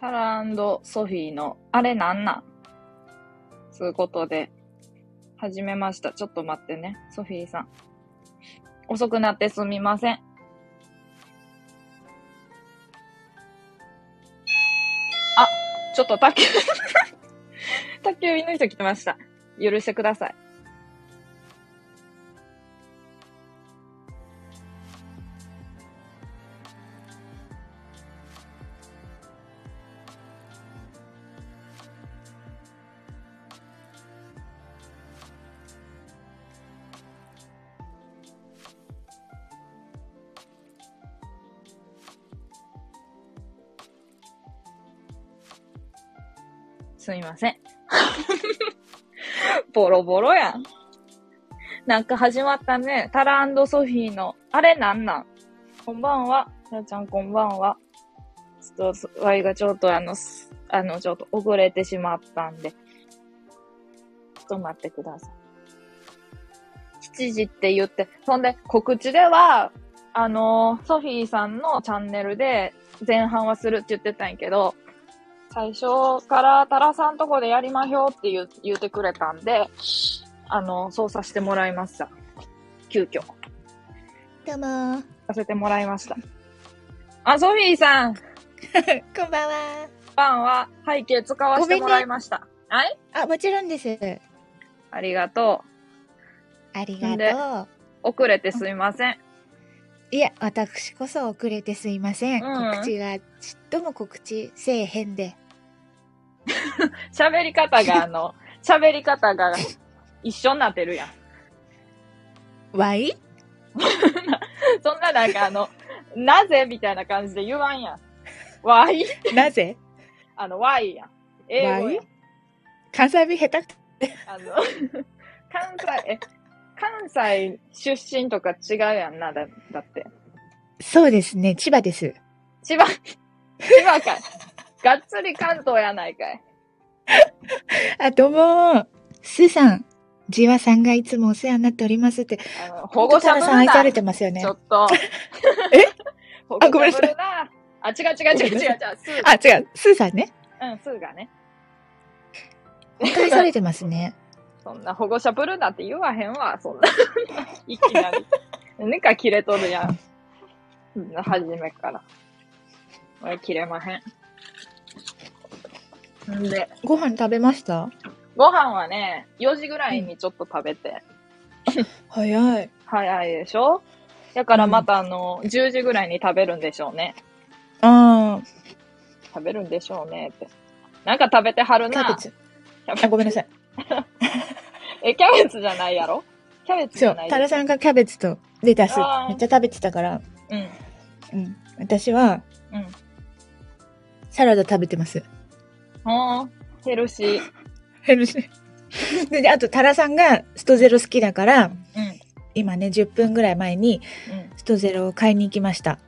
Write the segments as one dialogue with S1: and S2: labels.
S1: タラソフィーの、あれなんなんつうことで、始めました。ちょっと待ってね、ソフィーさん。遅くなってすみません。あ、ちょっと卓球、 卓球の人来てました。許してください。すみません。 ボロボロやん。なんか始まったね。タラソフィーの、あれなんなんこんばんは。さらちゃんこんばんは。ちょっと、ワイがちょっとあの、すあの、ちょっと遅れてしまったんで。ちょっと待ってください。7時って言って、そんで告知では、あの、ソフィーさんのチャンネルで前半はするって言ってたんやけど、最初からタラさんとこでやりまひょうって言う言うてくれたんで、あの、操作してもらいました。急遽。
S2: どうもー
S1: させてもらいました。あ、ソフィーさん、
S2: こんばんは
S1: パンは背景使わせてもらいました。はい
S2: あ、もちろんです。
S1: ありがと
S2: あり
S1: んで
S2: がと
S1: う。遅れてすいません。
S2: う。いや、私こそ遅れてすいません。
S1: うん
S2: 告知が、ちっとも告知せえへんで。
S1: 喋り方が、あの、喋り方が一緒になってるやん。
S2: わい
S1: そんななんかあの、なぜみたいな感じで言わんやん。わい
S2: なぜ
S1: あの、わいやん。英語やん
S2: Why？関西弁下手く
S1: あの、関西、え、関西出身とか違うやんな、だだって。
S2: そうですね、千葉です。
S1: 千葉、千葉かい。がっつり関東やないかい。
S2: あ、どうもー。スーさん、ジワさんがいつもお世話になっておりますって。
S1: あの、保護者
S2: ほ
S1: ぶ
S2: んとタラさん
S1: る
S2: 愛さ
S1: な。
S2: れてますよね
S1: ちょ。っと。
S2: え
S1: 保護者
S2: あごめんなさ
S1: ぶ
S2: い
S1: るな。あ、違う違う違う違う違う。スー
S2: あ、違う、スーさんね。
S1: うん、スーがね。
S2: 本当愛されてます ね。
S1: そんな保護者ぶるなって言わへんわ、そんな。 いきなり。なんか切れとるやん。そんな初めから。俺切れまへん。んで、
S2: ご飯食べました
S1: ご飯はね、4時ぐらいにちょっと食べて、
S2: 早い。
S1: 早いでしょだからまたあの、10時ぐらいに食べるんでしょうね。
S2: あー、
S1: 食べるんでしょうねって。なんか食べてはる
S2: キャ
S1: な
S2: ベ。ツ。
S1: キャベツ
S2: あ、ごめんなさい。
S1: え、キャベツじゃないやろキャベツじ
S2: そ
S1: ゃ
S2: う
S1: ない、
S2: タラさんがキャベツとレタス
S1: あー
S2: めっちゃ食べてたから、
S1: うん。
S2: うん、私は
S1: うん。
S2: サラダ食べてます。
S1: ほー、ヘルシー。
S2: ヘルシー。で、あとタラさんがストゼロ好きだから、
S1: うん。
S2: 今ね、10分ぐらい前に
S1: うん。
S2: ストゼロを買いに行きました。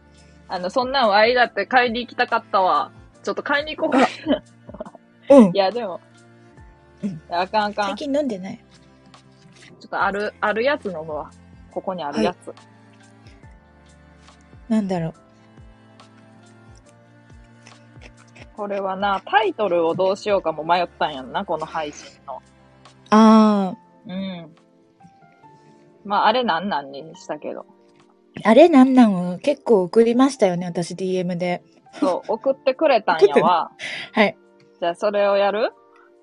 S1: あの、そんなんはありだって買いに行きたかったわ。ちょっと買いに行 こうか。い
S2: うん。
S1: や、でも。
S2: うん
S1: あかんあかん。ち
S2: 最近飲んでない。
S1: ょっとある、あるやつ飲むわ。ここにあるやつ。
S2: なんだろう。
S1: これはな、タイトルをどうしようかも迷ったんやんな、この配信の。
S2: あ
S1: うん。まあ、あれなんなんにしたけど。
S2: ー、あれなんなんを結構送りましたよね、私 DM で。
S1: そう、送ってくれたんやわ。
S2: はい。
S1: じゃあ、それをやる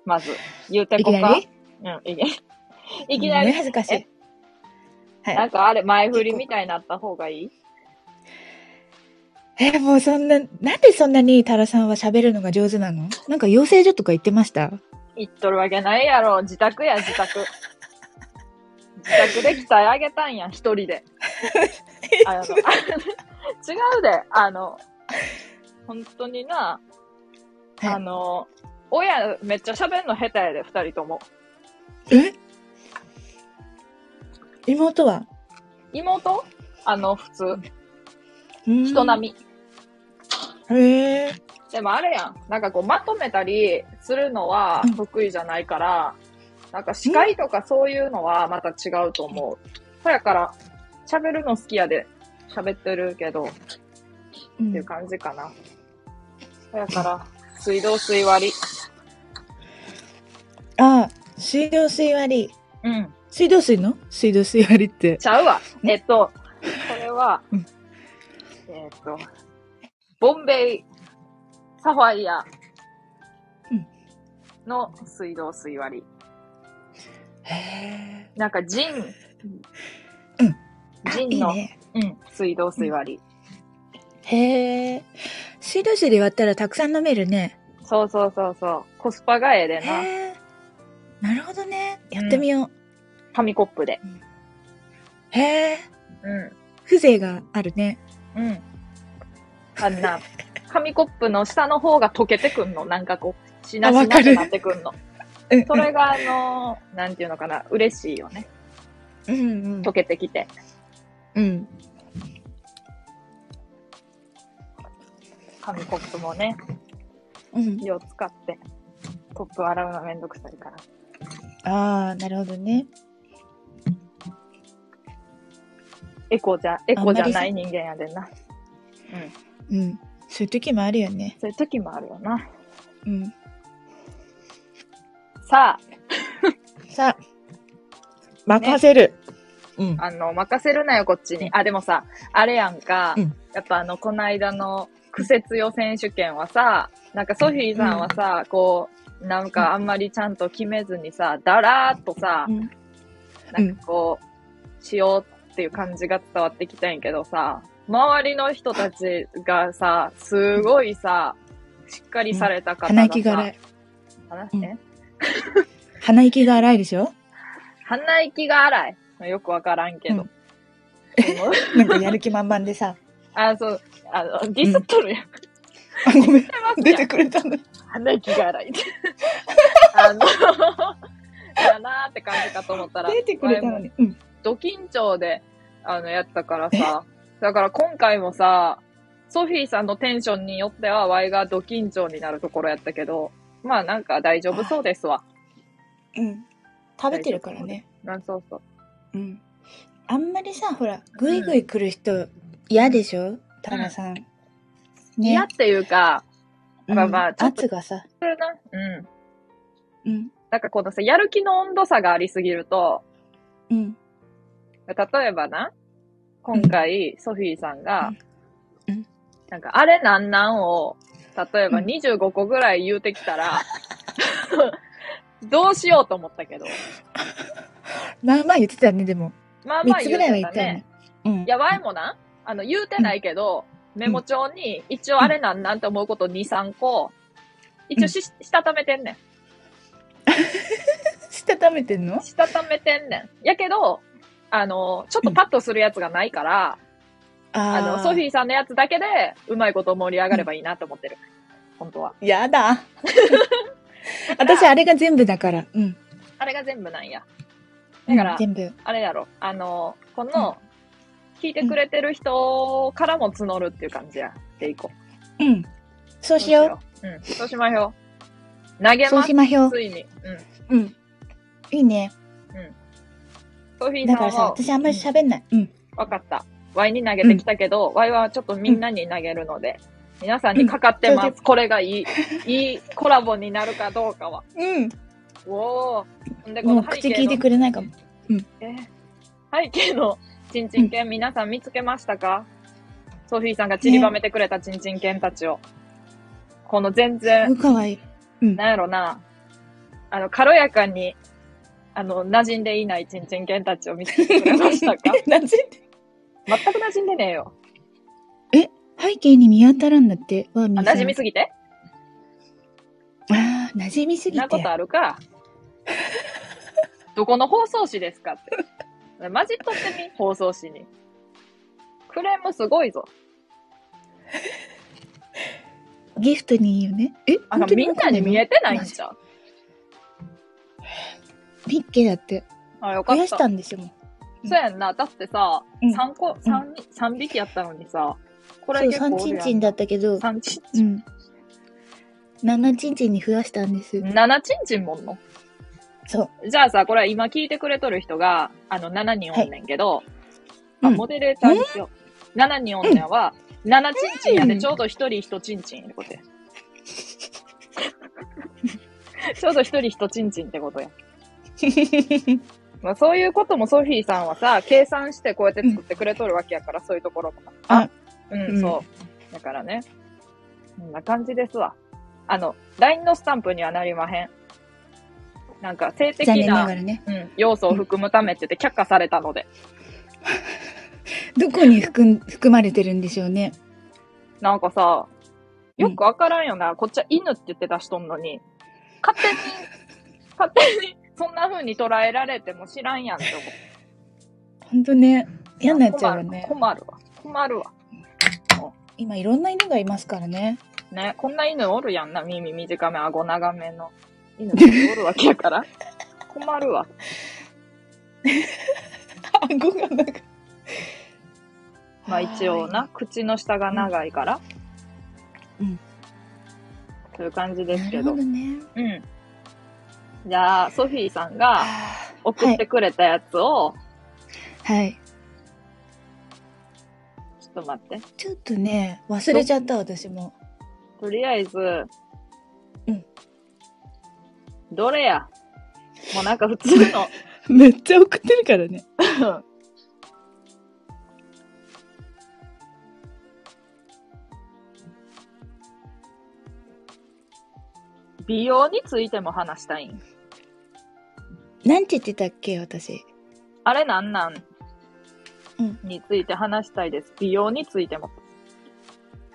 S1: まず、言うて
S2: い
S1: こ
S2: き
S1: う
S2: な
S1: か。
S2: り
S1: うん、いきなり。いきなり
S2: うん恥ずかしい。は
S1: なん
S2: い。
S1: かあれ、前振りみたいになった方がいい
S2: えもうそんな、なんでそんなにタラさんは喋るのが上手なのなんか養成所とか行ってました
S1: 言っとるわけないやろ。自宅や、自宅。自宅で鍛え上げたんや、一人 で。あの 違うで、あの、本当にな、
S2: はい
S1: あの、親めっちゃ喋んの下手やで、二人とも。
S2: え妹は
S1: 妹あの、普通。人
S2: 人
S1: 並
S2: み。へえ。
S1: み。でもあれやん。なんかこう、まとめたりするのは
S2: うん
S1: 得意じゃないから、なんか司会とかそういうのはまた違うと思う。そやから、喋るの好きやで、喋ってるけど、
S2: う
S1: っ
S2: ん
S1: ていう感じかな。だから、水道水割り。
S2: あ、水道水割り。
S1: うん。
S2: 水道水の水道水割りって
S1: ち。ゃうわ。えっと、これは
S2: うん、
S1: えっと、ボンベイサファイア
S2: うん
S1: の水道水割り。
S2: へ
S1: なんかジン、
S2: うん
S1: ジ
S2: い
S1: ン
S2: い
S1: の
S2: ね。
S1: うん、水道水割
S2: へえ。水道水で割ったらたくさん飲めるね。
S1: り。そうそうそうそう。コスパがええでな。
S2: へえ。なるほどね。やってみよう。
S1: 紙コップで。
S2: へえ。
S1: うん。
S2: 風情があるね。
S1: うん。あんな、紙コップの下の方が溶けてくんの。なんかこう、しな
S2: あ
S1: し
S2: わ
S1: な
S2: か
S1: っ
S2: る
S1: てなってくんの。
S2: うん
S1: それが、あのーなんていうのかな、嬉しいよね。
S2: うん
S1: 溶けてきて。
S2: うん。うん。
S1: 紙コップもね、
S2: うん。
S1: よう使って、コップ洗うのめんどくさいから。
S2: ああ、なるほどね。
S1: エコじゃ、エコじゃ
S2: あんま
S1: な
S2: り
S1: い人間やでんな。うん。
S2: うん。そういう時もあるよね。
S1: そういう時もあるよな。
S2: うん。
S1: さあ、
S2: さあ、任せる。うん。
S1: あの、任せるなよ、こっちに。あ、でもさ、あれやんか、
S2: うん
S1: やっぱあの、こないだの苦節予選手権はさ、なんかソフィーさんはさ、こう、なんかあんまりちゃんと決めずにさ、だらーっとさ、
S2: うん
S1: なんかこう、しようっていう感じが伝わってきたんやけどさ、周りの人たちがさ、すごいさ、しっかりされた方がさ、
S2: 鼻息が荒い。
S1: 話
S2: うん
S1: え
S2: 鼻息が荒いでしょ
S1: 鼻息が荒い。よくわからんけど。
S2: う
S1: でも
S2: なんかやる気満々 でさ。
S1: あ、そう、あの、ディスっとるやん。
S2: あ、ごめん。
S1: 出
S2: 出てくれたんだ。
S1: 鼻息が荒いって。あの、だなーって感じかと思ったら、
S2: 出てくれたのに。うん。
S1: ド緊張で、あの、やったからさ、だから今回もさ、ソフィーさんのテンションによっては、ワイがド緊張になるところやったけど、まあなんか大丈夫そうですわ。
S2: うん。食べてるからね。
S1: なんそうそう。
S2: うん。あんまりさ、ほら、ぐいぐい来る人、嫌でしょタラさん。ね。
S1: 嫌っていうか、
S2: うん
S1: まあまあちょっと
S2: 圧がさ。
S1: それな、うん。
S2: うん。
S1: なんかこのさ、やる気の温度差がありすぎると、
S2: うん。
S1: 例えばな、今回、ソフィーさんが、
S2: うんうん
S1: なんか、あれなんなんを、例えば
S2: うん
S1: 25個ぐらい言うてきたら、どうしようと思ったけど。
S2: まあまあ言ってたね、でも。
S1: まあま
S2: 3
S1: あ
S2: つ
S1: 言
S2: ぐ
S1: う
S2: らい
S1: てた
S2: は言ったよ
S1: ね
S2: ね。。うん
S1: い。やばいもな、あの、言うてないけど、メモ帳に、一応あれなんなんて思うこと2、3個、一応し、したためてんね
S2: したためてんの
S1: ん。したためてんねん。やけど、あの、ちょっとパッとするやつがないから、あの、ソフ
S2: ー。
S1: ィーさんのやつだけで、うまいこと盛り上がればいいなと思ってる。本当は。
S2: やだ。私、あれが全部だから。うん。
S1: あれが全部なんや。だから、
S2: 全部。
S1: あれやろ。あの、この、聞いてくれてる人からも募るっていう感じや。でいこう。
S2: うん。そうしよ
S1: う。うん。そうしましょう。投げ
S2: う。そう
S1: ま
S2: し
S1: す。
S2: ましょう。
S1: ついに。うん。
S2: うん。いいね。
S1: ソフィー
S2: だから
S1: さん
S2: さ、
S1: は、
S2: 私あんまり喋んない。うん。
S1: わかった。Y に投げてきたけど、Y はちょっとみんなに投げるので、皆さんにかかってま
S2: うん
S1: す。これがいい、いいコラボになるかどうかは。
S2: うん。
S1: おー。んで
S2: もう口聞いてくれないかも。
S1: えー背景のチンチン犬、皆さん見つけましたかソフィーさんが散りばめてくれたチンチン犬たちを。この全然、
S2: かわいい。うん。
S1: なんやろな、あの、軽やかに、あの、馴染んでいないチンチン犬たちを見つけてくれました か
S2: なんで
S1: 全く馴染んでねえよ。
S2: 背景に見当たらんだって。わあ、
S1: あ
S2: みさん
S1: 馴染みすぎて
S2: あー馴染みす
S1: そん
S2: ぎ
S1: なこと
S2: て。
S1: ある か。どこの放送誌ですかって。混じっとってみ、放送誌に。クレームすごいぞ。
S2: ギフトにいいよね。え
S1: あの、みんなに見えてないんじ
S2: ゃ
S1: ゃう
S2: ピッケだって。
S1: あ、よか
S2: 増
S1: った。そ
S2: やした
S1: うん
S2: ですよ、も
S1: やんな。だってさ、
S2: うん
S1: 三3個、三三匹やったのにさ、こ
S2: う。
S1: れ
S2: そ
S1: 結
S2: う、
S1: 構お
S2: 三チ
S1: る
S2: ン
S1: やん。
S2: チンだったけど、
S1: 三チン
S2: う
S1: チン。
S2: ん。七チンチンに増やしたんです。
S1: 7チンチンもんの。
S2: そう。
S1: じゃあさ、これ今聞いてくれとる人が、あの、7人おんねんけど、
S2: う
S1: あ、
S2: ん
S1: モデレーターですよ。7人おんねんは、7チンチンや
S2: う
S1: で
S2: ん
S1: ちょうど1人1チンチンいることや。 ちょうど一人一ちんちんってことや。まあ、そういうこともソフィーさんはさ、計算してこうやって作ってくれとるわけやから、そういうところも。
S2: あ、
S1: うん、
S2: うん
S1: そう。だからね。こんな感じですわ。あの、LINE のスタンプにはなりまへん。なんか、性的
S2: 残念な
S1: な
S2: がらね。
S1: うん、要素を含むためって言って却下されたので、
S2: どこに含 ん含まれてるんでしょうね。
S1: なんかさ、よくわからんよな、こっちは犬って言って出しとんのに、勝 手に、勝手に、そんな風に捉えられても知らんやんって思う。
S2: ほんとね、嫌になっちゃうよね。
S1: 困るわ。困るわ。
S2: 今いろんな犬がいますからね。
S1: ね、こんな犬おるやんな、耳短め、顎長めの。犬っておるわけや から。困るわ。
S2: 顎がなんか。
S1: まあ一応な、口の下が長いから。
S2: うん。
S1: という感じ
S2: は
S1: で
S2: い。
S1: す
S2: な
S1: け
S2: る
S1: ど。
S2: ほどね。
S1: うん。じゃあ、ソフィーさんが、
S2: あ
S1: 送ってくれたやつを、
S2: ーはい。
S1: ちょっと待って。
S2: ちょっとね、忘れちゃった私も。
S1: とりあえず、
S2: うん。
S1: どれやもうなんか普通の。
S2: めっちゃ送ってるからね。
S1: 美容についても話したいん。
S2: なんて言ってたっけ私。
S1: あれなんなん
S2: うん
S1: について話したいです。美容についても。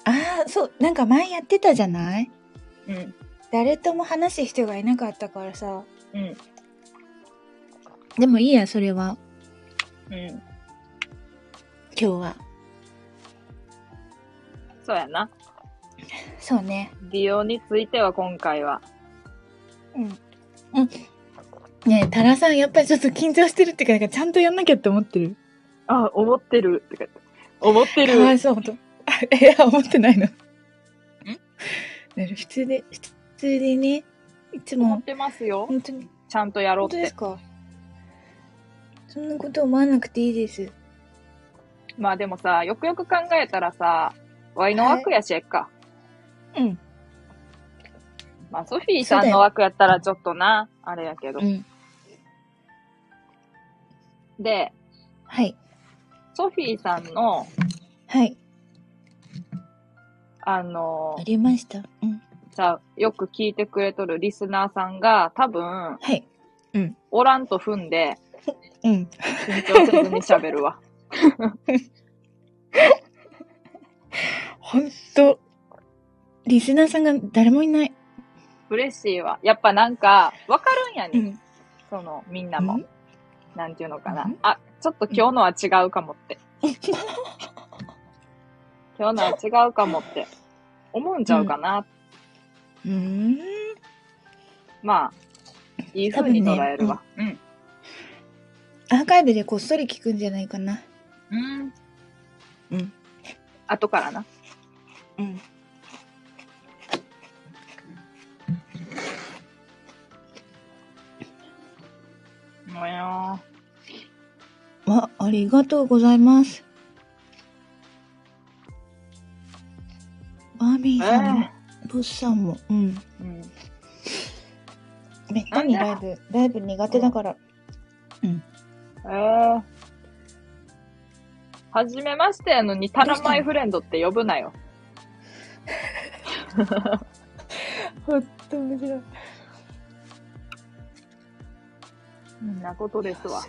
S2: ああ、そう、なんか前やってたじゃない
S1: うん。
S2: 誰とも話す人がいなかったからさ。
S1: うん。
S2: でもいいや、それは。
S1: うん。
S2: 今日は。
S1: そうやな。
S2: そうね。
S1: 美容については今回は。
S2: うん。うん。ねえ、タラさん、やっぱりちょっと緊張してるっていうか、なんかちゃんとやんなきゃって思ってる。
S1: あ、思ってるって書いてある。 思って
S2: かわい
S1: る。
S2: そう、ほんと。あいや、思ってないの。ん普通で、普通でね、いつ
S1: 思っ
S2: も、
S1: てますよ。
S2: 本当に、
S1: ちゃんとやろう
S2: 本
S1: っ
S2: 当です
S1: て。
S2: かそんなこと思わなくていいです。
S1: まあでもさ、よくよく考えたらさ、ワイの枠やしえっか。
S2: うん。
S1: まあソフィーさんの枠やったらちょっとな、あれやけど
S2: う。ん。
S1: で、
S2: はい。
S1: ソフィーさんの、
S2: はい。
S1: あの
S2: あ、りました。うん。
S1: じゃあよく聞いてくれとるリスナーさんが、多分、
S2: はい。
S1: おらんと踏んで、
S2: うん。
S1: 緊張せずに喋る わ。
S2: ほんと、リスナーさんが誰もいない。
S1: 嬉しいわ。やっぱなんか、わかるんやね、
S2: ん。
S1: その、みんなも
S2: うん。
S1: なんていうのかな
S2: うん。
S1: あ、ちょっと今日のは違うかも って。今日のは違うかもって。思うんちゃうかな。
S2: うーん。
S1: まあ、いい風に捉えるわ。うん。
S2: アーカイブでこっそり聞くんじゃないかな。
S1: うん。
S2: うん。
S1: 後からな。
S2: うん。
S1: もよ
S2: あ、ありがとうございます。バービ
S1: ー。
S2: ーさんも
S1: え、
S2: ブスさんも、うん。
S1: えうん。
S2: めったにライブ、ライブ苦手だから。
S1: えー。はじめましてやのに、たらまいフレンドって呼ぶなよ。
S2: ほんと面白い。
S1: そんなことですわ。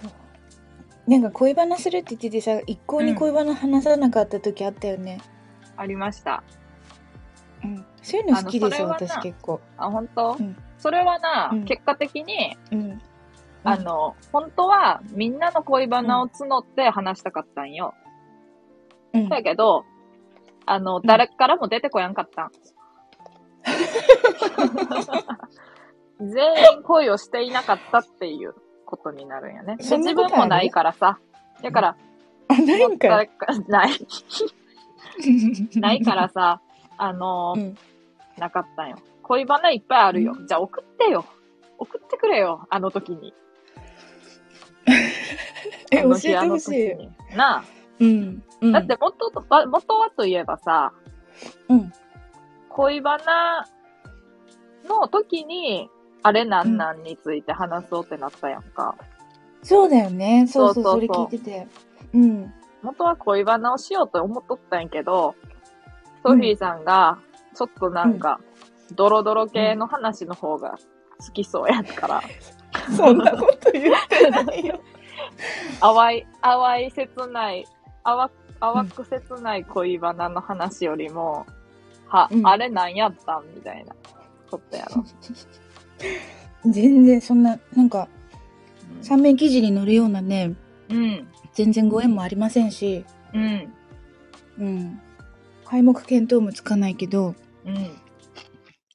S2: なんか恋バナするって言っててさ、一向に恋バナ話さなかった時あったよね。
S1: ありました。
S2: うん。そういうの好きです
S1: あの
S2: よ、
S1: それはな
S2: 私結構。
S1: あ、本当、
S2: うん
S1: それはな、
S2: うん
S1: 結果的に、
S2: うん。
S1: あの、本当はみんなの恋バナを募って話したかったんよ。
S2: うん、
S1: だけど、あの、誰からも出てこやんか ったん。全員恋をしていなかったっていうことになるんやね。で
S2: そん
S1: 自
S2: なことある
S1: 分もないからさ。だから、
S2: あ、ないんか
S1: 誰
S2: い。
S1: か、 ない、ないか。らさ、あの
S2: う、ん。
S1: なかったんよ。恋バナいっぱいあるよ。じゃあ送ってよ。送ってくれよ、あの時に。
S2: え、
S1: あ
S2: 教
S1: の日
S2: えてほしい
S1: あの。時になあ、
S2: うん。うん
S1: だって、元と、ば元はといえばさ、
S2: うん。
S1: 恋バナの時に、あれなんなんについて話そうってなったやんか。
S2: そうだよね。そうそう、
S1: そ
S2: そう
S1: そう
S2: れ
S1: そう
S2: 聞いてて。うん。
S1: 元は恋バナをしようと思っとったんやけど、ソフィーさんが、ちょっとなんか、ドロドロ系の話の方が好きそうやから、
S2: そんなこと言ってないよ。
S1: 淡い、淡い切ない、淡く、淡く切ない恋バナの話よりも、は、
S2: うん
S1: あれなんやったんみたいなことやろ。
S2: 全然そんな、なんか、三面記事に載るようなね、
S1: うん。
S2: 全然ご縁もありませんし、
S1: うん。
S2: うん。開目見当もつかないけど、
S1: うん。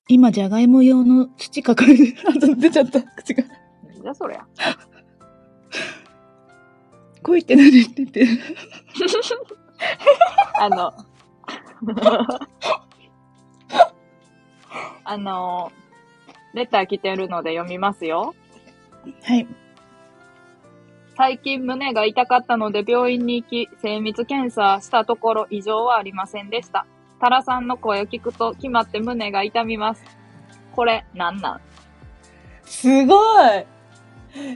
S2: 今、じゃがいも用の土かかる。あ、 出ちゃった。口が。
S1: なんじゃそりゃ。
S2: 恋って何って言って。
S1: あの、 あの、レター来てるので読みますよ。
S2: はい。
S1: 最近胸が痛かったので病院に行き、精密検査したところ異常はありませんでした。タラさんの声を聞くと決まって胸が痛みます。これ、なんなん
S2: すごい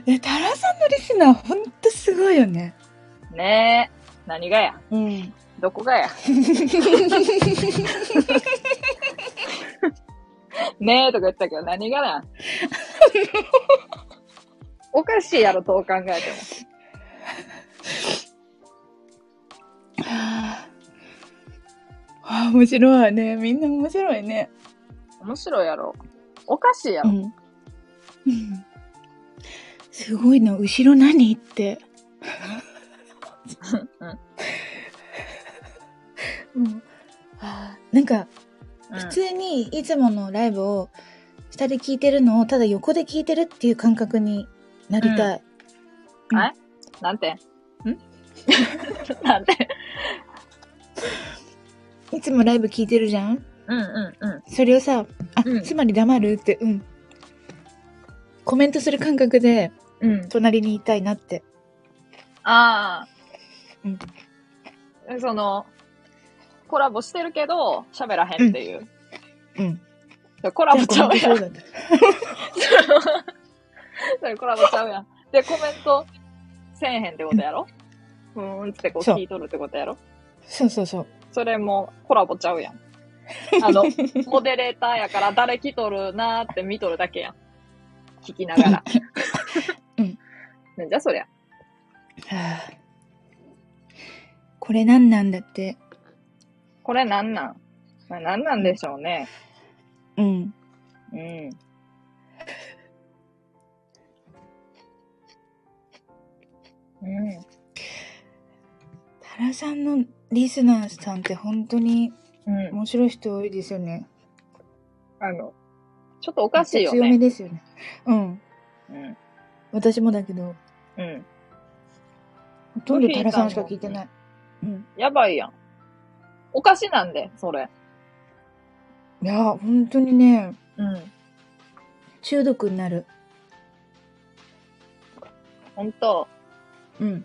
S2: え、タラさんのリスナーほんとすごいよね。
S1: ねえ。何がや
S2: うん。
S1: どこがやねえとか言ったけど何がなん おかしいやろ、どう考えても。
S2: ああ、面白いね。みんな面白いね。
S1: 面白いやろ。おかしいや
S2: う
S1: ろ。
S2: ん。うん。すごいな。後ろ何って。
S1: うん
S2: うん。あーなんか、
S1: うん
S2: 普通にいつものライブを下で聞いてるのをただ横で聞いてるっていう感覚になりたい。うん
S1: はいなんてん なんて
S2: いつもライブ聞いてるじゃん
S1: うんうんうん。
S2: それをさ、あ、
S1: うん
S2: つまり黙るって、うん。コメントする感覚で、
S1: うん。
S2: 隣にいたいなって。
S1: ああ。
S2: うん
S1: えその、コラボしてるけど、喋らへんっていう。
S2: うん。
S1: コラボちゃう
S2: じ
S1: や
S2: ゃあ
S1: ん
S2: コ。メントそうだっ
S1: それコラボちゃうやん。で、コメントせえへんってことやろうーんってこう
S2: そう
S1: 聞いとるってことやろ
S2: た。そうそうそう。
S1: それもコラボちゃう やん。あの、モデレーターやから誰来とるなーって見とるだけやん。聞きながら。
S2: うん。
S1: なんじゃそりゃ。
S2: はあこれなんなんだって。
S1: これなんなんまあなんなんでしょうね。
S2: うん。
S1: うん。うん。
S2: タラさんのリスナーさんって本当に
S1: うん。
S2: 面白い人多いですよね。
S1: あの、ちょっとお
S2: お
S1: かしいよ
S2: 強め
S1: ね。
S2: ですよね。うん。
S1: うん。
S2: 私もだけど、
S1: うん。
S2: ほとんどタラさんしか聞いてない。うん。
S1: やばいやん。おかしなんで、それ。
S2: いや、本当にね、
S1: うん。
S2: 中毒になる。
S1: ほんと、
S2: うん。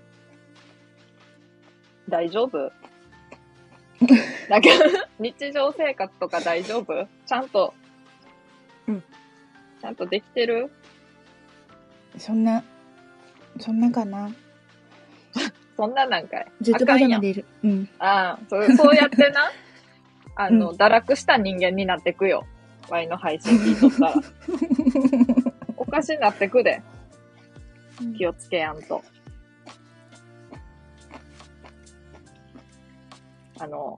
S1: 大丈 夫なんか、日常生活とか大丈夫ちゃんと、
S2: うん。
S1: ちゃんとできてる
S2: そんな、そんなかな。
S1: そんななんかい。
S2: ずっと
S1: あか
S2: パ
S1: ん
S2: ジ
S1: や
S2: ャ
S1: ん
S2: マでいる。うん。
S1: ああ、そう、そうやって な、あの、
S2: う
S1: 堕落した人間になってくよ。ワイの配信聞いとったら。 おかしになってくで。気をつけやんと。あの、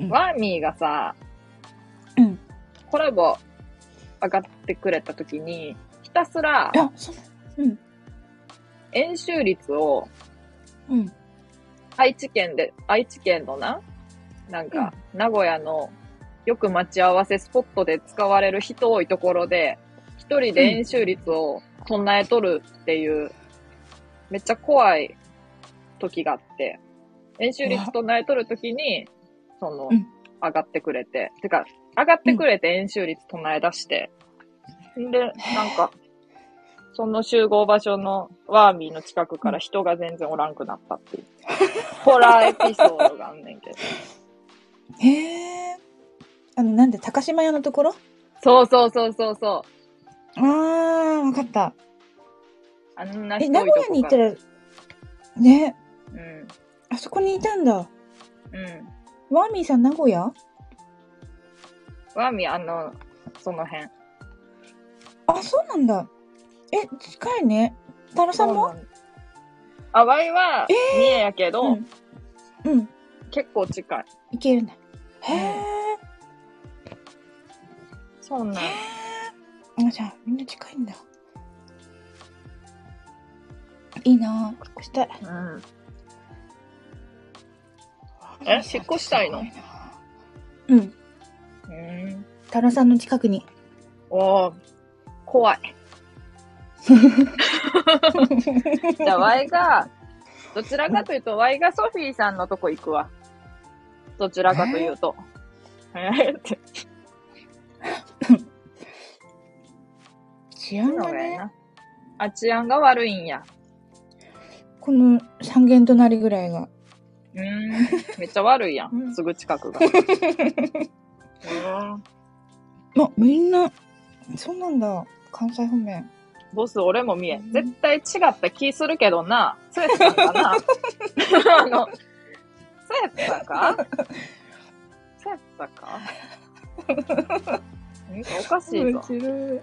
S2: うん
S1: ワーミーがさ、
S2: うん
S1: コラボ上がってくれた時に、ひたすら
S2: あ、そう。うん。
S1: 演習率を
S2: うん。
S1: 愛知県で、愛知県のな、なんか、名古屋のよく待ち合わせスポットで使われる人多いところで、一人で演習率を唱えとるっていう、めっちゃ怖い時があって、演習率唱えとる時に、その、
S2: うん
S1: 上がってくれて、てか、上がってくれて演習率唱え出して、んで、なんか、その集合場所のワーミーの近くから人が全然おらんくなったって いう。ホラーエピソードがあんねんけど。
S2: へえ。あの、なんで、高島屋のところ
S1: そうそうそうそうそう。
S2: あー、わかった。
S1: あんな
S2: え、
S1: 人
S2: 名古屋に行ったら、ね、
S1: うん。
S2: あそこにいたんだ。
S1: うん。
S2: ワーミーさん名古屋
S1: ワミ、あの、その辺。
S2: あ、そうなんだ。え、近いね。タラさんも
S1: あ、ワイは、
S2: え
S1: 三重やけど、
S2: ん。うん。
S1: 結構近い。
S2: いけるんだ。へえ。
S1: そうなん。
S2: あ、じゃあ、みんな近いんだ。いいなぁ。引っ越したい。
S1: うん。え引っ越したいの
S2: うん。
S1: うん。
S2: タラさんの近くに。
S1: おー、怖い。じゃあ、ワイが、どちらかというと、ワイがソフィーさんのとこ行くわ。どちらかというと。えー、って。
S2: 治安
S1: そ
S2: が
S1: うや
S2: ね、
S1: な。あ、治安が悪いんや。
S2: この三軒隣ぐらいが。
S1: うーん。めっちゃ悪いや
S2: うん
S1: ん。すぐ近 くが。うん。
S2: ま、みんな、そうなんだ。関西方面。
S1: ボス、俺も見え。絶対違った気するけどな。そうやったんか なあの、そうやったかそうやったかなんかおかし いぞ。
S2: 白い。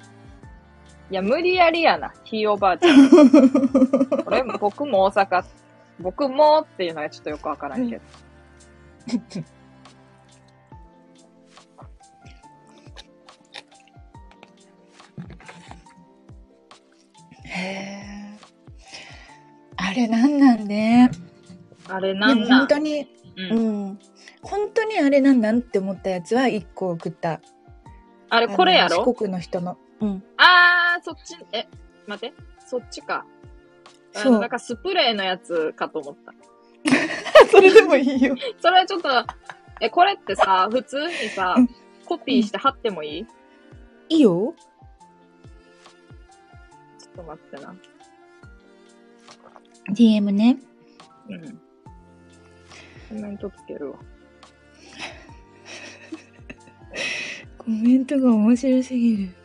S1: いや、無理やりやな。ひいおばあちゃ ん。俺も、僕も大阪、僕もっていうのはちょっとよくわからんけど。
S2: へえ。あれなんなんね。
S1: あれな
S2: で
S1: ん
S2: も
S1: な
S2: 本
S1: ん
S2: 当に、
S1: う
S2: うんん。本当にあれなんなんって思ったやつは一個送った。
S1: あれ、これや
S2: あの
S1: ろ
S2: 四国の人の。 うん。
S1: あー、そっち、え、待って。そっちか。あ
S2: そう
S1: なんかスプレーのやつかと思った。
S2: それでもいいよ。
S1: それはちょっと、え、これってさ、普通にさ
S2: うん、
S1: コピーして貼ってもいい、ち
S2: いいよ。
S1: ょっと待ってな。
S2: DM ね。
S1: うん。コメントつけるわ。
S2: コメントが面白すぎる。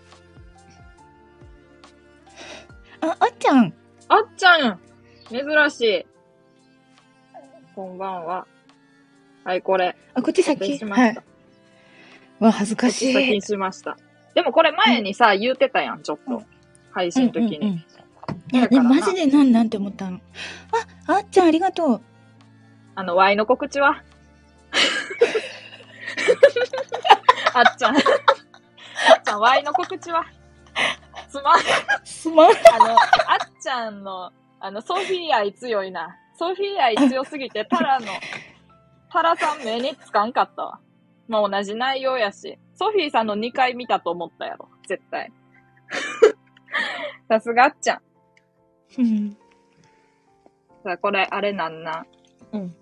S2: あ、あっちゃん。
S1: あっちゃん珍しい。こんばんは。はい、これ。
S2: あ、こっち
S1: 固定
S2: 先。
S1: しました。
S2: はい。わ、恥ずかし
S1: 先
S2: い。
S1: にしました。でもこれ前にさ、言うてたやん、ちょっ
S2: う
S1: と
S2: ん。
S1: 配信の時に。
S2: うんうんうんい
S1: だ
S2: や、
S1: か
S2: ね、
S1: らな
S2: マジでなんなんて思ったの。あ、あっちゃんありがとう。
S1: あの、Y の告知はあっちゃん。あっちゃん、Y の告知はすまん。
S2: すまん。
S1: あの、あっちゃんの、あの、ソフィー愛強いな。ソフィー愛強すぎて、タラの、タラさん目につかんかったわ。まあ、同じ内容やし。ソフィーさんの2回見たと思ったやろ。絶対。さすがあっちゃん。
S2: うん。
S1: さあ、これ、あれなんな。
S2: うん。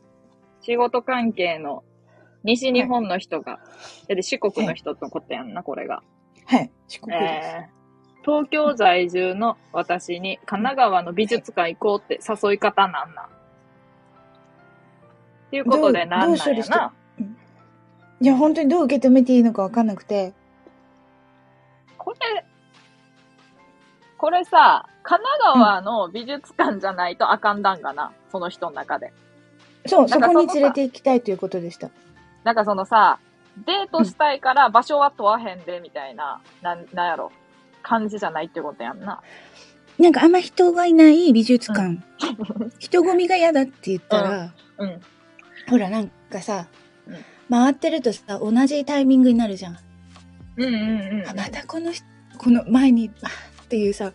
S1: 仕事関係の、西日本の人が、で四国の人のことやんな、これが。
S2: はい。四国です。
S1: えー、東京在住の私に神奈川の美術館行こうって誘い方なんなん。っていうことでなんな
S2: ど
S1: ん
S2: うどう処理
S1: や
S2: し
S1: な。
S2: いや、本当にどう受け止めていいのかわかんなくて。
S1: これ、これさ、神奈川の美術館じゃないとあかんだんかな、その人の中で。
S2: そう、
S1: な
S2: そ
S1: んか
S2: こ
S1: その
S2: に連れて行きたいということでした。
S1: なんかそのさ、デートしたいから場所は問わへんで、みたいな、なん、なんやろ、感じじゃないってことやんな。
S2: なんかあんま人がいない美術館。人混みが嫌だって言ったら、
S1: うん。
S2: ほらなんかさ、
S1: うん
S2: 回ってるとさ同じタイミングになるじゃん、
S1: うんうん
S2: あまたこの人この前にあっていうさ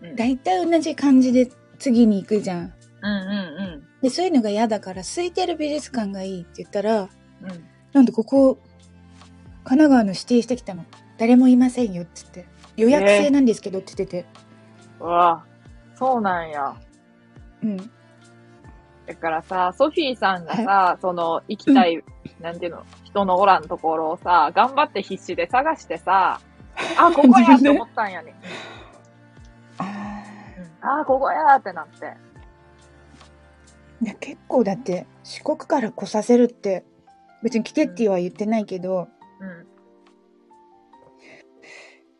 S1: うん。
S2: 大体同じ感じで次に行くじゃん
S1: うんうん
S2: でそういうのが嫌だから空いてる美術館がいいって言ったら
S1: うん。うん。
S2: なんとここ神奈川の指定してきたの誰もいませんよっつって予約制なんですけどって言ってて、
S1: うわそうなんや。
S2: うん
S1: だからさ、ソフィーさんがさ、その、行きたい、なんていうの、人のおらんところをさ、頑張って必死で探してさ、 あ、ここやって思ったんや ね。
S2: あ
S1: ああ、ここやってなって。
S2: いや結構だって四国から来させるって別に来てっては言ってないけど、
S1: うん。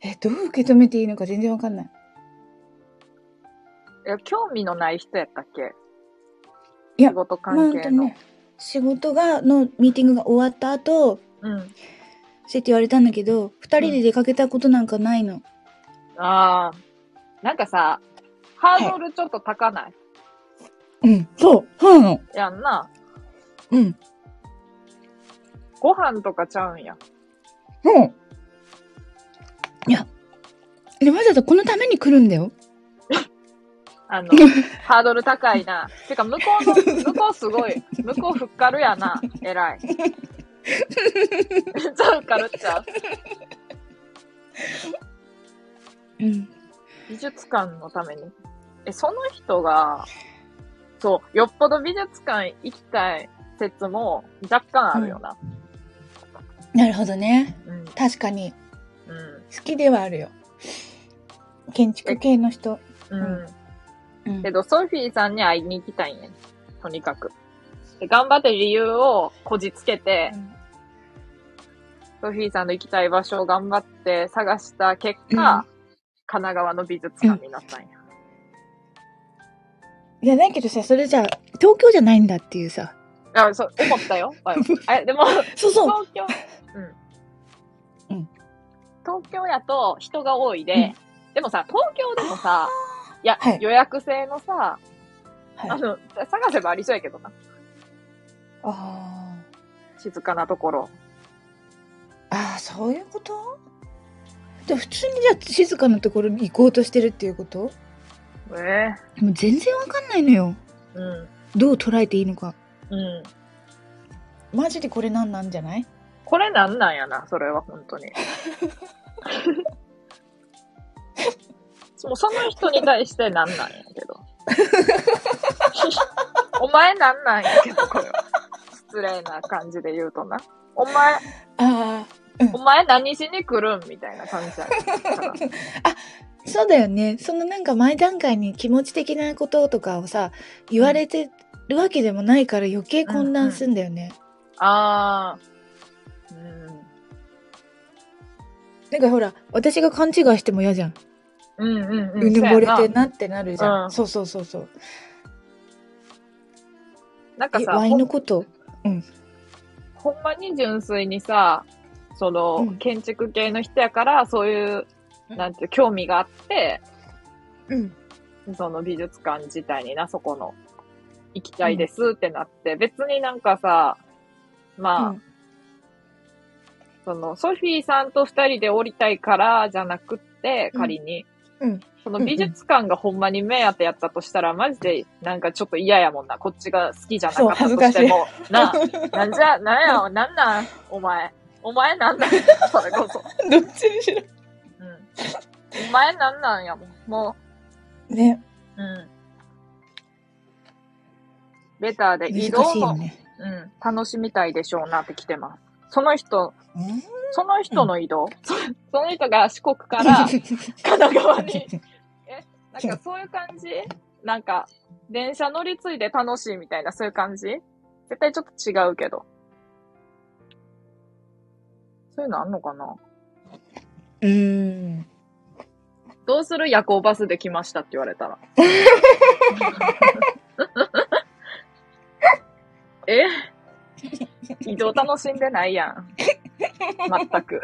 S2: え、どう受け止めていいのか全然わかんない。
S1: いや、興味のない人やったっけ
S2: いや
S1: 仕事
S2: まあ
S1: 関
S2: 本
S1: 係
S2: 当
S1: の。
S2: ね、仕事が、のミーティングが終わった後、
S1: うん。
S2: してって言われたんだけど、二人で出かけたことなんかないの。
S1: ああ。なんかさ、ハードルちょっと高ない、
S2: うん、そう、そうなの。
S1: やんな。
S2: うん、
S1: ご飯とかちゃうんや。
S2: もう。いや、でわざわざこのために来るんだよ。
S1: あの、ハードル高いな。てか、向こ うの、向こうすごい。向こうふっかるやな。偉い。 めっちゃふっかるっちゃう。
S2: うん。
S1: 美術館のために。え、その人が、そう、よっぽど美術館行きたい説も若干あるよな。
S2: なるほどね。
S1: うん。
S2: 確かに、
S1: う
S2: 好きではあるよ。建築系の人。
S1: ん。うん。
S2: うん
S1: けど、ソフィーさんに会いに行きたいんやね。とにかく。で頑張ってる理由をこじつけて、ソフィーさんの行きたい場所を頑張って探した結果、
S2: うん
S1: 神奈川の美術館になったんや。
S2: いや、だけどさ、それじゃあ、東京じゃないんだっていうさ。
S1: あ、そう、思ったよ。 わよえ、でも、
S2: そうそう。
S1: 東京、うん。
S2: うん
S1: 東京やと人が多いで、
S2: うん
S1: でもさ、東京でもさ、いや、
S2: はい
S1: 予約制のさ、あ
S2: はい。
S1: の、探せばありそうやけどな。
S2: あ
S1: 静かなところ。
S2: ーあー、そういうことで普通にじゃあ静かなところに行こうとしてるっていうこと
S1: ええ
S2: もう全然わかんないのよ。
S1: うん。
S2: どう捉えていいのか。
S1: うん。
S2: マジでこれなんなんじゃない
S1: これなんなんやな、それは本当に。もうその人に対してなんなんやけど。お前なんなんやけど、これは。失礼な感じで言うとな。お前、
S2: あ
S1: お前何しに来るんみたいな感じやから。
S2: あ、そうだよね。そのなんか前段階に気持ち的なこととかをさ、言われてるわけでもないから余計混乱すんだよね。
S1: あー。うん
S2: なんかほら、私が勘違いしても嫌じゃん。
S1: うんうんうん。
S2: うぬぼれ
S1: そう
S2: て
S1: やな
S2: なってなるじゃ
S1: うん
S2: ん。そうそうそうそう。
S1: なんか
S2: え
S1: さ、
S2: ワイ
S1: ほ
S2: ン
S1: ん
S2: のこと
S1: ほんまに純粋にさ、その、
S2: うん
S1: 建築系の人やから、そういう、なんていう、興味があって、
S2: うん。
S1: その美術館自体にな、そこの、行きたいですってなって、別になんかさ、まあ、
S2: うん
S1: その、ソフィーさんと二人で降りたいからじゃなくって、仮に、
S2: うん
S1: その美術館がほんまに目当てやったとしたら、マジでなんかちょっと嫌やもんな。こっちが好きじゃなかったとしても。な、なんじゃ、なんや、なんなん、お前。お前なんなん、それこそ。
S2: どっちにしろ。
S1: うん。お前なんなんやもん。も
S2: ね。
S1: う、うん。ベターで移
S2: 難
S1: 動
S2: しいよ
S1: も、
S2: ね。
S1: うん、楽しみたいでしょうなって来てます。その人、その人の移動、そその人が四国から神奈川に、なんかそういう感じなんか、電車乗り継いで楽しいみたいな、そういう感じ絶対ちょっと違うけど。そういうのあんのかな
S2: うーん。
S1: どうする夜行バスで来ましたって言われたら。え移動楽しんでないやん。全く。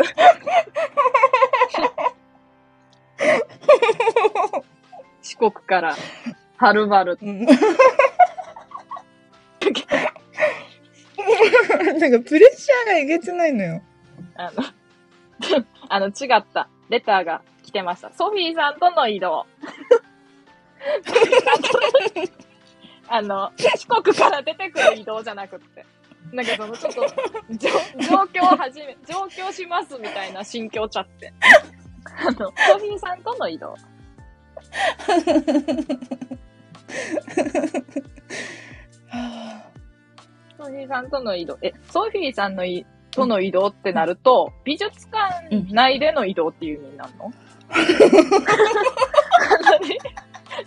S1: 四国から、はるばる。
S2: なんかプレッシャーがえげつないのよ。
S1: あの、あの違ったレターが来てました。ソフィーさんとの移動。 あの、四国から出てくる移動じゃなくって。なんかそのちょっと、状状況を始め、上京しますみたいな心境ちゃって。あの、ソフィーさんとの移動。ソフィーさんとの移動。え、ソフィーさんのいとの移動ってなると、美術館内での移動っていう意味になるの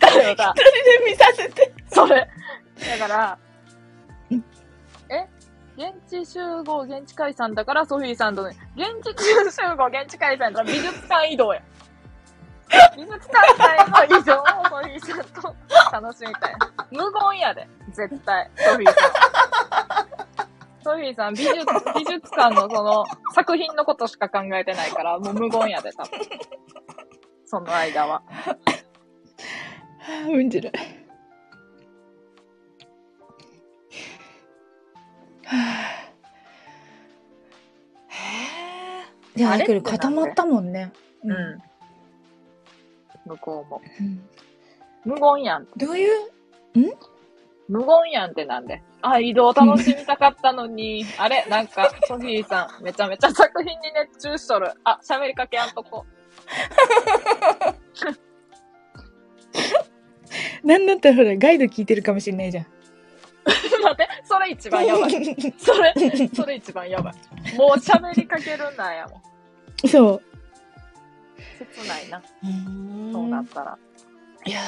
S1: 何だよさ、
S2: それで見させて。
S1: それ。だから
S2: うん、
S1: え現地集合、現地解散だから、ソフィーさんとね、現地集合、現地解散だから、美術館移動 や。美術館以外の移動をソフィーさんと楽しみたい。無言やで、絶対、ソフィーさん。ソフィーさん、美術、美術館のその、作品のことしか考えてないから、もう無言やで、多分。その間は。
S2: あ ー面白い。はあいや
S1: あれ
S2: だ
S1: って
S2: け
S1: なん
S2: ど
S1: で
S2: 固まったもんね。
S1: う。ん。向こうも。
S2: うん
S1: 無言やん。
S2: どういう
S1: 無言やんってなんで。あ、移動楽しみたかったの に。あれなんか、ソフィーさん、めちゃめちゃ作品に熱中しとる。あ、喋りかけやんとこ。
S2: なんだったらほらガイド聞いてるかもしれないじゃん。
S1: 待って、それ一番やばい。 それ、それ一番やばい。もう喋りかけるんだやもん。
S2: そう。
S1: 切ないな。そうなっ
S2: い
S1: たら。
S2: や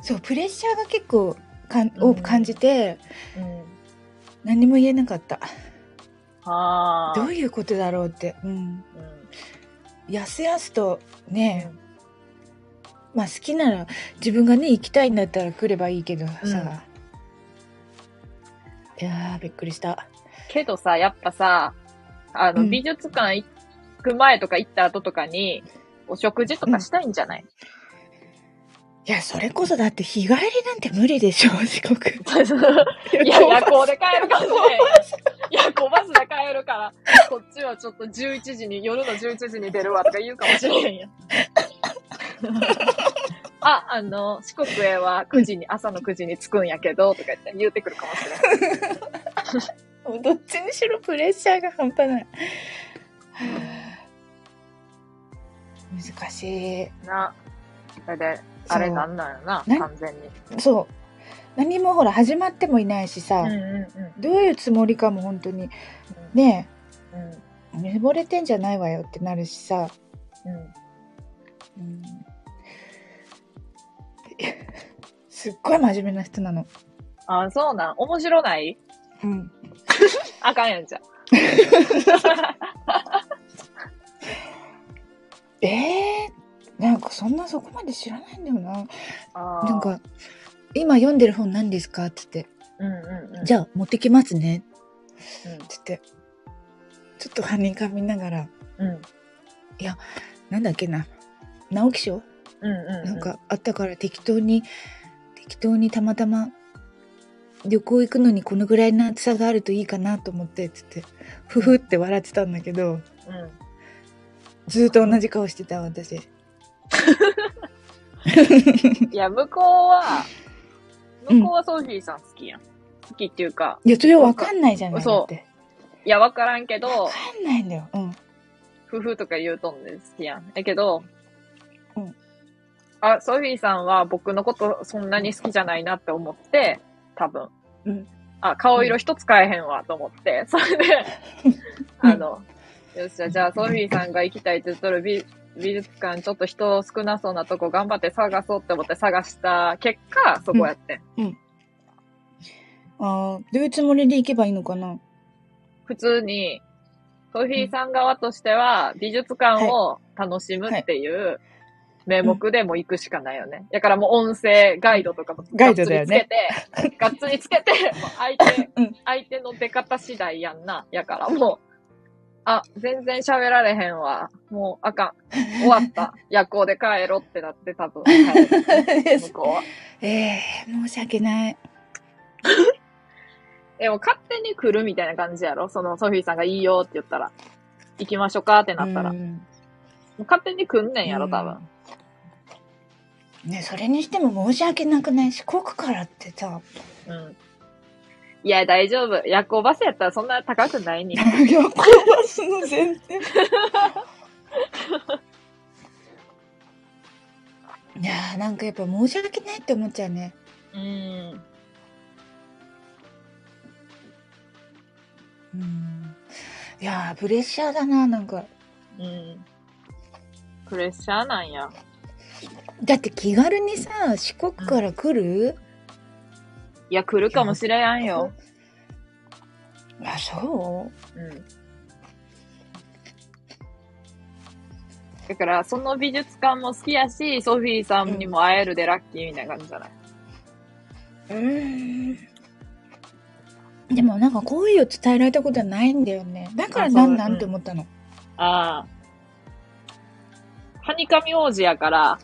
S2: ーそうプレッシャーが結構かん
S1: うん
S2: 多く感じて
S1: うん。
S2: 何も言えなかった。
S1: ああ。
S2: どういうことだろうって。うん。
S1: うん
S2: やすやすとね、まあ好きなら自分がね行きたいんだったら来ればいいけどさ、
S1: うん
S2: いやーびっくりした
S1: けどさ、やっぱさ、あの、
S2: うん
S1: 美術館行く前とか行った後とかに、お食事とかしたいんじゃ ない、
S2: いやそれこそだって日帰りなんて無理でしょ四国
S1: いや、夜行で帰るかもね。夜行バスで帰るから、こっちはちょっと11時に、夜の11時に出るわとか言うかもしれへ んやん。あ、あの、四国へは9時に、朝の9時に着くんやけど、とか言って言うてくるかもしれない。
S2: もうどっちにしろプレッシャーが半端ない難し
S1: な。それで、あれなんなんやな、
S2: そう
S1: 完全に。
S2: いそう何もほら始まってもいないしさ、
S1: う
S2: どういうつもりかも本当にね
S1: んうん。
S2: え見惚れてんじゃないわよってなるしさ、
S1: うん。うん。
S2: うん、すっごい真面目な人なの
S1: あ、そうなん。面白ない
S2: うん
S1: あかんやんじゃん。
S2: ええなんかそんなそこまで知らないんだよな。
S1: あー
S2: なん、か、今読んでる本何ですかって言って、
S1: うんうんうん。
S2: じゃあ持ってきますね
S1: うん
S2: って言って、ちょっとはにかみながら、
S1: うん。
S2: なんだっけな、直木賞
S1: うんうん。
S2: なん、かあったから適当に、適当にたまたま、旅行行くのにこのぐらいの厚さがあるといいかなと思って、つって、ふふって笑ってたんだけど、
S1: うん。
S2: ずーっと同じ顔してた私。
S1: いや、向こうは、
S2: うん
S1: 向こうはソフィーさん好きやん。好きっていうか、
S2: いや、それわかんないじゃない
S1: そう
S2: だって。
S1: いや、わからんけ
S2: わ
S1: ど、
S2: かんないんだよ。うん。
S1: 夫婦とか言うとんで好きやん。やけど、
S2: うん
S1: あ、ソフィーさんは僕のことそんなに好きじゃないなって思って、多分。
S2: うん
S1: あ、顔色一つ変えへんわと思って、それで、
S2: うん
S1: あの、よっしゃ、じゃあソフィーさんが行きたいって言っとる美美術館、ちょっと人少なそうなとこ頑張って探そうって思って探した結果、そこやってん。
S2: ああ、どういうつもりで行けばいいの かな
S1: 普通に、ソフィーさん側としては、美術館を楽しむっていう名目でもう行くしかないよね。だからもう音声ガイドとかも
S2: ガイドだよね
S1: がっつりつけて、がっつりつけて、もう相手、
S2: うん
S1: 相手の出方次第やんな。やからもう、あ、全然喋られへんわ。もうあかん。終わった。夜行で帰ろってなって多分 帰る、向こうは。
S2: ええ申し訳ない。
S1: え、もう勝手に来るみたいな感じやろそのソフィーさんがいいよって言ったら。行きましょうかってなったら。
S2: う
S1: も
S2: ん
S1: う勝手に来んねんやろ、多分。。
S2: ね、それにしても申し訳なくない四国からってさ、
S1: うん。いや、大丈夫。夜行バスやったらそんな高くないに。
S2: 夜行バスの全然。いやーなんかやっぱ申し訳ないって思っちゃうね。
S1: うん。
S2: うん。いやープレッシャーだな、なんか。
S1: うん。プレッシャーなんや。
S2: だって気軽にさ、四国から来る、
S1: いや、来るかもしれやんよ。
S2: あ、そ
S1: うん。だから、その美術館も好きやし、ソフィーさんにも会えるでラッキーみたいな感じじゃないう
S2: うん。でもなんか好意を伝えられたことはないんだよね。だからなんな
S1: あそ
S2: ん
S1: う
S2: って思ったの。
S1: ああ。はにかみ王子やから、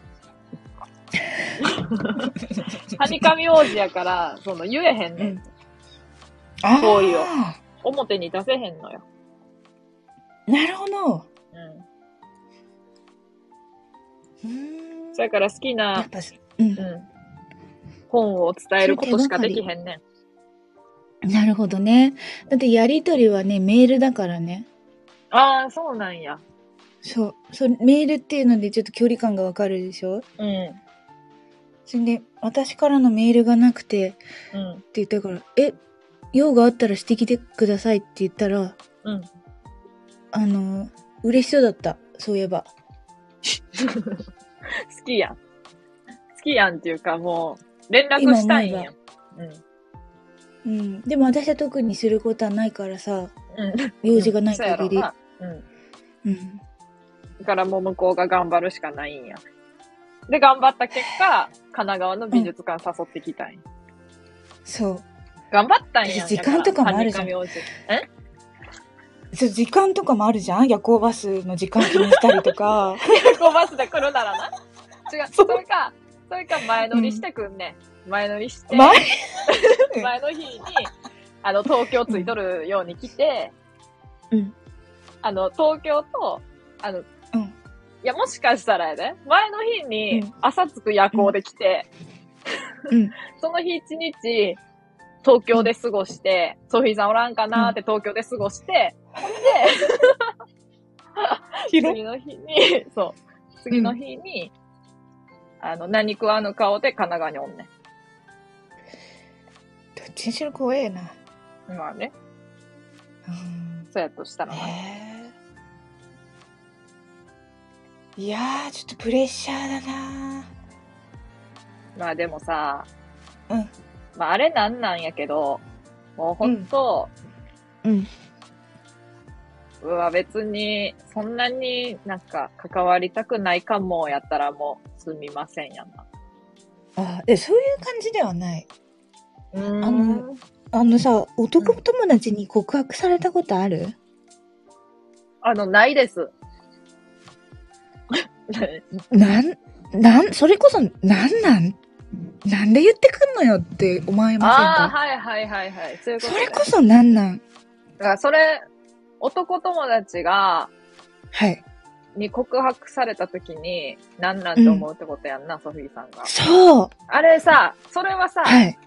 S1: はにかみ王子やから、その言えへんねん。
S2: うんああ。
S1: 好意を表に出せへんのよ。
S2: なるほど。
S1: うん。
S2: うーん
S1: それから好き
S2: や
S1: な
S2: っ、ぱ、うん
S1: う。ん。本を伝えることしかできへんねん。
S2: なるほどね。だってやりとりはね、メールだからね。
S1: ああ、そうなんや。
S2: そう。そう、メールっていうのでちょっと距離感がわかるでしょ
S1: うん。
S2: それで、私からのメールがなくて、
S1: うん。
S2: って言ったから、え、用があったらしてきてくださいって言ったら、
S1: うん。
S2: あの、嬉しそうだった。そういえば。
S1: 好きやん。好きやんっていうか、もう、連絡したいんやん。
S2: うん。でも私は特にすることはないからさ、
S1: うん。うん。
S2: 用事がない
S1: そうやろ
S2: 限
S1: う
S2: り。
S1: な。うん。
S2: うん。
S1: だからもう向こうが頑張るしかないんや。で、頑張った結果、神奈川の美術館誘ってきたんや。
S2: そ
S1: 頑張ったんや。
S2: 時間とかもあるじゃん
S1: んやら。神神王子
S2: う。そう、時間とかもあるじゃん夜行バスの時間気にしたりと か。
S1: え夜行バスで来るならな。違う、それか、それか前乗りしてくんね。前乗りして、
S2: 前うん
S1: 前の日に、あの、東京ついとるように来て、
S2: うん。
S1: あの、東京と、あの、
S2: うん。
S1: いや、もしかしたらやね、前の日に
S2: うん
S1: 朝着く夜行で来て、
S2: うん。
S1: その日一日、東京で過ごして、ソフィーさんおらんかなーって東京で過ごして、 で、
S2: 広
S1: 次の日に、 そう、次の日に、あの、何食わぬ顔で神奈川におんね
S2: どっちにしろ怖えな。
S1: ん。まあね、
S2: うん。
S1: そうやとしたらな。
S2: えー、いやー、ちょっとプレッシャーだな
S1: まあでもさ、
S2: うん
S1: まああれなんなんやけど、もうほんと、
S2: うん。
S1: うわ、別に、そんなになんか関わりたくないかもやったらもうすみませんやな。
S2: あえ、そういう感じではない。
S1: う
S2: あ
S1: ー
S2: の
S1: ん。
S2: あのさ、男友達に告白されたことある、
S1: あの、ない です。
S2: なん、なん、それこそ、なんなんなんで言ってくんのよって思いません
S1: ああ、
S2: か
S1: はいはいはいはい。そういうこと
S2: そ
S1: ね、
S2: れこそなんなん
S1: だからそれ、男友達が、
S2: はい。
S1: に告白された時に、なんなんて思うってことやんな、ソフィーさんが。
S2: そう
S1: あれさ、それはさ、
S2: はい。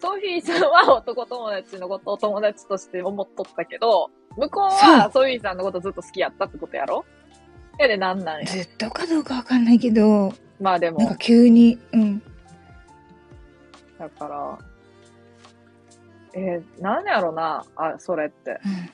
S1: ソフィーさんは男友達のことを友達として思っとったけど、向こうはソフィーさんのことずっと好きやったってことやろやでなんなんや。
S2: ずっとかどうかわかんないけど、
S1: まあでも
S2: なん、か急に、うん。
S1: だから、えー、なんやろな、あ、それって。
S2: うん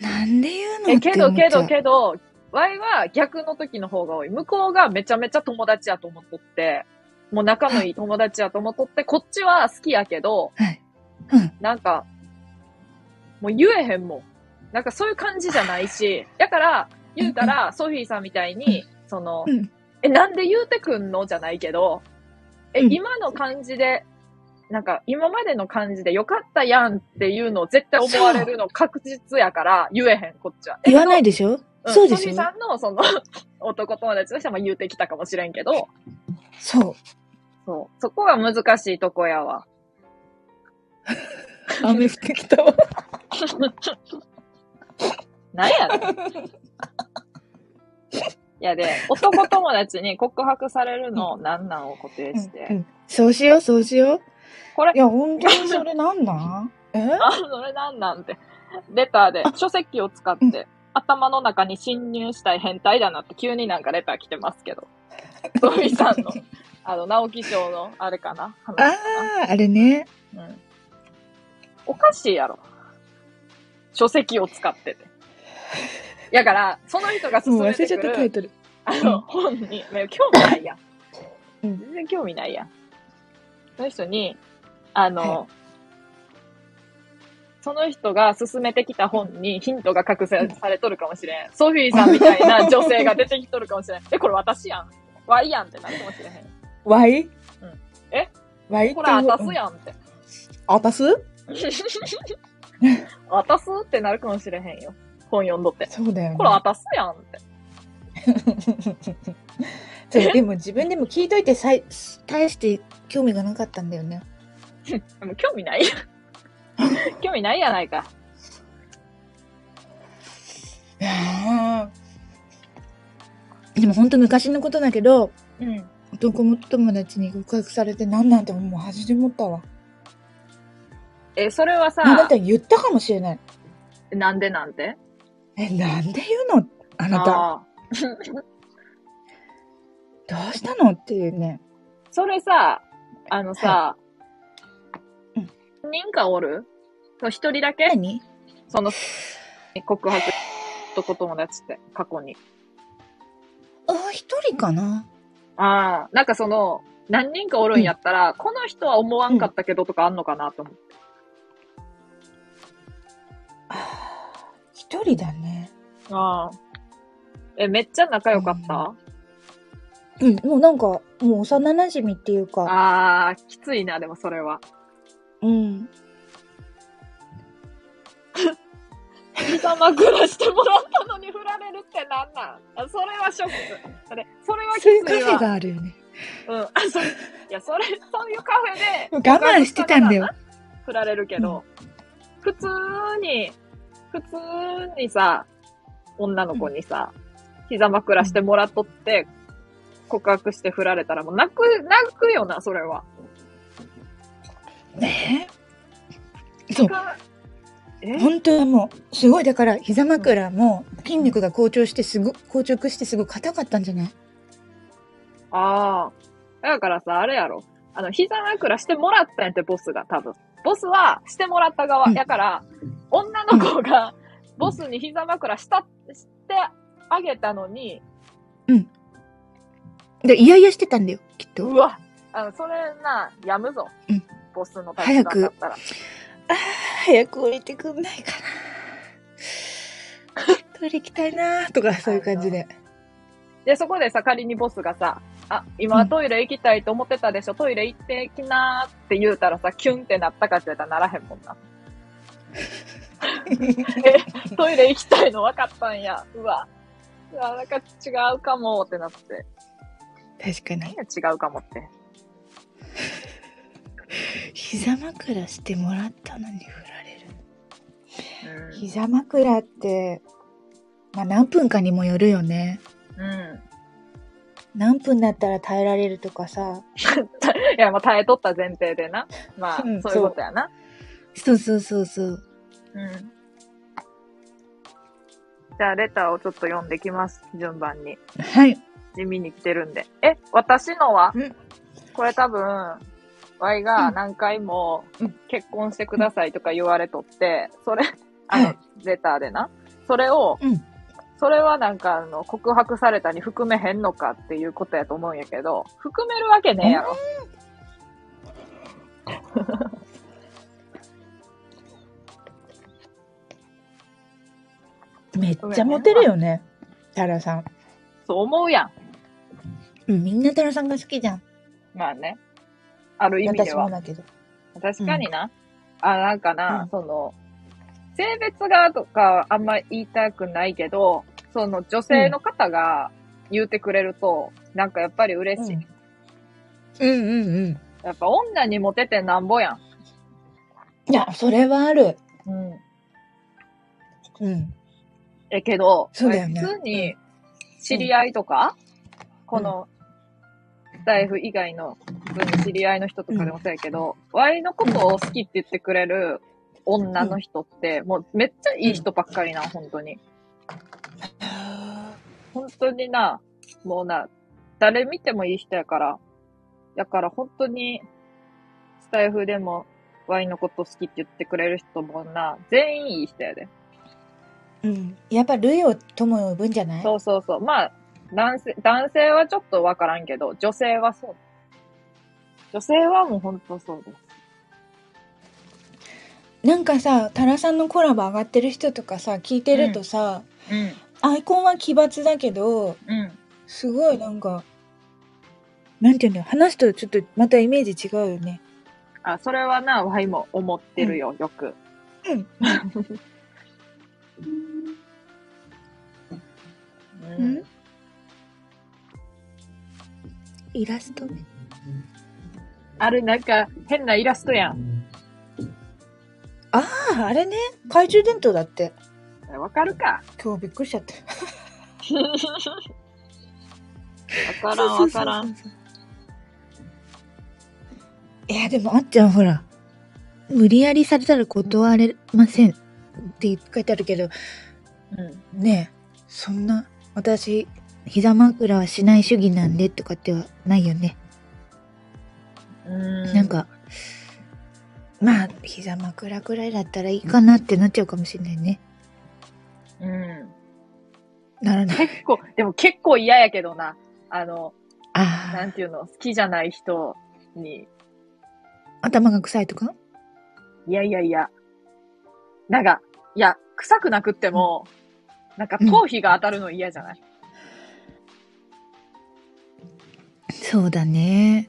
S2: なんで言うの
S1: え、
S2: っ
S1: け
S2: て思
S1: ど
S2: っち
S1: け
S2: ゃう
S1: どけど、ワイは逆の時の方が多い。向こうがめちゃめちゃ友達やと思っとって、もう仲のいい友達やと思っとって、こっちは好きやけど、
S2: はい。うん。
S1: なんか、もう言えへんもん。なんかそういう感じじゃないし、だから、言うたら、ソフィーさんみたいに、その、
S2: うん。
S1: え、なんで言うてくんのじゃないけど、え、
S2: うん
S1: 今の感じで、なんか今までの感じでよかったやんっていうのを絶対思われるの確実やから言えへん、こっちは。
S2: 言わないでしょ
S1: ん
S2: そうです
S1: ソフィ
S2: よ
S1: ー。さんのその 男友達としても言うてきたかもしれんけど、
S2: そう。
S1: そう。そこが難しいとこやわ。
S2: 雨降ってきたわ。
S1: なんやねん。いやで、男友達に告白されるのなんなんを固定して。
S2: うんそうしよう、そうしよう。
S1: これ
S2: い、や、本当にそれな んなんえ
S1: あ、それなんなんて。レターで、書籍を使って、
S2: う
S1: 頭の中に侵入したい変態だなって急になんかレター来てますけど。ソフィーさんの、あの、直木賞の、あれかな話か
S2: ああ、あれね。
S1: な、うん、おかしいやろ。書籍を使ってて。だから、その人が
S2: も
S1: 勧
S2: う
S1: め
S2: 忘れ
S1: て
S2: ちゃ
S1: く
S2: ったタイ
S1: る、
S2: トル。
S1: あの、本に、いや興味ないやん。
S2: うん
S1: 全然興味ないやん。その人に、あの、その人が勧めてきた本にヒントが隠せされとるかもしれん。ソフィーさんみたいな女性が出てきとるかもしれん。え、これ私やん。わいやんってなるかもしれへん。
S2: わい
S1: え
S2: わいって
S1: これあたすやんって。
S2: あたす
S1: あたすってなるかもしれへんよ。本読んどって。
S2: そうだよね
S1: これあたすやんって。
S2: そうでも自分でも聞いといてさい大して興味がなかったんだよね
S1: でも興味ない やん。興味ないやないか。
S2: でもほんと昔のことだけど
S1: うん。
S2: 男も友達に告白されてなんなんてもう恥で思ったわ
S1: え、それはさ、
S2: あなた言ったかもしれない
S1: なんでなんて
S2: えなんで言うのあなた
S1: あー
S2: どうしたのっていうね
S1: それさ、あのさ、
S2: いうん
S1: 人かおるそう一人だけ、
S2: 何
S1: その、告白、男友達って、過去に。
S2: あ一人かな
S1: ああ、なんかその、何人かおるんやったら、この人は思わんかったけどとかあんのかなと思って。
S2: あ一人だね
S1: ああ。え、めっちゃ仲良かった、
S2: うんもうなんかもう幼馴染みっていうか
S1: ああ、きついな、でもそれは。
S2: うん
S1: 貴様暮らしてもらったのに振られるってなんなんあそれはショック。それ、それはきつ
S2: そういうカ
S1: い
S2: フェ
S1: わ。
S2: があるよね
S1: うん。あ、それ、いや、それ、そういうカフェで、
S2: 我慢してたんだよ
S1: 振られるけど、普通に、普通にさ、女の子にさ、膝枕してもらっとって、告白して振られたらもう泣く、泣くよな、それは。
S2: ねえそう
S1: え
S2: 本当はもうすごいだから膝枕も筋肉が硬直してすご硬直してすごい硬かったんじゃない
S1: ああ。だからさ、あれやろ。あの、膝枕してもらったんやって、ボスが、多分。ボスはしてもらった側。
S2: うん
S1: やから、女の子が、ボスに膝枕した、してあげたのに、
S2: でイヤイヤしてたんだよきっと
S1: うわ、あの、それな、やむぞ。
S2: うん
S1: ボスの立場だったら。
S2: 早く降りてくんないかなトイレ行きたいなとかそういう感じで
S1: で、そこでさ、仮にボスがさ、あ、
S2: う
S1: 今
S2: ん
S1: トイレ行きたいと思ってたでしょ、トイレ行ってきなーって言うたらさ、キュンってなったかって言ったらならへんもんな。え、 トイレ行きたいの分かったんや。うわ。うわ、なんか違うかもってなって。
S2: 確か
S1: 何
S2: に
S1: が違うかもって。
S2: 膝枕してもらったのに振られる
S1: う
S2: 膝枕ってまあ何分かにもよるよね
S1: ん。うん。
S2: 何分だったら耐えられるとかさ
S1: いや、まあ耐えとった前提でな。まあ、
S2: うん
S1: そういうことやな。
S2: そうそうそうそう
S1: うん。じゃあ、レターをちょっと読んできます。順番に。
S2: はい
S1: 地味に来てるんで。え、私のは、
S2: うん
S1: これ多分、ワイが何回も
S2: うん
S1: 結婚してくださいとか言われとって、それ、あの、
S2: はい
S1: レターでな。それを、
S2: うん
S1: それはなんかあの、告白されたに含めへんのかっていうことやと思うんやけど、含めるわけねえやろ。
S2: めっちゃモテるよねタラさん
S1: そう思うや
S2: うん、みんなタラさんが好きじゃん。
S1: ん。まあね。ある意味で
S2: 私
S1: は
S2: も。だけど。
S1: 確かにな。あ、なんかな、
S2: うん
S1: その、性別がとかあんま言いたくないけど、その女性の方が言うてくれると、なんかやっぱり嬉しい。
S2: うんうんうん。
S1: やっぱ女にモテてなんぼやん。
S2: いや、それはある。
S1: うん。
S2: うん。
S1: え、けど、
S2: そうだよね
S1: 普通に知り合いとか、この、スタイフ以外の、普通に知り合いの人とかでもそうやけど、ワイのことを好きって言ってくれる女の人って、もうめっちゃいい人ばっかりな、本当に。本当にな、もうな、誰見てもいい人やから、だから本当に、スタイフでも、ワインのこと好きって言ってくれる人もな、全員いい人やで。
S2: うん。やっぱ、類を友を呼ぶんじゃない
S1: そうそうそう。まあ、男性、男性はちょっとわからんけど、女性はそう。女性はもう本当そうです。
S2: なんかさタラさんのコラボ上がってる人とかさ聞いてるとさ、
S1: うん。
S2: アイコンは奇抜だけど
S1: うん。
S2: すごいなんかなんていうんだろう話とちょっとまたイメージ違うよね
S1: あ、それはな、ワイも思ってるよ、よく。
S2: うん
S1: う
S2: うんイラストね
S1: あれなんか変なイラストやん。
S2: あああれね懐中電灯だって
S1: わかる か
S2: 今日びっくりしちゃった
S1: わからんわからん。
S2: んいやでもあっちゃんほら無理やりされたら断れませんって書いてあるけど
S1: うん。
S2: ねえそんな私膝枕はしない主義なんでとかってはないよね、
S1: うん
S2: なん、かまあ膝枕くらいだったらいいかなってなっちゃうかもしれないね
S1: うん。
S2: ならない
S1: 結構、でも結構嫌やけどな。あの、な
S2: あ
S1: んていうの、好きじゃない人に、
S2: あ頭が臭いとか
S1: いやいやいや。なんか、いや、臭くなくっても、なんか頭皮が当たるの嫌じゃない、
S2: そうだね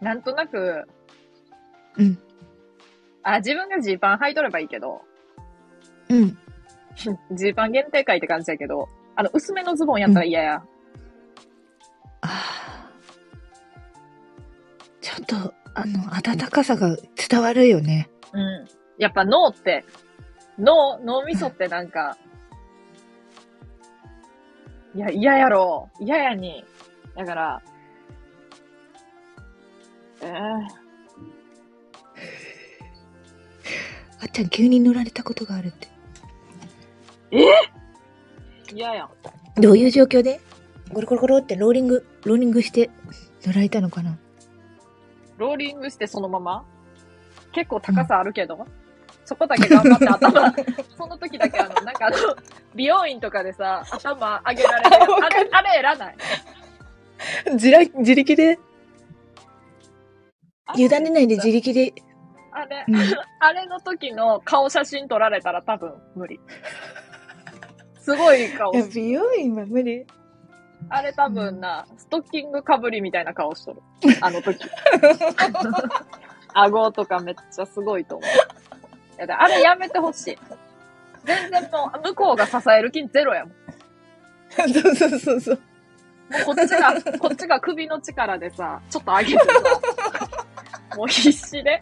S1: なんとなく、
S2: うん
S1: あ、自分がジーパン履いとればいいけど、
S2: うん
S1: ジーパン限定会って感じやけど、あの、薄めのズボンやったら嫌や。
S2: あーちょっと、あの、暖かさが伝わるよね。
S1: うん。やっぱ脳って、脳、脳みそってなんか、いや、嫌やろ。嫌やに。だから、えー、
S2: あっちゃん急に塗られたことがあるって。
S1: 嫌やん。
S2: どういう状況でゴロゴロゴロってローリング、ローリングして塗られたのかな
S1: ローリングしてそのまま結構高さあるけど、そこだけ頑張って頭、 その時だけあの、なんかあの、美容院とかでさ、頭上げられてる
S2: あわ
S1: あれ、あれらない。
S2: 自ら自力で
S1: あれ
S2: 委ねないで自力で。
S1: あれ、
S2: うん
S1: あれの時の顔写真撮られたら多分無 理。すごい顔。
S2: 美容院は無理。
S1: あれ多分な、ストッキングかぶりみたいな顔しとる。あの時。顎とかめっちゃすごいと思う。いやだあれやめてほしい。全然もう、向こうが支える気ゼロやもん。
S2: そうそうそうそう。
S1: もうこっちが、こっちが首の力でさ、ちょっと上げてさ、もう必死で。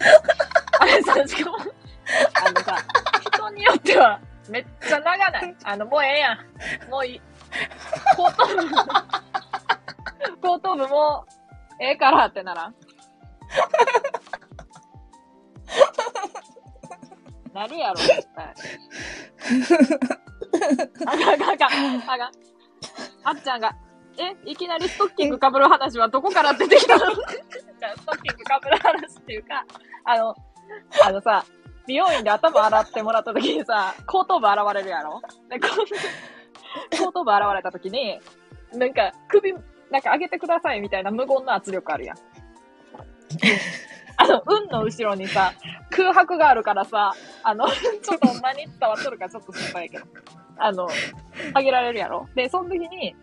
S1: あれさ、しかも、あのさ、人によっては、めっちゃ長ない。あの、もうええやん。もういい。後頭部、後頭部もう、ええからってならん。なるやろ、絶対。あかんあかんあかん。あかん。あっちゃんが、え、いきなりストッキングかぶる話はどこから出てきたの じゃあストッキングかぶる話っていうか、あの、あのさ、美容院で頭洗ってもらった時にさ、後頭部洗われるやろで、こう後頭部洗われた時に、なんか首、なんか上げてくださいみたいな無言の圧力あるやん。あの、運の後ろにさ、空白があるからさ、あの、ちょっとほんまに伝わっとるかちょっと心配やけど、あの、あげられるやろで、その時に、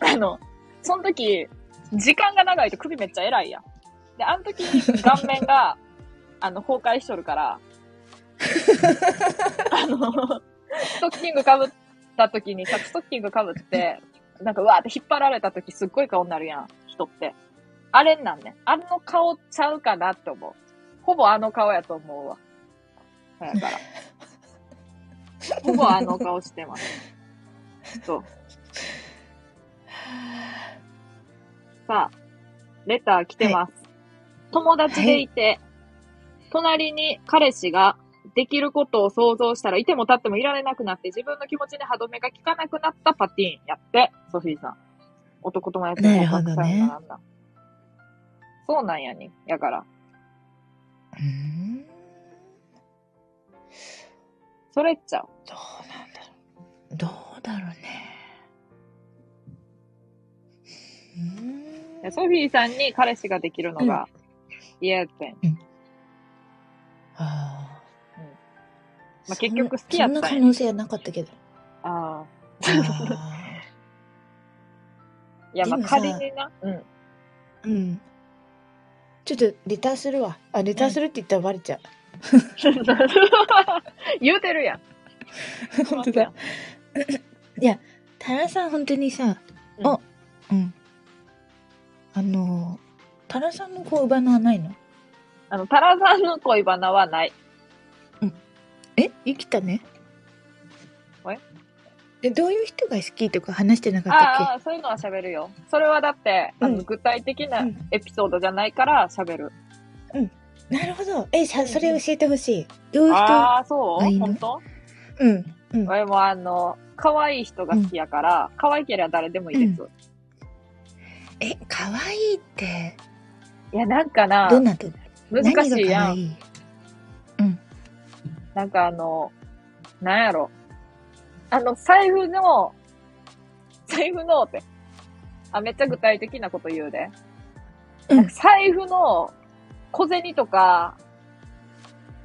S1: あの、その時、時間が長いと首めっちゃ偉いやん。で、あの時に顔面が、あの、崩壊しとるから、 あの、ストッキングかぶった時に、さ、ストッキングかぶって、なんかうわーって引っ張られた時すっごい顔になるやん、人って。あれなんね。あの顔ちゃうかなって思う。ほぼあの顔やと思うわ。だから。ほぼあの顔してます。そう。さあ、レター来てます。友達でいて、隣に彼氏ができることを想像したらいても立ってもいられなくなって自分の気持ちに歯止めが効かなくなったパティーンやって、ソフィーさん。男友達の告白されたなんだ。そうなんやね。やから。
S2: うん。
S1: それっちゃう。
S2: どうなんだろう。どうだろうね。
S1: でソフィーさんに彼氏ができるのが嫌やってん。
S2: ああ。
S1: うん
S2: そん
S1: 結局好きやったんや
S2: そんな可能性はなかったけど。
S1: ああ。
S2: あ
S1: いや、まあ
S2: でもさ
S1: 仮にな。うん。
S2: ーうん。ちょっとレターするわ。あ、レターするって言ったらバレちゃう。
S1: 言うてるやん。
S2: 本当だ。いや、タラさん本当にさ、
S1: うん
S2: お、うん。あのー、タラさんの恋バナはないの
S1: あの、タラさんの恋バナはない。
S2: え生きたね
S1: え
S2: でどういう人が好きとか話してなかったっ
S1: ああ、そういうのは喋るよ。それはだって、あ
S2: うん
S1: の、具体的
S2: う
S1: なんエピソードじゃないから喋る。
S2: けなるほどえさそれ教えてほしいどういう人
S1: ああ、そう
S2: あいいの
S1: 本当
S2: うんうん
S1: 俺もあの、可愛い人が好きやから、可愛ければ誰でもいいです。
S2: え可愛いって
S1: いや、なんかな、
S2: どんなと
S1: 難しい
S2: 何が
S1: や
S2: 可愛
S1: ん。
S2: い
S1: なんかあの、なんやろ。あの、財布の、財布のって。あ、めっちゃ具体的なこと言うで。
S2: うん
S1: なんか財布の小銭とか、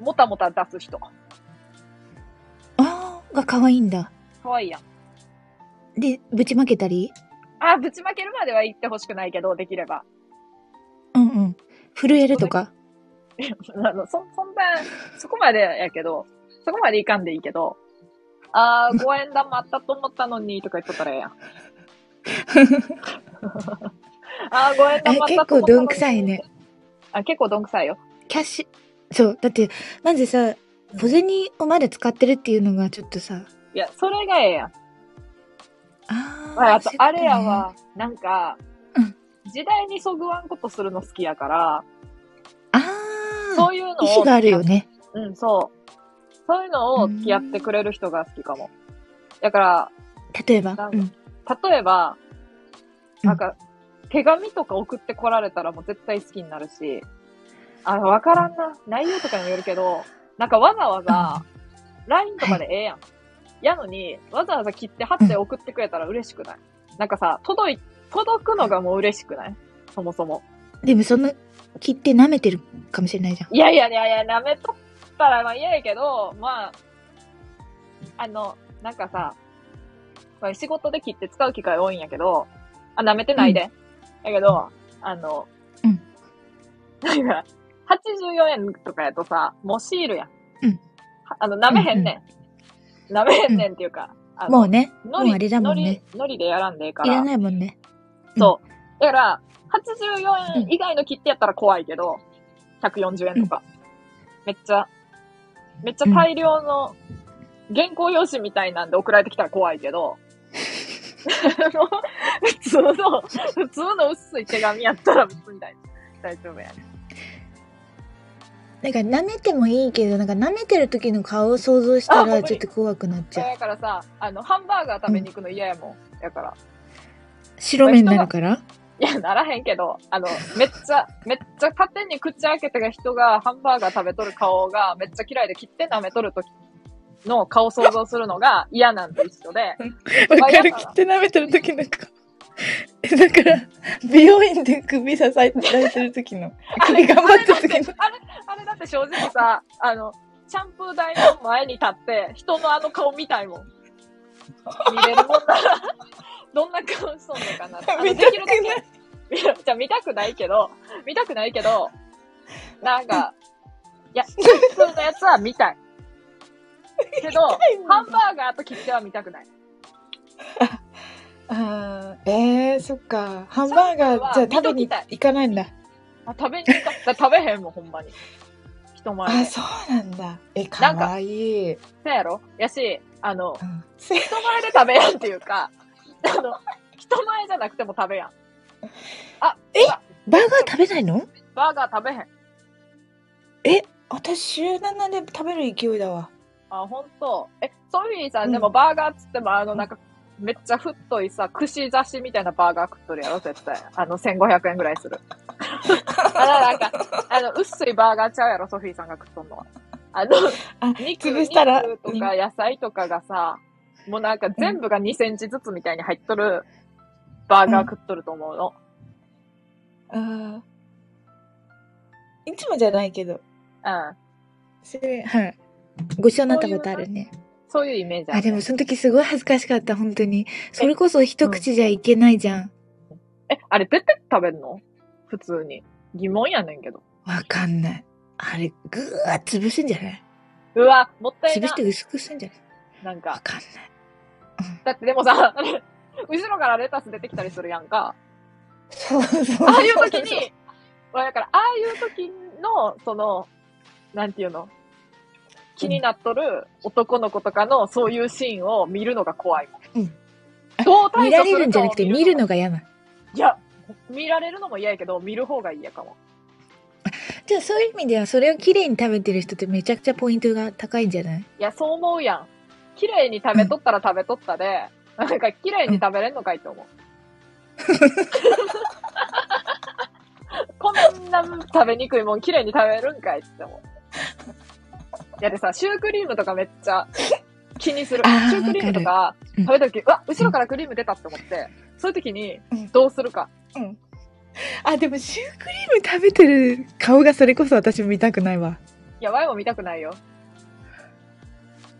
S1: もたもた出す人。
S2: ああが可愛いんだ
S1: 可愛いやん。
S2: でぶちまけたり
S1: あ、ぶちまけるまでは言ってほしくないけど、できれば。
S2: うんうん震えるとか
S1: あの、そ、そんな、そこまでやけど、そこまでいかんでいいけど、あー、5円玉あったと思ったのに、とか言っとったらええ やん。あー、5円玉あったと思った
S2: あ
S1: のに
S2: 結構どんくさいね。
S1: あ、結構どんくさいよ。
S2: キャッシュそうだってまずさ小銭をまだ使ってるっていうのがちょっとさ
S1: いや、それがええやん。
S2: あー
S1: ああと
S2: そう、いうことね
S1: あれやわ、なんか
S2: うん、
S1: 時代にそぐわんことするの好きやから、
S2: あ
S1: そ
S2: あ
S1: ういうの
S2: 意
S1: を、
S2: 思があるよね
S1: うん、そう。そういうのを付き合ってくれる人が好きかも。だから、
S2: 例えば
S1: なん
S2: うん
S1: 例えば、
S2: うん
S1: なんか、手紙とか送ってこられたらもう絶対好きになるし、あ、わからんな。内容とかにもよるけど、なんかわざわざ、LINE とかでええやん。やのに、わざわざ切って貼って送ってくれたら嬉しくないなんかさ、届い、届くのがもう嬉しくないそもそも。
S2: でもその切って舐めてるかもしれないじゃん。
S1: いやいやいやいや、舐めとったらまあ嫌やけど、まあ、あの、なんかさ、これ仕事で切って使う機会多いんやけど、あ、舐めてないで。やけど、あの、
S2: うん
S1: なんか、84円とかやとさ、もうシールやん。
S2: うん
S1: はあの、舐めへんねん。舐めへんねんっていうか、あの
S2: もうね、もう
S1: 海
S2: あ
S1: 苔
S2: れだもんね。
S1: 海苔海苔でやらんでええか
S2: い
S1: ら。
S2: らないもんね。
S1: そう。だから、84円以外の切手やったら怖いけど、140円とか。めっちゃ、めっちゃ大量の原稿用紙みたいなんで送られてきたら怖いけど、あの普通の、普通の薄い手紙やったら別に大大丈夫やね。
S2: なんか舐めてもいいけど、なんか舐めてる時の顔を想像した
S1: あ無
S2: ら
S1: 理
S2: ちょっと怖くなっちゃう。
S1: だからさ、あの、ハンバーガー食べに行くの嫌やもん。だから。
S2: 白目になるから
S1: いや、ならへんけど、あの、めっちゃ、めっちゃ勝手に口開けてる人がハンバーガー食べとる顔がめっちゃ嫌いで切って舐めとる時の顔想像するのが嫌なんと一緒で、人が
S2: わかる、
S1: 嫌だ
S2: 切って舐めてる時の顔。えだから、美容院で首支えられてる時の、首頑張った時の。
S1: あれ、あれだって正直さ、 あの、シャンプー台の前に立って人のあの顔見たいもん。見れるもんなら、 どんな顔しとんのかなって。あの
S2: 見
S1: で
S2: たく
S1: きるだけ見るじゃあ見たくないけど、見たくないけど、なんか、いや、普通のやつは見たい。けど、ハンバーガーと切手は見たくない。
S2: あーえー、そっか。ハン
S1: バーガーじゃあ食べに
S2: 行かないんだ。
S1: あ食べに行か、だから食べへんもん、ほんまに。人前で。そう
S2: なんだ。え、
S1: なんか
S2: いい。うん
S1: うやろやし、あの、人前で食べやんっていうか、 あの、人前じゃなくても食べやん。あ、え
S2: バーガー食べないの
S1: バーガー食べへん。
S2: 私週7で食べる勢いだわ
S1: あ、ほんと。え、ソフィーさ
S2: うん
S1: んでもバーガーっつっても、あの、なんか、めっちゃ太いさ、串刺しみたいなバーガー食っとるやろ、絶対。あの、1500円ぐらいする。 あの、なんか、あの、薄いバーガーちゃうやろ、ソフィーさんが食っとんのは。あの、
S2: あ
S1: 肉、
S2: 潰したら
S1: 肉とか野菜とかがさ、もうなんか全部が2センチずつみたいに入っとるバーガー食っとると思うの。
S2: あーいつもじゃないけど
S1: うん。
S2: それはいご一緒になったことあるね。
S1: そういうイメージ
S2: あ、
S1: る
S2: でもその時すごい恥ずかしかった、本当に。それこそ一口じゃいけないじゃん。
S1: え、あれ出て食べんの普通に。疑問やねんけど。
S2: わかんない。あれ、ぐーっ潰すんじゃないう
S1: わ、もったい
S2: 潰
S1: な
S2: して。薄くすんじゃない
S1: なん
S2: わ
S1: か、
S2: かんない。
S1: だってでもさ、 あれ後ろからレタス出てきたりするやんか。
S2: そうそう。
S1: ああいう時に、まあだから、ああいう時の、その、なんていうの、気になっとる男の子とかのそういうシーンを見るのが怖い。
S2: うん
S1: どう
S2: 見
S1: 対
S2: ら
S1: 処
S2: れ
S1: す
S2: る
S1: る
S2: んじ
S1: か
S2: ゃ
S1: を
S2: なくて見る
S1: の
S2: のが嫌なの。
S1: いや、見られるのも嫌やけど、見る方が嫌かも。
S2: じゃあそういう意味ではそれをきれいに食べてる人ってめちゃくちゃポイントが高いんじゃない
S1: いや、そう思うやん。綺麗に食べとったら食べとったで、なんか綺麗に食べれんのかいと思う。こんな食べにくいもん綺麗に食べるんかいって思う。いやでさ、シュークリームとかめっちゃ気にする。
S2: あー
S1: シュークリームとか
S2: るうん
S1: 食べた時、うわ、後ろからクリーム出たって思って、そういう時に
S2: うん
S1: どうするか。
S2: あ、でもシュークリーム食べてる顔がそれこそ私見たくないわ。
S1: いや、ワイも見たくないよ。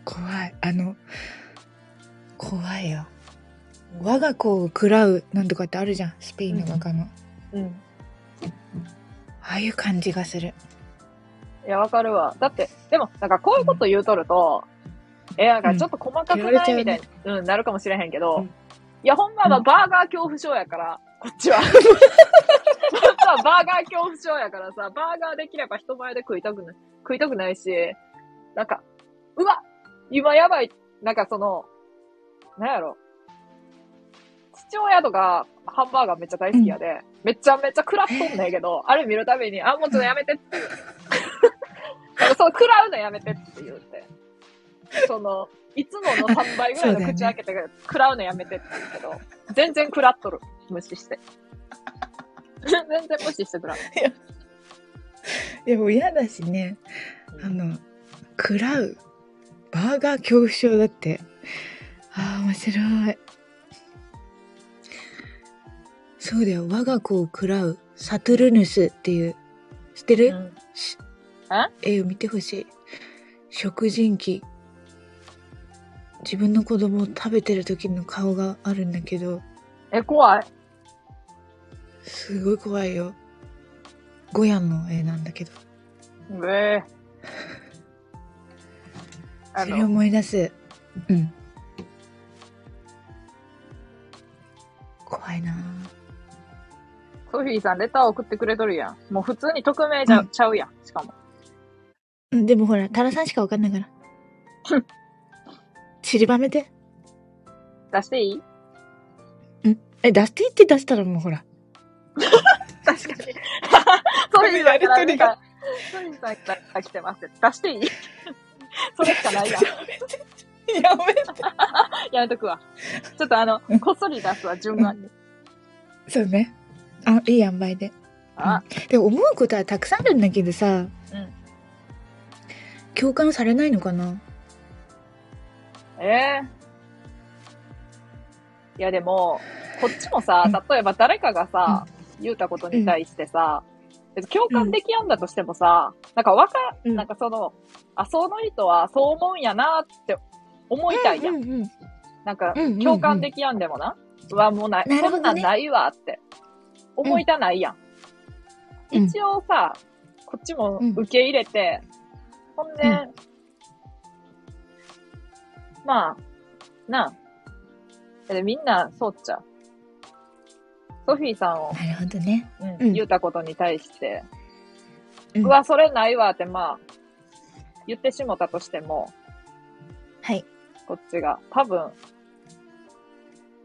S2: 怖い。あの、怖いよ。我が子を食らうなんとかってあるじゃん。スペインの画家の。あ
S1: うん。
S2: あいう感じがする。
S1: いや、わかるわ。だって、でも、なんかこういうこと言うとると、え、なんかちょっと細かく
S2: うん言われ
S1: な
S2: ち
S1: い
S2: ゃうね
S1: みたいな、うん、なるかもしれへんけ
S2: う
S1: ど
S2: ん、
S1: いや、ほんまは
S2: うん
S1: バーガー恐怖症やから、こっち は。こっちはバーガー恐怖症やからさ、バーガーできれば人前で食いたくない、食いたくないし、なんか、うわ今やばい、なんかその、なんやろ。父親とかハンバーガーめっちゃ大好きやで、めちゃめちゃ食らっとんねんけど、あれ見るたびに、あ、もうちょっとやめてっていう。なんかその食らうのやめてって言うて。その、いつもの3倍ぐらい
S2: そうだよ
S1: の
S2: ね
S1: 口開けて、食らうのやめてって言うけど、全然食らっとる。無視して。全然無視して食らう。
S2: でも嫌だしね。あの、食らう。バーガー恐怖症だって。ああ、面白い。そうだよ。我が子を食らう。サトゥルヌスっていう。知ってる、
S1: うん
S2: し
S1: え
S2: 絵を見てほしい。食人鬼。自分の子供を食べてる時の顔があるんだけど、
S1: え、怖い。
S2: すごい怖いよ。ゴヤンの絵なんだけど。
S1: うえあ
S2: それを
S1: の、
S2: 思い出す。うん。怖いな
S1: ソフィーさんレター送ってくれとるやん。もう普通に匿名じゃ、
S2: うん
S1: ちゃうやん。しかも。
S2: ぁうん、でもほら、タラさんしかわかんな いから。散りばめて。
S1: 出していい
S2: え、出していいって出したらもうほら。
S1: 確 かに。ソフィーさんからレ ター、ソフィーさんから来てます。出していいそれしかないやん。
S2: やめて。
S1: やめとくわ。ちょっとあの
S2: うん、
S1: こっそり出すわ、順番に。
S2: そうね。あ、いい塩梅で。
S1: あ、
S2: でも思うことはたくさんあるんだけどさ。
S1: うん
S2: 共感されないのかな
S1: ええいやでも、こっちもさ
S2: うん、
S1: 例えば誰かがさ、言うたことに対してさ、別に共感できやんだとしてもさ、なんかわか、
S2: うん
S1: なんかその、あ、その人はそう思うんやなって思いたいやん。
S2: うんうん。
S1: なんか
S2: うんうんうん、
S1: 共感できやんでもな。うわ、もうない、
S2: なるほ
S1: そ
S2: どね
S1: んなんないわって。思いたないやん。
S2: うん
S1: 一応さ、こっちも
S2: うん
S1: 受け入れて、ほんで、
S2: うん
S1: まあ、なあ。でみんな、そうっちゃ。ソフィーさんを、
S2: なるほどね。
S1: うん
S2: うん
S1: 言うたことに対して、
S2: う
S1: うんわ、それないわって、まあ、言ってしもたとしても、
S2: はい。
S1: こっちが。多分、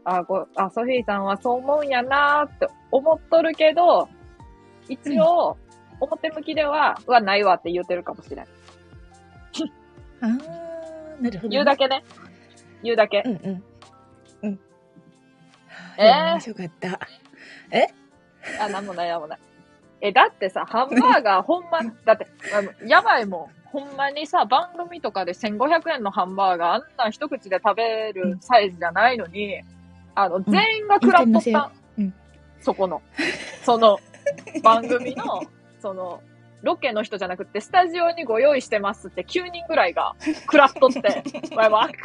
S1: あ、ご、あ、ソフィーさんはそう思うんやなーって思っとるけど、一応、表向きでは、うわ、ないわって言うてるかもしれん。
S2: あー、なるほど、ね。
S1: 言うだけね。言うだけ
S2: う。んうん。うん。
S1: えー
S2: いや面白かった。
S1: あ、なんもない、なんもない。え、だってさ、ハンバー ガー、ほんま、だって、あのやばいもん。ほんまにさ、番組とかで1500円のハンバーガー、あんなん一口で食べるサイズじゃないのに、あの、全員が食らっとった。
S2: うん
S1: そこの。その、番組の、その、ロケの人じゃなくて、スタジオにご用意してますって9人ぐらいが、くらっとって、お前わかんね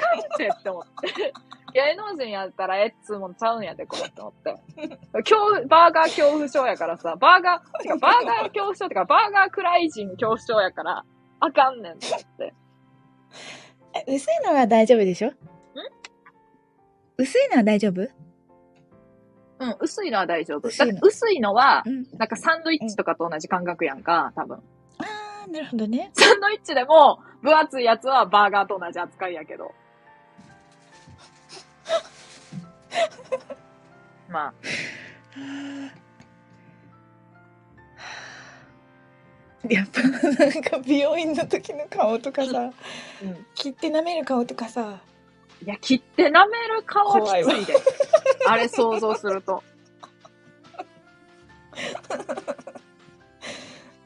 S1: えって思って。芸能人やったらえっつうもんちゃうんやで、これって思って。恐バーガー恐怖症やからさ、バーガー、てかバーガー恐怖症ってか、バーガークライジン恐怖症やから、あかんねんって思って。
S2: え薄いのは大丈夫でしょ薄いのは大丈
S1: う
S2: 夫
S1: ん、薄いのは大丈夫。
S2: 薄いの
S1: だって薄いのは、
S2: うん。
S1: なんかサンドイッチとかと同じ感覚やんか、多分。
S2: あー、なるほどね。
S1: サンドイッチでも、分厚いやつはバーガーと同じ扱いやけ ど。まあ、
S2: やっぱなんか美容院の時の顔とかさ、
S1: うん。
S2: 切って舐める顔とかさ、
S1: いや、切って舐める顔はきついで。あれ想像すると。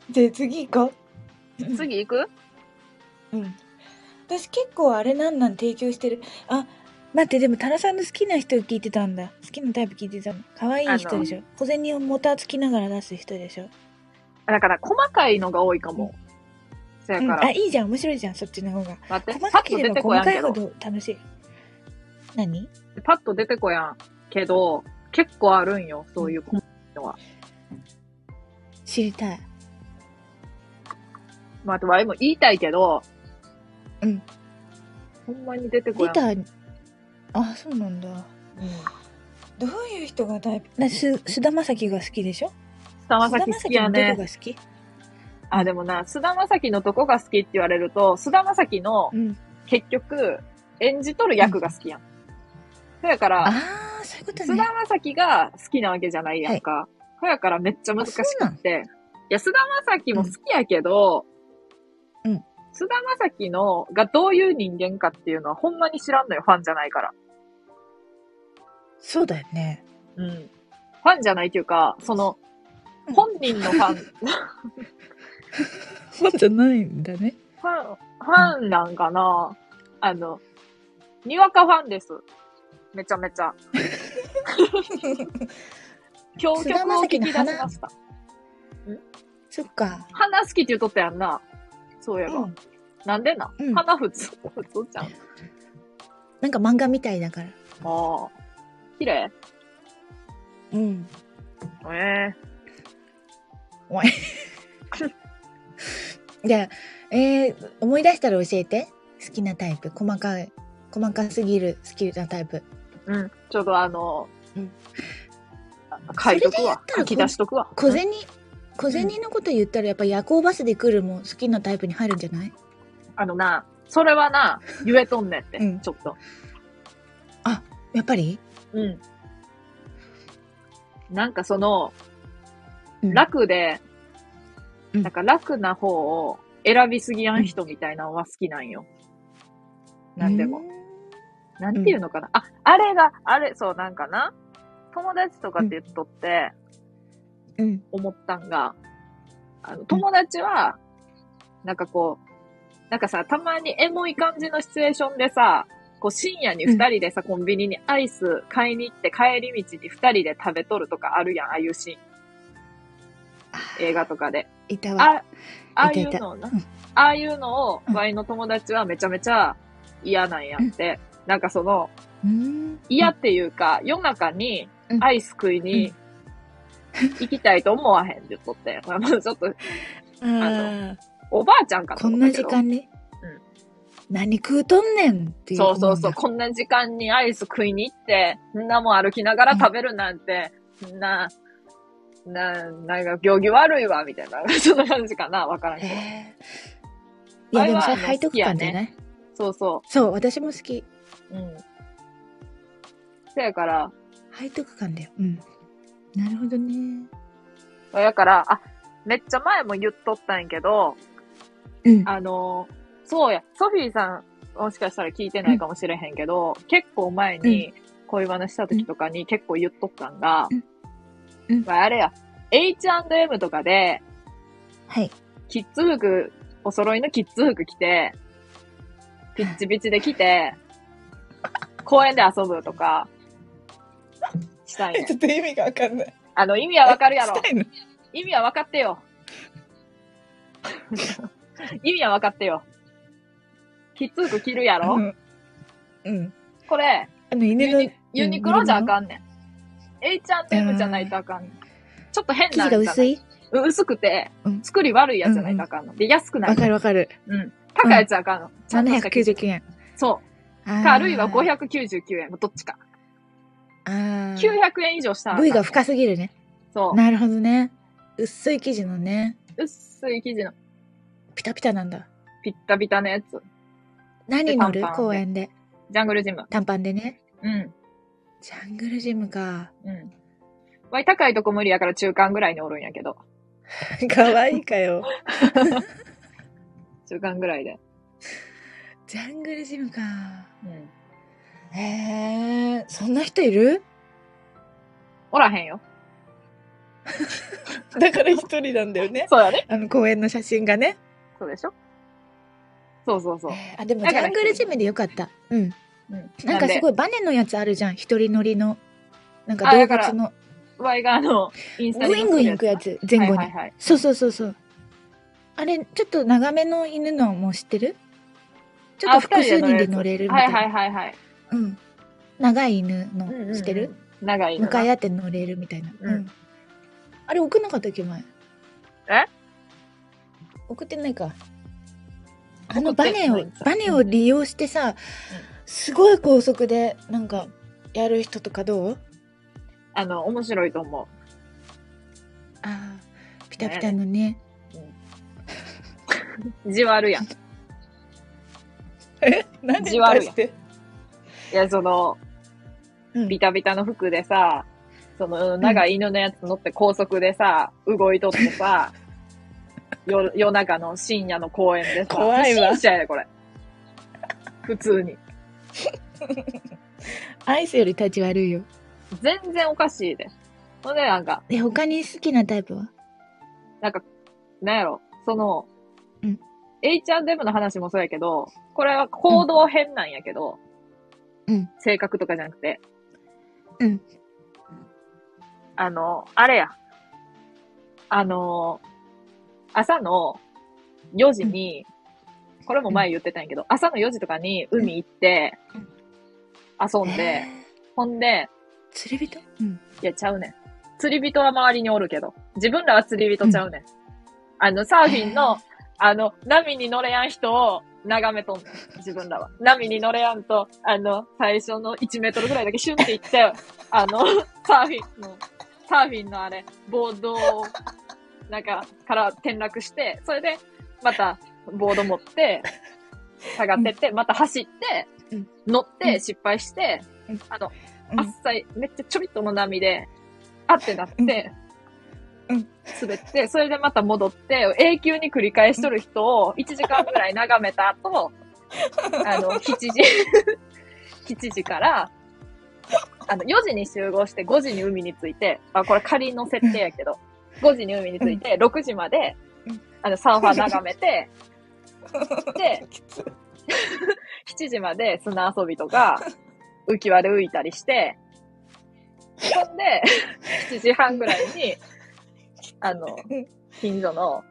S2: で、次行こう。
S1: 次行く
S2: うん。私結構あれなんなん提供してる。あ、待って、でも、タラさんの好きな人を聞いてたんだ。好きなタイプ聞いてたの。可愛い人でしょ。小銭をもたつきながら出す人でしょ。
S1: だから、細かいのが多いかも。せや
S2: うん、
S1: か
S2: あ、
S1: ら、
S2: いいじゃん。面白いじゃん。そっちの方が。
S1: 待って、
S2: 細
S1: パ
S2: か
S1: ッと
S2: け
S1: 出
S2: れば
S1: てこや
S2: 細
S1: ん
S2: か
S1: け
S2: いほ
S1: ど、
S2: ど楽しい。何
S1: パッと出てこやんけど、結構あるんよ、そういう細かいのは。
S2: 知りたい。
S1: まあ、あと、ワイも言いたいけど、
S2: うん。
S1: ほんまに出てこ
S2: ギ
S1: やん。
S2: ター、あ、そうなんだ。
S1: うん。
S2: どういう人がタイプなす菅田将暉が好きでしょ
S1: 菅田将暉
S2: 菅田
S1: 好
S2: 将
S1: き
S2: 暉
S1: や
S2: のど
S1: ね
S2: こ。が好き
S1: あ、でもな、菅田将暉のどこが好きって言われると、菅田将暉の
S2: うん。
S1: 結局、演じとる役が好きやん。そやから、
S2: あー、そういうこと
S1: 菅田
S2: ね。
S1: 将暉が好きなわけじゃないやんか。そやからめっちゃ難しくって。いや、菅田将暉も好きやけど、
S2: うんうん
S1: 菅田将暉の、がどういう人間かっていうのはほんまに知らんのよ、ファンじゃないから。
S2: そうだよね。
S1: うん。ファンじゃないっていうか、その
S2: う、ん
S1: 本人のフ ァン、フ
S2: そうじゃないんだね。
S1: ァン、ファンなんかなあの、にわかファンです。めちゃめち ゃ。今日曲を聞き出しました。
S2: そっか。
S1: 花好きって言うとったやんな。そういえば。
S2: うん
S1: なんでな、
S2: うん
S1: 花普通、普通じゃん。あ
S2: なんか漫画みたいだから。
S1: あ。綺麗
S2: うん。
S1: え
S2: じゃあ、えー、思い出したら教えて。好きなタイプ。細かい。細かすぎる好きなタイプ。
S1: えうん。ちょっとあの、
S2: うん
S1: あ書いとくわ
S2: それで言った。ら
S1: 書き出しとくわ。
S2: 小銭、小銭のこと言ったらやっぱ夜行バスで来るも好きなタイプに入るんじゃない
S1: あのな、それはな、言えとんねんって、
S2: うん
S1: ちょっと。
S2: やっぱり、
S1: うん。なんかその、
S2: うん
S1: 楽で、
S2: うん
S1: なんか楽な方を選びすぎやん人みたいなのは好きなんよ。なんでも。なんていうのかな、あ、あれが、あれ、そう、なんかな友達とかって言っとって、
S2: うん。うん。
S1: 思ったんが、あの、友達は、なんかこう、なんかさ、たまにエモい感じのシチュエーションでさ、こう深夜に二人でさ、コンビニにアイス買いに行って帰り道に二人で食べとるとかあるやん、ああいうシーン。映画とかで。
S2: いたわ。
S1: あ、ああい
S2: いた
S1: う
S2: いた
S1: のをな
S2: うん、
S1: ああいうのを、
S2: うん
S1: ワイの友達はめちゃめちゃ嫌なんやって。なんかその、
S2: うん。
S1: 嫌っていうか、夜中に
S2: うん
S1: アイス食いに行きたいと思わへんって言っとって。 まあまあちょっと、
S2: あー
S1: おばあちゃんかと
S2: こ
S1: 思
S2: ん
S1: った
S2: な
S1: け
S2: 時
S1: ど
S2: 間に、何食うとんねんっていう。
S1: そうそうそう、こんな時間にアイス食いに行って、そんなもん歩きながら食べるなんて、な、な、なんか行儀悪いわ、みたいな。 そんな感じかなわからんけど。
S2: へーいや、でもそれ背徳感じゃ
S1: あれは
S2: ない、
S1: そうそ
S2: そう、私も好き。
S1: う。うん。せやから、
S2: 背徳感だよ。うん。なるほどね。
S1: やから、あ、めっちゃ前も言っとったんやけど、
S2: うん。
S1: あのーそうや、ソフィーさん、もしかしたら聞いてないかもしれへんけど、結構前に恋話した時とかに結構言っとったんが、
S2: うんうん
S1: まあ、あれや、H&M とかで、
S2: はい。
S1: キッズ服、お揃いのキッズ服着て、ピッチピチで着て、 公園で遊ぶとか、した いね。
S2: ょっと意味がわかんない。
S1: あの、意味はわかるやろ。
S2: いの
S1: 意味はわかってよ。意味は分かってよ。きつく着るやろ、
S2: うんうん。
S1: これ、
S2: あの、犬
S1: ユ
S2: の。
S1: ニユニクロじゃあ
S2: ん。
S1: かんねん。H&M じゃないとあかんねん。ちょっと変
S2: 生
S1: な
S2: 地が薄
S1: い。
S2: い
S1: うん薄くて
S2: うん、
S1: 作り悪いやつじゃないとあかんの。で、安くな
S2: わ
S1: い。
S2: かるわかる。
S1: うん。高いやつはあかんの。ちゃんとした生地
S2: 799円。
S1: そ
S2: あ
S1: う。
S2: ー
S1: か、あるいは。599円。もうどっちか。
S2: あー
S1: 900円以上したらあかんねん。
S2: 部位が深すぎるね。
S1: そ
S2: なるほどね。薄い生地のね。
S1: う。薄い生地の
S2: ピタピタなんだ。
S1: ピッタピタのやつ。
S2: 何乗る
S1: 短パンで
S2: 公園で。
S1: ジャングルジム。
S2: 短パンでね。
S1: うん。
S2: ジャングルジムか。
S1: うん。わい高いとこ無理やから中間ぐらいにおるんやけど。
S2: かわいい かよ。
S1: 中間ぐらいで。
S2: ジャングルジムか。
S1: うん。
S2: へえ、そんな人いる
S1: おらへんよ。
S2: だから一人なんだよね。
S1: そうだね。
S2: あの公園の写真がね。
S1: そうでしょそうそうそう。
S2: えーあ、でも
S1: だ
S2: ジ
S1: から
S2: ャングルジムでよかった。うん。
S1: うん。
S2: なんかすご
S1: い。
S2: いバネのやつあるじゃん。一人乗りの。なんか
S1: あ
S2: 動
S1: だから
S2: 物の。
S1: わいがあの、インスタに
S2: グイングイン行くやつ、前
S1: はい
S2: 後
S1: はい。
S2: に
S1: はい。
S2: そうそうそうそう。あれ、ちょっと長めの犬のも知ってるちょっと
S1: あ
S2: 複数人
S1: 二人
S2: で
S1: で
S2: 乗
S1: 乗
S2: れるみ
S1: は
S2: たい
S1: い
S2: な。
S1: はいはいはい。
S2: うん。長い犬の
S1: うんうんうん
S2: 知ってる、
S1: 長いの
S2: 向かい合って乗れるみたいな。
S1: うん
S2: あれ送んなかったっけ前。
S1: え
S2: 送ってないか。あの
S1: 送
S2: バ
S1: ってない
S2: ネを、バネを利用してさ、すごい高速で、なんか、やる人とかどう
S1: あの、面白いと思
S2: ああ、ピタピタのね。
S1: う。意地悪やん。い
S2: え何
S1: に対してや、その、
S2: うん
S1: ビタビタの服でさ、その、長い犬のやつ乗って高速でさ、動いとって さ、夜、夜中の深夜の公園でさ、
S2: 怖いわ
S1: 不審者やで、これ。普通に。
S2: アイスより立ち悪いよ。
S1: 全然おかしいで。ほんで、なんか、
S2: で、他に好きなタイプは
S1: なんか、なんやろ、その、
S2: うん、
S1: H&M の話もそうやけど、これは行動変なんやけど、
S2: うん。
S1: 性格とかじゃなくて、
S2: うん。
S1: あの、あれや。あの、朝の4時に、これも前言ってたんやけど、朝の4時とかに海行って
S2: うん、
S1: 遊んで、ほんで、
S2: 釣り人うん。
S1: いや、ちゃうねん。釣り人は周りにおるけど、自分らは釣り人ちゃうねん。あの、サーフィン の、あの、波に乗れやん人を眺めとんねん。自分らは。波に乗れやんと、あの、最初の1メートルぐらいだけシュンって行 って、あの、サーフィンの、サーフィンのあれ、ボードを、なんか、から転落して、それで、また、ボード持って、下がってって、また走って
S2: うん、
S1: 乗っ
S2: う
S1: て、
S2: ん
S1: 失敗して
S2: うん、
S1: あの、
S2: うん
S1: あっさい、めっちゃちょびっとの波で、あってなって、
S2: うん
S1: 滑って、それでまた戻って、永久に繰り返しとる人を1時間ぐらい眺めた 後、あの、7時、7時から、あの、4時に集合して5時に海に着いて、あ、これ仮の設定やけど、5時に海に着いて、6時まで
S2: うん、
S1: あの、サーファー眺め て、で、7時まで砂遊びとか、浮き輪で浮いたりして、ほん で、7時半ぐらいに、あの、近所の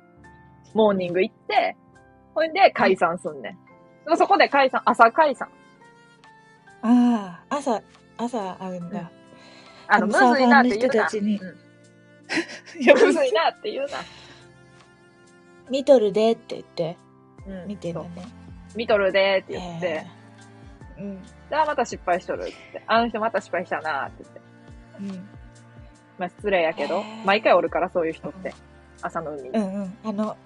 S1: モーニング行って、ほんで解散すんねん。でもそこで解散、朝解散。
S2: ああ、朝、朝会うんだ。
S1: あの、む
S2: でも
S1: ずいなって
S2: サ
S1: 言
S2: ー
S1: う
S2: ファーの人
S1: な
S2: た。ちに
S1: うん
S2: いや
S1: むずいなって言うな。
S2: 見とるでって言って、
S1: うん
S2: 見てんだね。
S1: 見とるでって言って、
S2: えーうん。
S1: であ、また失敗しとるって言って、あの人また失敗したなって言って。
S2: うん。
S1: まあ失礼やけど
S2: へー、
S1: 毎回おるからそういう人って、朝の海に。
S2: うんうん。あの、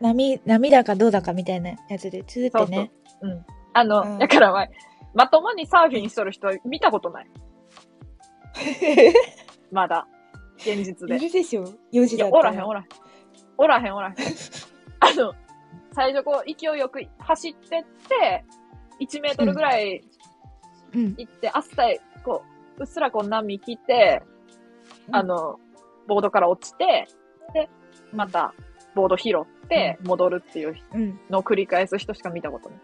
S2: 波、波だかどうだかみたいなやつで、つーってね。
S1: あの、
S2: うん
S1: だからまあ、まともにサーフィンしとる人は見たことない。まだ。現実
S2: い
S1: で。
S2: るでしょ ?4 時
S1: い
S2: だ
S1: や、
S2: った
S1: おらへん、おらへん。おらへん、お らへん。あの、最初こう、勢いよく走ってって、1メートルぐらい
S2: うん。
S1: 行って、あっさり、こう、うっすらこう波来て、
S2: うん
S1: あの、ボードから落ちて、で、また、ボード拾って、戻るっていう
S2: うん。
S1: のを繰り返す人しか見たことな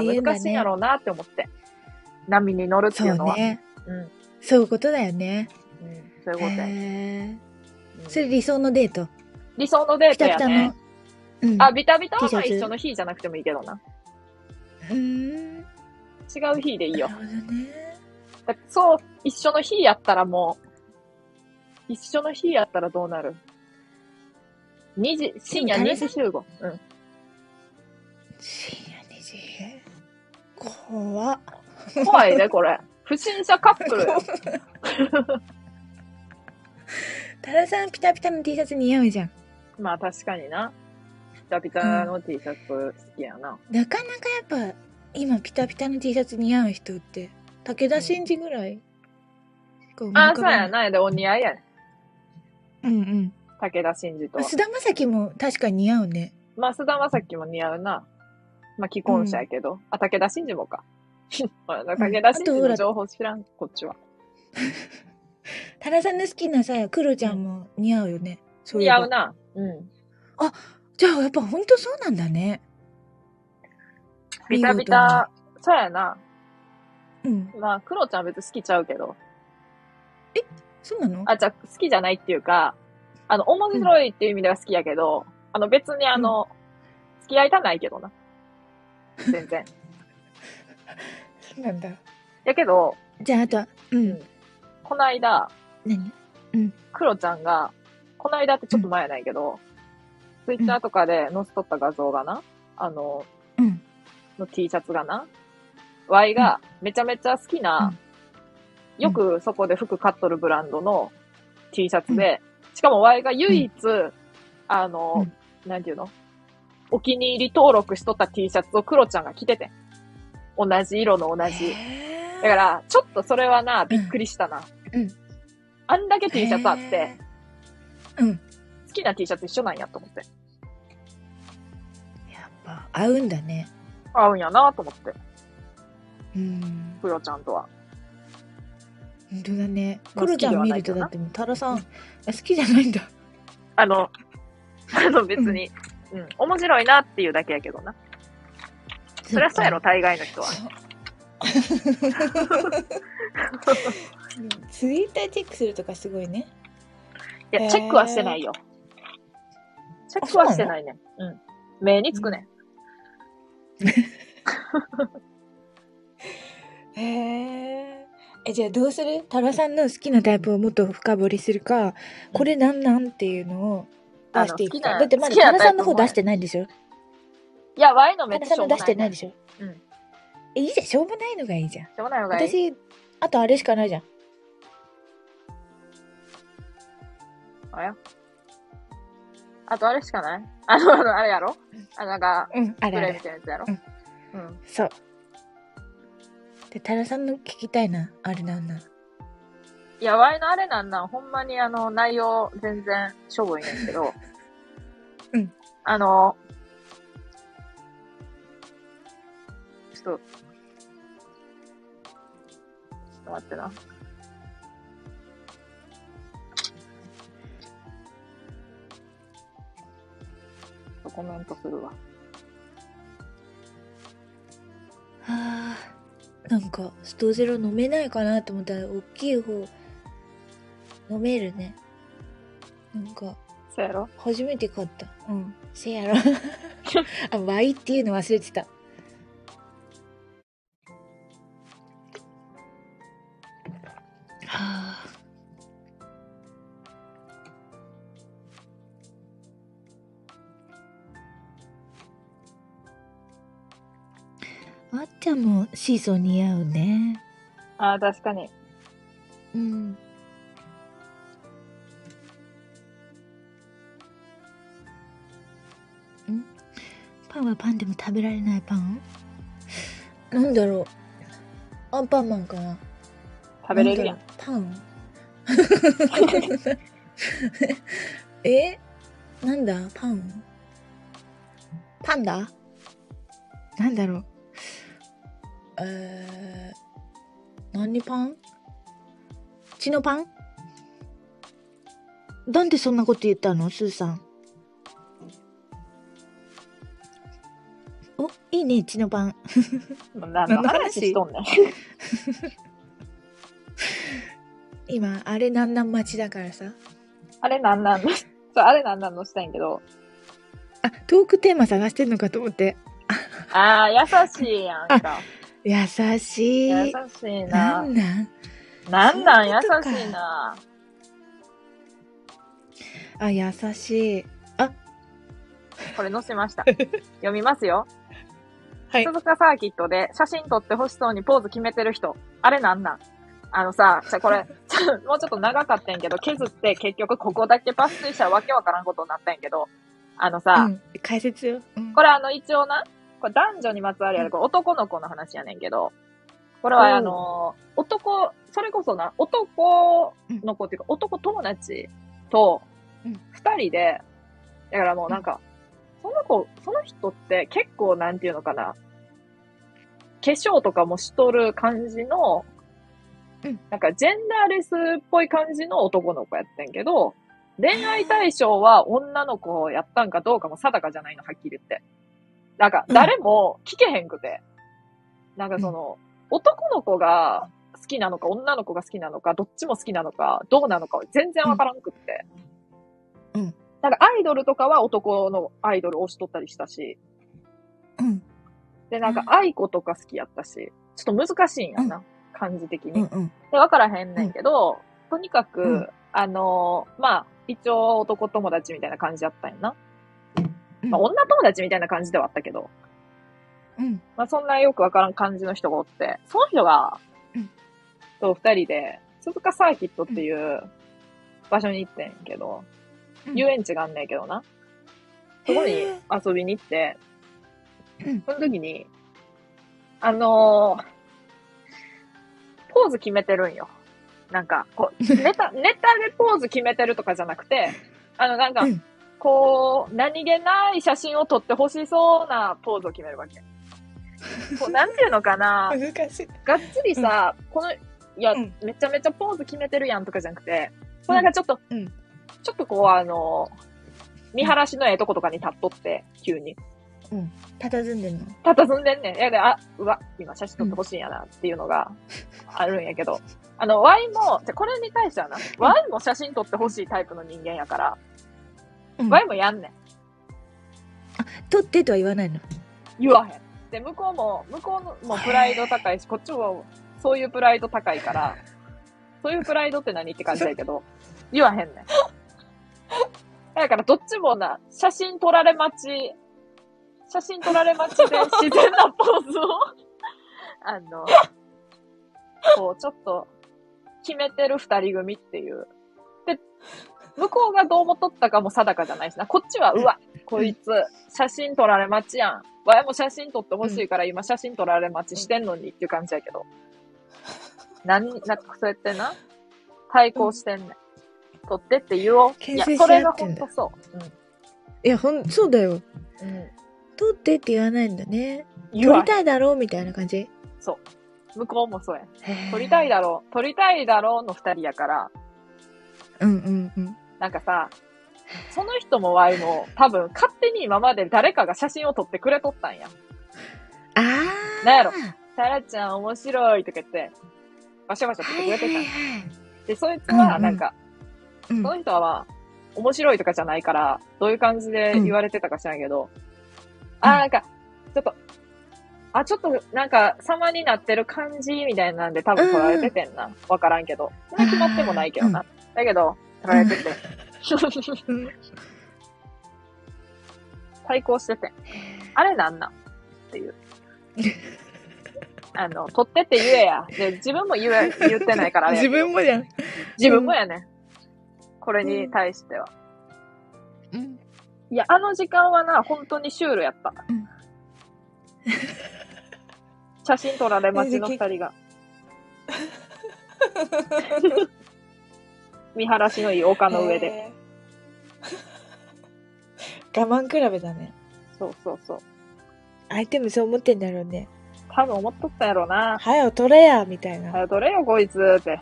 S1: い。い
S2: ええ
S1: や、難しいんやろうなって思って。波に乗るって
S2: そ
S1: いううのは。
S2: ね。
S1: うん。
S2: そういうことだよね。
S1: うんそういうことや。
S2: へえ。
S1: うん
S2: それ理想のデート。
S1: 理想のデー
S2: ピ
S1: ト
S2: タピ
S1: や
S2: タの
S1: ね。。
S2: うん
S1: あ、ビタビタはまあ
S2: T シャツ
S1: 一緒の日じゃなくてもいいけどな。
S2: うーん。
S1: 違う日でいい
S2: な
S1: よ。
S2: るほどね。
S1: だってそう、一緒の日やったらもう、一緒の日やったらどうなる ?2 時、深夜
S2: でも
S1: 2時集合。うん。
S2: 深夜2時。怖っ。
S1: 怖い ね、これ。不審者カップルや。
S2: タラさんピタピタの T シャツ似合うじゃん。
S1: まあ確かにな。ピタピタの T シャツ好きやな。
S2: なかなかやっぱ、今ピタピタの T シャツ似合う人って、武田真治ぐらいしか思い浮
S1: あ、
S2: か
S1: そう
S2: ば
S1: や。な。で、お似合いやね。
S2: うんうん。
S1: 武田真治と
S2: あ
S1: は。
S2: 菅田将暉も確かに似合うね。
S1: まあ、菅田将暉も似合うな。まあ、既婚者やけど。あ、武田真治もか。 まあ武田真治の情報知らん、こっちは。
S2: タラさんの好きなさ、クロちゃんも似合うよね。そうい
S1: 似
S2: えば
S1: 合うな。うん。
S2: じゃあやっぱほんとそうなんだね。
S1: ビタビタ。そうやな。
S2: 見事に。うん。
S1: まあ、クロちゃんは別に好きちゃうけど。
S2: そうなの
S1: あ、じゃあ好きじゃないっていうか、あの、面白いっていう意味では好きやけど、あの、別にあの、付き合いたないけどな。全然。
S2: そうなんだ。
S1: やけど、
S2: じゃああとは、うん。
S1: こないだ、
S2: 何
S1: クロちゃんが、こないだってちょっと前やないけど、ツイッターとかで載せとった画像がな、あの、
S2: うん。
S1: の T シャツがな、ワイがめちゃめちゃ好きな、
S2: うん
S1: よくそこで服買っとるブランドの T シャツで、しかもワイが唯一、あの、なんていうのお気に入り登録しとった T シャツをクロちゃんが着ててん。同じ色の同じ。
S2: へー
S1: だから、ちょっとそれはな、びっくりしたな。
S2: うん
S1: あんだけ T シャツあって、
S2: へーうん。
S1: 好きな T シャツ一緒なんやと思って。
S2: やっぱ合うんだね。
S1: 合うんやなと思って、
S2: うん。
S1: クロちゃんとは。
S2: 本当だね。
S1: まあ
S2: クロちゃん見
S1: 好きではな
S2: る
S1: いけ
S2: と
S1: どな
S2: だってもうタラさん、あ好きじゃないんだ。
S1: あの、 あの別に、うん、面白いなっていうだけやけどな。そりゃそうやろ、大概の人は。
S2: うんツイッターチェックするとかすごいね。
S1: い
S2: へ
S1: や、
S2: ー
S1: チェックはしてないよ。チェックはしてないね。うん。目につくね。
S2: へえ。え、じゃあどうするタラさんの好きなタイプをもっと深掘りするか、これなんなんっていうのを出していく
S1: あの好きな
S2: か。だってま
S1: 好
S2: だ
S1: きな
S2: タラさんの
S1: タイ
S2: 方
S1: プも
S2: 出してないんでしょ
S1: いや、ワイのめ
S2: タ
S1: っち
S2: ラ
S1: ゃ
S2: さん
S1: しょう
S2: の
S1: もない、ね。
S2: 出してないでしょ
S1: うん
S2: え、いいじゃん。しょうもないのがいいじゃん。
S1: しょうもないのがいい。
S2: 私、あとあれしかないじゃん。
S1: あやあとあれしかないあの、あの、あれやろあの、なんか、
S2: うん、あ
S1: プ
S2: れあ
S1: レイみ
S2: れ。
S1: たいなやつやろ
S2: うん
S1: うん。
S2: そう。で、タラさんの聞きたいな。あれなんなん。
S1: いや、ワイのあれなんなん、ほんまにあの、内容全然しょぼいねんけど。
S2: うん。
S1: あの、ちょっと、ちょっと待ってな。ちょっとコメントするわ。
S2: あーなんかストゼロ飲めないかなと思ったら大きい方飲めるねなんか
S1: そうやろ
S2: 初めて買ったうんせやろ あワイっていうの忘れてたはああっちゃんもシーソー似合うね
S1: ああ、確かに。
S2: うんパンはパンでも食べられないパンなんだろうアンパンマンかな
S1: 食べれるやん。
S2: なんだろうパン えなんだパンパンダなんだろうえー、何パン血のパンなんでそんなこと言ったのスーさんおいいね血のパン
S1: もう何
S2: 何
S1: の
S2: の話
S1: 話しとんねん。
S2: 今あれなんなん待ちだからさ
S1: あれなんなんの、そう、あれなんなんのしたいんけど、
S2: あ、トークテーマ探してんのかと思って。
S1: ああ、優しいやんか。
S2: 優しい。
S1: 優しいな。
S2: なんなん
S1: なんなん優
S2: そういうことか
S1: しいな。
S2: あ、優しい。
S1: これ載せました。読みますよ。
S2: はい
S1: 鈴鹿サーキットで写真撮って欲しそうにポーズ決めてる人。あれなんなんあのさ、じゃこれ、ちょもうちょっと長かったんやけど、削って結局ここだけ抜粋したらわけわからんことになったんやけど、あのさ、
S2: うん、解説よ。うん
S1: これあの一応な、これ男女にまつわるやる、これ男の子の話やねんけど、これはあのー男、それこそな、男の子っていうか、男友達と
S2: うん、
S1: 二人で、だからもうなんか、その子、その人って結構なんていうのかな、化粧とかもしとる感じの
S2: うん、
S1: なんかジェンダーレスっぽい感じの男の子やってんけど、恋愛対象は女の子をやったんかどうかも定かじゃないの、はっきり言って。なんか、誰も聞けへんくて。なんかその、男の子が好きなのか、女の子が好きなのか、どっちも好きなのか、どうなのか、全然わからんくって。
S2: うん。
S1: なんか、アイドルとかは男のアイドルを推しとったりしたし、
S2: うん。
S1: で、なんか
S2: う、
S1: 愛子とか好きやったし、ちょっと難しいんやな、感じ的に
S2: うん。うん。
S1: で、わからへんねんけど、とにかく、
S2: うん
S1: あのーまあ、一応男友達みたいな感じだったんやな。
S2: うん
S1: まあ、女友達みたいな感じではあったけど、
S2: うん。
S1: まあ、そんなよくわからん感じの人がおって、その人が、
S2: うん
S1: と二人で、鈴鹿サーキットっていう場所に行ってんけど、
S2: うん
S1: 遊園地があんねんけどな。そこに
S2: へえ
S1: 遊びに行って
S2: うん、
S1: その時に、あのーポーズ決めてるんよ。なんか、こう、ネ タ、ネタでポーズ決めてるとかじゃなくて、あの、なんか
S2: うん、
S1: こう、何気ない写真を撮ってほしそうなポーズを決めるわ け。こう、なんていうのかな、
S2: 難しい。
S1: がっつりさ、この、いや、
S2: うん
S1: めちゃめちゃポーズ決めてるやんとかじゃなくて、こうなんかちょっと、
S2: うん
S1: ちょっとこうあの、見晴らしのええとことかに立っとって、急に。
S2: 佇んでんの。
S1: 佇んでんねん。いやで、あ、うわ、今写真撮ってほしいんやなっていうのがあるんやけど、あの、Y も、じゃこれに対してはな、Y も写真撮ってほしいタイプの人間やから、
S2: うん、
S1: Y もやんねん。
S2: 取ってとは言わないの。
S1: 言わへん。で、向こうも、向こうのもプライド高いし、こっちもそういうプライド高いから、そういうプライドって何って感じだけ ど、言わへんねん。だからどっちもな、写真撮られ待ち、写真撮られ待ちで自然なポーズを、あの、こう、ちょっと、決めてる二人組っていう。で、向こうがどうも撮ったかも定かじゃないしな。こっちは、うわ、こいつ、写真撮られ待ちやん。わいも写真撮ってほしいから今写真撮られ待ちしてんのにっていう感じやけど。なん、なんかそうやってな、対抗してんねん。撮ってって言おう。い
S2: 牽
S1: や、
S2: 制し
S1: そ
S2: 合ってんだ
S1: れがほんとそう。
S2: いや、ほん、そうだよ。
S1: うん。うん。
S2: 取ってって言わないんだね。
S1: 言
S2: 取
S1: わ
S2: り
S1: へん
S2: たいだろうみたいな感じ。
S1: 向こうもそうやん。
S2: へえ
S1: 撮りたい。だろう、撮りたいだろうの二人やから、
S2: うんうんうん。
S1: なんかさ、その人も Y も多分勝手に今まで誰かが写真を撮ってくれとったんや。
S2: あー。
S1: なんやろタラちゃん面白いとか言って、バシャバシャ撮って
S2: は
S1: く
S2: いは
S1: れ
S2: い
S1: てたんや。
S2: はい。
S1: で、そいつ
S2: うんう
S1: は
S2: ん
S1: なんか、
S2: うん
S1: その人はまあ、面白いとかじゃないから、どういう感じで言われてたか知らんけど、あーなんか、ちょっと、あ、ちょっと、なんか、様になってる感じみたいなんで多分取られててんな。わからんけど。そんな決まってもないけ どな。だけど、取られて て。
S2: うん
S1: 対抗してて。あれなんなんって いう。あの、取ってって言えや。で、自分も言え、言ってないからあれやけ
S2: 自
S1: ど
S2: 分もじゃん。
S1: 自分もやね。これに対しては。
S2: うん。
S1: いや、あの時間はな、本当にシュールやった。
S2: うん
S1: 写真撮られ待ちの二人 が。見晴らしのいい丘の上で。
S2: へー。我慢比べだね。
S1: そうそうそう。
S2: 相手もそう思ってんだろうね。
S1: 多分思っとったやろうな。
S2: はよ、取れやみたいな。
S1: あ撮れよ、こいつ って。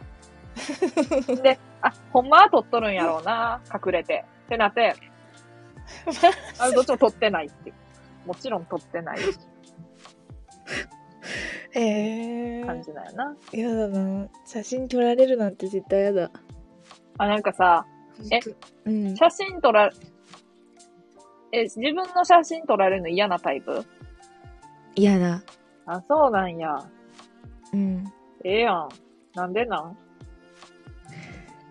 S1: で、あ、ほんまは撮っとるんやろうな。隠れて。ってな って、あどっちも撮ってないっていう。もちろん撮ってない
S2: へえ
S1: 感じなんやな。
S2: やだな。写真撮られるなんて絶対やだ。
S1: あ、なんかさ、え
S2: うん。
S1: 写真撮ら、
S3: え、自分の写真撮られるの嫌なタイプ
S2: 嫌だ。
S1: あ、そうなんや。
S2: うん。
S1: ええやん。なんでなん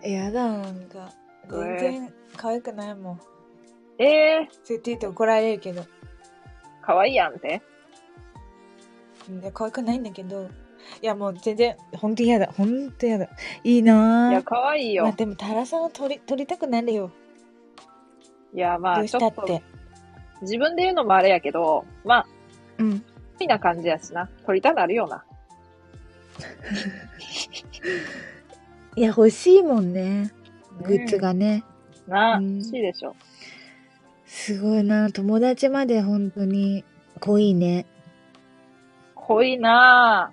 S2: 嫌だ、なんか。全然可愛くないもん。
S1: ええ
S2: 絶対言って怒られるけど。
S1: ー、かわいいやんって。
S2: いや可愛くないんだけど。いや、もう全然、ほんと嫌だ。ほんと嫌だ。いいない
S1: や、
S2: ぁ。
S1: かわいい
S2: まあ
S1: よ。
S2: でも、タラさんを撮り撮りたくなるよ。
S1: いや、まあ、
S2: どう
S1: ち
S2: し
S1: ょ
S2: た
S1: っ
S2: っ
S1: と、
S2: て。
S1: 自分で言うのもあれやけど、まあ、
S2: うん。
S1: 好きな感じやしな。撮りたなるよな。
S2: いや、欲しいもんね。グッズがね。
S1: うん。なあ、
S2: うん
S1: 欲しいでしょ。
S2: すごいな友達まで本当に濃いね。
S1: 濃いなあ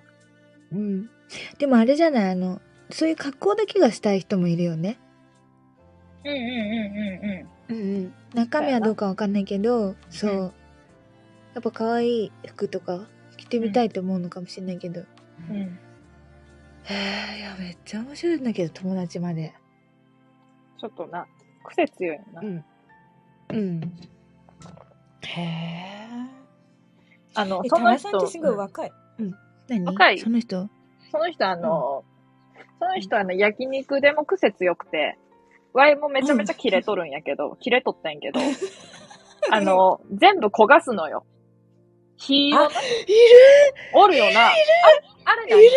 S2: うん。でもあれじゃないあの、そういう格好だけがしたい人もいるよね。
S3: うんうんうんうんうん。
S2: うんうん。中身はどうかわかんないけど、そう。
S3: うん
S2: やっぱ可愛い服とか着てみたいと思うのかもしれないけど。
S3: うん。
S2: へえ、いや、めっちゃ面白いんだけど、友達まで。
S1: ちょっとな、癖強いよな。
S2: ん。うん。へえ。
S1: あの、
S2: え、
S1: そ
S2: 田
S1: の
S2: 中さんっ
S1: 人、
S2: てすごい
S1: うん
S2: 若い。うん。何
S1: 若い
S2: その人
S1: その人あの、その人あの、焼肉でも癖強くて、ワイもめちゃめちゃ切れとるんやけど、切れとったんやけ ど、あの、全部焦がすのよ。火を、
S2: いる
S1: おるよな。あれ、あれなん
S2: いる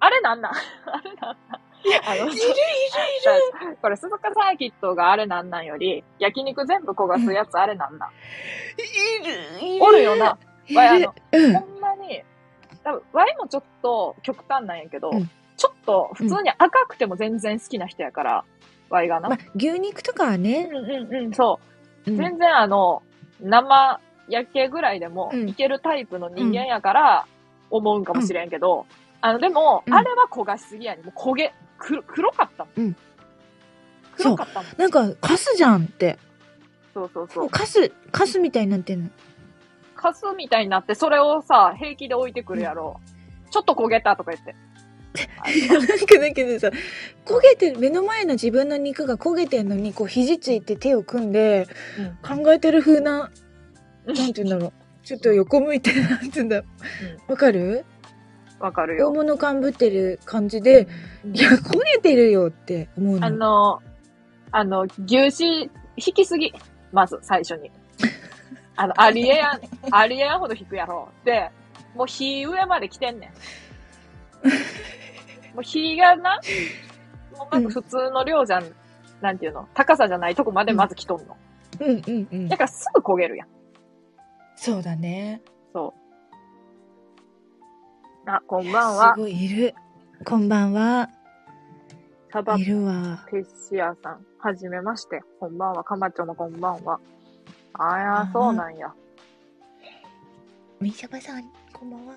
S1: あれなんなん あれなんなんあの、
S2: いるいる
S1: これ、鈴鹿サーキットがあれなんなんより、焼肉全部焦がすやつあれなんなん
S2: いる
S1: おるよな。わいあ
S2: いる
S1: の、
S2: うん
S1: ほんまに、多分、ワイもちょっと極端なんやけど、
S2: うん
S1: ちょっと普通に赤くても全然好きな人やから、ワイがな。
S2: まあ、牛肉とかは
S1: う
S2: ね
S1: ん、うんうん、そう。
S2: うん
S1: 全然あの、生焼けぐらいでも
S2: うん
S1: いけるタイプの人間やから思うんかもしれんけど、あの、でも、
S2: うん
S1: あれは焦がしすぎやに、もう焦げ、黒黒かったもん。
S2: うん
S1: 黒かったもん。
S2: なんかカスじゃんって
S1: そうそうそ
S2: も
S1: う
S2: う。カスカスみたいになってんの
S1: カスみたいになって、それをさ、平気で置いてくるやろ。ちょっと焦げたとか言って。
S2: なんかだけどさ焦げてる目の前の自分の肉が焦げてんのにこう肘ついて手を組んで
S1: うん
S2: 考えてる風ななんて言うんだろうちょっと横向いてなんて言うんだろうわかる
S1: わかる
S2: 大
S1: よ。
S2: 物感ぶってる感じでいや焦げてるよって思う
S1: あ
S2: の
S1: の、あの、牛脂引きすぎ。まず、最 初に。あの、ありえやん、ありえやんほど引くやろ。で、もう火上まで来てんね ん。もう火がな、もうまず普通の量じゃん、なんていうの、高さじゃないとこまでまず来とんの。
S2: うんうんうん
S1: だからすぐ焦げるやん。
S2: そうだね
S1: そう。あ、こんばんは
S2: す。ごいいるこんばんは
S1: サバ
S2: いるわ
S1: テッシアさん、はじめまして。こんばんは、かまちょのこんばんは。あ
S2: あ
S1: や
S2: ー、
S1: そうなんや。
S2: みしゃばさん、こんばんは。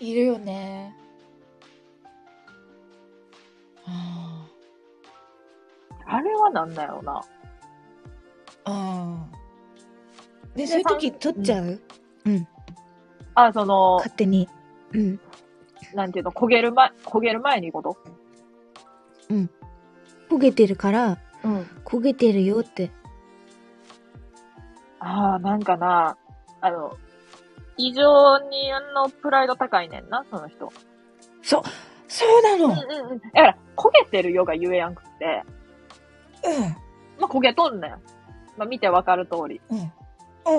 S2: いるよね。あ
S1: あれはなんだよな。
S2: あ。ああ。で、
S1: で
S2: そういう時取っちゃう、うん。
S1: あ、その、
S2: 勝手に。うん。
S1: なんていうの、焦げる前、焦げる前にこと
S2: 焦げてるから、
S1: うん。
S2: 焦げてるよって。
S1: ああ、なんかな、あの、異常にあのプライド高いねんな、その人。
S2: そうなの
S1: うんうんうん。だから、焦げてるよが言えやんくって、まあ、焦げとんねん。まあ、見てわかる通り。
S2: うん。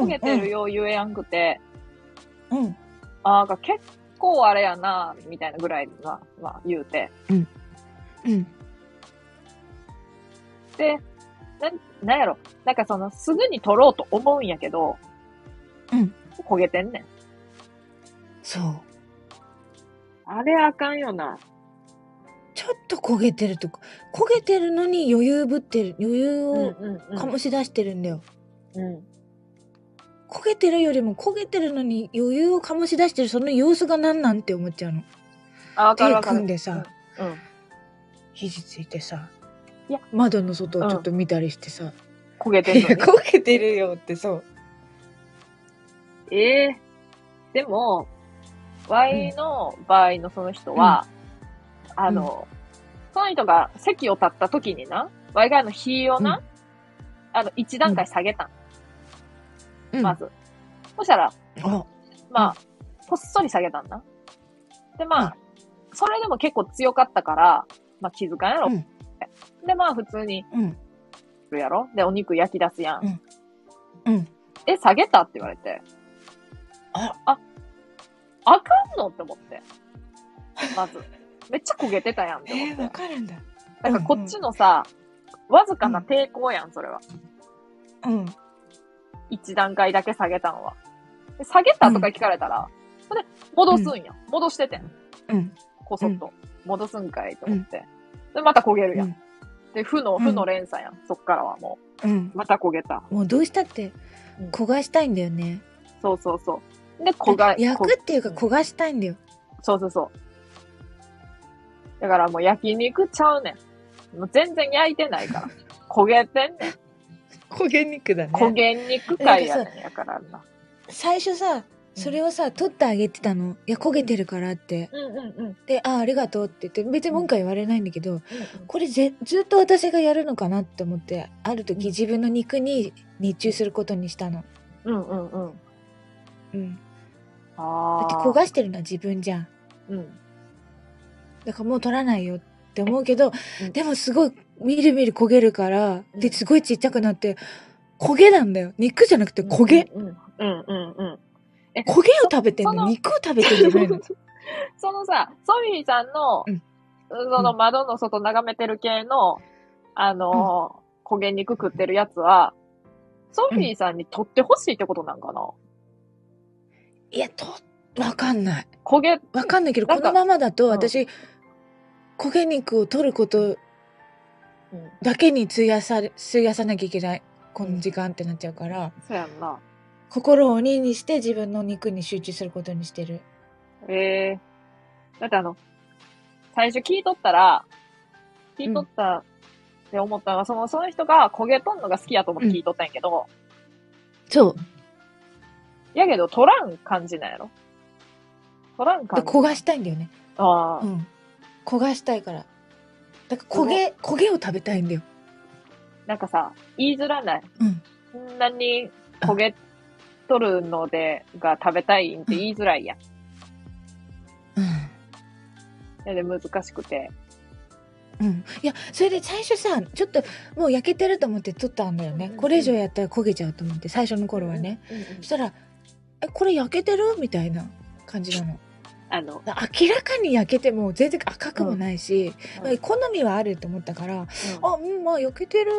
S2: うん。
S1: 焦げてるよ言えやんくて、
S2: うん。
S1: ああ、結構あれやな、みたいなぐらいな、まあ、言うて。
S2: うん。
S1: で、なん、なんやろ。なんかその、すぐに取ろうと思うんやけど、
S2: うん。
S1: 焦げてんねん。
S2: そう。
S1: あれあかんよな。
S2: ちょっと焦げてるとか、焦げてるのに余裕ぶってる、余裕
S1: うん
S2: を
S1: うんうん。
S2: 醸し出してるんだよ。
S1: うん。
S2: 焦げてるよりも焦げてるのに余裕を醸し出してるその様子が何なんて思っちゃうの。
S1: あ、わかる
S2: 手
S1: わかる。
S2: 組んでさ、
S1: うん。
S2: 肘ついてさ、
S1: いや
S2: 窓の外をちょっと見たりしてさ、
S1: 焦げて
S2: い
S1: ん
S2: や
S1: のに。
S2: 焦げてるよってそう。
S1: ええでも、ワイの場合のその人は、あの、その人が席を立った時にな、ワイがあの、火をな、あの、一段階下げたん、
S2: うん。
S1: まず。そしたら、
S2: あ、
S1: まあ、こっそり下げたんだ。で、まあ、それでも結構強かったから、まあ気づかんやろ。
S2: うん
S1: で、まあ普通に
S2: うん。
S1: するやろ。で、お肉焼き出すやん。
S2: うんうん。
S1: え、下げたって言われて。
S2: あ、
S1: あかんのって思って。ま ず。めっちゃ焦げてたやんって
S2: えー、
S1: 思
S2: わ
S1: って。
S2: かるんだ。
S1: なんかこっちのさ、わずかな抵抗やん、それは。
S2: うん。
S1: 一段階だけ下げたのは。で下げたとか聞かれたら、それで戻すんや。戻しててん。
S2: うん。
S1: こそっと。戻すんかいと思って。で、また焦げるやん。で、負の、
S2: うん
S1: 負の連鎖やん。そっからはも
S2: うん
S1: う、。また焦げた。
S2: もうどうしたって
S1: うん、
S2: 焦がしたいんだよね。
S1: そうそうそう。で、焦が、
S2: 焼
S1: こ
S2: くっていうか焦がしたいんだよ。
S1: そうそうそう。だからもう焼肉ちゃうねん。もう全然焼いてないから。焦げてんねん。
S2: 焦げ肉だね
S1: 焦げ肉会やねんやからな。
S2: 最初さ、それをさ、取ってあげてたの。いや、焦げてるからって。
S1: うんうんうん。
S2: で、あ、ありがとうって言って、別に文句は言われないんだけど、これぜずっと私がやるのかなって思って、ある時自分の肉に熱中することにしたの。
S1: うんうんうん。
S2: うん。だ
S1: あ
S2: って
S1: あ。
S2: 焦がしてるのは自分じゃん。
S1: うん。
S2: だからもう取らないよって思うけど、
S1: うん
S2: でもすごいみるみる焦げるから、
S1: うん
S2: ですごいちっちゃくなって焦げなんだよ肉じゃなくて焦げ、
S1: うんうんうんうん。
S2: 焦げを食べてん
S1: そ
S2: の
S1: の
S2: 肉を食べてんじゃないの
S1: そのさ、ソフィーさんの、
S2: うん
S1: その窓の外眺めてる系の、あのー焦げ肉食ってるやつは、ソフィーさんに取ってほしいってことなんかな、
S2: いやとわかんない
S1: 焦げ、
S2: わかんないけど
S1: な
S2: こ
S1: んか
S2: のままだと
S1: ん
S2: 私、焦げ肉を取ることだけに費やされ費やさなきゃいけないこの時間ってなっちゃうから、
S1: そうやんな。
S2: 心を鬼にして自分の肉に集中することにしてる
S1: ええだってあの、最初聞いとったら、聞いとったって思ったのが、その、その人が焦げとんのが好きやと思って聞いとったんやけど、
S2: そう
S1: やけど取らん感じなんやろ取らん感
S2: だから
S1: じ。
S2: 焦がしたいんだよね
S1: ああ、
S2: うん、焦がしたいからだから焦げ焦げを食べたいんだよ、
S1: なんかさ、言いづらない。
S2: うん、
S1: こんなに焦げとるので、が食べたいんって言いづらいやん。
S2: う
S1: で、難しくて。
S2: ん、うん、いやそれで最初さちょっともう焼けてると思って取ったんだよ
S1: うん
S2: ね
S1: うん
S2: これ以上やったら焦げちゃうと思って最初の頃はね、
S1: うんうん。
S2: そしたら「えこれ焼けてる?」みたいな感じなの
S1: あの、
S2: 明らかに焼けても全然赤くもないし、
S1: うんうん
S2: 好みはあると思ったから「
S1: うん
S2: あうんまあ焼けてる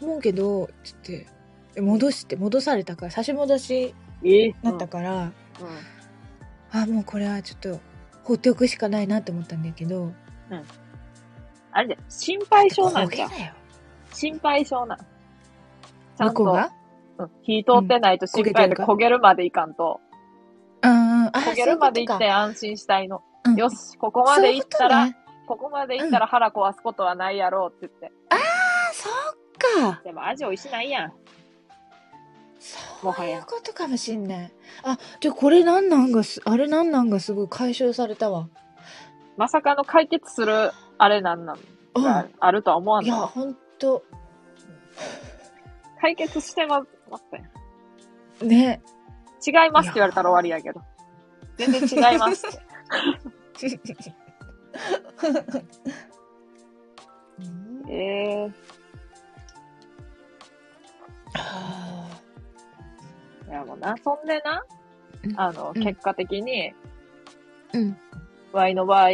S2: と思うけど」つってで戻して戻されたから差し戻し
S1: ええ
S2: になったから。
S1: うんうん
S2: あもうこれはちょっと放っておくしかないなって思ったんだけど
S1: あれじゃ、心配性なん
S2: 焦
S1: じ
S2: げ
S1: ゃん。
S2: だよ
S1: 心配性なん。ちゃ
S2: 向
S1: ん
S2: こう
S1: と、
S2: が
S1: うん、火通ってないと心配で
S2: うん焦げてるか
S1: 焦げるまでいかんと。
S2: うんうんあ
S1: 焦げるまで行って安心したいの。
S2: うん
S1: よし、ここまで行ったら、
S2: そういうことね
S1: ここまで行ったら腹壊すことはないやろうって言って。
S2: あそっか
S1: でも味美味しないやん。も
S2: そ
S1: は
S2: うい
S1: や
S2: うことかもしんないあじゃあこれなんなんがすあれなんなんがすごい解消されたわ
S1: まさかの解決する、あれなんなん
S2: うん
S1: があるとは思わん
S2: いや
S1: の。
S2: ほんと
S1: 解決してま、まったやん
S2: ね
S1: 違いますって言われたら終わりやけど。全然違いますって。
S2: う ん
S1: ええ
S2: あ
S1: いやもうな、そんでな
S2: う、ん
S1: あの、
S2: うん
S1: 結果的に、
S2: ーうん
S1: ワイの場合、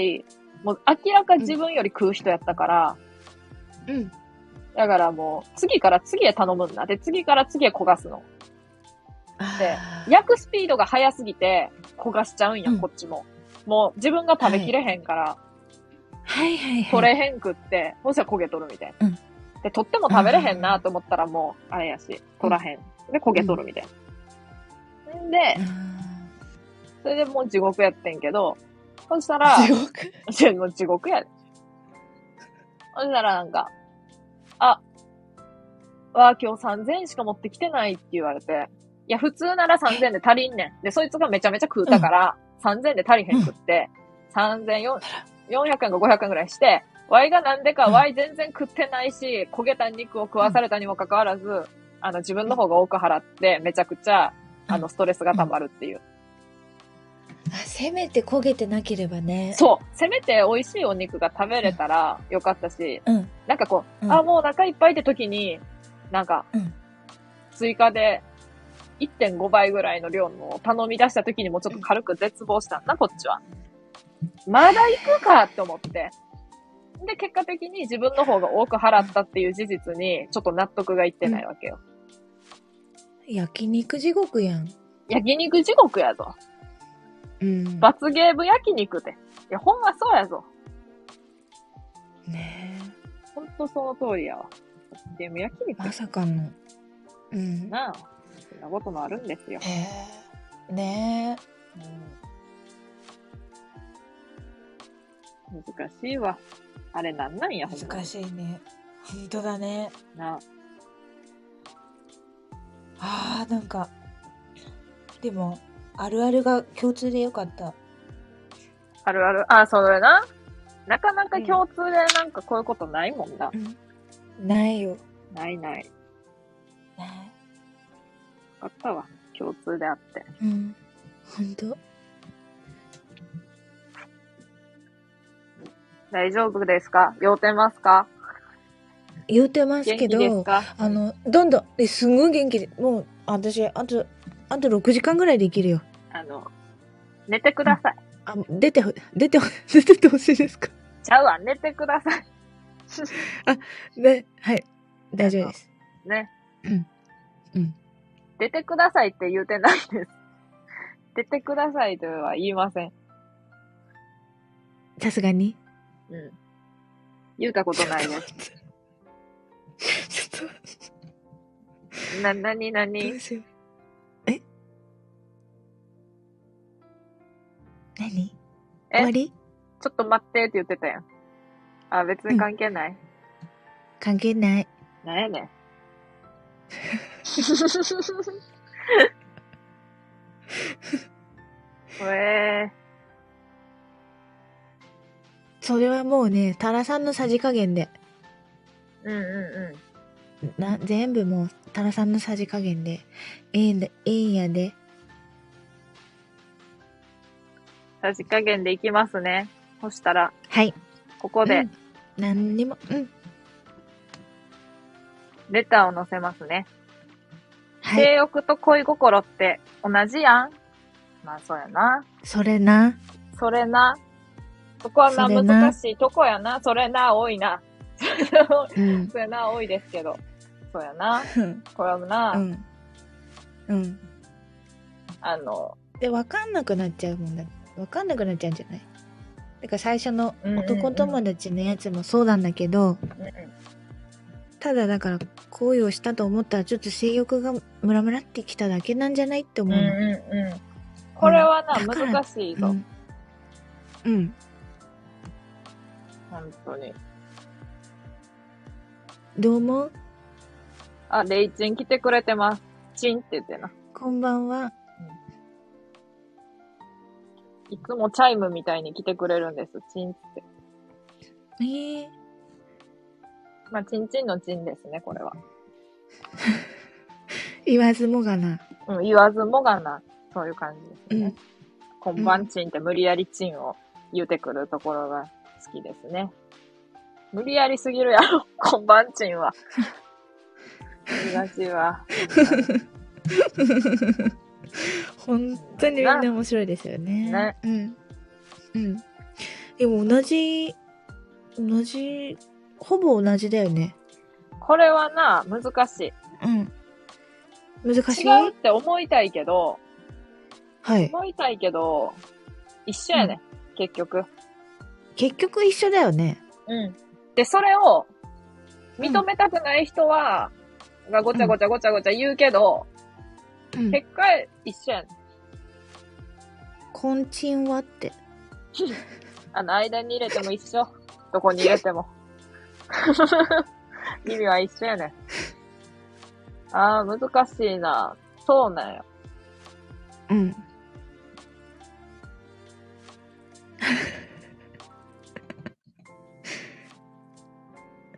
S1: もう明らか自分より食う人やったから、
S2: うん
S1: だからもう、次から次へ頼むんだ。で、次から次へ焦がすの。
S2: あー
S1: 焼くスピードが速すぎて、焦がしちゃうんや、
S2: うん
S1: こっちも。もう、自分が食べきれへんから、
S2: はいはいはい
S1: 取れへんくって、もしは焦げとるみたいな。
S2: うん
S1: で、取っても食べれへんなと思ったらもう、あれやし、取らへん。で、焦げとるみたいな。んで
S2: あ、
S1: それでもう地獄やってんけど、そしたら、
S2: ー地獄
S1: いや、もう地獄やで。ほんならなんか、あ、わあ、今日3000円しか持ってきてないって言われて、いや、普通なら3000円で足りんねん。で、そいつがめちゃめちゃ食うたから、3000円で足りへんくって、3400円か500円ぐらいして、ワイがなんでか、
S2: うん
S1: ワイ全然食ってないし、焦げた肉を食わされたにもかかわらず、あの、自分の方が多く払って、めちゃくちゃ、あの、ストレスが溜まるっていう。
S2: あせめて焦げてなければね
S1: そう。せめて美味しいお肉が食べれたらよかったし、
S2: うん
S1: なんかこう、
S2: うん
S1: あ、もうお腹いっぱいって時に、なんか、
S2: うん
S1: 追加で1.5倍ぐらいの量のを頼み出した時にもうちょっと軽く絶望したんだ、こっちは。まだ行くかって思って。で、結果的に自分の方が多く払ったっていう事実に、ちょっと納得がいってないわけよ。
S2: 焼肉地獄やん
S1: 焼肉地獄やぞ。
S2: うん
S1: 罰ゲーム焼肉で。いや、ほんまそうやぞ。
S2: ねえ
S1: ほんとその通りやわ。でも焼肉
S2: まさかのうん
S1: なあ、そんなこともあるんですよ。
S2: へえね
S1: 難しいわ。あれなんなんや、ほん
S2: え
S1: ま
S2: 難しいね本当だね
S1: な。
S2: あーなんかでもあるあるが共通でよかった
S1: あるある。あ、それな。なかなか共通でなんかこういうことないもんな。
S2: ないよ
S1: ないない。
S2: ない
S1: あったわ。共通であって。
S2: うん本当
S1: 大丈夫ですか酔うてますか
S2: 言うてます
S1: 元気
S2: けど
S1: ですか
S2: あのどんどんえすんごい元気でもう私あとあと6時間ぐらいできるよ
S1: あの、寝てください。
S2: あ出てほ出てほ 出てってほしいですか
S1: ちゃうわ、寝てください。
S2: ねはい大丈夫です
S1: ね。
S2: うんうん
S1: 出てくださいって言うてないです。出てくださいとは言いません。
S2: さすがに
S1: うん。言うたことないです。
S2: ちょっ
S1: な、なにな
S2: とど
S1: に
S2: うしようえ何
S1: え
S2: 終わり
S1: ちょっと待ってって言ってたやん。あ、別に関係ない。
S2: 関係ない
S1: なんやね ん。これ、
S2: それはもうねタラさんのさじ加減で
S1: うんうんうん。
S2: な全部もうタラさんのさじ加減でいいんだいいんやで
S1: さじ加減でいきますね。そしたら、
S2: はい
S1: ここ
S2: う
S1: で
S2: ん何にもうん
S1: レターを載せますね。
S2: はい
S1: 性欲と恋心って同じやんまあそうやな。
S2: それな
S1: それな。そこはな、
S2: それな
S1: 難しいとこやな。それな、多いな。
S2: うん
S1: それな、多いですけど。そうやな。
S2: うん
S1: これもな、
S2: うんうん
S1: あの、
S2: で分かんなくなっちゃうもんだ分かんなくなっちゃうんじゃないだから最初の
S1: うんうんうん
S2: 男友達のやつもそうなんだけど、
S1: うんうん
S2: ただだから恋をしたと思ったらちょっと性欲がムラムラってきただけなんじゃないって思うの、
S1: うんうんうん。これはな、
S2: うんだから
S1: 難しいうぞ。
S2: んうん、
S1: 本当に。
S2: どう思う
S1: あ、レイチン来てくれてます。チンって言ってな。
S2: こんばんはい
S1: つもチャイムみたいに来てくれるんです。チンって。
S2: えー、
S1: まあ、チンチンのチンですね、これは。
S2: 言わずもがな
S1: うん、言わずもがな、そういう感じです
S2: う
S1: ね
S2: ん。
S1: こんばんチンって無理やりチンを言うてくるところが好きですね。無理やりすぎるやろ、 こんばんチンは。難しいわ。
S2: 本当にみんな面白いですよね。
S1: ね
S2: うん。うん。でも同じ、同じ、ほぼ同じだよね。
S1: これはな、難しい。
S2: うん。難しい
S1: 違うって思いたいけど、
S2: はい。
S1: 思いたいけど、一緒やね、結局。
S2: 結局一緒だよね。
S1: うん。で、それを、認めたくない人は、がごちゃごちゃごちゃごちゃ言うけど、
S2: うん。
S1: 結果一緒やね
S2: 婚賃はって。
S1: あの、間に入れても一緒。 どこに入れても。 意味は一緒やねん。ああ、難しいな。そうなんや。
S2: うん。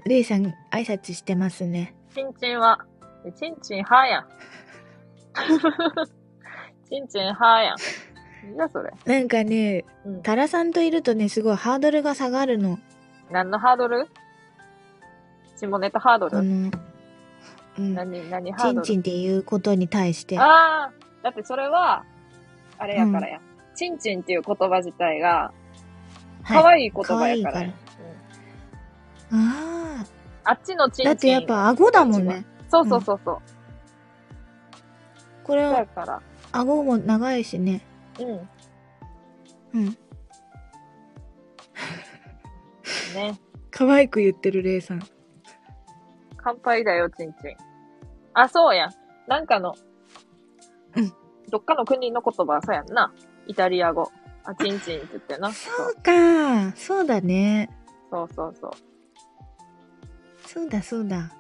S2: レイさん、挨拶してますね。
S1: チンチンは、チンチンはやん。 チンチンはやん。なんだそれ。
S2: なんかね、
S1: うん。
S2: タラさんといるとね、すごいハードルが下がるの。
S1: 何のハードル下ネタハード
S2: あ
S1: ル
S2: の、うん。
S1: 何、何ハ
S2: チ
S1: ード
S2: ン
S1: ル
S2: チンっていうことに対して。
S1: ああだってそれは、あれやからや。チンチンっていう言葉自体が、可
S2: はい
S1: 愛い言葉やからや。
S2: 可愛いあ
S1: あっちのチンチ
S2: あ。
S1: ン。
S2: だってやっぱ顎だもんね。
S1: そうそうそうそう。
S2: これ
S1: だ
S2: は、
S1: から。
S2: 顎も長いしね。
S1: うん。
S2: うん。
S1: ね。
S2: 可愛く言ってるレイさん。
S1: 乾杯だよ、チンチン。あ、そうやん。なんかの、
S2: うん。
S1: どっかの国の言葉はそうやんな。イタリア語。あ、チンチンって言ってな。そ
S2: そううか。そうだね。
S1: そうそうそう。
S2: そうだそうだ。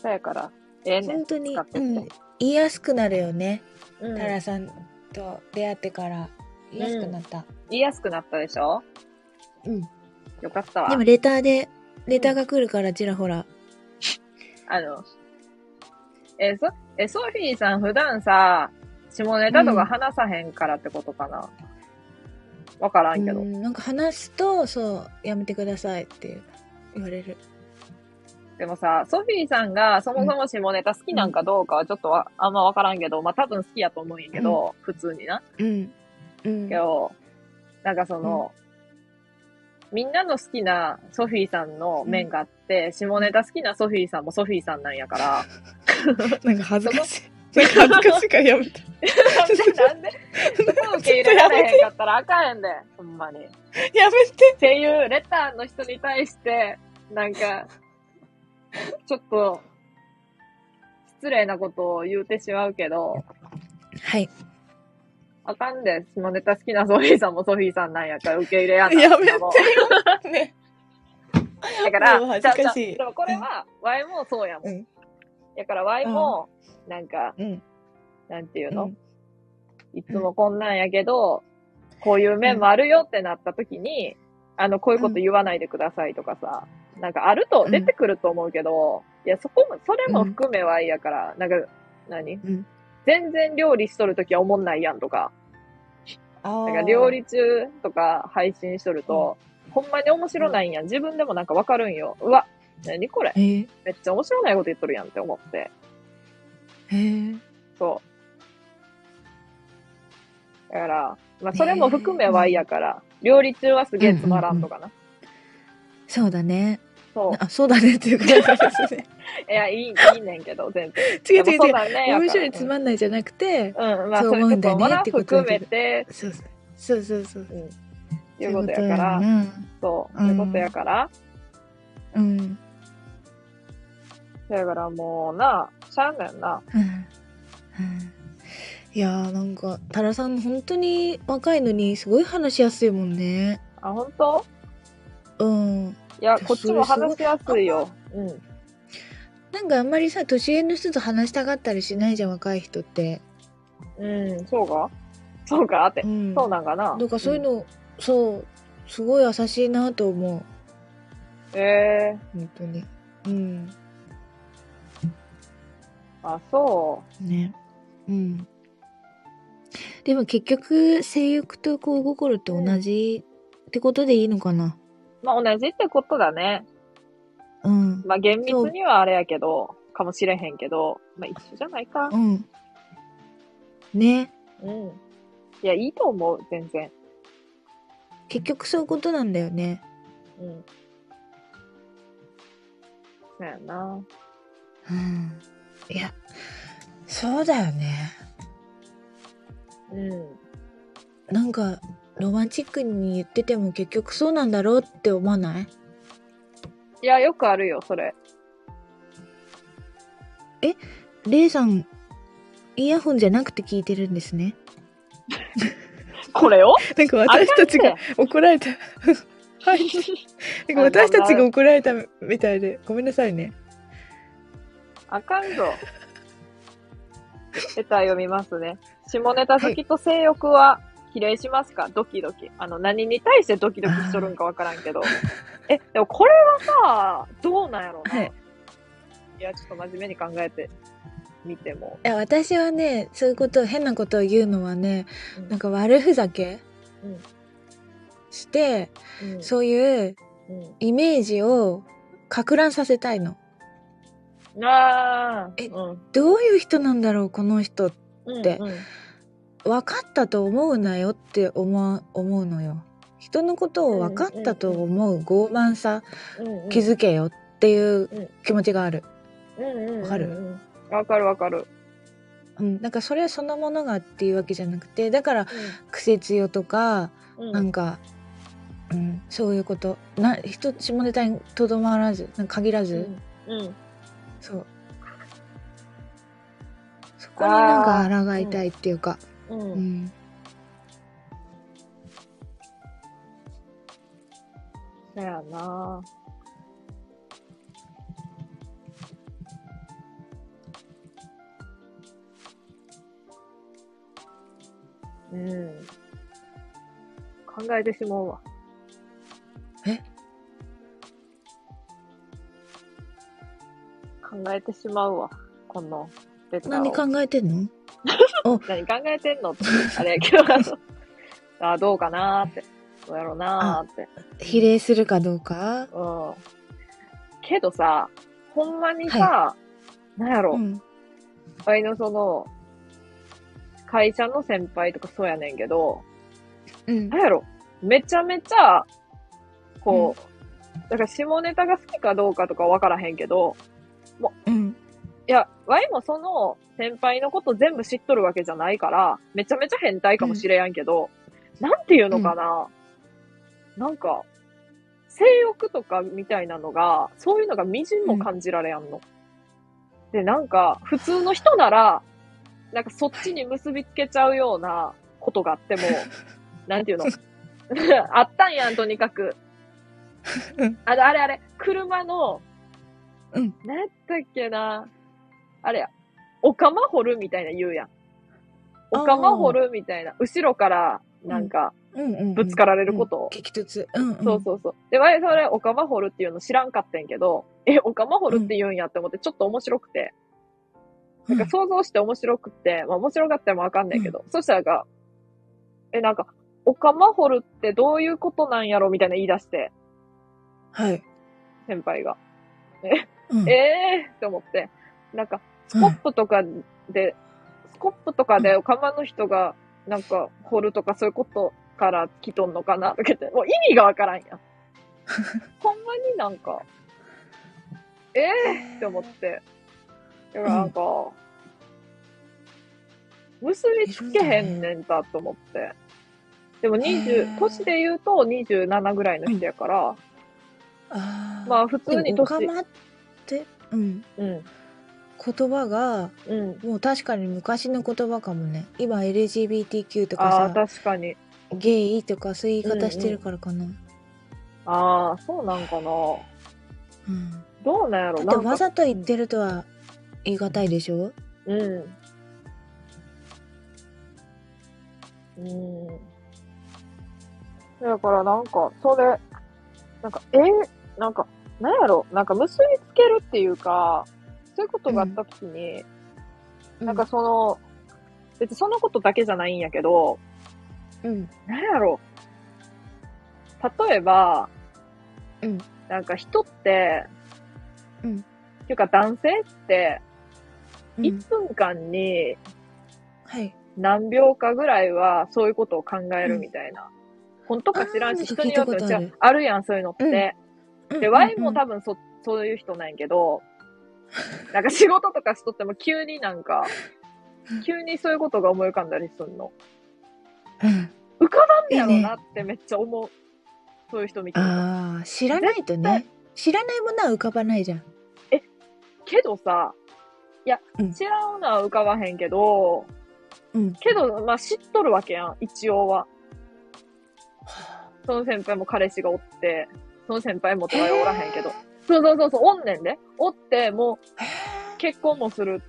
S1: そうやから、ええねん
S2: 本。当に、
S1: 使って
S2: う
S1: みて
S2: ん。言いやすくなるよね。
S1: うん
S2: タラさんと出会ってから言いやすくなった。
S1: 言いやすくなったでしょ
S2: うん。
S1: よかったわ
S2: で。もレターで、レターが来るからちらほら。
S1: あの、え、そ、え、ソフィーさん普段さ、下ネタとか話さへんからってことかな。わから
S2: うん
S1: けど。
S2: ん、なんか話すと、そう、やめてくださいって言われる。
S1: でもさ、ソフィーさんがそもそも下ネタ好きなんかどうかはちょっとわ、あんまわからんけど、まあ多分好きやと思うんやけど、普通にな。
S2: うん。うん
S1: け。ど、なんかその、みんなの好きなソフィーさんの面があって、下ネタ好きなソフィーさんもソフィーさんなんや から。
S2: なんか恥ずかしい。 なんか恥ずかしいからやめて。
S1: なんで、なんで、そこ受け入れられへんかったらあかんへんで、ほんまに。っ
S2: やめて。
S1: ていうレターの人に対して、なんか、ちょっと、失礼なことを言うてしまうけど、
S2: はい。
S1: あかんで、下ネタ好きなソフィーさんもソフィーさんなんやから受け入れやな。
S2: やめて
S1: でも
S2: よ。ね。
S1: だから、
S2: もう恥ずかしい
S1: じゃあじゃあでもこれは、ワイもそうやも。
S2: うんん。
S1: だからワイも、なんか、
S2: うん。
S1: なんていう の、いつもこんなんやけど、こういう面もあるよってなった時に、あの、こういうこと言わないでくださいとかさ、なんかあると出てくると思うけど、いや、そこも、それも含めはいいやから、なんか、何
S2: うん。
S1: 全然料理しとる時は思んないやんとか、
S2: あ
S1: なんか料。理中とか配信しとると、ほんまに面白ないんやん。自分でもなんかわかるんよ。うわ、何これ
S2: えー、
S1: めっちゃ面白ないこと言っとるやんって思って。
S2: えー。
S1: そう。だから、まあ、それも含めはいいやから、料理中はすげえつまらんとかな。
S2: そうだね。
S1: そう。
S2: あ、そうだねっていう感じです ね。
S1: いや、いい、いいねんけど、全然。
S2: 違う違
S1: で
S2: う
S1: もそ
S2: 違う。
S1: だね。
S2: 面白いつま
S1: ん
S2: んないじゃなくて、
S1: うん、まあ、
S2: そう
S1: そうい
S2: 思う
S1: うんと
S2: だ
S1: こ
S2: よ
S1: も
S2: ね
S1: な
S2: ってこと
S1: 含
S2: だ
S1: め
S2: けど
S1: て、
S2: そうそうそうそう。
S1: うん。っていうことや
S2: だ
S1: から、
S2: な
S1: そう、
S2: う
S1: そ
S2: ん
S1: ういうことやから、
S2: うん。うん。
S1: だからもうな、しゃあないな。
S2: うんいやーなんかタラさん本当に若いのにすごい話しやすいもんね
S1: あ、本当
S2: うん
S1: いや、
S2: いや
S1: こっちも話しやすいよ。うん。
S2: なんかあんまりさ年上の人と話したがったりしないじゃん若い人って、
S1: うん、そうかそうかって
S2: う。ん、
S1: そうなんかな。
S2: なんかそういうの、そうすごい優しいなと思う
S1: うん。ええ
S2: 本当にうん
S1: あ、そう。
S2: ねうんでも結局性欲と恋心って同じってことでいいのかな
S1: まあ同じってことだね。
S2: うん
S1: まあ厳密にはあれやけど、かもしれへんけど、まあ一緒じゃないか
S2: う。んね
S1: うん。いや、いいと思う、全然。
S2: 結局そういうことなんだよね
S1: うん。そうやな。
S2: うんいや、そうだよね。
S1: うん。
S2: なんか、ロマンチックに言ってても結局そうなんだろうって思わない
S1: いや、よくあるよ、それ。
S2: レイさん、イヤホンじゃなくて聞いてるんですね。
S1: これを
S2: なんか
S1: 私たちが
S2: 怒られた。 はい。
S1: なんか私たちが
S2: 怒られたみたいで、ごめんなさいね。
S1: あかんぞ。レター読みますね。下ネタ好きと性欲は比例しますかドキドキ。あの、何に対してドキドキしとるんかわからんけ ど。え、でもこれはさ、どうなんやろうな。
S2: はい
S1: い、や、ちょっと真面目に考えてみても。
S2: いや私はねそういうこと変なことを言うのはね
S1: うん
S2: なんか悪ふざけ、
S1: うん
S2: して
S1: うん
S2: そういう
S1: う
S2: イメージをか乱させたいの
S1: ん。ああ。
S2: え
S1: うん。
S2: どういう人なんだろうこの人で
S1: うんうん
S2: 分かったと思うなよって思う思うのよ人のことを分かったと思う傲慢さ
S1: うんうん
S2: 気づけよっていう
S1: うん
S2: 気持ちがある、
S1: うんうんうんうん
S2: わかる
S1: わかるわかる。
S2: うん、だからそれそのものがっていうわけじゃなくてだから癖強とか
S1: うん
S2: なんか、うん、そういうことな人下ネタにとどまらずなんか限らず、
S1: うんうん。
S2: そうそこになんか抗いたいっていうか、
S1: うん
S2: う
S1: うん。
S2: ん、
S1: そやなうん。考えてしまうわ。
S2: え
S1: 考えてしまうわ。このレターを
S2: 何考えてんの
S1: 何考えてんのって、あれやけど、あ のあ、どうかなーって。どうやろうなーって。
S2: 比例するかどうか、
S1: うん。けどさ、ほんまにさ、なんやろ、
S2: うん
S1: わいのその、会社の先輩とかそうやねんけど、
S2: うん
S1: なんやろ、めちゃめちゃ、こう、だから下ネタが好きかどうかとかわからへんけど、
S2: うん
S1: いや、ワイもその先輩のこと全部知っとるわけじゃないから、めちゃめちゃ変態かもしれやんけど、なんていうのかな、なんか、性欲とかみたいなのが、そういうのがみじんも感じられやんの。で、なんか、普通の人なら、なんかそっちに結びつけちゃうようなことがあ っても、なんていうの あったんやん、とにかく
S2: うん。
S1: あれあれあれ、車の、
S2: うん。
S1: なんやったっけな。あれや、お釜掘るみたいな言うやん。お釜掘るみたいな。後ろから、なんか、
S2: うんうん
S1: ぶつかられること
S2: うん激突うんうん
S1: そうそうそう。で、わい、それ、お釜掘るっていうの知らんかったんやけど、え、お釜掘るって言うんやって思って、ちょっと面白くて。
S2: うん
S1: なんか想像して面白くって、まあ面白かったらもわかんないけど、そしたらが、え、なんか、お釜掘るってどういうことなんやろみたいな言い出して、
S2: はい、
S1: 先輩が。
S2: うん、
S1: ええー、って思って。なんか、スコップとかで、スコップとかで釜の人が、なんか、掘るとかそういうことから来とんのかなとか言って、もう意味がわ からんやん。ほんまになんか、ええー、って思って。だからなんか、結びつけへんねんだと思って。でも
S2: へー
S1: 20、年で言うと27ぐらいの人やから、
S2: あー
S1: まあ普通
S2: で
S1: に
S2: もおか
S1: 年、
S2: まって、うん、
S1: うん、
S2: 言葉が
S1: うん。
S2: もう確かに昔の言葉かもね今 LGBTQ と
S1: ああ
S2: か
S1: ー、
S2: さ
S1: 確かに。
S2: ゲイとかそういう言い方してるからかな、うん
S1: ああ、そうなんかな。どうなんやろ
S2: だって
S1: なんか
S2: わざと言ってるとは言い難いでしょ
S1: うん。うん。だからなんか、それ、なんか、えーなんか、なんやろなんか結びつけるっていうか、そういうことがあったときに、なんかその、別にそのことだけじゃないんやけど、
S2: うん
S1: なんやろ例えば、
S2: うん
S1: なんか人って、
S2: うん
S1: っていうか男性って、
S2: うん
S1: 1分間に
S2: はい
S1: 何秒かぐらいはそういうことを考えるみたいな。本当か知らんし、
S2: あーなん
S1: 人
S2: か聞い
S1: によ
S2: た
S1: って
S2: ことあ
S1: は
S2: る
S1: 違うあるやん、そういうのって。で、Y も多
S2: 分
S1: 分そ、そういう人なんやけ ど、なんか仕事とかしとっても急になん か、急にそういうことが思い浮かんだりすんの。浮かばんねやろなってめっちゃ思う。そういう人見てると
S2: ああ知らないとね知らないものは浮かばないじゃん
S1: けどさ、いや
S2: うん、
S1: 知らんのは浮かばへんけど、
S2: うん
S1: けど、まあ知っとるわけやん、一応は。その先輩も彼氏がおって、その先輩もとかおらへんけど。そうそうそうそう、おんねんで。おって、もう、結婚もする。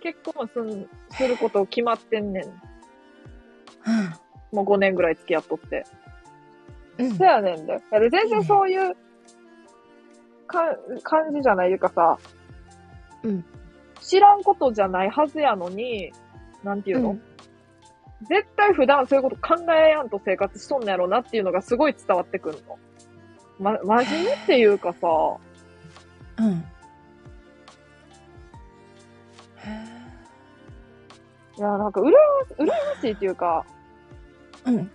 S1: 結婚もすん、すること決まってんねん。
S2: うん
S1: もう5年ぐらい付き合っとって。
S2: うん
S1: そやねんで。だから全然そういう、か、感じじゃないいうかさ、
S2: うん。
S1: 知らんことじゃないはずやのに、なんていうの、
S2: うん
S1: 絶対普段そういうこと考えやんと生活しとんのやろなっていうのがすごい伝わってくるの。ま、真面目っていうかさ、
S2: うん。はあ
S1: いや、なんか、うらやま、うらやましいっていうか、
S2: うん。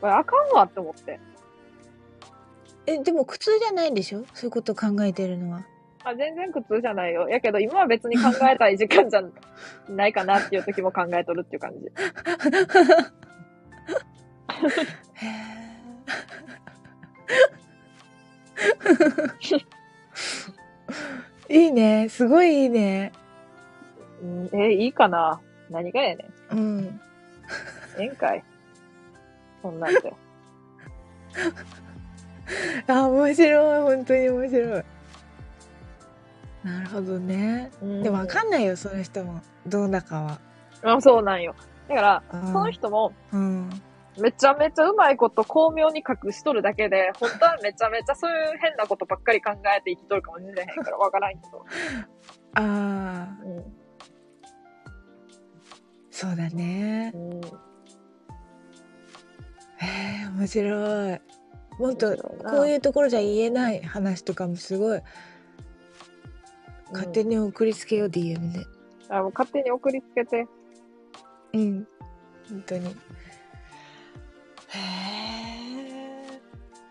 S1: これあかんわって思って。
S2: え、でも苦痛じゃないでしょそういうこと考えてるのは。
S1: あ、全然苦痛じゃないよ。やけど、今は別に考えたい時間じゃないかなっていう時も考えとるっていう感じ。
S2: へえ。いいね。すごいいいね。
S1: うん、えいいかな何がやね
S2: うん。
S1: ん。ええんかい。そんなんで。
S2: あ、面白い。本当に面白い。なるほどね。
S1: うん
S2: でもわかんないよ、その人も。どうだかは。
S1: あそうなんよ。だから、
S2: うん
S1: その人も、
S2: うん。
S1: めちゃめちゃうまいこと巧妙に隠しとるだけで、本当はめちゃめちゃそう いう変なことばっかり考えて生きとるかもしれへんから、わからんけど。
S2: ああ、
S1: うん
S2: そうだね。
S1: うん。
S2: へえ、面白い。もっと、こう
S1: う
S2: いうところじゃ言えない話とかもすごい、
S1: ん
S2: 勝手に送りつけよう DM で。
S1: あもう勝手に送りつけて。
S2: うん。本当に。へ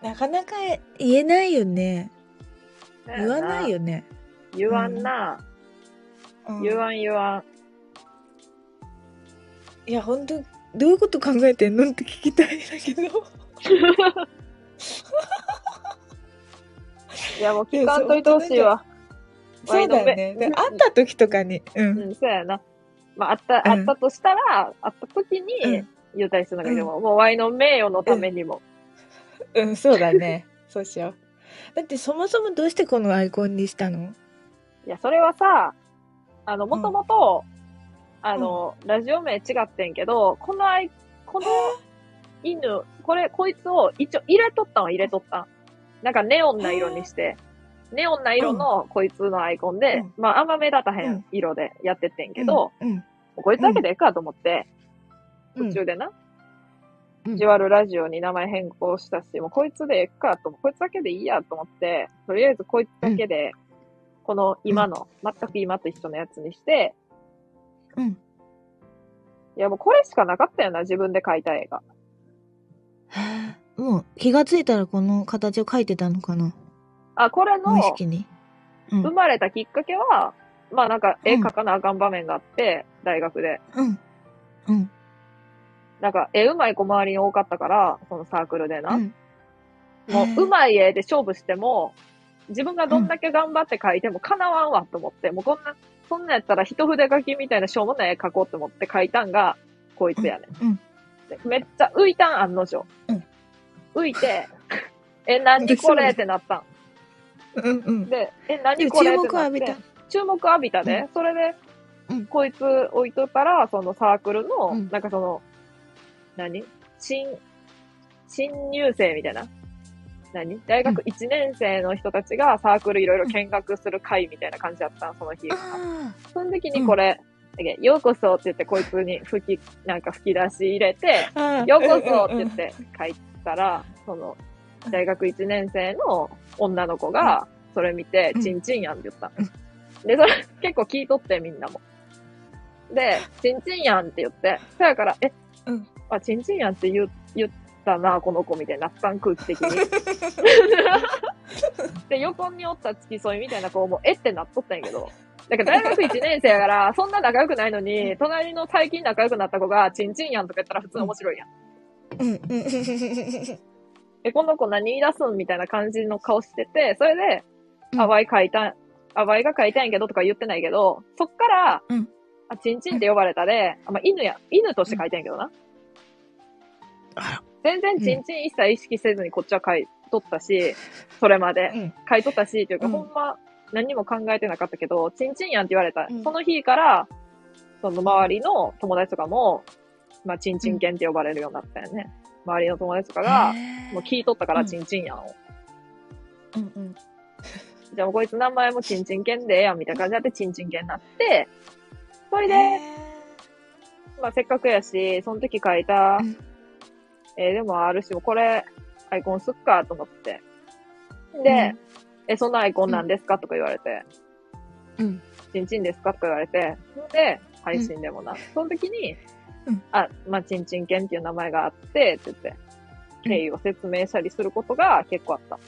S2: え。なかなか言えないよね。言わないよね。
S1: 言わんな。
S2: うん
S1: 言わん言わん。
S2: いや、本当どういうこと考えてんのって聞きたいんだけど。
S1: いや、もう聞かんといてほしいわ。ワ
S2: そ
S1: イ
S2: う
S1: ド
S2: だ
S1: 目
S2: よね。で会った時とかに。う。
S1: うんん、そうやな。まあ、あった、あ
S2: うん
S1: ったとしたら、あった時
S2: うん
S1: に言うたりするのがいいと思う。もうワイの名誉のためにも。
S2: うん、そうだね。 そうしよう。だってそもそもどうしてこのアイコンにしたの
S1: いや、それはさ、あの、もともと、あの、ラジオ名違ってんけど、このあい、この犬、これ、こいつを一応入れとったんは入れとったん。なんかネオンな色にして、ネオンな色のこいつのアイコンで、
S2: うん
S1: まあ、あんま目立たへ
S2: うん
S1: ん色でやってってんけど、、
S2: うん。
S1: こいつだけでええかと思って、
S2: うん
S1: 途中でな、
S2: うん
S1: ジュアルラジオに名前変更したし、もうこいつでええかと思こいつだけでいいやと思って、とりあえずこいつだけで、この今の、全く今と一緒のやつにして、
S2: うん。
S1: いやもうこれしかなかったよな、自分で描いた絵が。
S2: へえもう気がついたらこの形を描いてたのかな
S1: あ、これ
S2: 無意
S1: の
S2: 識に。
S1: 生まれたきっかけは、まあなんか絵
S2: うん
S1: 描かなあかん場面があって、大学で。
S2: うん。うん。
S1: なんか絵うまい子周りに多かったから、そのサークルでな。
S2: うん
S1: も
S2: へえ
S1: う、うまい絵で勝負しても、自分がどんだけ頑張って描いても叶わんわと思って、もうこんな、そんなんやったら一筆書きみたいなしょうもない絵描こうと思って描いたんが、こいつやね、
S2: うんうん
S1: でめっちゃ浮いたん、案の定。
S2: うん
S1: 浮いて、 え、何これってなった
S2: うんうん
S1: ん。。で、え、
S2: で
S1: 何
S2: も
S1: これ
S2: 注
S1: ってなって
S2: 目を浴びた。
S1: 注目浴びたで、それで、
S2: うん
S1: こいつ置いとったら、そのサークルの、
S2: うん
S1: なんかその、何新、新入生みたいな。何大学1年生の人たちがサークルいろいろ見学する会みたいな感じだったの、その日。
S2: あ
S1: その時にこれ、だっけようこそって言ってこいつに吹き、なんか吹き出し入れて、
S2: あ。
S1: ようこそって言っ
S2: うんうんうん。
S1: て書いたら、その、大学1年生の女の子が、それ見て
S2: う、ん
S1: チンチンやんって言った
S2: うん。
S1: で、それ結構聞いとって、みんなも。で、チンチンやんって言って、そやから、え、
S2: うん
S1: あ、チンチンやんって言う言ったな、この子みたいになったん、空気的 に。で、横におった付き添いみたいな子も、えってなっとったんやけど。だから大学1年生やから、そんな仲良くないのに、隣の最近仲良くなった子が、チンチンやんとか言ったら普通面白いやん。
S2: うんうん。
S1: え、この子何言い出すんみたいな感じの顔してて、それで、
S2: うん
S1: あわい書いたん、あわいが書いたんやけどとか言ってないけど、そっから、
S2: うん
S1: あ、ちんちんって呼ばれたで、あまあ、犬や、犬として書いたんやけどな。
S2: あら
S1: 全然ちんちん一切意識せずにこっちは書いとったし、それまで。
S2: うん
S1: 書いとったし、というか、
S2: うん
S1: ほんま何も考えてなかったけど、ちんちんやんって言われた。
S2: うん
S1: その日から、その周りの友達とかも、まあ、チンチン犬って呼ばれるようになったよね。周りの友達とかが、もう聞いとったか
S2: う
S1: ら
S2: ん
S1: チンチンやんを。
S2: うんうん。
S1: じゃあもうこいつ名前もチンチン犬でええやんみたいな感じになって、チンチン犬になって、それで、まあ、せっかくやし、その時書いた
S2: うん、
S1: えーでもあるし、もうこれ、アイコンすっかと思って。で、
S2: うん
S1: え、そんなアイコンなんですかとか言われて、
S2: うん。
S1: チンチンですかとか言われて、で、配信でもな。その時に、
S2: うん
S1: あ、まあ、チンチン犬っていう名前があって、って言って、経緯を説明したりすることが結構あった。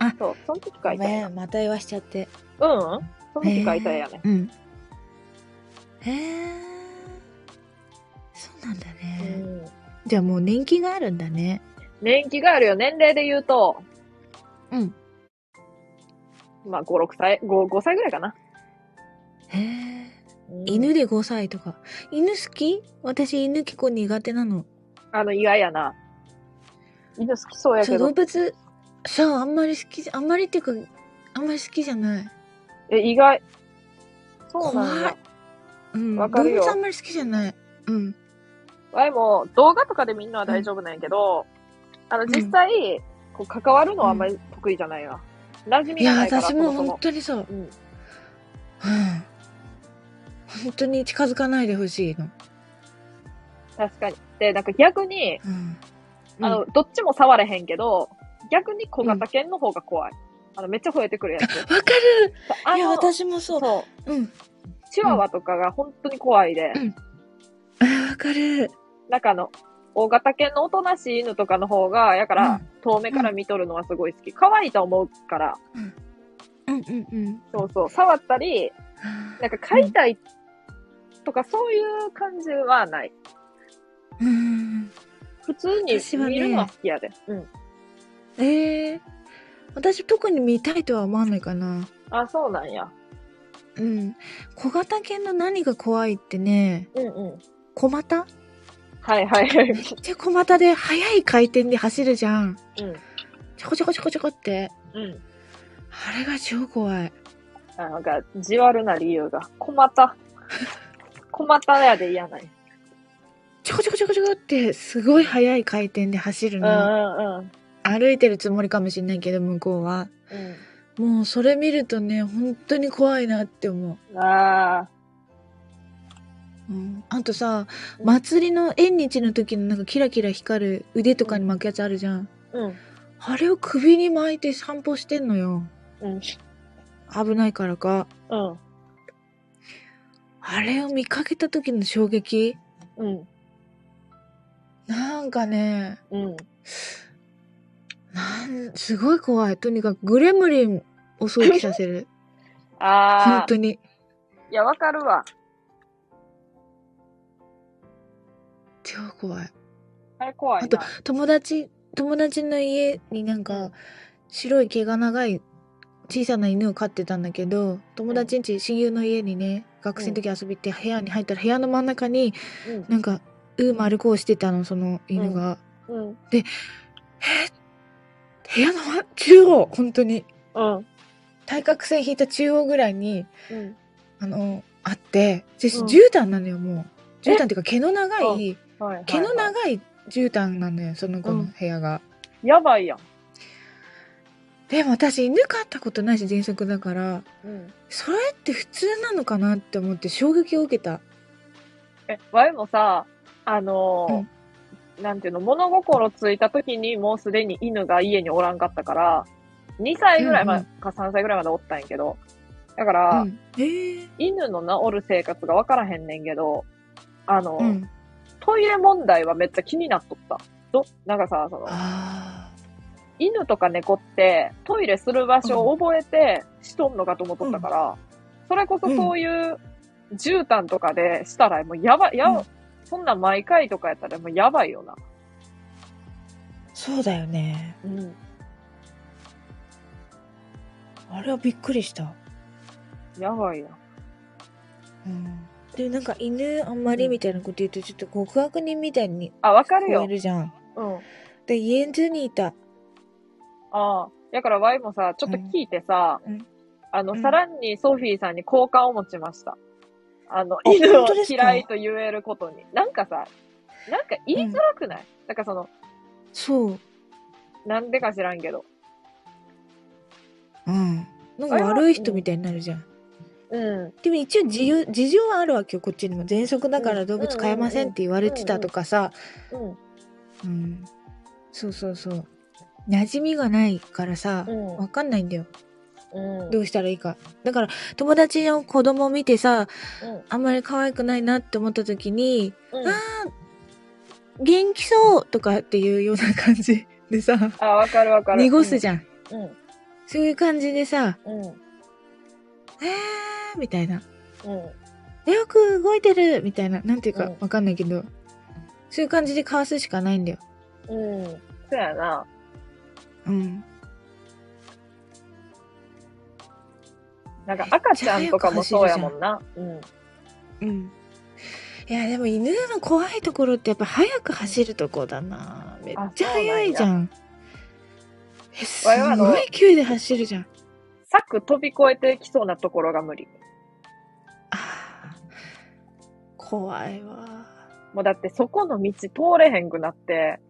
S2: あ
S1: そう、その時書
S2: ー、ご
S1: いた
S2: め
S1: や
S2: ん、また言わしちゃって。
S1: うんうん。その時書いたやね。
S2: えーうん。へえ。そうなんだね。
S1: うん
S2: じゃあもう年季があるんだね。
S1: 年季があるよ。年齢で言うと、
S2: うん。
S1: まあ、5、6歳、5、5歳ぐらいかな。
S2: へえ。犬で5歳とか。犬好き私犬結構苦手なの。
S1: あの、意外やな。犬好きそうや
S2: そう、
S1: け
S2: 動
S1: ど、
S2: 物、そう、あんまり好きじゃ、あんまりっていうか、あんまり好きじゃない。
S1: え、意外。そうなん
S2: 怖
S1: だ
S2: い。。うん。
S1: わかるよ
S2: 動物あんまり好きじゃない。うん。
S1: わいも、動画とかで見るのは大丈夫なんやけど、あの、実際、こう、関わるのはあんまり得意じゃないな。馴染
S2: い
S1: みが
S2: や、
S1: ないから、
S2: 私
S1: そそ
S2: も本当にそう。うん。
S1: うん。
S2: 本当に近づかないでほしいの。
S1: 確かに。で、なんか逆に、
S2: うん。
S1: あの、どっちも触れへんけど、逆に小型犬の方が怖い。あの、めっちゃ吠えてくるや つ。
S2: わか
S1: あ
S2: る
S1: の
S2: いや、私もそう。
S1: そう。
S2: うん。
S1: チワワとかが本当に怖いで、
S2: うんあーわかる。
S1: なんかあの、大型犬のおとなしい犬とかの方が、やか
S2: う
S1: ら
S2: ん、
S1: 遠目から見とるのはすごい好き。可愛いと思うから、
S2: うんうんうん。
S1: そうそう、触ったり、
S2: あ
S1: なんか飼いたいとかそういう感じはない。
S2: ーうん。
S1: 普通に
S2: 私はね
S1: 見るのは好きやで。うん。
S2: ええ私特に見たいとは思わないかな。
S1: あ、そうなんや。
S2: うん。小型犬の何が怖いってね、
S1: うんうん。
S2: 小股
S1: はいはい はい。
S2: めっちゃ小股で速い回転で走るじゃん。
S1: うん。
S2: ちょこちょこちょこちょこって。
S1: うん。
S2: あれが超怖い。
S1: あなんか、じわるな理由が。小股。 小股やで嫌ない。
S2: ちょこちょこちょこちょこって、すごい速い回転で走る
S1: うんうんう
S2: の。
S1: ん。
S2: 歩いてるつもりかもしれないけど、向こうは。
S1: う
S2: もうそれ見るとね、本当に怖いなって思
S1: ん。ああ。
S2: う。うん、あとさ、
S1: うん
S2: 祭りの縁日の時のなんかキラキラ光る腕とかに巻くやつあるじゃん。
S1: うん。
S2: あれを首に巻いて散歩してんのよ。
S1: うん。
S2: 危ないからか。
S1: うん。
S2: あれを見かけた時の衝撃
S1: うん。
S2: なんかね、
S1: うん。
S2: なん、すごい怖い。とにかくグレムリンを想起させる。本
S1: ああ。
S2: 当に。
S1: いや、わかるわ。
S2: 超怖い。
S1: あれ怖いな。
S2: あと、友達、友達の家になんか、白い毛が長い小さな犬を飼ってたんだけど、友達んち、親友の家にね、学生の時遊び行って部屋に入ったら、部屋の真ん中に、
S1: うん。
S2: なんか、うーまるこうしてたの、その犬が。
S1: うん。
S2: 部屋の真中央、本当に。
S1: うん。
S2: 対角線引いた中央ぐらいに、
S1: うん。
S2: あの、あって、で、
S1: うん
S2: 絨毯なのよ、もう。絨毯っていうか、毛の長
S1: うん
S2: い、
S1: はい。
S2: 毛の
S1: はいはい
S2: 長い絨毯なのよ、その子
S1: う
S2: の
S1: ん
S2: 部屋が。
S1: やばいやん。
S2: でも私、犬飼ったことないし、喘息だから、
S1: うん。
S2: それって普通なのかなって思って衝撃を受けた。
S1: え、ワイもさ、あのー、なんていうの、物心ついた時にもうすでに犬が家におらんかったから、2歳ぐらいま
S2: うん
S1: でか3歳ぐらいまでおったんやけど、だか
S2: う
S1: ら、
S2: ん。ええ。
S1: 犬の治る生活がわからへんねんけど、あの、
S2: うん。
S1: トイレ問題はめっちゃ気になっとった。ど、なんかさ、その、
S2: あ
S1: 犬とか猫ってトイレする場所を覚えてしとんのかと思っとったから、それこそそういう絨毯とかでしたらもうやば、や、
S2: うん
S1: そんなん毎回とかやったらもうやばいよな。
S2: あ。そうだよね。
S1: うん。
S2: あれはびっくりした。
S1: やばいな。
S2: うん。で、なんか犬あんまりみたいなこと言うと、ちょっと極悪人みたいに
S1: あ、わかる
S2: 吠え
S1: よ。
S2: るじゃん。
S1: うん。
S2: で、家中にいた。
S1: ああ。だからワイもさ、ちょっと聞いてさ、
S2: うん
S1: あの、
S2: うん
S1: さらにソフィーさんに好感を持ちました。あの、
S2: あ
S1: 犬を
S2: 本当ですか
S1: 嫌いと言えることに。なんかさ、なんか言いづらくない、なんかその、
S2: そう。
S1: なんでか知らんけど。
S2: うん。なんか悪い人みたいになるじゃん。
S1: うん。
S2: でも一応自由事情はあるわけよ、こっちにも。喘息だから動物飼えませんって言われてたとかさ。
S1: うん。
S2: うん。そうそうそう。馴染みがないからさ
S1: う、ん
S2: わかんないんだよ。
S1: うん。
S2: どうしたらいいか。だから、友達の子供を見てさ、
S1: うん
S2: あんまり可愛くないなって思った時に、
S1: うん
S2: あー元気そうとかっていうような感じ でさ、
S1: あ、わかるわかる。
S2: 濁すじゃん。
S1: うん。うん。
S2: そういう感じでさ、
S1: うん。
S2: えーみたいな。
S1: うん。
S2: よく動いてるみたいな。なんていう
S1: う
S2: か
S1: ん
S2: わかんないけど、そういう感じでかわすしかないんだよ。
S1: うん。そうやな。
S2: うん。
S1: なんか赤ちゃんとかもそうやもんな。うん。
S2: うん。いや、でも犬の怖いところってやっぱ早く走るとこだな。めっちゃ速いじゃん。え、す
S1: 我々あの
S2: ごい勢いで走るじゃん。
S1: 柵飛び越えてきそうなところが無理。
S2: あー怖いわ。
S1: もうだってそこの道通れへんくなって、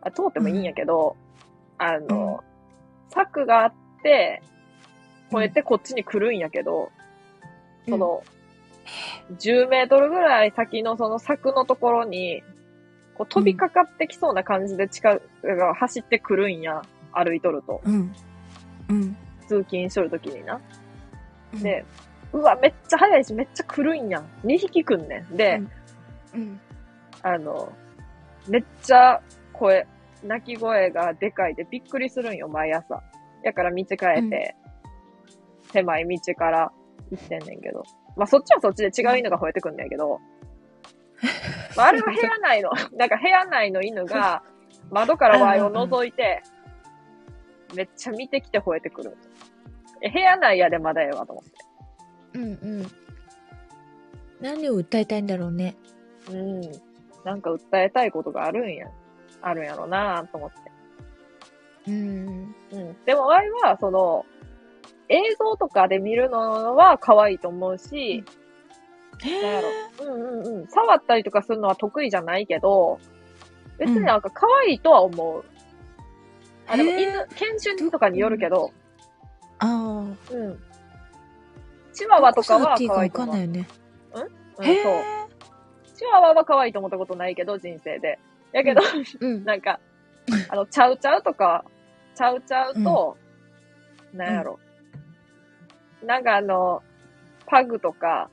S1: あ通ってもいいんやけど、あの、柵があって、越えてこっちに来るんやけど、その、10メートルぐらい先のその柵のところに、こう飛びかかってきそうな感じで近くが走ってくるんや。歩いとると。
S2: うん。うん。
S1: 通勤しとるときにな。
S2: うん、
S1: で、うわ、めっちゃ速いし、めっちゃ来るんやん。2匹くんねん。で、
S2: うん。
S1: あの、めっちゃ声、泣き声がでかいでびっくりするんよ、毎朝。やから道変えて、狭い道から行ってんねんけど。まあ、そっちはそっちで違う犬が吠えてくんねんけど。まあ、あれは部屋内の、なんか部屋内の犬が窓からワイを覗いて、めっちゃ見てきて吠えてくる。え、部屋内やでまだええわと思って。
S2: うんうん。何を訴えたいんだろうね。
S1: うん。なんか訴えたいことがあるんや。あるんやろなぁと思って。
S2: うん。
S1: うん。でも、ワイは、その、映像とかで見るのは可愛いと思うし、なんやろ。うんうんうん。触ったりとかするのは得意じゃないけど、別になんか可愛いとは思う。あ、でも
S2: へー
S1: 犬、犬種とかによるけど、
S2: ああ。
S1: うん。チワワとかは
S2: どこ触っていいか
S1: 可愛
S2: わ
S1: いと
S2: かん
S1: 思。
S2: ないうよね。
S1: うん、
S2: へえ。
S1: そう。チワワは可愛いと思ったことないけど、人生で。やけど、
S2: うん。
S1: なんか、あの、ちゃうちゃうとか、ちゃうちゃうと、なんやろ。なんかあの、パグとか、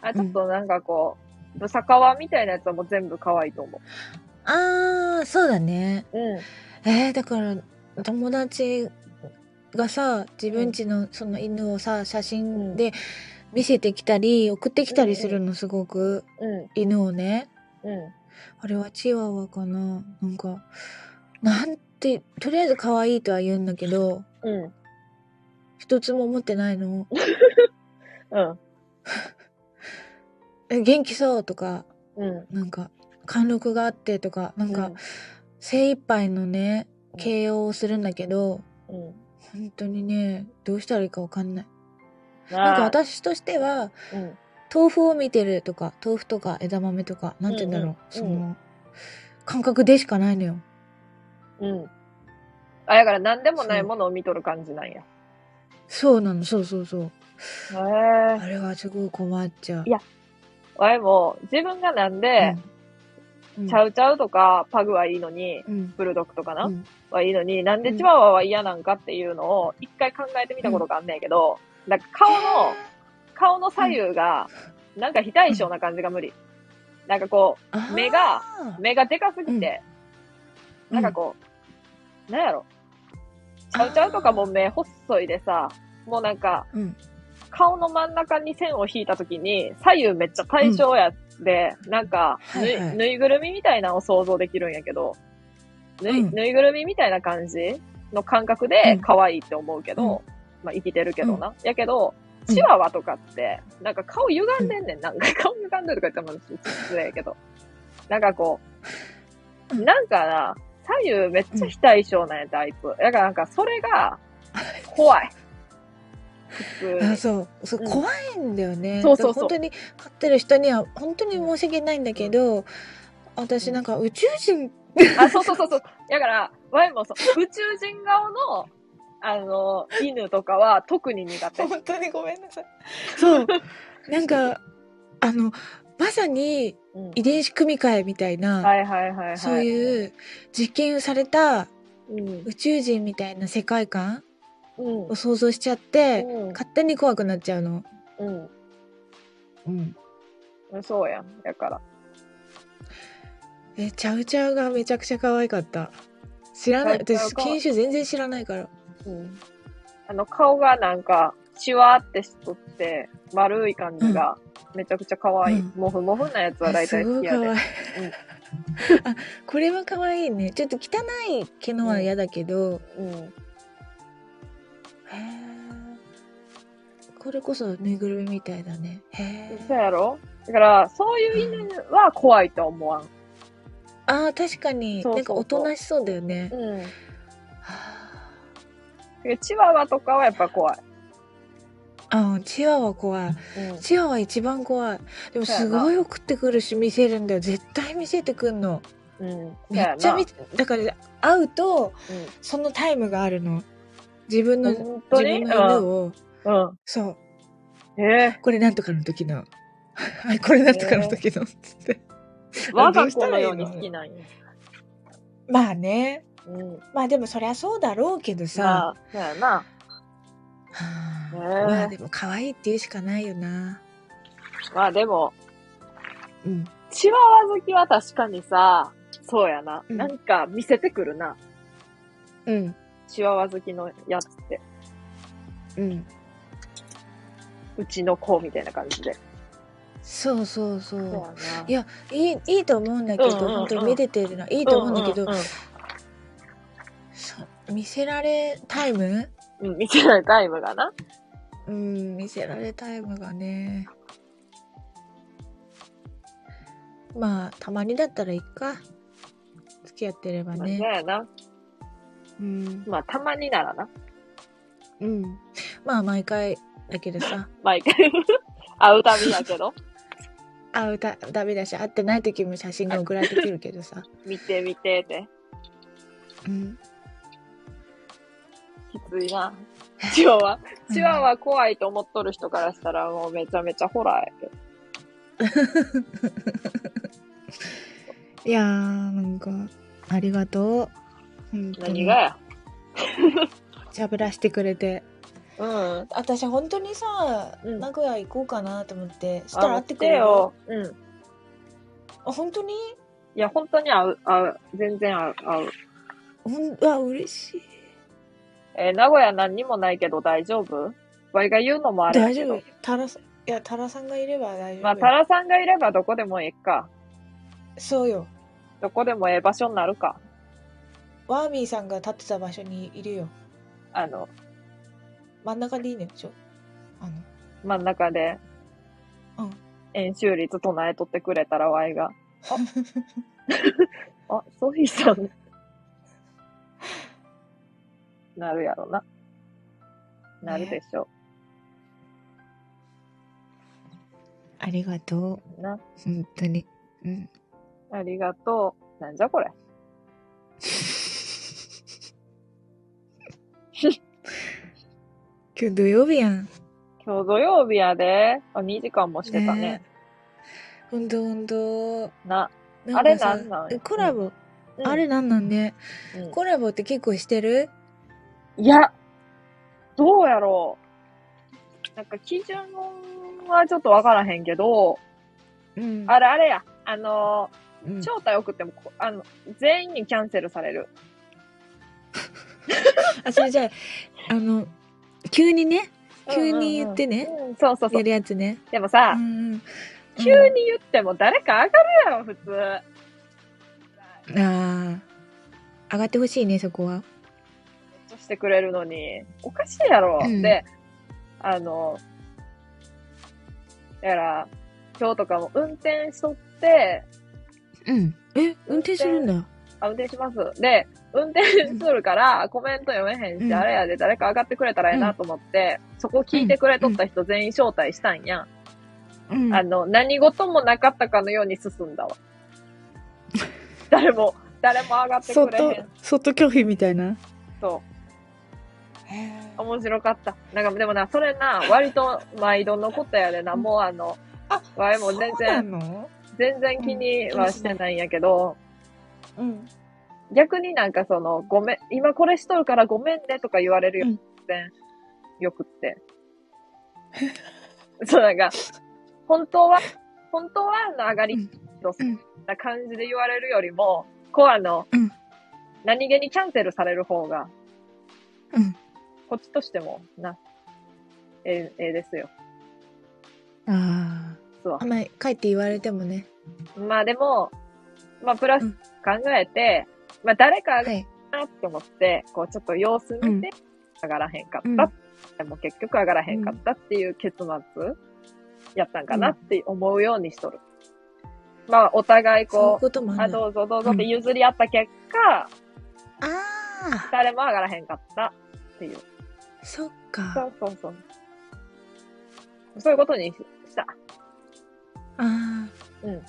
S1: あ、ちょっとなんかこう、ブサカワみたいなやつはもう全部可愛いと思
S2: ああ、そうだね。
S1: う。うん。
S2: えー、だから友達がさ自分家のその犬をさ写真で見せてきたり送ってきたりするのすごく
S1: う
S2: 犬をね
S1: ん。う
S2: あれはチワワかななんかなんてとりあえず可愛いとは言うんだけど
S1: ん。うん。
S2: 一つも持ってないの
S1: うん。
S2: え元気そうとか
S1: うん。
S2: なんか貫禄があってとかなんか精一杯のね形容をするんだけど
S1: うん。
S2: 本当にねどうしたらいいかわかんない
S1: な
S2: なんか、私としては
S1: うん。
S2: 豆腐を見てるとか豆腐とか枝豆とかなんて言うんだろう、そ
S1: うん
S2: の感覚でしかないのよ
S1: うん。あ、だから何でもないものを見とる感じなんや。
S2: そうなのそうそうそう
S1: へえ。
S2: あれはすごい困っちゃう
S1: いやわいも、自分がなんで、
S2: うん
S1: ちゃうちゃうとか、パグはいいのに、
S2: うん
S1: ブルドッグとかな、
S2: うん
S1: はいいのに、なんでチワワは嫌なんかっていうのを一回考えてみたことがあんねんけど、なんか顔の、顔の左右が、なんか非対称な感じが無理。なんかこ
S2: あー
S1: 目がう、目がでかすぎて、
S2: うん
S1: なんかこう、なんやろ。ちゃうちゃうとかも目細いでさ、もうなんか、
S2: うん
S1: 顔の真ん中に線を引いたときに、左右めっちゃ対称やで、なんかぬい、
S2: はいはい
S1: ぬいぐるみみたいなのを想像できるんやけど、ぬい,、
S2: うん
S1: ぬいぐるみみたいな感じの感覚で
S2: うん
S1: 可愛いって思うけど、まあ生きてるけどな。やけど、
S2: うん
S1: チワワとかって、なんか顔歪んでんねん。なん か顔歪んでるとか言っても失礼やけど。なんかこう、
S2: うん
S1: なんかな、左右めっちゃ非対称なんやって、あいつ。だからなんかそれが怖い。普通
S2: あそうそう、
S1: うん
S2: 怖いんだよね
S3: そうそうそう
S2: だから本当に飼ってる人には本当に申し訳ないんだけど私なんか宇宙人
S1: に。あ、そうそうそうそう。だから、ワイもそう、宇宙人顔の、あの、犬とかは特に苦手。
S2: 本当にごめんなさい そうなんかあのまさに
S1: うん
S2: 遺伝子組み換えみたいな、
S1: はいはいはいはい。
S2: そういう実験された
S1: うん。
S2: 宇宙人みたいな世界観
S1: うん
S2: を。想像しちゃって、
S1: うん
S2: 勝手に怖くなっちゃうの。
S1: うん
S2: うん、
S1: うん。そうやん。だから。
S2: えチャウチャウがめちゃくちゃ可愛かった知らない
S1: チャウチャウ
S2: 私
S1: 可愛い
S2: 犬種全然知らないから
S1: うん。あの、顔がなんか、シワってしとって、丸い感じが、めちゃくちゃ可愛い。
S2: うん
S1: モフモフなやつは大体
S2: す
S1: 好
S2: ご
S1: き
S2: い
S1: や
S2: 可
S1: で
S2: 愛い。 あこれは可愛いねちょっと汚い毛のは嫌だけど、
S1: うん。
S2: へーこれこそぬいぐるみみたいだねへ
S1: そう
S2: え
S1: やろだから、そういう犬は怖いとは思わん。
S2: あー確かに
S1: そうそうそう
S2: なんかおとなしそうだよね、
S1: うん。
S2: は
S1: チワワとかはやっぱ怖い。
S2: ああチワワ怖い
S1: うん。
S2: チワワ一番怖いでもすごい送ってくるし見せるんだよ絶対見せてくんの
S1: うん。
S2: めっちゃ見
S1: て、
S2: だから会うと
S1: うん
S2: そのタイムがあるの自分の自
S1: 本当に
S2: 分の犬を
S1: うん。
S2: そう
S1: え
S2: これなんとかの時の。 はい、これなんとかの時の。つって。
S1: ー、我が子のように好きなんや。
S2: まあね。
S1: うん。
S2: まあでもそりゃそうだろうけど
S1: さ
S2: さ。
S1: あ、そうやな。
S2: はあ
S1: ねえ
S2: まあでも可愛いって言うしかないよな。
S1: まあでも、
S2: うん。
S1: チワワ好きは確かにさ、そうやな。
S2: うん
S1: なんか見せてくるな。
S2: うん。
S1: チワワ好きのやつって。
S2: うん。
S1: うちの子みたいな感じで。
S2: そうそうそ
S1: そう
S2: う。。
S1: やない
S2: や、いい、いいと思うんだけど、
S1: うんうんうん
S2: 本当にめでてるのはいいと思うんだけど、そう見せられタイム
S1: うん、うん見せないタイムがな。
S2: うん、見せられタイムがね。まあ、たまにだったらいいか。付き合ってれば
S1: まあ、そうやな。
S2: うん、
S1: まあたまにならな。
S2: うん、まあ毎回だけどさ
S1: 毎回 会うたびやけど。
S2: 会うたダメだし会ってない時も写真が送られてくるけどさ、
S1: 見て見てって。
S2: うん、
S1: きついな。チワワ。チワワ怖いと思っとる人からしたらもうめちゃめちゃホラーやけど。
S2: いやーなんかありがとう本当
S1: 何
S2: に
S1: がや。
S2: しゃべらしてくれて
S1: うん。
S2: 私本当にさ、
S1: うん
S2: 名古屋行こうかなと思ってし
S1: あ
S2: たら会ってくれる
S1: よ。うん。い
S2: あ本当に
S1: や、本当に合う、合う。全然合う、合う。
S2: ほんうわ嬉しい
S1: えー名古屋何にもないけど大丈夫ワイが言うのもあれやけ
S2: 大丈
S1: ど。
S2: 夫タラさんいやタラさんがいれば大丈夫
S1: まあ、タラさんがいればどこでもええか。
S2: そうよ
S1: どこでもええ場所になるか。
S2: ワーミーさんが立ってた場所にいるよ
S1: あの、
S2: 真ん中でいいのよちょあの
S1: 真ん中で
S2: うん、
S1: 演習率唱えとってくれたらワ イが。あ、あソフィーさん。なるやろな。なるでしょ
S2: ありがと
S1: う。な。
S2: う。本当に。うん。
S1: ありがとう。なんじゃ これ。
S2: 今日土曜日やん。
S1: 今日土曜日やで。あ、2時間もしてたね。
S2: え。ほんとほんと。
S1: な。
S2: か
S1: あれ
S2: さ
S1: なんなんや
S2: コラボ、
S1: うん
S2: あれなんなんね。
S1: うん
S2: コラボって結構してる
S1: いや、どうやろう。なんか基準はちょっとわからへんけど、
S2: うん
S1: あれあれや、あの
S2: う
S1: ー、
S2: ん
S1: 招待送ってもこ、あの、全員にキャンセルされる。
S2: あ、それじゃあ、あの、急にね、急に
S1: うんうん
S2: 言
S1: うん
S2: ってね。
S1: うんそうそうそ
S2: や
S1: う。
S2: るやつね。
S1: でも
S2: う
S1: さ、
S2: んうん。
S1: 急に言っても誰か上がるやろ、普通。
S2: うん。ああ。上がってほしいね、そこは。
S1: としてくれるのに、おかしいやろ。
S2: うん
S1: で、あの、だから、今日とかも運転しとって、
S2: うん。え、運転するんだ。
S1: あ、運転します。で、運転しとるから、コメント読めへんし、
S2: うん
S1: あれやで誰か上がってくれたらええなと思って、そこ聞いてくれとった人全員招待したんやん。
S2: うん
S1: あの、何事もなかったかのように進んだ わ。誰も、誰も上がって
S2: そ
S1: く
S2: っ
S1: れへ
S2: と
S1: ん。
S2: そっと拒否みたいな
S1: そ
S2: へ
S1: う。面白かった。なんか、でもな、それな、割と毎度のことやでな、もうあの、
S2: あ
S1: わいも全然、
S2: そうなの
S1: 全然気にはしてないんやけど、
S2: うん
S1: 逆になんかその、ごめん、今これしとるからごめんねとか言われるよ、
S2: うん
S1: 全然よくって。 そう、なんか、本当は、本当はあの上がりの
S2: うん
S1: な感じで言われるよりも、コアの、
S2: うん
S1: 何気にキャンセルされる方が、
S2: うん
S1: こっちとしても、な、ええ、ええですよ。
S2: あ
S1: そう
S2: あ。んまり帰って言われてもね
S1: まあでも、まあプラ
S2: う
S1: ス
S2: ん
S1: 考えて、まあ誰かが
S2: はい
S1: なって思って、こうちょっと様子見て、上がらへんか
S2: うん
S1: った。でも結局上がらへんかったっていう結末やったんかなって思うようにしとる。まあお互い
S2: そう
S1: こ
S2: いう
S1: う、
S2: こともあ
S1: あ、
S2: るあ
S1: どうぞどうぞって譲り合った結果、
S2: あー
S1: 誰も上がらへんかったっていう。
S2: そっ
S1: そ
S2: か
S1: うそうそう。そういうことにしした。
S2: ああ
S1: うん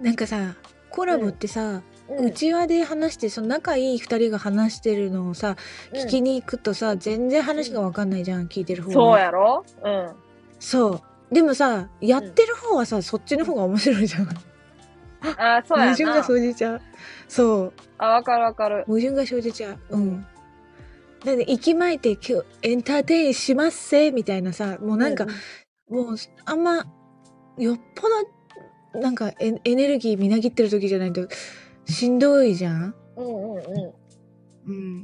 S2: なんかさコラボってさ、
S1: う
S2: うちわで話してその仲いい二人が話してるのをさ、聞きに行くとさ全然話が分かんないじゃん、聞いてる方は
S1: そうやろうん。
S2: そうでもさやってる方はさ、そっちの方が面白い じゃん
S1: あーそうや
S2: 矛盾
S1: な
S2: が。生じちゃうそう
S1: あ、わかるわかる。
S2: 矛盾が生じちゃうう、
S1: うんん
S2: だって息巻いて今日エンターテインしますせみたいなさもうなんか、もうあんまよっぽどなんかエエネルギーみなぎってる時じゃないとしんどいじゃん
S1: うんうんう
S2: うん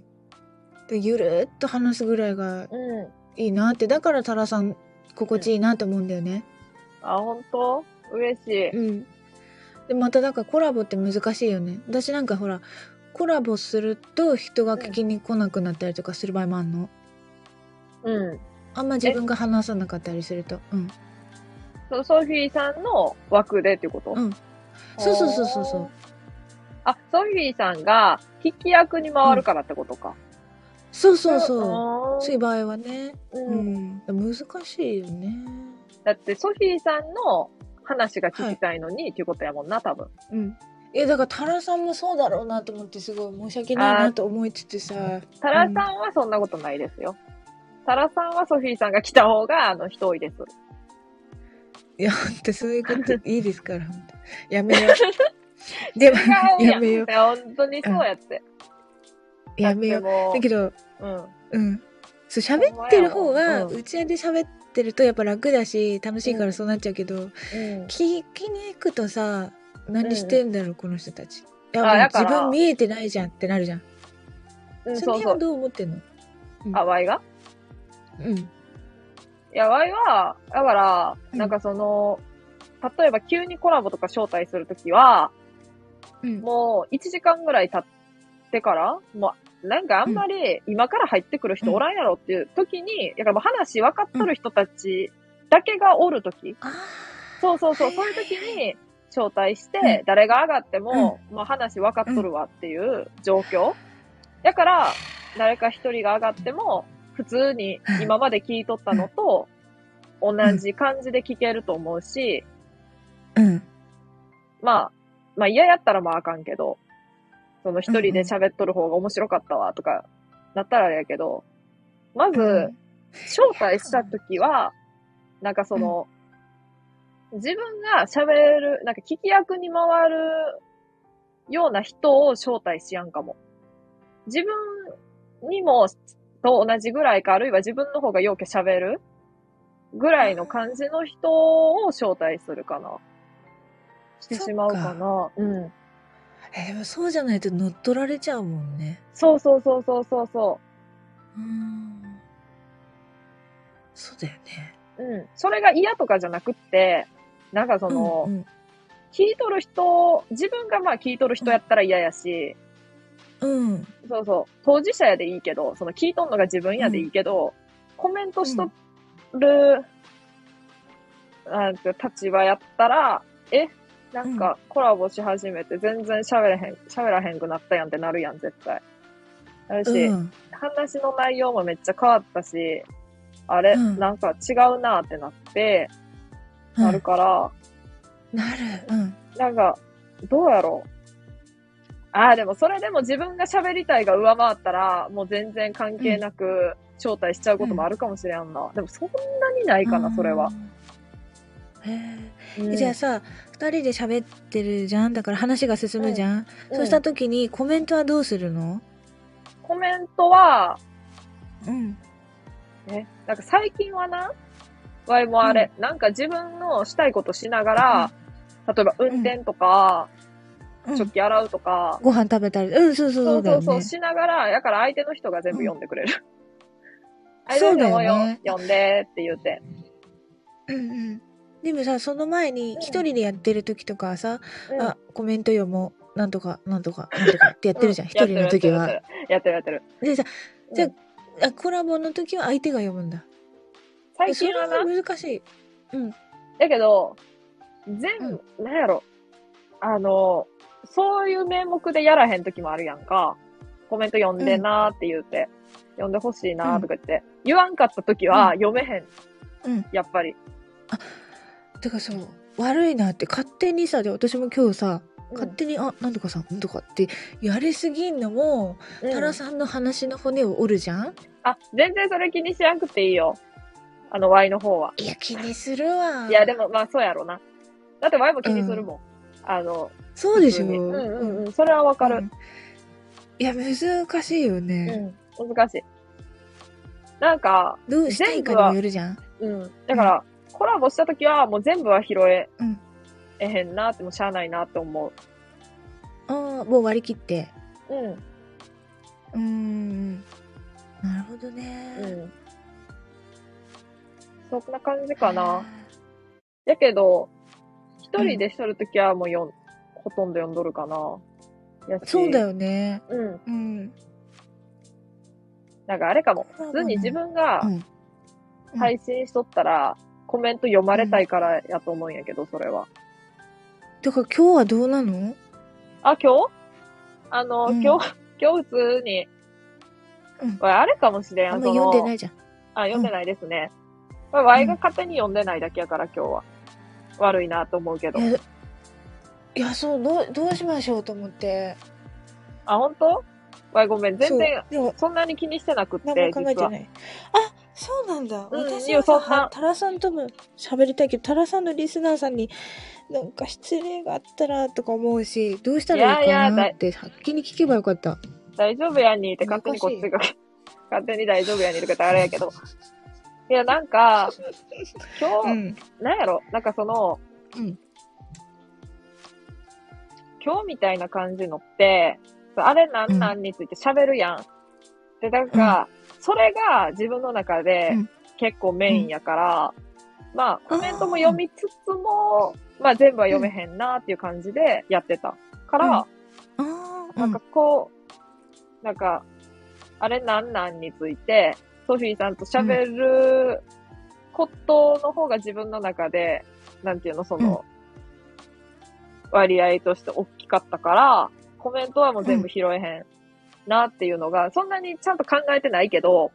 S2: でゆるっと話すぐらいが
S1: ん。うん。
S2: いいなってだからタラさん心地いいなって思うんだよね
S1: あ、ほんと嬉しい。
S2: うんでまただからコラボって難しいよね私なんかほらコラボすると人が聞きに来なくなったりとかする場合もあんの、
S1: うん。
S2: あんま自分が話さなかったりするとうん
S1: そのソフィーさんの枠でっていうこと、
S2: うんそうそうそうそうそう
S1: ほーあ、ソフィーさんが聞き役に回るからってことか。
S2: そうそうそう
S1: う
S2: そういう場合はね
S1: う。
S2: うんん難しいよね
S1: だってソフィーさんの話が聞きたいのに、っていうことやもんな、多分。
S2: うんいやだからタラさんもそうだろうなと思ってすごい申し訳ないなと思いつつ さ
S1: タラさんはそんなことないですよ。タラさんはソフィーさんが来た方が、あの、人多いです。
S2: いや本当そういうこといいですから本当やめよ うでも
S1: 違うや
S2: や
S1: ん。
S2: め
S1: い
S2: よう
S1: や、本当にそうやって。
S2: やめよう
S1: う
S2: だけど
S1: うん。
S2: うん。そう、喋ってる方が、
S1: うん
S2: うちわで喋ってるとやっぱ楽だし、楽しいか
S1: う
S2: ら
S1: ん
S2: そうなっちゃうけど、
S1: うん。
S2: 聞きに行くとさ、何してんだろう、この人たち。いや、
S1: あ
S2: もう
S1: だ
S2: 自
S1: から
S2: 分見えてないじゃんってなるじゃん。
S1: うん、
S2: その
S1: そう
S2: 辺
S1: そ
S2: は
S1: う。
S2: どう思ってんの
S1: あ、ワイが
S2: うん。
S1: いや、ワイは、だから、
S2: うん
S1: なんかその、例えば急にコラボとか招待するときは、
S2: うん。
S1: もう1時間ぐらい経ってから、もう、なんかあんまり今から入ってくる人おらんやろっていう時に、だからもう話分かっとる人たちだけがおるとき、
S2: ああ。
S1: そうそうそう、そういう時に招待して、誰が上がっても、まあ話分かっとるわっていう状況。だから、誰か一人が上がっても、普通に今まで聞いとったのと、同じ感じで聞けると思うし、
S2: うん。
S1: まあ、まあ嫌やったらまああかんけど、その一人で喋っとる方が面白かったわとか、なったらあれやけど、まず、招待した時は、なんかその、自分が喋る、なんか聞き役に回るような人を招待しやんかも。自分にもと同じぐらいか、あるいは自分の方がようけ喋るぐらいの感じの人を招待するかな。してしまうかな。うん。
S2: えーでもそうじゃないと乗っ取られちゃうもんね。
S1: そうそうそうそうそうそう。
S2: うん。そうだよね。
S1: うん。それが嫌とかじゃなくって、なんかその、
S2: うん
S1: 聞いとる人、自分がまあ聞いとる人やったら嫌やし、
S2: うん。うん。
S1: そうそう、当事者やでいいけど、その聞いとんのが自分やでいいけど、コメントしとる、なんて立場やったら、え、なんかコラボし始めて全然喋れへん、喋らへんくなったやんってなるやん、絶対。あるし、
S2: うん。
S1: 話の内容もめっちゃ変わったし、あれ、
S2: うん
S1: なんか違うなってなって、
S2: うん
S1: なるから、
S2: なる。うん。
S1: なんか、どうやろう。ああ、でもそれでも自分が喋りたいが上回ったら、もう全然関係なく招待しちゃうこともあるかもしれんな。でもそんなにないかな、それは。
S2: うん。へ
S1: う
S2: え。
S1: ん
S2: じゃあさ、二人で喋ってるじゃんだから話が進むじゃん、そうした
S1: うん
S2: 時にコメントはどうするの
S1: コメントは、
S2: うん。
S1: ね、なんか最近はな、ワイもあれ、なんか自分のしたいことしながら、例えば運転とか、
S2: うん
S1: 食器洗うとか、
S2: ご飯食べたり。うん、そうそう
S1: そ
S2: そう
S1: う
S2: だ
S1: そ
S2: よ
S1: うそう、
S2: ね。
S1: しながら、やから相手の人が全部読んでくれる。
S2: そ
S1: 相
S2: う
S1: 手
S2: だ
S1: の人
S2: よ
S1: も
S2: ね
S1: よ、読んでって言って。
S2: うんうん。でもさ、その前に
S1: ん
S2: 一人でやってる時とかはさ、
S1: うん
S2: あ、コメント読もう。なんとか、なんとか、なんとかってやって るじゃん。一、人の時は。
S1: やってるやってる。
S2: でさ、
S1: うん
S2: じゃあ、あコラボの時は相手が読むんだ。
S1: 最
S2: そ
S1: 近
S2: れ
S1: は
S2: は
S1: な、
S2: 難しい。
S1: だけど、全、なんやろ、あの、そういう名目でやらへん時もあるやんか。コメント読んでなーって言うて、読んでほしいなーとか言って、言わんかった時は読めへん、
S2: うん。
S1: やっぱり。
S2: てかそう、悪いなって勝手にさ、で私も今日さ、勝手に、あ、なんとかさん、なんとかって、やりすぎんのも、
S1: うん
S2: タラさんの話の骨を折るじゃん
S1: あ、全然それ気にしなくていいよ。あの、Y の方は。
S2: いや、気にするわ。
S1: いや、でも、まあ、そうやろな。だって、ワイも気にするもん。あの、
S2: そうでしょ。
S1: 普通にうんうんうん。それはわか
S2: う
S1: る。
S2: んいや、難しいよ
S1: う
S2: ね。
S1: ん。難しい。なんか、
S2: どうしたいかにもよるじゃん。
S1: うん。だから、コラボしたときは、もう全部は拾え、
S2: うん
S1: えへんなって、もうしゃあないなって思
S2: あーもう割り切って。
S1: う。うん。
S2: うーん。なるほどね。
S1: うん。そんな感じかな。やけど、一人でしとるときはもうよん、ほとんど読んどるかな。やし
S2: そうだ。よね。
S1: うん。
S2: うん。
S1: なんかあれかも。普通に自分が
S2: うん。うん
S1: 配信しとったら、コメント読まれたいからやと思うんやけど、それは。
S2: だから今日はどうなの
S1: あ、今日あの、
S2: うん
S1: 今日、今日普通に、
S2: うん
S1: これあれかもしれん。
S2: あんま
S1: その
S2: 読んでないじゃん。
S1: あ、読んでないですね。これ、ワイが勝手に読んでないだけやから、今日は。悪いなと思うけど。
S2: いやいや、そう、どう、どうしましょうと思って。
S1: あ、本当？ワイごめん。全然
S2: そう、でも、
S1: そんなに気にしてなくって、
S2: 何も考え
S1: 実
S2: て
S1: は
S2: な。い。あ、そうなんだ。
S1: うんい
S2: 私
S1: いよ
S2: は
S1: そ
S2: さ、
S1: んな
S2: はタラさんとも喋りたいけど、タラさんのリスナーさんに、なんか失礼があったらとか思うし、どうしたらい
S1: いや
S2: いか
S1: いやだ
S2: ないって、先に聞けばよかった。
S1: 大丈夫やにって勝手にこっちが、勝手に大丈夫やにとかってあれやけ ど。いや、なんか、今日、
S2: ん。
S1: なんやろなんかその、
S2: うん
S1: 今日みたいな感じのって、あれなんなんについて喋るやん。で、なんか、それが自分の中で
S2: うん
S1: 結構メインやから、まあ、コメントも読みつつも、まあ全部は読めへんなっていう感じでやってた。から、
S2: ああ、
S1: なんかこう、なんか、あれなんなんについて、ソフィーさんと喋ることの方が自分の中で、なんていうの、その、割合として大きかったから、コメントはもう全部拾えへんなっていうのが、そんなにちゃんと考えてないけど、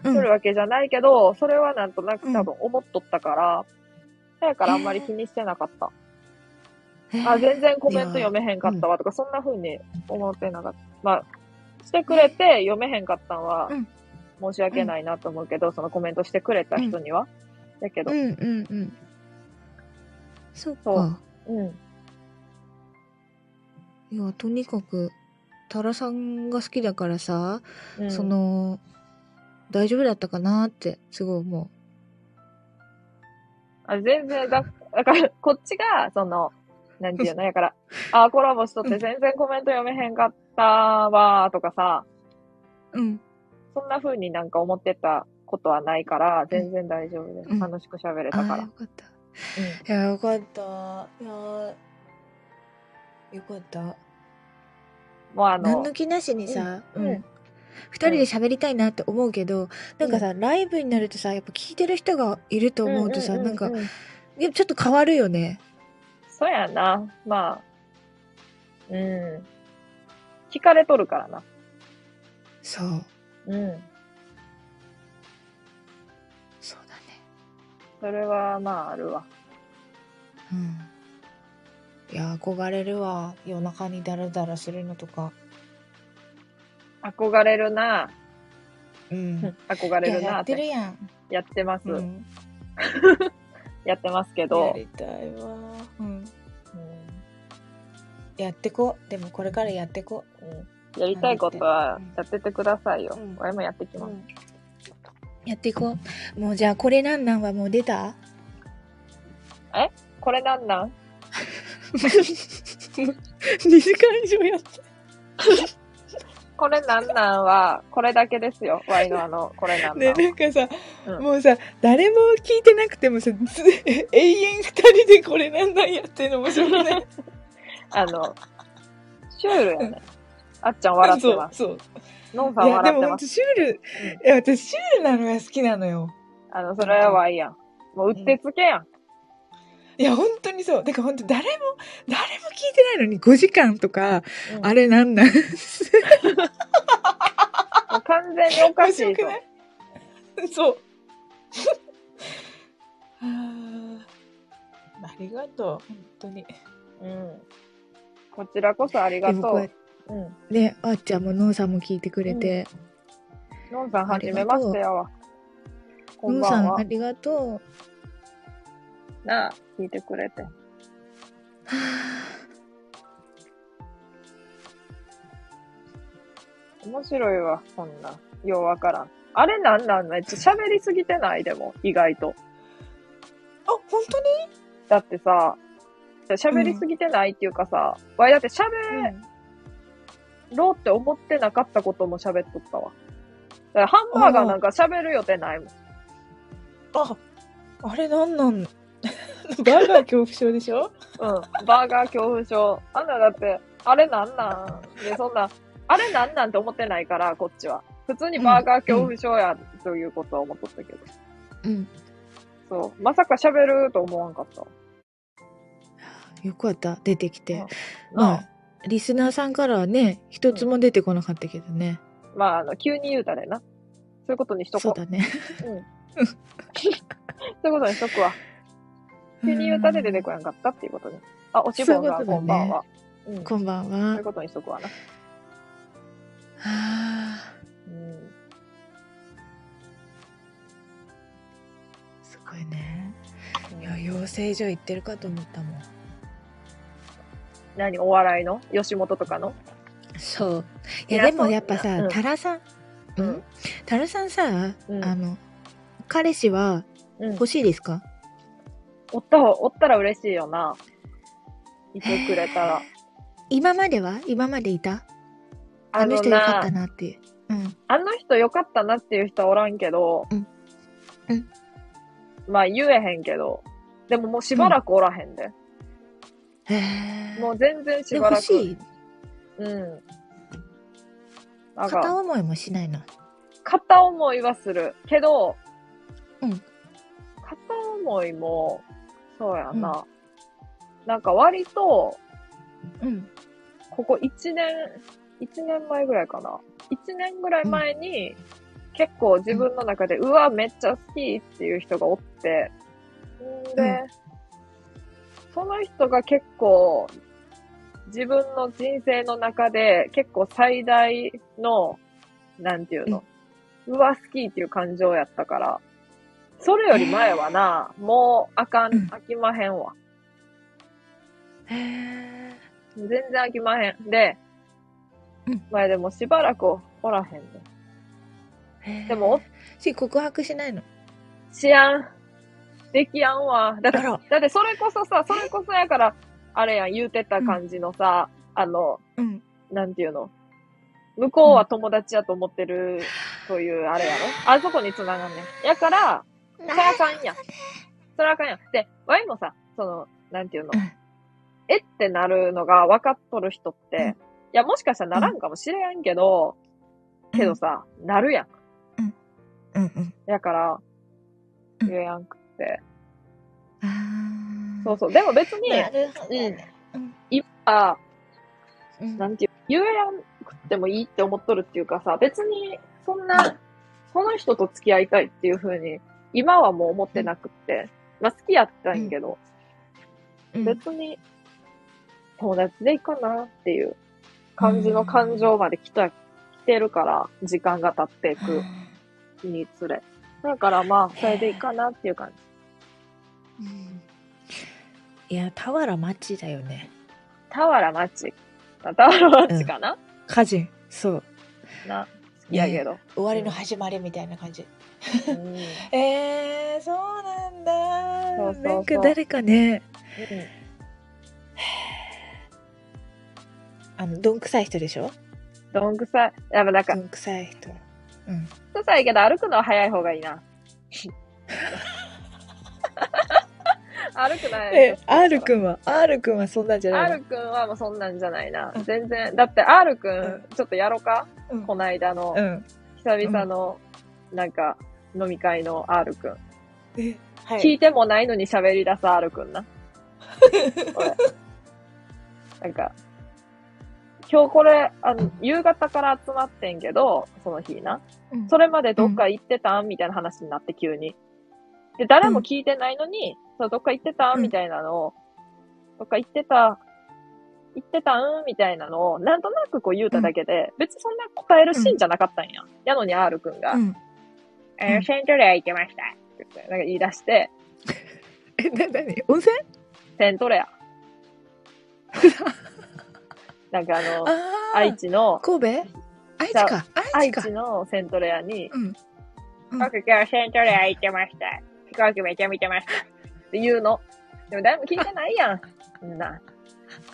S2: う
S1: 取
S2: ん
S1: るわけじゃないけど、それはなんとなく多分思っとったから、だからあんまり気にしてなかった。 あ、全然コメント読めへんかったわとか、そんな風に思ってなかった。まあ、してくれて読めへんかったんは
S2: うん、
S1: 申し訳ないなと思うけど、そのコメントしてくれた人には。だけど、
S2: うんうんうん。そっ
S1: そ
S2: か
S1: う。うん。
S2: いや、とにかく、タラさんが好きだからさ、
S1: うん
S2: そ、の、大丈夫だったかなって、すごい思
S1: あ全然だ、だから、 こっちが、その、なん ていうの、やから、あ、コラボしとって全然コメント読めへんかったわとかさ、
S2: う。うん。
S1: そんな風になんか思ってたことはないから、全然大丈夫です。
S2: うん
S1: 楽しく喋れ
S2: あ
S1: たか
S2: あ、
S1: ら
S2: よ。かった。いや、よかった。いやー、よかった。
S1: もうあ
S2: 何
S1: の
S2: の、気なしにさ、
S1: う
S2: うんん。二人で喋りたいなって思うけど、なんかさ、ライブになるとさ、やっぱ聞いてる人がいると思うとさ、
S1: んん
S2: なんか
S1: う、ん
S2: いやちょっと変わるよね。
S1: そうやな。まあ。うん。聞かれとるからな。
S2: そう。
S1: うん。
S2: そうだね。
S1: それは、まあ、あるわ。
S2: うん。いや、憧れるわ。夜中にダラダラするのとか。
S1: 憧れるな。
S2: うん。
S1: 憧
S2: い
S1: れ
S2: や、
S1: る
S2: や
S1: なっ
S2: ってる
S1: て。
S2: やん。
S1: やってます。
S2: うん。
S1: やってますけ
S2: や
S1: ど。
S2: りたいわ。うん。
S1: うん
S2: やってこう。でもこれからやってこ
S1: うんやりたいことはやっててくださいよ
S2: うん。
S1: 俺もやってき
S2: う。
S1: ます。
S2: やっていこう。もうじゃあ、これなんなんはもう出た
S1: これなんなん
S2: ?2 時間以上やった。
S1: これなんなんは、これだけですよ。ワイのあの、これなんなん。
S2: ね、なんかさ、
S1: うん
S2: もうさ、誰も聞いてなくてもさ、 ず永遠二人でこれなんなんやってんの面白くない
S1: あの、シュールやね。あっちゃん笑ってます。
S2: そう。
S1: ノン
S2: そ
S1: さ
S2: うい
S1: ん
S2: や、で
S1: 笑っ
S2: も
S1: て
S2: ほん
S1: ま
S2: と
S1: す。
S2: シュール、いや、私シュールなのが好きなのよ。
S1: あの、それはワイやん。もう、うってつけやん。
S2: いや、本当にそう。だから本当誰も、誰も聞いてないのに5時間とか、
S1: うん
S2: あれなんなん
S1: もう完全におかしい
S2: 面
S1: ぞ
S2: 白く。ない そう。あーありがとう、本当に。
S1: うん。こちらこそありが
S2: でも
S1: と
S2: こうやっ
S1: う
S2: て。
S1: うん。
S2: ね、あっちゃんものんさんも聞いてくれて、
S1: ノンさん、はじめましてやわ。こん
S2: のん
S1: ば
S2: さ
S1: ん
S2: んあ
S1: は。
S2: りがとう。
S1: なあ、聞いてくれて。面白いわ、そんな。ようわからん。あれなんなんめっちゃ喋りすぎてないでも、意外と。
S2: あ、本当に
S1: だってさ、喋りすぎてないっていうかさ、わいだって喋ろうって思ってなかったことも喋っとったわ。だからハンバーガーなんか喋る予定ないもん。
S2: あ、あれなんなん バーガー恐怖症でしょ
S1: うん。バーガー恐怖症。あんなだって、あれなんなんで、そんな、あれなんなんって思ってないから、こっちは。普通にバーガー恐怖症や、ということは思っとったけど。
S2: うん。
S1: そう。まさか喋ると思わんかったわ。
S2: よかった、出てきて
S1: あ。
S2: まあ、リスナーさんからはね、一つも出てこなかったけどね。
S1: まあ、あの、急に言うたれな。そういうことにしと
S2: そ
S1: こ
S2: う
S1: う。
S2: だね。
S1: そういうことにしとくわ。急に言うたれ出てこやんかったっていうことに。あ、おしぼんさん、
S2: そうい
S1: こ
S2: うこと
S1: ん
S2: だ
S1: ば
S2: ね
S1: んは。うん。そ
S2: こんばん
S1: うい
S2: は
S1: う。ことにしとくわな。
S2: はあ、
S1: うん。
S2: すごいね。いや、養成所行ってるかと思ったもん。
S1: 何お笑いの吉本とかの
S2: そう。い
S1: い
S2: や、
S1: や
S2: でもやっぱ
S1: そう
S2: さ
S1: う、ん
S2: タラさん、う
S1: うん
S2: んタラさんさ、
S1: うん
S2: あの、彼氏は
S1: うん
S2: 欲。しいですか
S1: おったほ、おったら嬉しいよな。いてくれたら。
S2: 今までは今までいたあの人良かったなっていう。うん。
S1: あの人よかったなっていう人はおらんけど、
S2: うんうん
S1: まあ言えへんけど、でももうしばらくおらへんで。
S2: へえ。
S1: もう全然し
S2: で
S1: ば
S2: 欲
S1: らく。
S2: しい
S1: うん。なん
S2: 片
S1: か、
S2: 思いもしないな。
S1: 片思いはする。けど、
S2: うん
S1: 片思いも、そうやな。なんか割と、
S2: うん。
S1: ここ1年、1年前ぐらいかな。1年ぐらい前に、結構自分の中で、うわ、めっちゃ好きっていう人がおって、んで、
S2: うん
S1: その人が結構、自分の人生の中で結構最大の、なんていうの、うわ、好きっていう感情やったから、それより前はな、もうあかん
S2: うん、
S1: 飽きまへんわ。
S2: へえ。
S1: 全然飽きまへん。で、
S2: うん
S1: 前でもしばらくおらへんね。でも、
S2: し、告白しないの。
S1: しやん。できやんわ。だって、
S2: あら
S1: だってそれこそさ、それこそやから、あれやん、言うてた感じのさ、あの、
S2: うん。
S1: なんていうの。向こうは友達やと思ってる、という、あれやろ。あそこに繋がんねん。やから、それあかんやん。それあかんやん。で、ワイもさ、その、なんていうの
S2: うん。
S1: えってなるのが分かっとる人って、いや、もしかしたらならんかもしれんけど、けどさ、なるやん。
S2: うんうん。
S1: やから、
S2: うん
S1: 言えやんくって。
S2: ああ。
S1: そうそう。でも別に、
S2: なるほどね。
S1: 今、
S2: うん
S1: なんていう、言えやん食ってもいいって思っとるっていうかさ、別にそんな、この人と付き合いたいっていう風に、今はもう思ってなくって、まあ好きやったんやけど、
S2: うん
S1: 別に友達でいいかなっていう感じの感情まで来た、来てるから、時間が経っていくにつれ。だからまあ、それでいいかなっていう感じ。
S2: うんいや、俵町だよね。
S1: 俵町。あ俵町かな、
S2: 家人。そう。
S1: な、好きやけど。
S2: 終わりの始まりみたいな感じ。
S1: うん
S2: えー、そうなんだ
S1: そうそうそう
S2: なんか誰かね、あの、どんくさい人でしょ
S1: どんくさい。やっぱなん
S2: ど
S1: か、
S2: んくさい人。うん。
S1: どんくさいけど歩くのは早い方がいいな。歩くない。
S2: え、R くんは、R くんはそんなんじゃないの
S1: R くんはもうそんなんじゃないな
S2: うん。
S1: 全然。だって R くん
S2: う、
S1: ちょっとやろか
S2: うん
S1: こないだの
S2: う、ん。
S1: 久々の、なんか、飲み会の R くん。
S2: え、は
S1: 聞いてもないのに喋り出す R くんな。俺なんか、今日これ、あの、夕方から集まってんけど、その日な。
S2: うん
S1: それまでどっか行ってたんみたいな話になって急に。で、誰も聞いてないのに、そうどっか行ってた
S2: うん
S1: んみたいなのを、どっか行ってた、行ってたんみたいなのを、なんとなくこう言うただけで、別にそんな答えるシーンじゃなかったんや。やのに R くんが、
S2: うん。
S1: え
S2: うん
S1: ー、セントレア行ってました。って言ってなんか言い出して、
S2: え、な、なに温泉
S1: セントレア。なんかあの、
S2: あー
S1: 愛知の、
S2: 神戸愛知か。愛
S1: 愛
S2: 知か
S1: 知。のセントレアに、
S2: うん。うん
S1: 僕今日セントレア行ってました。飛行機めっちゃ見てました。って言うの。でも誰も聞いてないやん。そんな。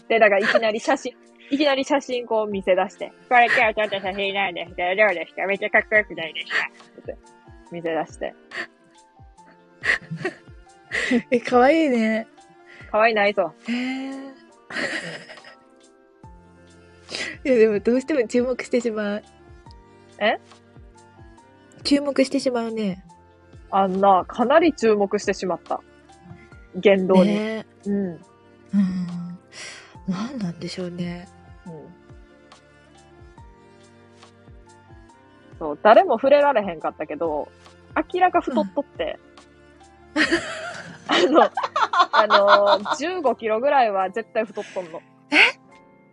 S1: で、だからいきなり写 真、いきなり写真こう見せ出して。これ今日撮った写真なんですけど、どうですかめっちゃかっこよくないですかって見せ出して。
S2: え、かわいいね。
S1: かわいないぞ。
S2: へーいや、でもどうしても注目してしまう。
S1: え
S2: 注目してしまうね。
S1: あんな、かなり注目してしまった。言動に。
S2: ね
S1: うん。
S2: うん。なんなんでしょうね。
S1: うんそう、誰も触れられへんかったけど、明らか太っとって。あの、あの、15キロぐらいは絶対太っとんの。え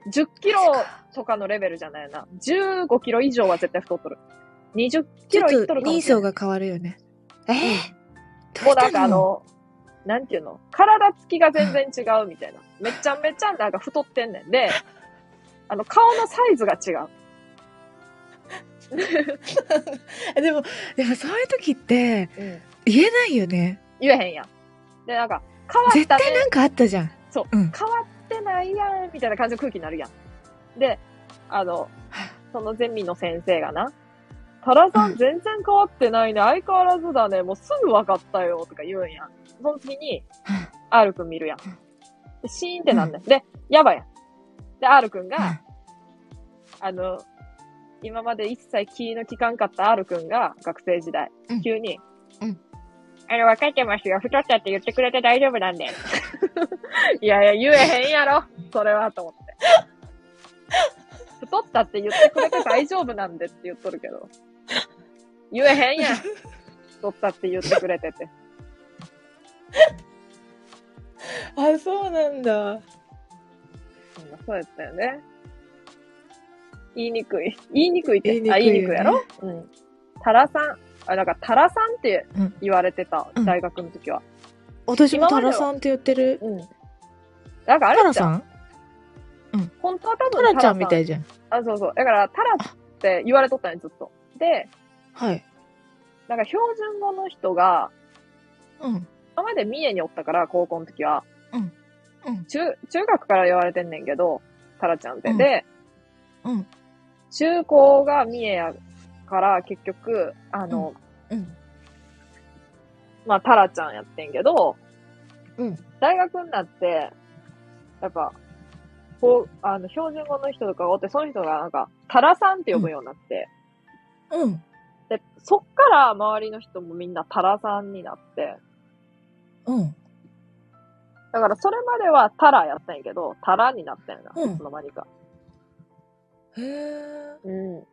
S1: ?10 キロとかのレベルじゃないな。15キロ以上は絶対太っとる。20
S2: ち
S1: キロい
S2: ょ
S1: っ
S2: っ
S1: と
S2: と
S1: るかも
S2: 人
S1: しれ
S2: 相
S1: ない。
S2: が変わるよね。えー、
S1: もう
S2: どう
S1: なん
S2: した
S1: かあ
S2: の
S1: の、なんていうの体つきが全然違うみたいな。めちゃめちゃなんか太ってんねんで、あの、顔のサイズが違う。
S2: でも、でもそういう時って
S1: うん
S2: 言えないよね。
S1: 言えへんやん。で、なんか、変わっ
S2: 絶
S1: た
S2: 対
S1: ね、
S2: なんかあったじゃん。
S1: そう、
S2: うん
S1: 変わってないやん、みたいな感じの空気になるやん。で、あの、そのゼミの先生がな、タラさ
S2: うん
S1: ん全然変わってないね、相変わらずだね、もうすぐ分かったよ、とか言うんやん。その次に、R くん見るやん。でシーンってなんねん。で、やばいやん。で、R くんが、あの、今まで一切気の利かんかった R くんが、学生時代
S2: うん、
S1: 急に、
S2: うん
S1: あの、分かってますよ、太ったって言ってくれて大丈夫なんで。 いやいや、言えへんやろ、それは、と思って。太ったって言ってくれて大丈夫なんでって言っとるけど。言えへんやん。太ったって言ってくれてて。
S2: あ、そうなんだ。
S1: うんそうやったよね。言いにくい。言いにくいって。
S2: 言いにくいよ
S1: あ、
S2: ね
S1: 言いにくいやろうん。タラさん。あ、なんかタラさんって
S2: うん
S1: 言われてた。
S2: うん
S1: 大学の時は。
S2: 私
S1: 今
S2: もタ
S1: までは
S2: ラさんって言ってる。
S1: うん。なんかあ
S2: タ
S1: れ
S2: ラ
S1: じゃ
S2: さ
S1: ん。
S2: ん
S1: 本当は多
S2: タ
S1: 分
S2: ラちゃんみた
S1: い。
S2: いじゃん。
S1: あ、そうそう。だからタラって言われとったね、ずっと。で、
S2: はい。
S1: なんか標準語の人が、
S2: うん。
S1: 今まで三重におったから、高校の時は。
S2: うんうん
S1: 中、中学から言われてんねんけど、タラちゃんって。
S2: うん
S1: で、
S2: うん。
S1: 中高が三重やから、結局、あの、
S2: うん。
S1: まあ、タラちゃんやってんけど、
S2: うん。
S1: 大学になって、やっぱ、こう、あの、標準語の人とかがおって、その人がなんか、タラさんって呼ぶようになって、
S2: うん。
S1: で、そっから周りの人もみんなタラさんになって、
S2: うん。
S1: だからそれまではタラやったんやけど、タラになったんやな、
S2: うん
S1: いつの間にか。
S2: へへえ。
S1: うん。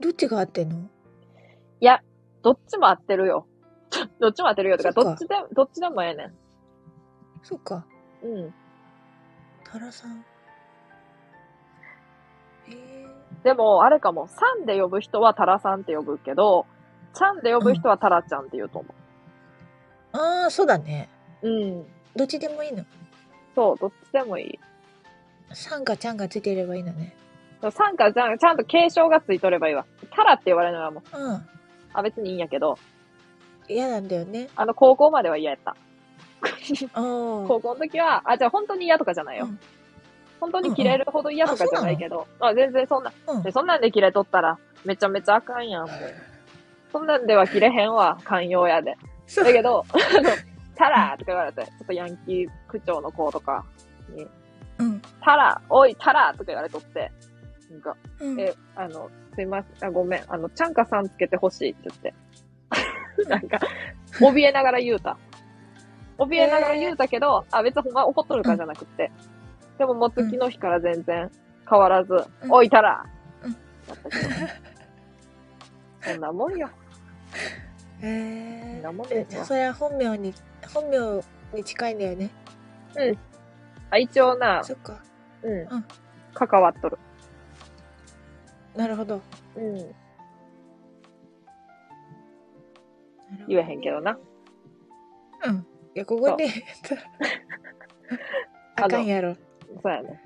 S2: どっちが合ってんの
S1: いや、どっちも合ってるよ。 どっちも合ってるよ。とか、
S2: そっ
S1: ど
S2: か
S1: っちで、どっちでもええね
S2: そっか。
S1: ん。うん。
S2: タラさん。へえ。
S1: でも、あれかも。さんで呼ぶ人はタラさんって呼ぶけど、ちゃんで呼ぶ人はタラちゃんって言うと思
S2: ああ、そうだね。
S1: う。うん。
S2: どっちでもいいの。
S1: そう、どっちでもいい。
S2: さんかちゃんがついていればいいのね。
S1: さんかちゃん、ちゃんと継承がついとればいいわ。タラって言われるのはもう、
S2: うん。
S1: あ、別にいいんやけど、
S2: 嫌なんだよね。
S1: あの、高校までは嫌やった。
S2: ああ。
S1: 高校の時は、あ、じゃあ本当に嫌とかじゃないよ。
S2: うん
S1: 本当に切れるほど嫌とかじゃないけど、あ、全然そんな、
S2: うん
S1: でそんなんで切れとったら、めちゃめちゃあかんやん、もう。そんなんでは切れへんわ、寛容やで。
S2: そう
S1: だけど、 あのタラーとか言われて、ちょっとヤンキー区長の子とかに、
S2: うん。
S1: タラー、おい、タラーとか言われとって、なんか、
S2: うん。
S1: え、あの、すいません、あごめん、あの、ちゃんかさんつけてほしいって言って。なんか、怯えながら言うた。怯えながら言うたけど、あ、別にほんま怒っとるからじゃなくって。でも、もう月の日から全然変わらず、
S2: うん
S1: おいたら、
S2: うん
S1: だったけど そんなもんよ。そ
S2: へ
S1: ん
S2: ー
S1: なもん
S2: え
S1: ですよ。
S2: それは本名に本名に近いんだよね
S1: あ、一応な、
S2: そっか
S1: うん
S2: うん。
S1: 関わっとる。
S2: なるほど
S1: うん。言えへんけどな。
S2: うんいやここであかんやろ
S1: そうやね。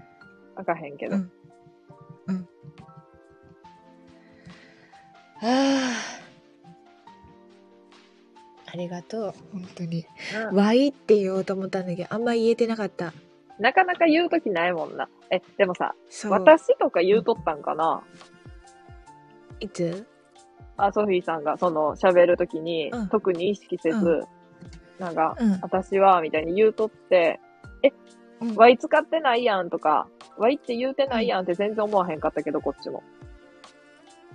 S1: あかへんけど
S2: う。んああありがとう本当に「
S1: うん
S2: わい」って言おうと思ったんだけどあんま言えてなかった
S1: なかなか言うときないもんな。え、でもさ、
S2: そう
S1: 私とか言うとったんかない
S2: つ
S1: あ、ソフィーさんが、その、喋るときに、
S2: うん
S1: 特に意識せず、
S2: う
S1: なんか、
S2: うん
S1: 私は、みたいに言うとって、
S2: うん
S1: ワイ使ってないやんとか、ワイって言うてないやんって全然思わへんかったけど、こっちも。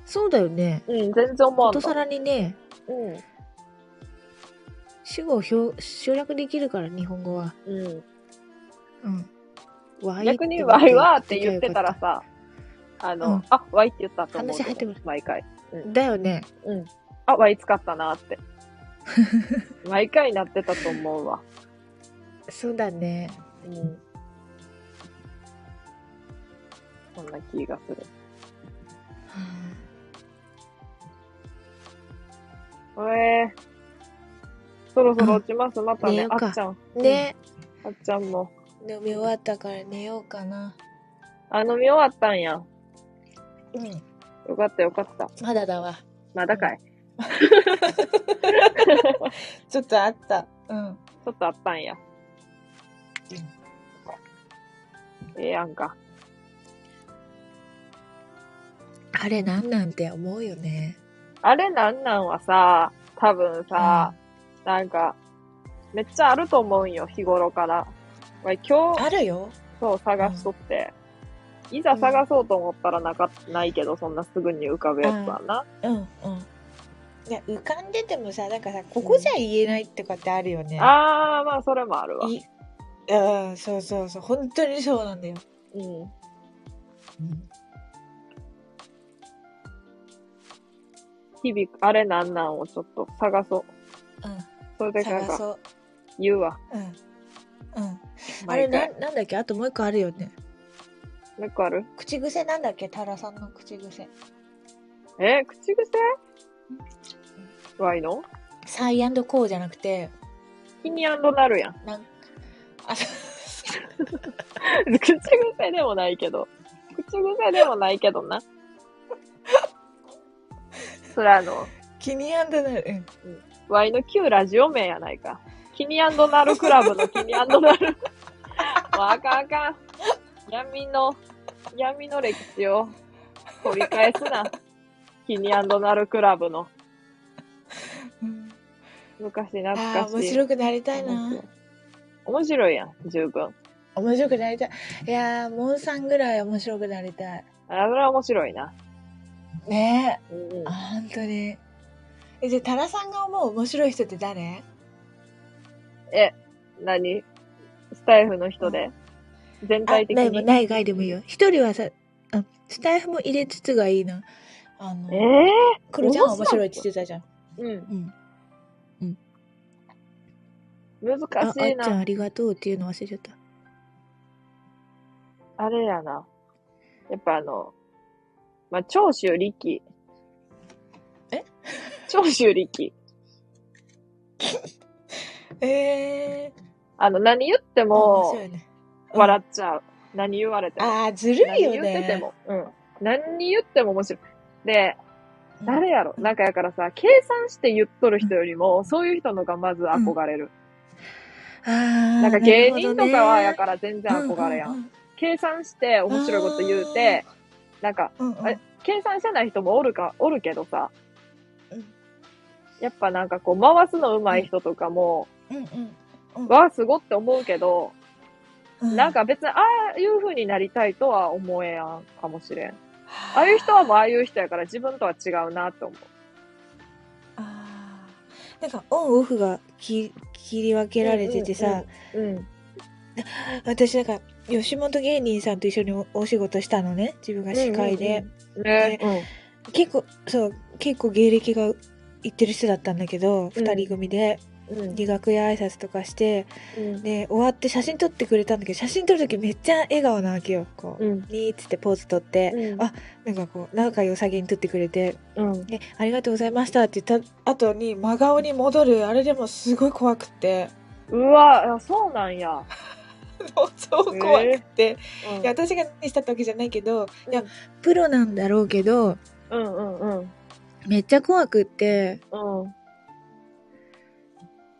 S2: そうだよね
S1: うん、全然思わん
S2: こと
S1: と。
S2: さらにね
S1: うん。
S2: 主語を表省略できるから日本語は
S1: うん。
S2: うんわい
S1: 逆に、
S2: って言っ
S1: ワ
S2: て
S1: イはって言ってたらさ、あの、
S2: うん
S1: あ、ワイって言ったと思う
S2: 話入ってくる
S1: 毎回。
S2: だよね
S1: うん。あ、ワイ使ったな って。毎回なってたと思うわ。
S2: そうだね
S1: うん。そんな気がする。ええそろそろ落ちます。また
S2: 寝
S1: ね
S2: よ、うか
S1: あっちゃん。
S2: ね、
S1: うん。あっちゃんも。
S2: 飲み終わったから寝ようかな。
S1: あ、飲み終わったんや。
S2: うん、
S1: よかったよかった。
S2: まだだわ。
S1: まだかい。
S2: ちょっとあった。うん。
S1: ちょっとあったんや。ええやんか。
S2: あれなんなんて思うよね。
S1: あれなんなんはさ、多分さ、なんか、めっちゃあると思うんよ、日頃から。わい今日、
S2: あるよ。
S1: そう探しとって。いざ探そうと思ったらなか、ないけど、そんなすぐに浮かぶやつはな。
S2: うんうん。いや浮かんでてもさ、なんかさ、ここじゃ言えないとかってあるよね。
S1: あー、まあ、それもあるわ。
S2: いうん、そうそうそう。本当にそうなんだよ。
S1: うん。日々、あれなんなんをちょっと探そう。それ
S2: う
S1: で
S2: ん。
S1: なん
S2: 探
S1: か
S2: そう。
S1: 言うわ。
S2: うん。うん。あれ
S1: 毎
S2: な
S1: 回。
S2: なんだっけあともう一個あるよね。
S1: なんかある
S2: 口癖なんだっけタラさんの口癖。
S1: えー口癖ワイの
S2: サイアンドコーじゃなくて、
S1: 気にアンドなるやん。
S2: なんあ、そ う
S1: 口癖でもないけど。口癖でもないけど な。それあの、
S2: 気に病んだなる。うん。
S1: ワイの旧ラジオ名やないか。気にアンドなるクラブの気にアンドなる。もうあかんあかん。闇の、闇の歴史を掘り返すな。気にアンドなるクラブの
S2: うん
S1: 昔懐
S2: あ
S1: かし
S2: あ、
S1: い。
S2: 面白くなりたいな。
S1: 面白いやん、十分。
S2: 面白くなりたい。いやー、モンさんぐらい面白くなりたい。
S1: あ、それは面白いな。
S2: ねえ。
S1: うんうん
S2: あ、本当に。え、じゃあ、タラさんが思う面白い人って誰
S1: え、何スタイフの人で全
S2: あ
S1: 体的
S2: ないも
S1: に。
S2: ない外でもいいよ。一人はさ、あスタイフも入れつつがいいな。あの、
S1: ええ
S2: 黒ちゃんは面
S1: 面白
S2: 白
S1: い
S2: いって言ってたじゃん。
S1: うん。
S2: うん。あ、あ
S1: 難
S2: っ
S1: しい
S2: ちゃん
S1: な。
S2: ありがとうっていうの忘れちゃった。
S1: あれやな。やっぱあの、まあ、長州力。
S2: え
S1: 長州力。
S2: ええ
S1: あの、何言って
S2: ー。面白
S1: も
S2: いね。うん
S1: 笑っちゃう。何言われても。
S2: ああ、ずるいよ
S1: 何
S2: ね。
S1: 言ってても。うん。何言っても面白い。で、
S2: うん。
S1: 誰やろなんかやからさ、計算して言っとる人よりも、そういう人のがまず憧れる。
S2: ああ。
S1: なんか芸人とかはや
S2: ら
S1: から全然憧れやん。
S2: ん。
S1: 計算して面白いこと言うて、なんか、
S2: うんうん
S1: え計算してない人もおるか、おるけどさ
S2: うん。
S1: やっぱなんかこう、回すの上手い人とかも、
S2: うんうん。
S1: わあ、すごって思うけど、
S2: うん
S1: なん、か別にああいう風になりたいとは思えやんかもしれん。ああいう人はもうああいう人やから自分とは違うなって思う。
S2: あーなんかオンオフがき切り分けられててさ、
S1: うん。
S2: 私なんか吉本芸人さんと一緒におお仕事したのね自分が司会で、
S1: ね。
S2: 結構そう結構芸歴がいってる人だったんだけど、
S1: うん
S2: 2人組で
S1: うん。うん。
S2: で楽屋挨拶とかして
S1: うん。
S2: で終わって写真撮ってくれたんだけど写真撮る時めっちゃ笑顔なわけよこう、
S1: うん。
S2: にーっつってポーズ撮って、
S1: うん
S2: あなんかこう仲良さげに撮ってくれて
S1: うん。
S2: で「ありがとうございました」って言った後に真顔に戻るあれでもすごい怖くて
S1: うわ、あそうなんや。
S2: 超 怖くて、
S1: うん
S2: いや私が何したってわけじゃないけど、いや
S1: うん
S2: プロなんだろうけど
S1: うんうんうん。
S2: めっちゃ怖くって
S1: うん。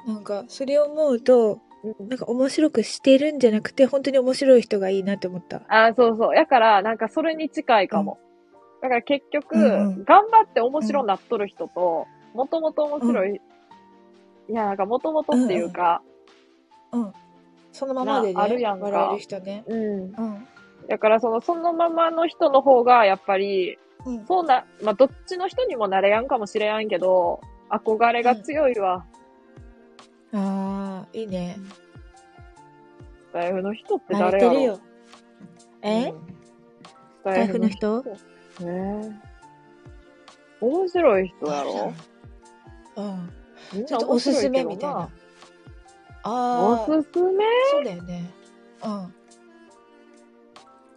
S2: なんかそれを思うと
S1: うん
S2: なんか面白くしてるんじゃなくて本当に面白い人がいいなって思った
S1: あーそうそう。やから、なんかそれに近いかも。だから結局、
S2: うんうん
S1: 頑張って面白なっとる人と、もともと面白い、いや、なんかもともとっていうか、
S2: うんそのま
S1: までねなあるやんか笑える
S2: 人ね
S1: うん。
S2: うん
S1: だからその、そのままの人の方が、やっぱり、
S2: うん
S1: そうな、まあ、どっちの人にもなれやんかもしれやんけど、憧れが強いわ。
S2: あーいいね
S1: スタイフの人って
S2: 慣
S1: 誰
S2: れ
S1: やろ
S2: てるよえ、
S1: うんス
S2: ス
S1: タ
S2: タイフの人
S1: えー面白い人やろ
S2: うん
S1: みん
S2: ち
S1: な
S2: ょっと
S1: 面
S2: おす
S1: 白
S2: す
S1: け
S2: め
S1: ど
S2: みたいな
S1: お
S2: あ
S1: す
S2: あ
S1: すめ
S2: そうだよね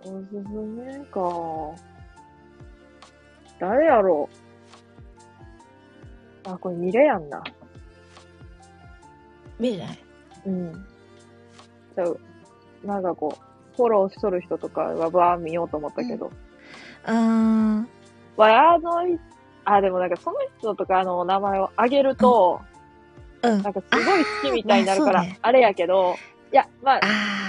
S2: うん
S1: おすすめか。誰やろうあ、これ見れやんな。
S2: 見れない
S1: うん。ちゃう。なんかこう、フォローしとる人とかはバー見ようと思ったけど。
S2: ああ
S1: わ、あの、あ、でもなんかその人とかの名前を挙げると、
S2: うん
S1: なんかすごい好きみたいになるか
S2: あ
S1: ら
S2: ーまあそうね、
S1: あれやけど、いや、まあ、
S2: あ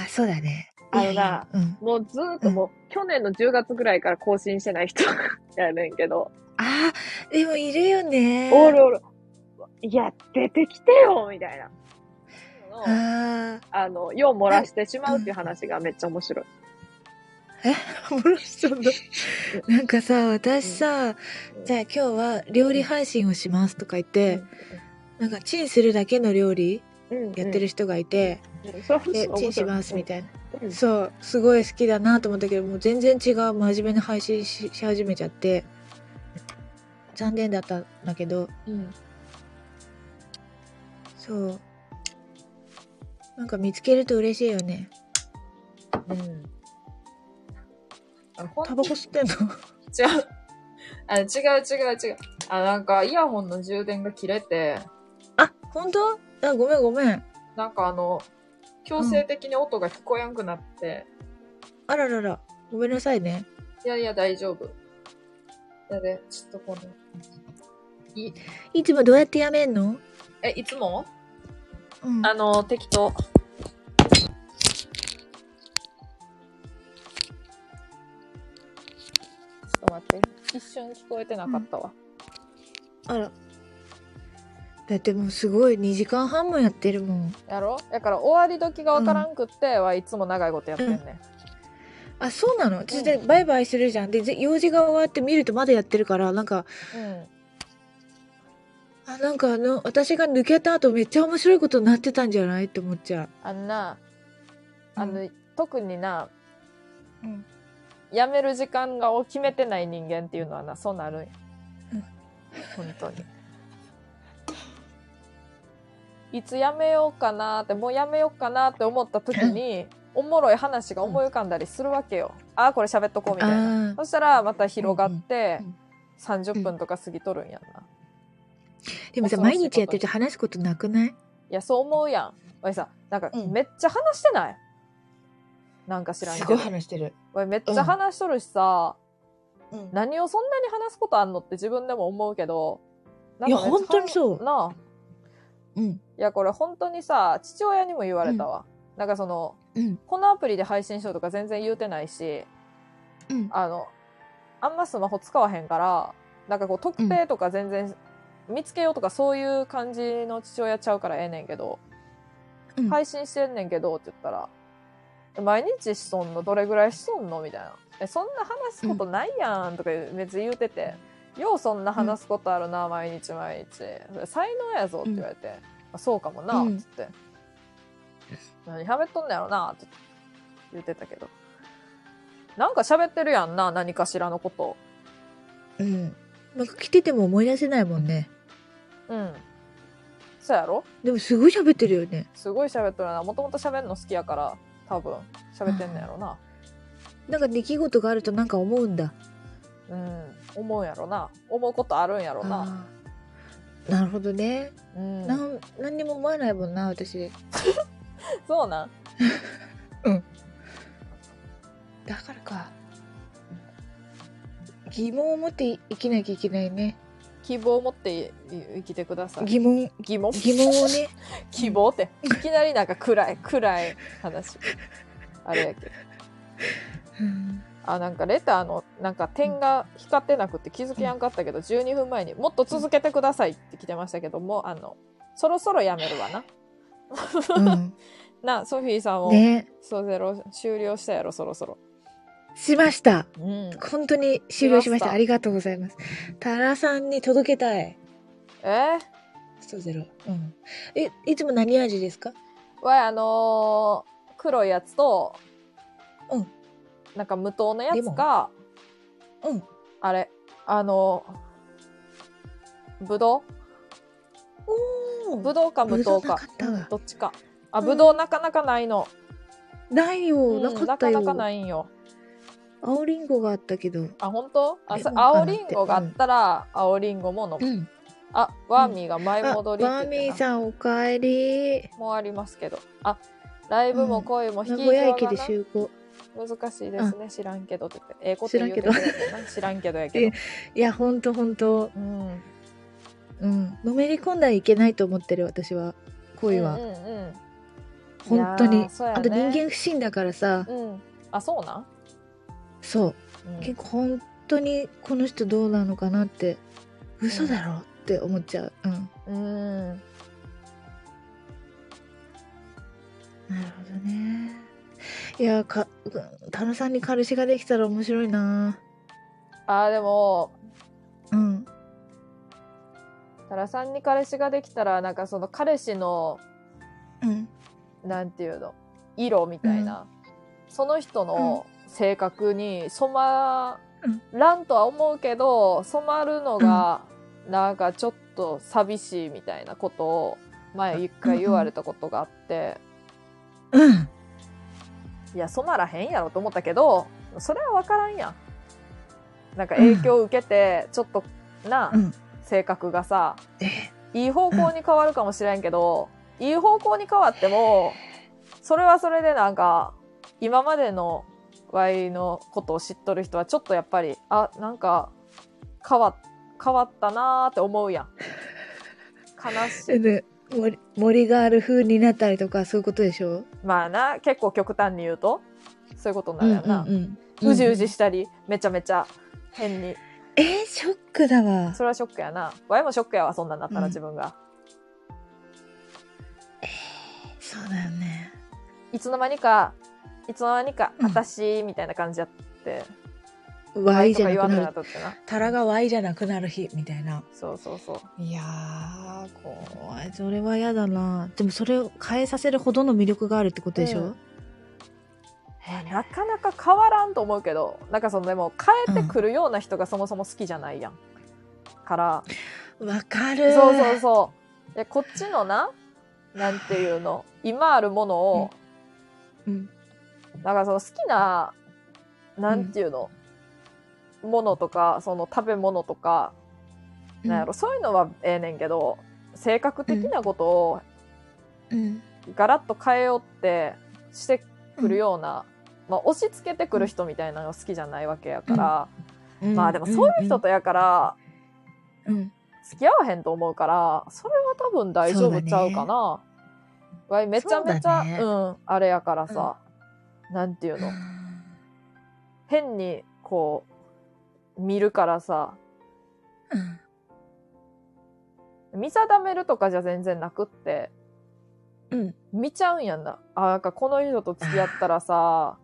S2: あ、そうだね。
S1: あのな、
S2: うん。
S1: もうずーっともう、去年の10月ぐらいから更新してない人 やねんけど、
S2: ああ、でもいるよね。
S1: おるおる、いや、出てきてよみたいな。
S2: あ
S1: あの、世を漏らしてしまうっていう話がめっちゃ面白い。
S2: あ、もろしち ゃんだ。なんかさ、私さ、じゃあ今日は料理配信をしますとか言って、なんかチンするだけの料理
S1: うん
S2: やってる
S1: 人、
S2: 人がいて、
S1: うんそうそう
S2: で、
S1: 面白い
S2: チンしますみたいな。
S1: うん
S2: そう、すごい好きだなと思ったけど、もう全然違う真面目な配信しし始めちゃって、残念だったんだけど、
S1: うん
S2: そう。なんか見つけると嬉しいよね。
S1: うん。あ、ほん
S2: タバコ吸ってん の
S1: 違う。あ違う違う違う。あ、なんかイヤホンの充電が切れて、
S2: あ、本当？あ、ごめんごめん。
S1: なんかあの、強制的に音が聞こえなくなって、
S2: あららら、ごめんなさいね。
S1: いやいや大丈夫。やで、ちょっとこの、
S2: いつもどうやってやめんの？
S1: え、いつも
S2: うん。
S1: あの、適当。ちょっと待って。一瞬聞こえてなかったわ。
S2: あら。だってもうすごい2時間半もやってるもん。
S1: やろだから終わり時がわからんくって、はいつも長いことやってんね、
S2: あ、そうなの。私
S1: うん
S2: でバイバイするじゃん。でぜ用事が終わって見るとまだやってるからなんか
S1: ん。うん。
S2: あなんかあの私が抜けた後めっちゃ面白いことになってたんじゃないって思っちゃう。
S1: あんな、あの、特にな、
S2: うん
S1: 辞める時間がを決めてない人間っていうのはな、そうなるんや。本当に。いつ辞めようかなって、もう辞めようかなって思った時に、おもろい話が思い浮かんだりするわけよ。ああ、これ喋っとこうみたいな。
S2: ああ
S1: そしたらまた広がって
S2: うんうん、
S1: 30分とか過ぎとるんやんな。
S2: でもさ
S1: 恐ろしいこ
S2: 毎
S1: と
S2: 日やってると話すことなくない
S1: いや、そう思うやん。おいさ、なんか、
S4: うん
S1: めっちゃ話してないなんか知らんけ
S4: す
S1: ど
S4: ごい。話してる。
S1: おい、めっちゃ話しとるしさ、
S4: うん。
S1: 何をそんなに話すことあんのって自分でも思うけど。なん
S2: いや
S1: かめっちゃ
S2: 本当にそう
S1: なあ。
S4: うん。
S1: いや、これ本当にさ、父親にも言われたわ。なんかその、
S2: うん
S1: このアプリで配信しようとか全然言うてないし、
S2: うん
S1: あの、あんまスマホ使わへんから、なんかこう特定とか全然、見つけようとかそういう感じの父親ちゃうからええねんけど、
S2: うん
S1: 配信してんねんけどって言ったら、え毎日しとんのどれぐらいしとんのみたいな。え、そんな話すことないやんとか言う別に言うてて、ようそんな話すことあるな、毎日毎日。それ才能やぞって言われて、あそうかもな、
S2: う
S1: っ
S2: ん
S1: つって。何喋っとんのやろな、って言ってたけど。なんか喋ってるやんな、何かしらのこと。
S2: うんまあ来てても思い出せないもんね
S1: うん。そうやろ
S2: でもすごい喋ってるよね
S1: すごい喋っとるな。もともと喋るの好きやから、多分、喋ってんのやろな。
S2: なんか出来事があるとなんか思うんだ
S1: うん。思うんやろな。思うことあるんやろな。
S2: あーなるほどね、
S1: うん。
S2: なん何にも思わないもんな私
S1: そうなん
S2: だからか疑問を持って生きなきゃいけないね
S1: 希望を持っていい生きてください。
S2: 疑 問
S1: 疑問
S2: 疑問をね
S1: 希望って。いきなりなんか暗い、暗い話。あれやけど。
S2: うん
S1: あなんかレターのなんか点が光ってなくて気づきやんかったけど、12分前にもっと続けてくださいって来てましたけどもあのそろそろやめるわな。
S2: うん
S1: なソフィーさん も、
S2: ね
S1: そうゼロ終了したやろそろそろ。
S2: しました
S1: うん、
S2: 本当に終了しま
S1: しまし
S2: した
S1: た
S2: ありがとうございますタラさんに届けたい
S1: え
S2: ストゼロうんえいつも何味ですか
S1: ー、わいあのー黒いやつと、
S2: うん、
S1: なんか無糖のやつか
S2: うん
S1: あれあのー、ぶど
S2: お
S1: う
S2: ー
S1: ぶどうか無糖
S2: ぶどうな
S1: か
S2: かったわ
S1: どっちか。あぶどうなかなかないの。
S2: ないよ、
S1: うん
S2: なかったよ
S1: なかなかないんよ。
S2: 青りんごがあったけど
S1: あ、本当？あ、
S2: レ
S1: そ
S2: モンかな
S1: 青
S2: って
S1: リンゴがあったら、青リンゴも飲む。
S2: ん
S1: あ、ワーミーが前
S2: あ
S1: 戻りって
S2: バーミ
S1: 言っ
S2: ー
S1: てた
S2: さんおかえり
S1: もうありますけど。あ、ライブも恋も
S2: 名
S1: 引き
S2: 古屋
S1: 際
S2: 駅
S1: が
S2: で
S1: な
S2: 集合
S1: 難しいですね。知らんけどって言って。ええこと言うてくれてな。知らんけどやけど。
S2: いやほんとほんと
S1: うん。
S2: うんのめり込んだらいけないと思ってる私は恋は、
S1: うんうんうん。
S2: 本当に、
S1: いやーそうや
S2: あ
S1: ね
S2: と人間不信だからさ、
S1: うん。あ、そうなん
S2: そう
S1: うん
S2: 結構本当にこの人どうなのかなって嘘だろって思っちゃううん
S1: うん。
S2: なるほどねいやかうん田野さんに彼氏ができたら面白いな
S1: あ、でも、
S2: うん
S1: タラさんに彼氏ができたら、なんかその彼氏の、
S2: うん
S1: なんていうの色みたいな、その人の性格に染まらんとは思うけど、染まるのがなんかちょっと寂しいみたいなことを前一回言われたことがあって、
S2: うん
S1: いや染まらへんやろと思ったけどそれは分からんやん。なんか影響を受けてちょっとな、
S2: うん
S1: 性格がさ
S2: え
S1: いい方向に変わるかもしれんけど、いい方向に変わっても、それはそれでなんか、今までのワイのことを知っとる人はちょっとやっぱり、あ、なんか、変わ、変わったなーって思うやん。悲しい。
S2: で森森ガール風になったりとかそういうことでしょ
S1: まあな、結構極端に言うと、そういうことになるやんな。うんうじうじしたり、めちゃめちゃ変に。
S2: えー、ショックだわ
S1: それはショックやな。ワイもショックやわ、そんなんなったら
S2: うん
S1: 自分が。
S2: そうだよね
S1: いつの間にか、いつの間にか、
S2: うん
S1: 私、みたいな感じやって。
S2: ワイじゃな
S1: とか言わ
S2: くなん
S1: な
S2: る
S1: かったってな。
S2: タラがワイじゃなくなる日みたいな
S1: そうそうそう。
S2: いやー怖いそれは嫌だなでもそれを変えさせるほどの魅力があるってことでしょ、
S1: うんまあなかなか変わらんと思うけどなんかそのでも帰ってくるような人がそもそも好きじゃないやん、から
S2: わかる。
S1: そうそうそういやこっちのななんていうの今あるものを、
S2: うん
S1: なんかその好きななんていうの、ものとかその食べ物とか
S2: うん。
S1: なんやろ、そういうのはええねんけど性格的なことを
S2: うん。
S1: ガラッと変えようってしてくるような、まあ、押し付けてくる人みたいなのが好きじゃないわけやから、
S2: うん。
S1: まあでもそういう人とやから
S2: うん。
S1: 付き合わへんと思うからそれは多分大丈夫ちゃうかな。わいめちゃめちゃう,、
S5: そうだね
S1: んあれやからさ、なんていうの変にこう見るからさ
S2: うん。
S1: 見定めるとかじゃ全然なくって
S2: うん。
S1: 見ちゃうんやんなあなんかこの人と付き合ったら さ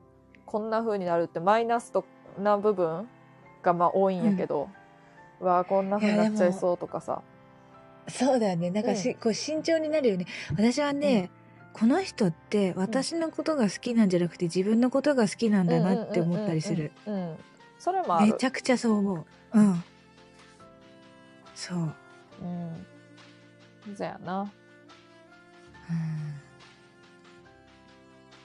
S1: こんな風になるってマイナスとな部分がまあ多いんやけど、うわあこんな風になっちゃいそうとかさ
S2: そうだよね。なんかし、こう慎重になるよね。私はね、この人って私のことが好きなんじゃなくて自分のことが好きなんだなって思ったりする。
S1: うんうんうんうんうんそれもある
S2: めちゃくちゃそう思う。うん。そう。うん
S1: うんそうやな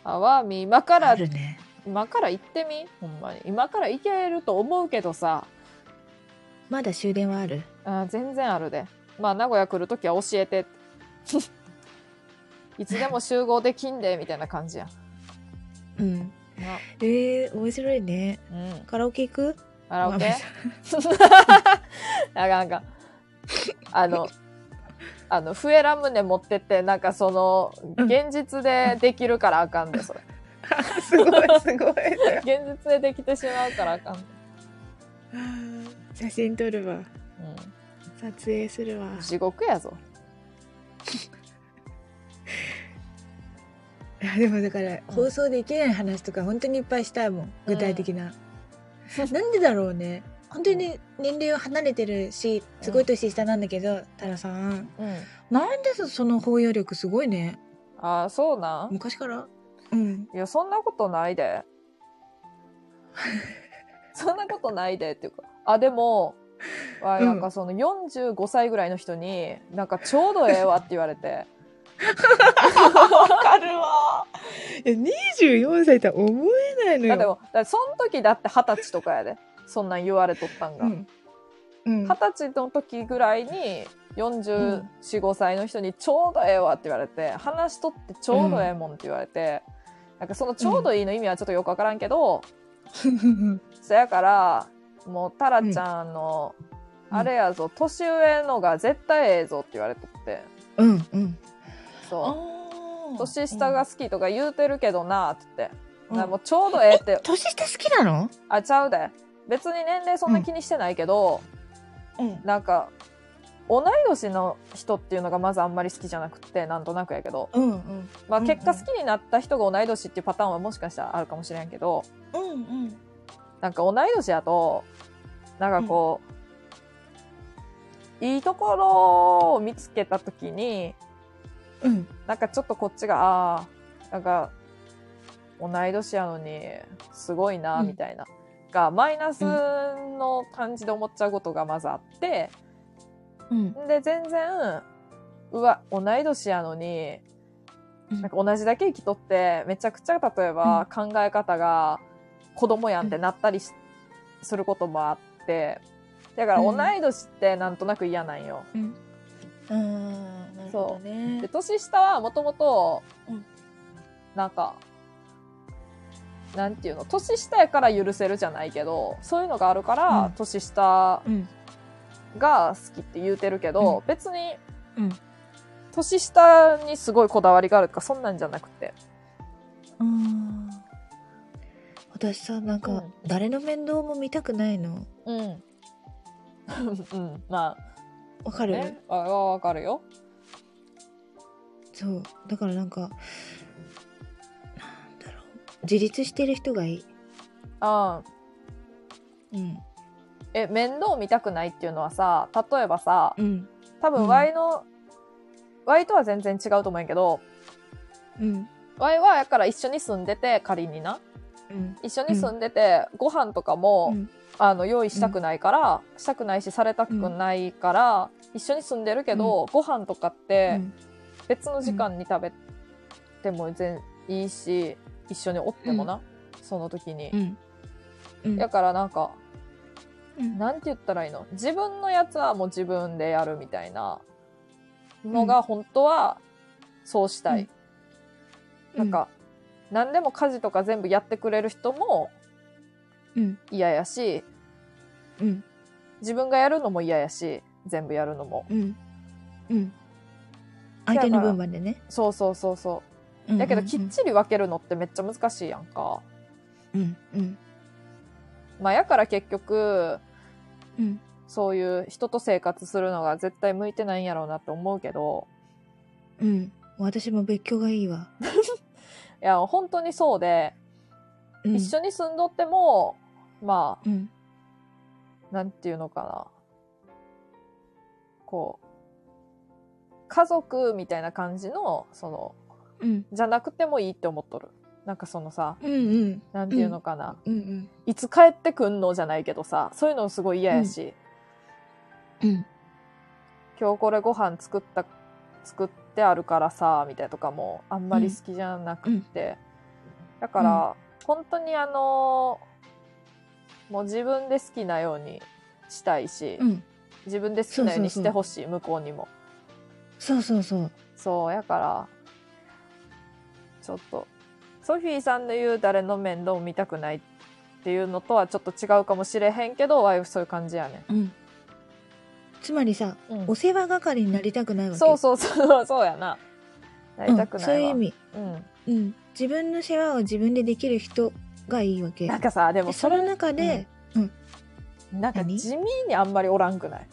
S1: あわみ今から
S2: あるね。
S1: 今から行ってみほんまに今から行けると思うけどさ
S2: まだ終電はある
S1: あ全然あるでまあ名古屋来るときは教えて いつでも集合できんでみたいな感じやん
S2: うん。
S1: な
S2: ええー、面白いね。
S1: うん
S2: カラオケ行く
S1: カラオ
S2: ごめん
S1: ケ
S2: なさ
S1: あかんあかんあのあの笛ラムネ持ってってなんかその
S2: うん
S1: 現実でできるからあかんでそれ
S2: い すごいすごい。
S1: 現実でできてしまうからあかんで、
S2: 写真撮るわ。
S1: う
S2: 撮影す るわ
S1: ん、地獄やぞ
S2: でもだから放送できない話とか本当にいっぱいしたいもん具体的な、なんでだろうね本当に年齢は離れてるしすごい年下なんだけどタラさん
S1: うん
S2: なんでその包容力すごいね
S1: ああそうなん
S2: 昔からうん
S1: いや、そんなことないで。 そんなことないでっていうか。あ、でも、わ
S2: うん
S1: なんかその45歳ぐらいの人に、なんかちょうどええわって言われて。
S2: わかるわいや24歳とは思えないの
S1: だっても、だってその時だって二十歳とかやで。そんなん言われとったんが。
S2: う
S1: 二十
S2: ん、うん、
S1: 歳の時ぐらいに、44、5歳の人にちょうどええわって言われて、話しとってちょうどええもんって言われて、なんかそのちょうどいいの意味はちょっとよくわからんけど、そやから、もうタラちゃんの、
S2: うん
S1: あれやぞ、年上のが絶対ええぞって言われとって。
S2: うんうん
S1: そ
S2: あ
S1: う。年下が好きとか言うてるけどなって言って。
S2: うん
S1: なもうちょうどええって、
S2: 年下好きなの
S1: あ、ちゃうで。別に年齢そんな気にしてないけど、
S2: うん
S1: なんか、同い年の人っていうのがまずあんまり好きじゃなくって、なんとなくやけど。
S2: うんうん
S1: まあ
S2: うんうん
S1: 結果好きになった人が同い年っていうパターンはもしかしたらあるかもしれんけど、
S2: うんうん
S1: なんか同い年やと、なんかこう、いいところを見つけたときに、
S2: うん
S1: なんかちょっとこっちが、ああ、なんか、同い年やのに、すごいな、
S2: うん
S1: みたいな。が、マイナスの感じで思っちゃうことがまずあって、
S2: うん
S1: で、全然、うわ、同い年やのに、
S2: うん
S1: なんか同じだけ生きとって、めちゃくちゃ、例えば考え方が子供やんってなったりしすることもあって、だから
S2: う
S1: 同
S2: ん
S1: い年ってなんとなく嫌なんよ。
S2: うんなるほどね
S1: で、年下はもともと
S2: うん、
S1: なんか、なんていうの、年下やから許せるじゃないけど、そういうのがあるから、
S2: うん
S1: 年下
S2: うん
S1: が好きって言うてるけど、別に、
S2: うん
S1: 年下にすごいこだわりがあるとかそんなんじゃなくて、
S2: うん私さなん
S1: う
S2: か
S1: ん
S2: 誰の面倒も見たくないの
S1: うん、 うんま
S2: わか
S1: あね
S2: る
S1: わわわかるよ
S2: そうだからなんかなんだろう自立してる人がいい
S1: あー
S2: うん
S1: え面倒見たくないっていうのはさ例えばさ
S2: うん
S1: 多分 Y の、Y とは全然違うと思うんやけど
S2: うん
S1: Y はやから一緒に住んでて仮にな
S2: うん。
S1: 一緒に住んでて、ご飯とかも、
S2: うん
S1: あの用意したくないから、したくないしされたくないから、一緒に住んでるけど、ご飯とかって別の時間に食べても全いいし一緒におってもな、その時に。
S2: うん。うん
S1: だからなんか
S2: うん
S1: なんて言ったらいいの自分のやつはもう自分でやるみたいなのが本当はそうしたい。なんか、何でも家事とか全部やってくれる人も
S2: うん
S1: 嫌やし、
S2: うん
S1: 自分がやるのも嫌やし、全部やるのも。
S2: うんうん相手の分までね
S1: そうそうそうそ
S2: うんう
S1: う。
S2: ん
S1: だけど、きっちり分けるのってめっちゃ難しいやんか。
S2: うんうん
S1: まあ、やから結局、
S2: うん
S1: そういう人と生活するのが絶対向いてないんやろうなって思うけど、
S2: うん私も別居がいいわ
S1: いや、本当にそうで、
S2: うん
S1: 一緒に住んどっても、まあ、
S2: うん
S1: なんていうのかな。こう、家族みたいな感じの、その、
S2: うん
S1: じゃなくてもいいって思っとる。なんかそのさ、
S2: うんうん
S1: なんていうのかな。
S2: うんうん
S1: いつ帰ってくんのじゃないけどさ、そういうのすごい嫌やし、
S2: うん
S1: 今日これご飯作った、作ってあるからさ、みたいなとかも、あんまり好きじゃなくって。だから、本当にあのーもう自分で好きなようにしたいし、
S2: うん
S1: 自分で好きなようにしてほしい、向こうにも。
S2: そうそうそう
S1: そう、やから、ちょっと、ソフィーさんの言う誰の面倒を見たくないっていうのとはちょっと違うかもしれへんけど、ワイフそういう感じやね
S2: うんつまりさ
S1: ん。
S2: お世話係になりたくないわけ
S1: そうそうそう、そうやな。なりたく
S2: うん
S1: な
S2: そう
S1: い
S2: いう
S1: わ。
S2: 意味
S1: うん。
S2: うん自分の世話を自分でできる人がいいわけ
S1: なんかさ、でも
S2: で
S1: そ
S2: そ
S1: れ
S2: の、中で
S1: なんか
S2: 何
S1: 地味にあんまりおらんくない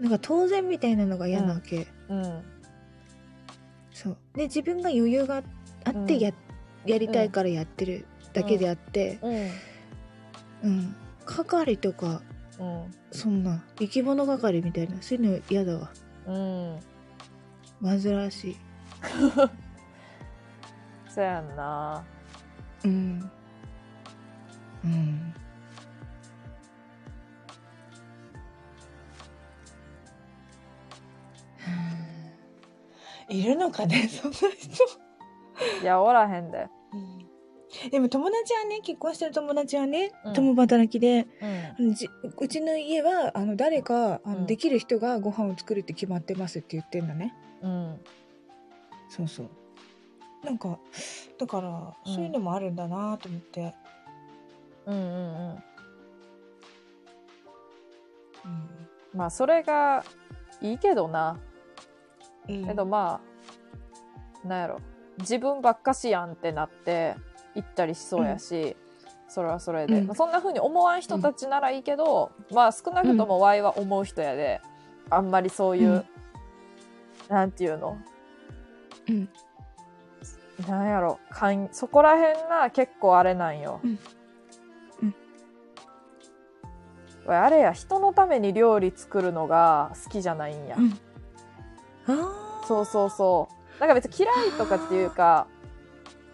S2: なんか当然みたいなのが嫌なわけ
S1: うん。
S2: そうで自分が余裕があっ
S1: うん
S2: てや,、やりたいからやってるだけであって、
S1: うん。
S2: うん係とかそんな生き物係みたいなそういうの嫌だわ
S1: うん。うん。
S2: 煩わしい
S1: そうやんな。
S2: うんうんいるのかねそんな人、
S1: いや、おらへんで。
S2: でも友達はね結婚してる友達はね、
S1: うん
S2: 共働きで
S1: うん。
S2: あのじうちの家はあの誰かあの、
S1: うん
S2: できる人がご飯を作るって決まってますって言ってんだね
S1: うん。
S2: そうそうなんかだから
S1: うん
S2: そういうのもあるんだなと思って、
S1: うんうんうん。
S2: うん
S1: まあ、それがいいけどな。けどまあなんやろ自分ばっかしやんってなって行ったりしそうやし、それはそれで、
S2: うん
S1: まあそんな風に思わん人たちならいいけど、まあ少なくとも Y は思う人やで、あんまりそういう、
S2: うん
S1: なんていうの、
S2: うん
S1: なんやろかんそこら辺な結構あれなんよ。
S2: うんうん
S1: 俺あれや人のために料理作るのが好きじゃないんや。
S2: うんあ
S1: そうそうそう。なんか別に嫌いとかっていうか、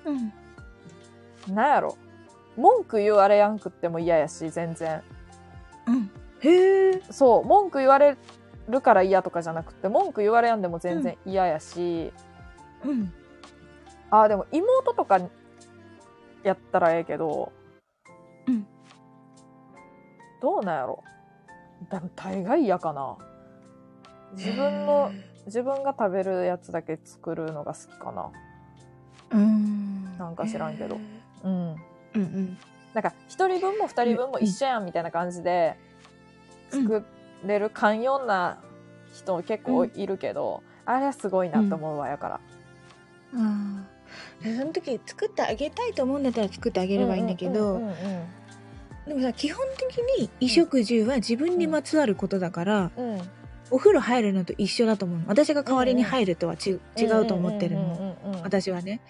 S2: ーうん
S1: なんやろ。文句言われやんくっても嫌やし、全然。
S2: うんへえ
S1: そう、文句言われるから嫌とかじゃなくて、文句言われやんでも全然嫌やし、
S2: うん
S1: ああ、でも妹とかやったらええけど、
S2: うん
S1: どうなんやろ。だ大概嫌かな。自分の、自分が食べるやつだけ作るのが好きかな。
S2: うん
S1: なんか知らんけど
S2: へ
S1: うん。
S2: ーうんうん
S1: なんか一人分も二人分も一緒やんみたいな感じで
S2: うん
S1: 作れる寛容な人結構いるけど、あれはすごいなと思うわやから。
S2: あーでその時作ってあげたいと思うんだったら作ってあげればいいんだけど、
S1: うんうんうん
S2: でもさ基本的に衣食住は自分にまつわることだから、
S1: うん、
S2: お風呂入るのと一緒だと思うの私が代わりに入るとはち、違うと思ってるの、
S1: うんうんうんうん。
S2: 私はね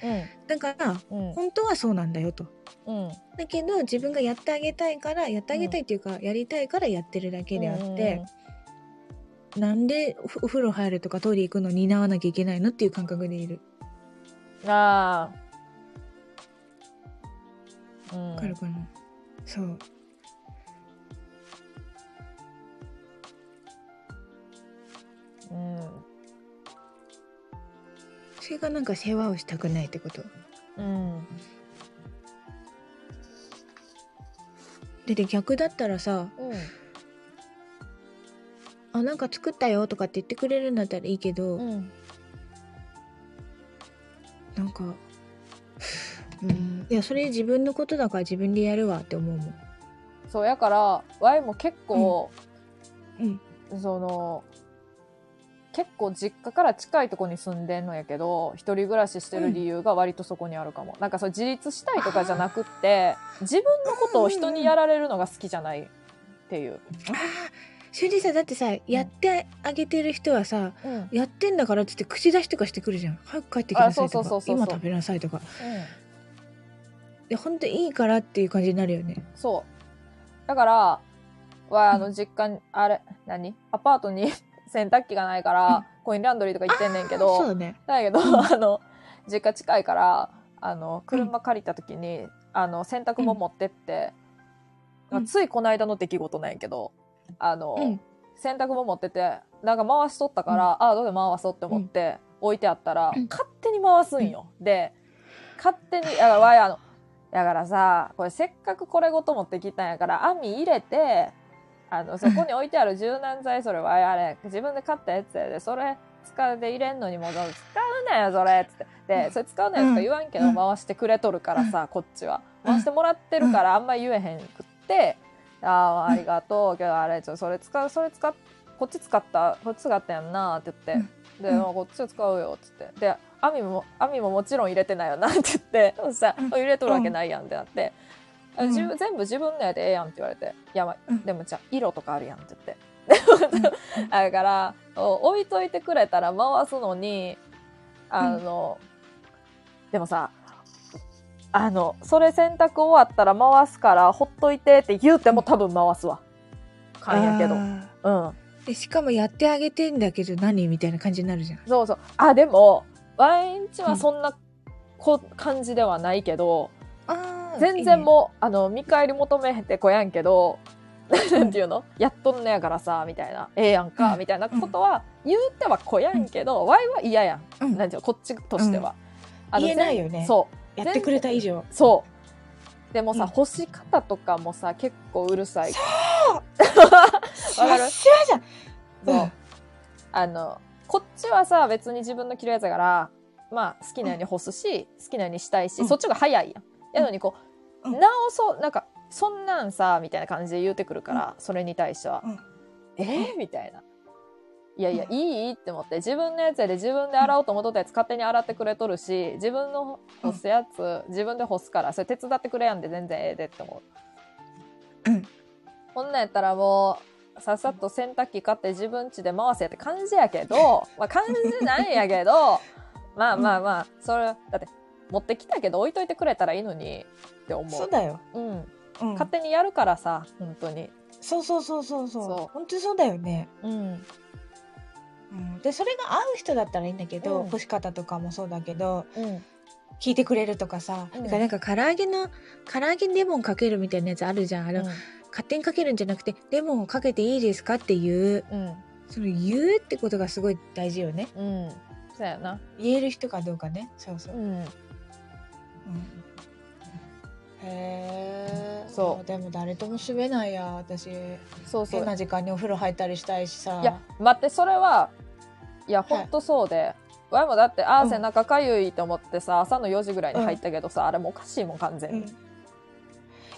S2: だから
S1: うんうん
S2: 本当はそうなんだよと
S1: うん
S2: だけど自分がやってあげたいからやってあげたいっていうか、やりたいからやってるだけであって、なんでおお風呂入るとかトイレ行くの担わなきゃいけないのっていう感覚でいる
S1: うん、ああうん
S2: わかるかなそう
S1: うん
S2: それがなんか世話をしたくないってこと
S1: うん
S2: でで逆だったらさ「あなんか作ったよ」とかって言ってくれるんだったらいいけど、
S1: うん
S2: なんかうんいやそれ自分のことだから自分でやるわって思うもん
S1: そうやから Y も結構、
S2: うん
S1: その結構実家から近いとこに住んでんのやけど一人暮らししてる理由が割とそこにあるかも、なんかそう自立したいとかじゃなくって自分のことを人にやられるのが好きじゃないっていう、
S2: ああそれでさだってさやってあげてる人はさ、
S1: うんうん
S2: やってんだからっつって口出しとかしてくるじゃん早く帰ってきなさいと
S1: あそうそうそ
S2: か
S1: うそう
S2: 今食べなさいとかいやほんといいからっていう感じになるよね
S1: そうだからはあの実家に、あれ何アパートに 洗濯機がないから、コインランドリーとか行ってんねんけど
S2: そうだね
S1: だけど、あの実家近いからあの車借りた時に、あの洗濯も持ってって、
S2: うん
S1: まあついこの間の出来事なんやけどあの、
S2: うん
S1: 洗濯も持っててなんか回しとったから、ああどうで回そうって思って置いてあったら、
S2: うん
S1: 勝手に回すんよ。で勝手にだからわいあのだからさこれせっかくこれごと持ってきたんやから網入れてあのそこに置いてある柔軟剤それはあれ自分で買ったやつやでそれ使うで入れんのにもう使うなよそれっつってでそれ使うなよとか言わんけど、
S2: うん
S1: 回してくれとるからさこっちは
S2: うん
S1: 回してもらってるからあんま言えへんくって「ああありがとうけどあれちょそれ使うそれ使っこっち使ったこっち使ったやんな」って言って「で、
S2: うん
S1: まあこっちを使うよ」っつってで網も網ももちろん入れてないよなって言って そしたら
S2: うん
S1: あ入れとるわけないやん」ってなって。あ
S2: うん
S1: 自分全部自分のやでええやんって言われて「いやまあ
S2: うん
S1: でもじゃあ色とかあるやん」って 言って
S2: ん
S1: でだからお置いといてくれたら回すのにあの、でもさあのそれ洗濯終わったら回すからほっといてって言うても多分回すわかんやけど
S2: あー
S1: うん
S2: でしかもやってあげてんだけど何みたいな感じになるじゃん
S1: そうそうあでもワインチ
S2: う
S1: は
S2: ん
S1: そんなこ感じではないけど、
S2: あー
S1: 全然もうあの見返り求めへんってこやんけどなんていうのやっとんねやからさみたいなええやんか
S2: うん
S1: みたいなことは言うてはこやんけど、ワイは嫌やん
S2: いいね
S1: なんていうのこっちとしては、あの
S4: 言えないよね
S1: そう
S4: やってくれた以上。
S1: そう。でもさ、干し方とかもさ、結構うるさい。そうわかる
S4: シワじゃん。
S1: そう
S4: うん
S1: あの、こっちはさ、別に自分の着るやつだから、まあ、好きなように干すし、好きなようにしたいし、
S4: うん
S1: そっちが早いやん。やのにこう、
S4: うん
S1: なおそう、なんか、そんなんさ、みたいな感じで言うてくるから、それに対しては、
S4: うん
S1: えー、みたいな。いやいや、いいって思って、自分のやつやで自分で洗おうと思っとったやつ勝手に洗ってくれとるし、自分の干すやつ、自分で干すから、それ手伝ってくれやんで全然ええでって思う。
S2: うん。
S1: こんなんやったらもう、さっさと洗濯機買って自分家で回せって感じやけ ど、まあ感じなんやけど、まあまあまあ、それ、だって、持ってきたけど置いといてくれたらいいのにって思
S4: そう
S1: う。
S4: だよ。
S1: うん。
S4: うん。
S1: 勝手にやるからさ、本当に。
S4: そうそうそうそう
S1: そう
S4: そう。本当にそうだよね。
S1: うん。
S4: うんでそれが合う人だったらいいんだけど、
S1: うん
S4: 干し方とかもそうだけど
S1: うん。
S4: 聞いてくれるとかさ、
S1: うん
S2: だからなんか唐揚げの唐揚げにレモンかけるみたいなやつあるじゃんあれ、勝手にかけるんじゃなくてレモンをかけていいですかっていう
S1: うん。
S2: その言うってことがすごい大事よね
S1: うん。そうやな。
S4: 言える人かどうかねそうそう
S1: う、ん。
S4: うんへえ
S1: そう
S4: でも誰とも住めないや私
S1: そうそう
S4: 変。な時間にお風呂入ったりしたいしさ
S1: いや待ってそれはいや
S4: い
S1: ほんとそうで、わいもだってあ
S4: う
S1: ー
S4: ん
S1: 背中かゆいと思ってさ朝の4時ぐらいに入ったけどさ、あれもうおかしいもん完全
S4: う
S1: に、
S4: ん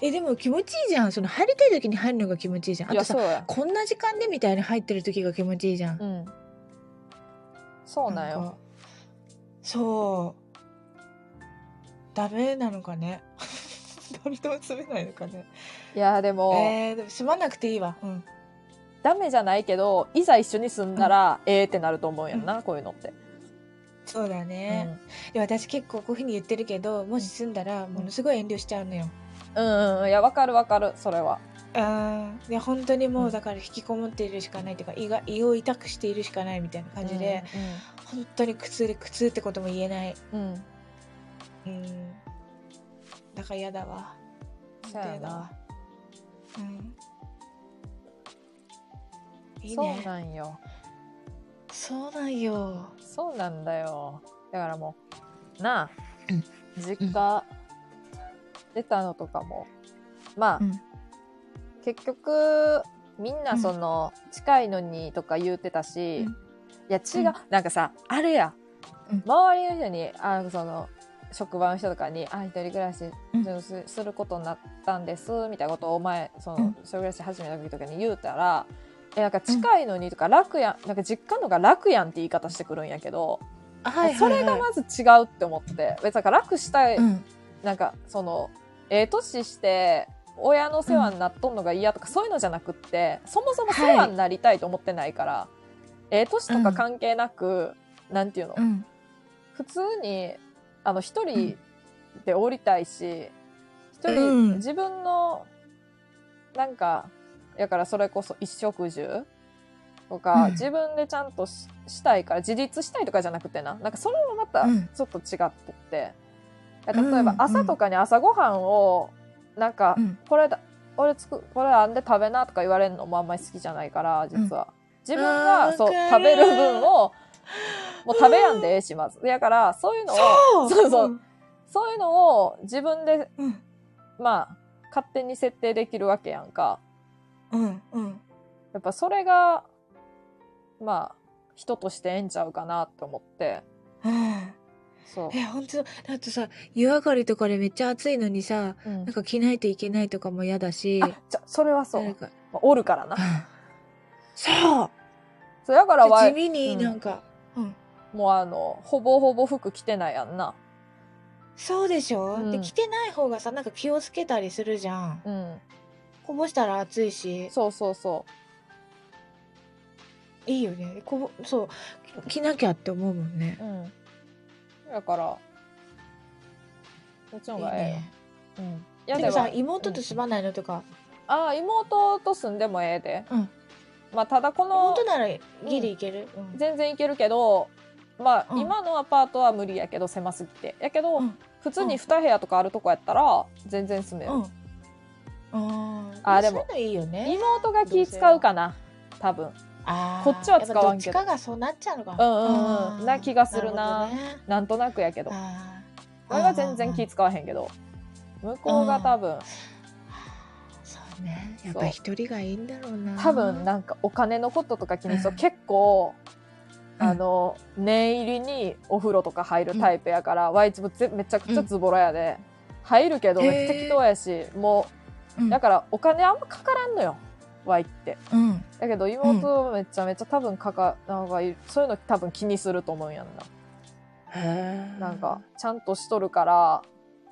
S2: えでも気持ちいいじゃんその入りたい時に入るのが気持ちいいじゃんあ
S1: い
S2: と
S1: や
S2: さ
S1: そうや
S2: こんな時間でみたいに入ってる時が気持ちいいじゃん、
S1: うんそうなん
S4: な
S1: よ
S4: んかそうダメなのかね 誰とも住めないのかね
S1: いやでも、
S4: えー、でも住まなくていいわうん
S1: ダメじゃないけどいざ一緒に住んだら、ええってなると思うやんな、こういうのって、
S4: そうだね、で私結構こういうふうに言ってるけどもし住んだらものすごい遠慮しちゃうのよ。
S1: うん、うんうんいやわかるわかるそれは
S4: うん、で本当にも
S1: う
S4: うんだから引きこもっているしかないっていうか胃が胃を痛くしているしかないみたいな感じで、、本当に苦痛で苦痛ってことも言えない、
S1: うんうんうん
S4: うん、だから嫌だわ定
S1: そうやな
S4: だわ。うん。いい
S1: そう
S4: ね。
S1: なんよ
S4: そうなんよ。
S1: そうなんだよだからもうなあ、
S2: うん
S1: 実家出たのとかもまあ、
S2: うん
S1: 結局みんなその、近いのにとか言うてたし、
S2: うん
S1: いや違う、なんかさあれや、
S2: うん
S1: 周りの人にあその職場の人とかに「あ一人暮らし
S2: うん
S1: すすることになったんです」みたいなことをお前その、
S2: うん
S1: 一人暮らし始めた時とかに言うたら「えなんか近いのに」とか「楽やん」なんか実家のが楽やんって言い方してくるんやけど、
S4: あはいはいはい。
S1: それがまず違うって思って別にだから楽したい、
S2: うん。
S1: なんかそのええ年して親の世話になっとんのが嫌とか、そういうのじゃなくってそもそも世話になりたいと思ってないから、ええ年とか関係なく、なんていうの、
S2: うん。
S1: 普通にあの一人で降りたいし一、
S4: うん
S1: 人自分のなんかやからそれこそ一食住とか、
S2: うん
S1: 自分でちゃんとししたいから自立したいとかじゃなくてななんかそれもまた
S2: うん
S1: ちょっと違っとって、例え
S2: うんう
S1: ば
S2: ん
S1: 朝とかに朝ごはんをなんか、
S2: うん
S1: これだ俺つくこれあんで食べなとか言われるのもあんまり好きじゃないから実は、自分
S4: あ
S1: が
S4: ー
S1: そう
S4: わか
S1: 食
S4: る
S1: べる分をもう食べやんでええしますやからそういうのを
S4: そう
S1: そうそう
S4: うん
S1: そういうのを自分で
S4: うん
S1: まあ勝手に設定できるわけやんか
S4: うんうん。
S1: やっぱそれがまあ人としてええんちゃうかなと思って
S4: うん
S1: そ
S4: え、本当だだってさ、
S2: 湯上がりとかでめっちゃ暑いのにさ、
S1: う、うん
S2: なんか着ないといけないとかも嫌だし。
S1: あじゃそれはそう、
S2: 誰か
S1: まあおるからな
S2: そう
S1: そうやからわ
S2: 地
S1: い
S2: 味に
S1: うん
S2: なんか、
S1: もうあのほぼほぼ服着てないやんな
S4: そうでしょ、
S1: うん
S4: で、着てない方がさ、なんか気をつけたりするじゃん。
S1: うん
S4: こぼしたら暑いし、
S1: そうそうそ
S4: いいよね。こぼ、そう。
S2: 着なきゃって思うもんね
S1: う。うんやからそっちの
S4: いい
S1: 方がえ
S4: ね。
S1: えよ、うんいや
S4: でもさ、
S1: でも
S4: 妹と住まないのとか、
S1: ああ妹と住んでもええで、
S4: うん
S1: まあただこの
S4: 妹ならギリいける、うん
S1: 全然いけるけどまあ、
S4: うん
S1: 今のアパートは無理やけど狭すぎてやけど、
S4: うん
S1: 普通に2部屋とかあるとこやったら全然住める、
S4: うん。あ
S1: あ
S4: あ、
S1: ー
S4: で
S1: で
S4: も
S1: も
S4: そういうのいいよね。
S1: 妹が気使うかな多分
S4: あー
S1: こっちは使わんけど
S4: やっぱどっちかがそうなっちゃうのか
S1: う
S4: な。
S1: んうん
S4: あ
S1: う
S4: ー
S1: んな気がする
S4: な
S1: な
S4: るほどね
S1: なんとなくやけど
S4: あー
S1: 俺は全然気使わへんけど向こうが多分
S4: そうね。
S2: やっぱ一人がいいんだろうな。
S1: 多分なんかお金のこととか気にしと
S2: うん
S1: 結構、
S2: うん
S1: あの念入りにお風呂とか入るタイプやから、ワイツもぜめちゃくちゃズボラやで、入るけど
S2: へー
S1: めっちゃ適当やしもう、
S2: うん
S1: だからお金あんまかからんのよワイって
S2: うん。
S1: だけど妹はめちゃめちゃ多分かかなんかいそういうの多分気にすると思うんやんなな
S2: なん
S1: かちゃんとしとるから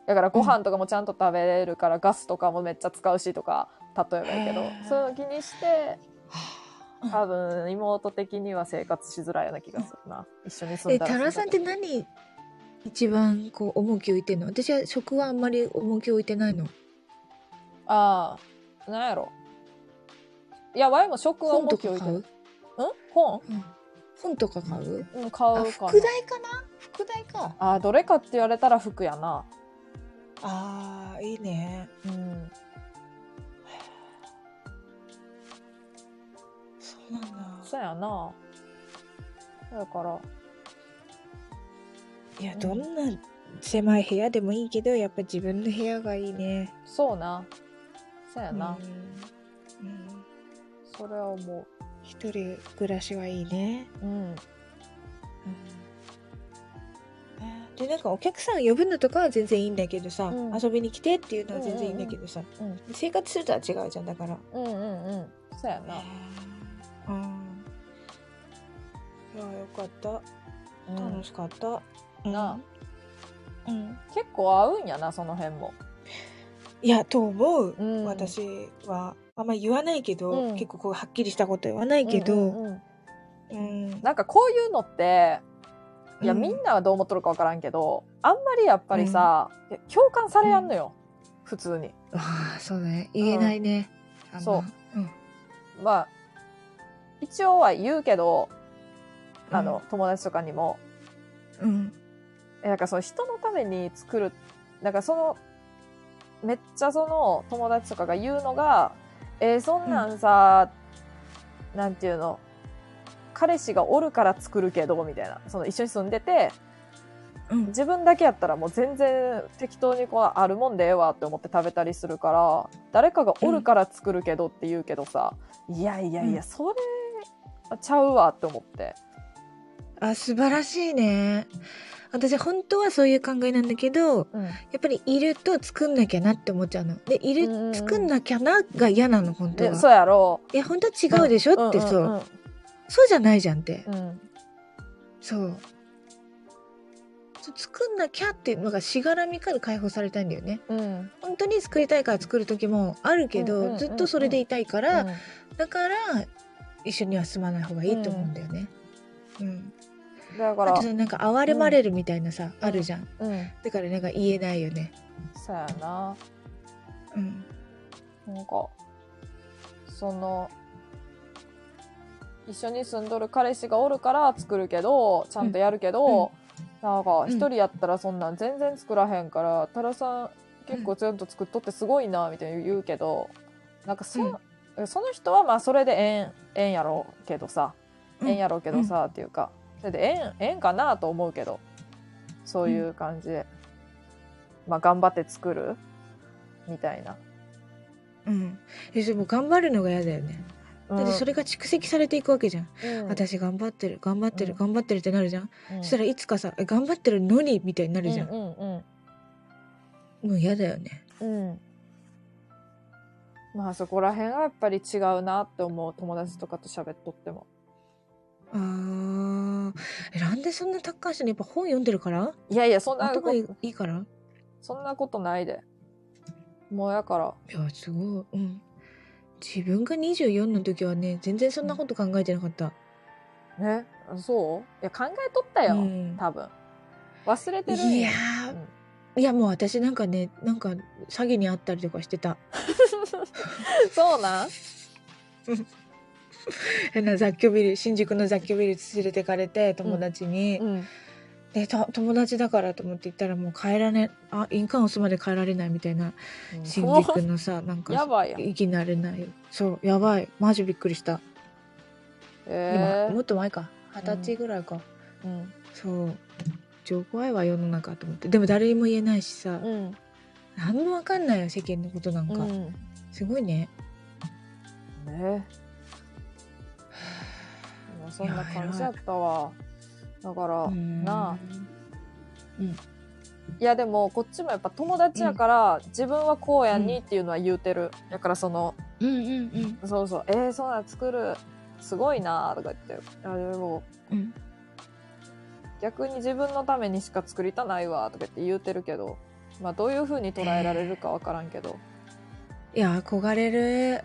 S1: だからご飯とかもちゃんと食べれるから、ガスとかもめっちゃ使うしとか例えばやけど
S4: へー
S1: そういうの気にして
S4: うん
S1: 多分妹的には生活しづらいような気がするな一緒に住ん
S2: え、
S1: だら
S2: タラさんって何一番こう重きを置いてんの私は食はあんまり重きを置いてないの。
S1: ああなんやろいやワイも食は
S2: 本
S1: 重
S2: と
S1: きを
S2: か
S1: 置いて
S2: 買
S1: る
S2: う、
S1: 本
S2: うん、本とか買う
S1: うん買
S4: あ
S1: うか
S4: 副
S1: な
S4: 題かな副題か。
S1: あーどれかって言われたら服やな
S4: ああ、いいね。
S1: うん
S4: そうなんだ。
S1: そうやなだから
S2: いや、どんな狭い部屋でもいいけど、やっぱ自分の部屋がいいね。
S1: そうなそうやな、
S2: うんうん
S1: それは思
S2: 一人暮らしはいいね。
S1: ううん
S2: で、なんかお客さん呼ぶのとかは全然いいんだけどさ、
S1: うん
S2: 遊びに来てっていうのは全然いいんだけどさ、
S1: うんうん
S2: 生活するとは違うじゃん、だから。
S1: うんうんうんそうやな、
S2: うん。
S4: いや、よかった。
S1: うん
S4: 楽しかった。
S1: な
S4: うん。うん
S1: 結構合うんやなその辺も
S4: いや、と思う。
S1: うん
S4: 私は、あんま言わないけど、
S1: うん
S4: 結構こう、はっきりしたこと言わないけど、
S1: うんうんうん
S4: うん
S1: なんかこういうのっていや、
S4: うん
S1: みんなはどう思っとるかわからんけどあんまりやっぱりさ、いや共感されやんのよ、普通に
S2: ああ、そうだね。言えないね。あんま
S1: そう
S4: うん
S1: まあ一応は言うけどあの、友達とかにも
S4: うん。
S1: えなんかその人のために作るなんかそのめっちゃその友達とかが言うのが、えーそんなんさ、なんていうの、彼氏がおるから作るけど、みたいな。その一緒に住んでて、
S2: うん
S1: 自分だけやったらもう全然適当にこうあるもんでええわって思って食べたりするから、誰かがおるから作るけどって言うけどさ、いやいやいや、
S2: うん
S1: それ、ちゃうわって思って。
S2: あ素晴らしいね私本当はそういう考えなんだけ
S1: う
S2: ど
S1: ん。
S2: やっぱりいると作んなきゃなって思っちゃうのでいる、
S1: うんうんうん
S2: 作んなきゃなが嫌なの本当
S1: で
S2: は
S1: そうやろ
S2: いや本当は違うでしょ
S1: う。
S2: って
S1: ん
S2: そう,、
S1: んん
S2: そうじゃないじゃんって、
S1: うん。うん
S2: そうそう作んなきゃっていうのがしがらみから解放されたいんだよね
S1: うん。
S2: 本当に作りたいから作る時もあるけど、
S1: うんうんうんうん
S2: ずっとそれでいたいから、
S1: うん
S2: だから一緒には住まない方がいいと思うんだよねうん、
S1: だか
S2: あ
S1: ら
S2: と、さなんか哀れまれるみたいなさ、あるじゃん
S1: うん。
S2: だからなんか言えないよね
S1: そうやな。
S2: うん
S1: なんか、その、一緒に住んどる彼氏がおるから作るけど、ちゃんとやるけど、なんか
S2: ん
S1: 一人やったらそんなん全然作らへんから、タラさん結構ちゃんと作っとってすごいな、みたいに言うけど、なんかそ,、その人はまあそれでええん、ええんやろうけどさ、
S2: うん
S1: ええんやろうけどさ、っていうか、それでええん、ええんかなと思うけど、そういう感じで、まあ頑張って作るみたいな。
S2: うん、えでも頑張るのが嫌だよね
S1: うん
S2: だってそれが蓄積されていくわけじゃん、
S1: うん
S2: 私頑張ってる頑張ってる、
S1: うん
S2: 頑張ってるってなるじゃん、
S1: うん
S2: そしたらいつかさえ頑張ってるのにみたいになるじゃん、
S1: うんうん
S2: もう嫌だよね
S1: うんうんまあそこら辺がやっぱり違うなって思う友達とかと喋っとっても
S2: あーえなんでそんな高橋のやっぱ本読んでるから
S1: いやいやそんな
S2: 頭
S1: こ
S2: いいいいから
S1: そんなことないでもうやから
S2: いやすごいうん自分が24の時はね全然そんなこと考えてなかった、
S1: ねそういや考えとったよ、
S2: うん
S1: 多分忘れてるん
S2: いや
S1: うん
S2: ーいやもう私なんかねなんか詐欺にあったりとかしてた
S1: そうなん
S2: 変な雑居ビル新宿の雑居ビル連れてかれて友達に、
S1: うん
S2: でた友達だからと思って行ったらもう帰らねあ印鑑押すまで帰られないみたいな新
S1: も
S2: 宿のさなん
S1: うや
S2: か
S1: ばいやん
S2: 生きなれないそうやばいマジびっくりした、
S1: え
S2: 今もっと前か二十歳ぐらいか、
S1: ー、うん
S2: そう超怖いわ世の中と思ってでも誰にも言えないしさ、
S1: うん
S2: 何もわかんないよ世間のことなんか、
S1: うん
S2: すごいね
S1: ねもうそんない
S2: や
S1: 感じやったわだから、
S2: うん
S1: なあいやでもこっちもやっぱ友達やから、自分はこうやんにっていうのは言うてる、だからその
S2: うんうんうん
S1: そうそうえー、そうなん作るすごいなとか言ってあでも
S2: うん
S1: 逆に自分のためにしか作りたないわとか言って言うてるけどまあどういう風に捉えられるかわからんけど、
S2: いや憧れる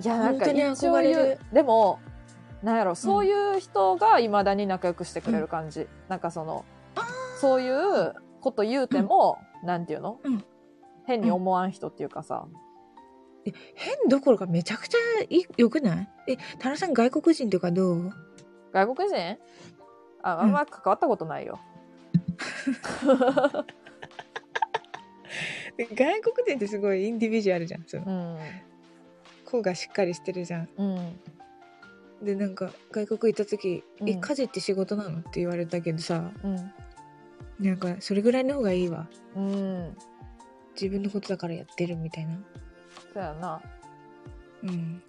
S1: いやなんか
S2: 本当に
S1: 一応
S2: 憧れ
S1: 言
S2: る
S1: うでもなんやろそういう人がいまだに仲良くしてくれる感じ、なんかそのそういうこと言うても、なんていうの、
S2: うん
S1: 変に思わん人っていうかさ、
S2: え変どころかめちゃくちゃいいよくないえ田中さん外国人とかどう
S1: 外国人ああ
S2: うん
S1: んま関わったことないよ。
S2: 外国人ってすごいインディビジュアルじゃんその
S1: うん。
S2: 子がしっかりしてるじゃん
S1: うん。
S2: でなんか外国行った時「
S1: うん
S2: え家事って仕事なの?」って言われたけどさ
S1: うん。
S2: なんかそれぐらいの方がいいわ
S1: うん。
S2: 自分のことだからやってるみたいな
S1: そうやな。
S2: うん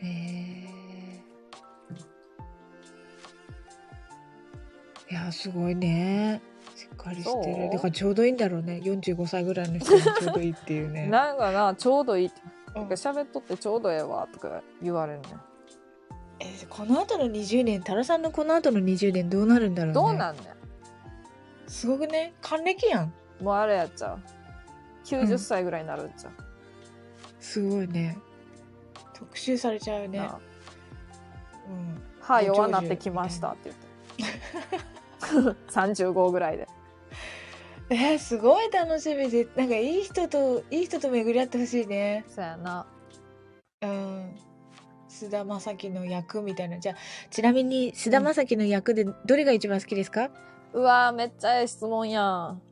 S2: えー、いやすごいねしっかりして
S1: そう
S2: るだからちょうどいいんだろうね45歳ぐらいの人にちょうどいいっていうね
S1: なんかな、ちょうどいいって。
S4: うん
S1: なんか喋っとってちょうどええわとか言われるね。
S2: えーこの後の20年タラさんのこの後の20年どうなるんだろうね
S1: どうなんね
S4: すごくね還暦やん
S1: んもうあれやっちゃう。90歳ぐらいになるんちゃ
S2: すごいね
S4: 特集されちゃう
S1: う。
S4: ね
S1: な
S4: うん
S1: 歯弱なってきましたって言って。35ぐらいで。
S4: えー、すごい楽しみでなんかいい人といい人と巡り合ってほしいね
S1: そうやな。
S4: うん菅田将暉の役みたいなじゃあ
S2: ちなみに菅田将暉の役でどれが一番好きですか、
S1: うわーめっちゃええ質問やん。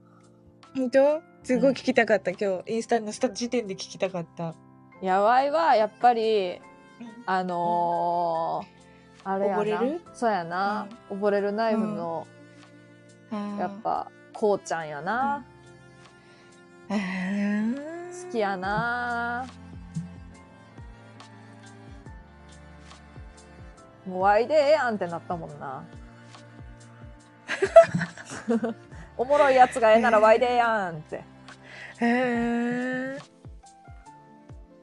S2: 本当すごい聞きたかった、今日。インスタのした時点で聞きたかった。
S1: いやわいはやっぱりあのーあれやな
S2: 溺れる
S1: そうやな、溺れるナイフの、やっぱこうちゃんやな、
S2: あー。
S1: 好きやなもうワイでええやんってなったもん なおもろいやつがええならワイでええやんって
S2: へえ。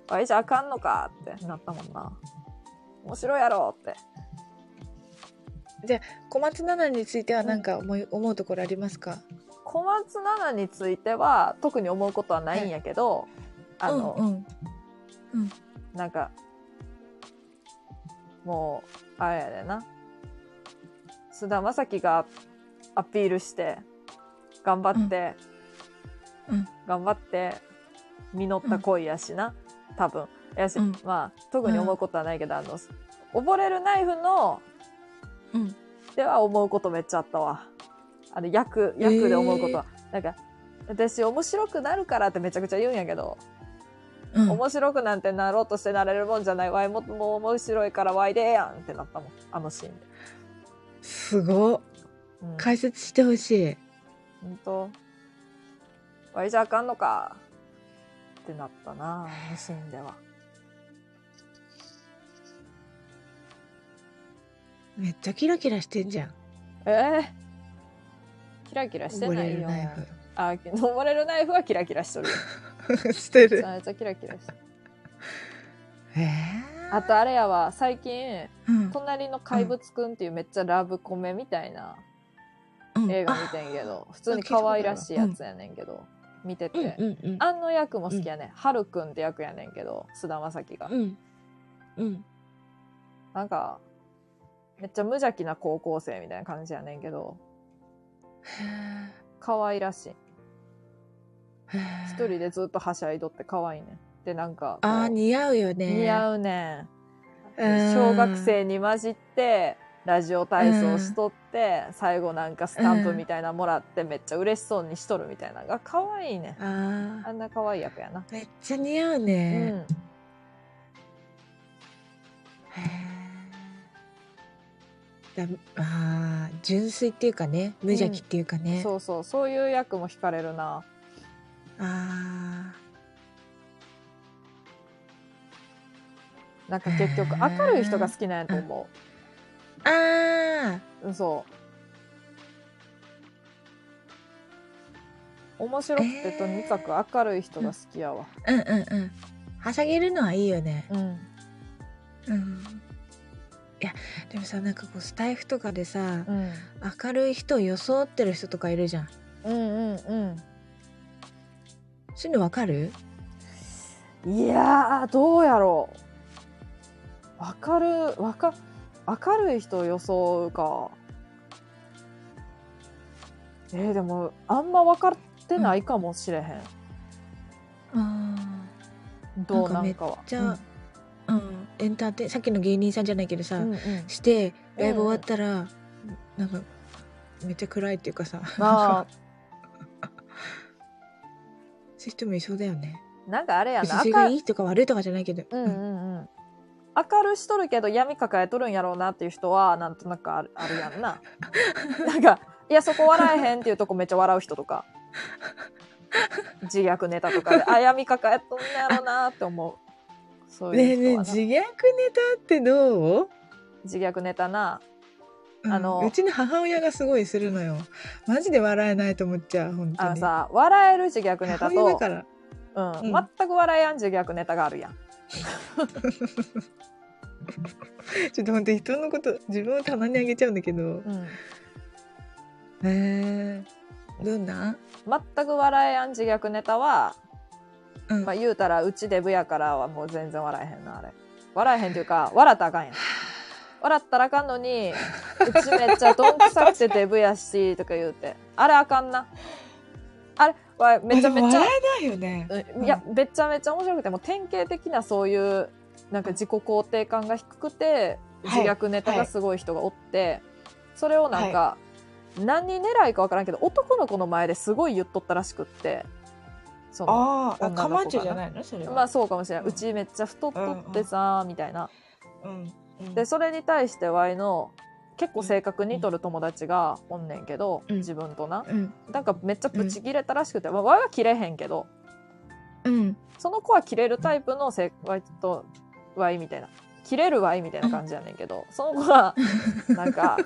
S1: ワイじゃあかんのかってなったもんな面白いやろって
S2: 小松菜奈については何か思い、思うところありますか
S1: 小松菜奈については特に思うことはないんやけど、あの、
S2: うんうん、
S1: なんかもうあれやでな菅田将暉がアピールして頑張って、
S2: うんうん
S1: 頑張って実った恋やしな、多分やし、
S2: うん
S1: まあ特に思うことはないけど、あの溺れるナイフの、
S2: うん
S1: では思うことめっちゃあったわあの役役で思うことは、なんか私面白くなるからってめちゃくちゃ言うんやけど
S2: うん
S1: 面白くなんてなろうとしてなれるもんじゃないわいももう面白いからわいでええやんってなったもんあのシーンで、
S2: すごっ
S1: うん、
S2: 解説してほしい
S1: ほんとわいじゃあかんのかってなったなあのシーンでは
S2: めっちゃキラキラしてんじゃん
S1: えーキラキラして
S2: 溺
S1: な
S2: れ
S1: い
S2: る
S1: よ
S2: ナイ
S1: あ溺れるナイフはキラキラしとる よ
S2: フして
S1: め
S2: る
S1: ちゃめちゃキラキラしてる
S2: へえ
S1: あとあれやわ最近
S2: うん
S1: 隣の怪物くんっていうめっちゃラブコメみたいな
S2: うん
S1: 映画
S2: あ
S1: 見てんけど、普通に可愛らしいやつやねんけど、見てて、
S2: うんうんうん
S1: あの役も好きやねん。はるくんって役やねんけど、菅田将暉が。
S2: うんうん
S1: なんか、めっちゃ無邪気な高校生みたいな感じやねんけど、可愛らしい。一
S2: 一
S1: 人でずっとはしゃいどって可愛いねん。で、なんかこう、
S2: あー似合うよね
S1: 似
S2: う
S1: 合うね
S2: うん
S1: ん。小学生に混じって、ラジオ体操しとって、最後なんかスタンプみたいなのもらって、めっちゃ嬉しそうにしとるみたいなのが可愛いねん。
S2: あ
S1: あんな可愛い役やな。
S2: ーめっちゃ似合う
S1: う
S2: ね、
S1: ん。
S2: へえだあー純粋っていうかね無邪気っていうかね、
S1: そうそう、そういう役も惹かれるな。
S2: あ
S1: なんか結局
S2: へー
S1: 明るい人が好きなんやと思
S2: ーあ
S1: う。うん、そう。面白くてとにかく明るい人が好きやわ。
S2: ーうんうんうんはしゃげるのはいいよね
S1: うん。
S2: うんいやでもさなんかこうスタイフとかでさ
S1: うん。
S2: 明るい人を装ってる人とかいるじゃん
S1: うんうん
S2: そういうのわかる
S1: うん。いやー、どうやろう。わかる、わか、明るい人を装うか。えー、でも、あんま分かってないかもしれへん。
S2: あ
S1: どうなんかは。
S2: じゃあうんエンターテイさっきの芸人さんじゃないけどさ、
S1: うん、うんうん
S2: してライブ終わったら、なんかめっちゃ暗いっていうかさ
S1: ま
S2: そういう人もいそうだよね
S1: あ、なんかあれや
S2: 別
S1: な。
S2: にそれ
S1: 明
S2: が
S1: る
S2: いいとか悪いとかじゃないけど、
S1: うんう
S2: うん
S1: んうん。明るしとるけど闇抱えとるんやろうなっていう人は、なんとなくあるあるやん な。なんか、いや、そこ笑えへんっていうとこめっちゃ笑う人とか。自虐ネタと かで、あ、闇抱えとんねやろうなって思う。そう
S2: ね
S1: い
S2: え
S1: う
S2: ねえ
S1: 人はな
S2: 自虐ネタってどう
S1: 自虐ネタな。
S2: うん
S1: あの
S2: うちの母親がすごいするのよマジで笑えないと思っちゃう本当
S1: あ
S2: に
S1: のさ、笑える自虐ネタ
S2: 母親だ
S1: と
S2: か、ら
S1: うん、
S2: うん
S1: 全く笑えやん自虐ネタがあるやん。
S2: ちょっと本当人のこと自分を棚にあげちゃうんだけど
S1: うん。
S2: へえどんな
S1: 全く笑えやん自虐ネタは、
S2: うん
S1: まあ言うたらうちデブやからはもう全然笑えへんなあれ笑えへんというか笑ったらあかんやん笑ったらあかんのにうちめっちゃどんくさくてデブやしとか言うてあれあかんなあれわめちゃめちゃ
S2: 笑えないよね
S1: うんいやめちゃめちゃ面白くてもう典型的なそういうなんか自己肯定感が低くて自
S2: はい
S1: 虐ネタがすごい人がおって、それをなんか、何狙いかわからんけど男の子の前ですごい言っとったらしくってその
S4: あーあ、
S1: 女の子
S4: カマンチョじゃ
S1: かな
S4: ないのそれは。
S1: まあそうかもしれない、
S4: う
S1: うんちめっちゃ太っとってさ、みたいな
S4: うん。うん
S1: でそれに対して Y の結構正確に取る友達がおんねんけど、
S2: うん
S1: 自分とな
S2: うん
S1: なんかめっちゃブチ切れたらしくて、まあ、Y は切れへんけど
S2: うん
S1: その子は切れるタイプのせ Y と Y みたいな切れる Y みたいな感じやねんけ どその子はなんか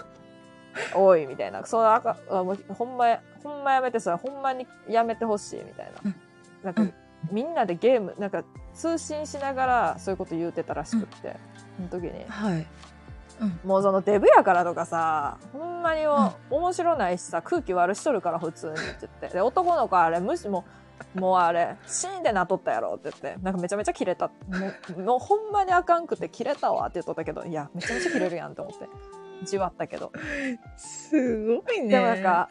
S1: 「おい」みたいなその赤あもうほんまやほんまやめてさほんまにやめてほしいみたいな
S2: うん。
S1: なんか、
S2: うん
S1: みんなでゲームなんか通信しながらそういうこと言うてたらしくって、その時に
S2: はい
S1: もうそのデブやからとかさ、ほんまにもう面白ないしさ、空気悪しとるから普通にって言って。で、男の子あれ、無視もう、もうあれ、死んでなっとったやろって言って、なんかめちゃめちゃキレた。もうもうほんまにあかんくてキレたわって言っとったけど、いや、めちゃめちゃキレるやんって思って。じわったけど。
S2: すごいね
S1: でもなんか、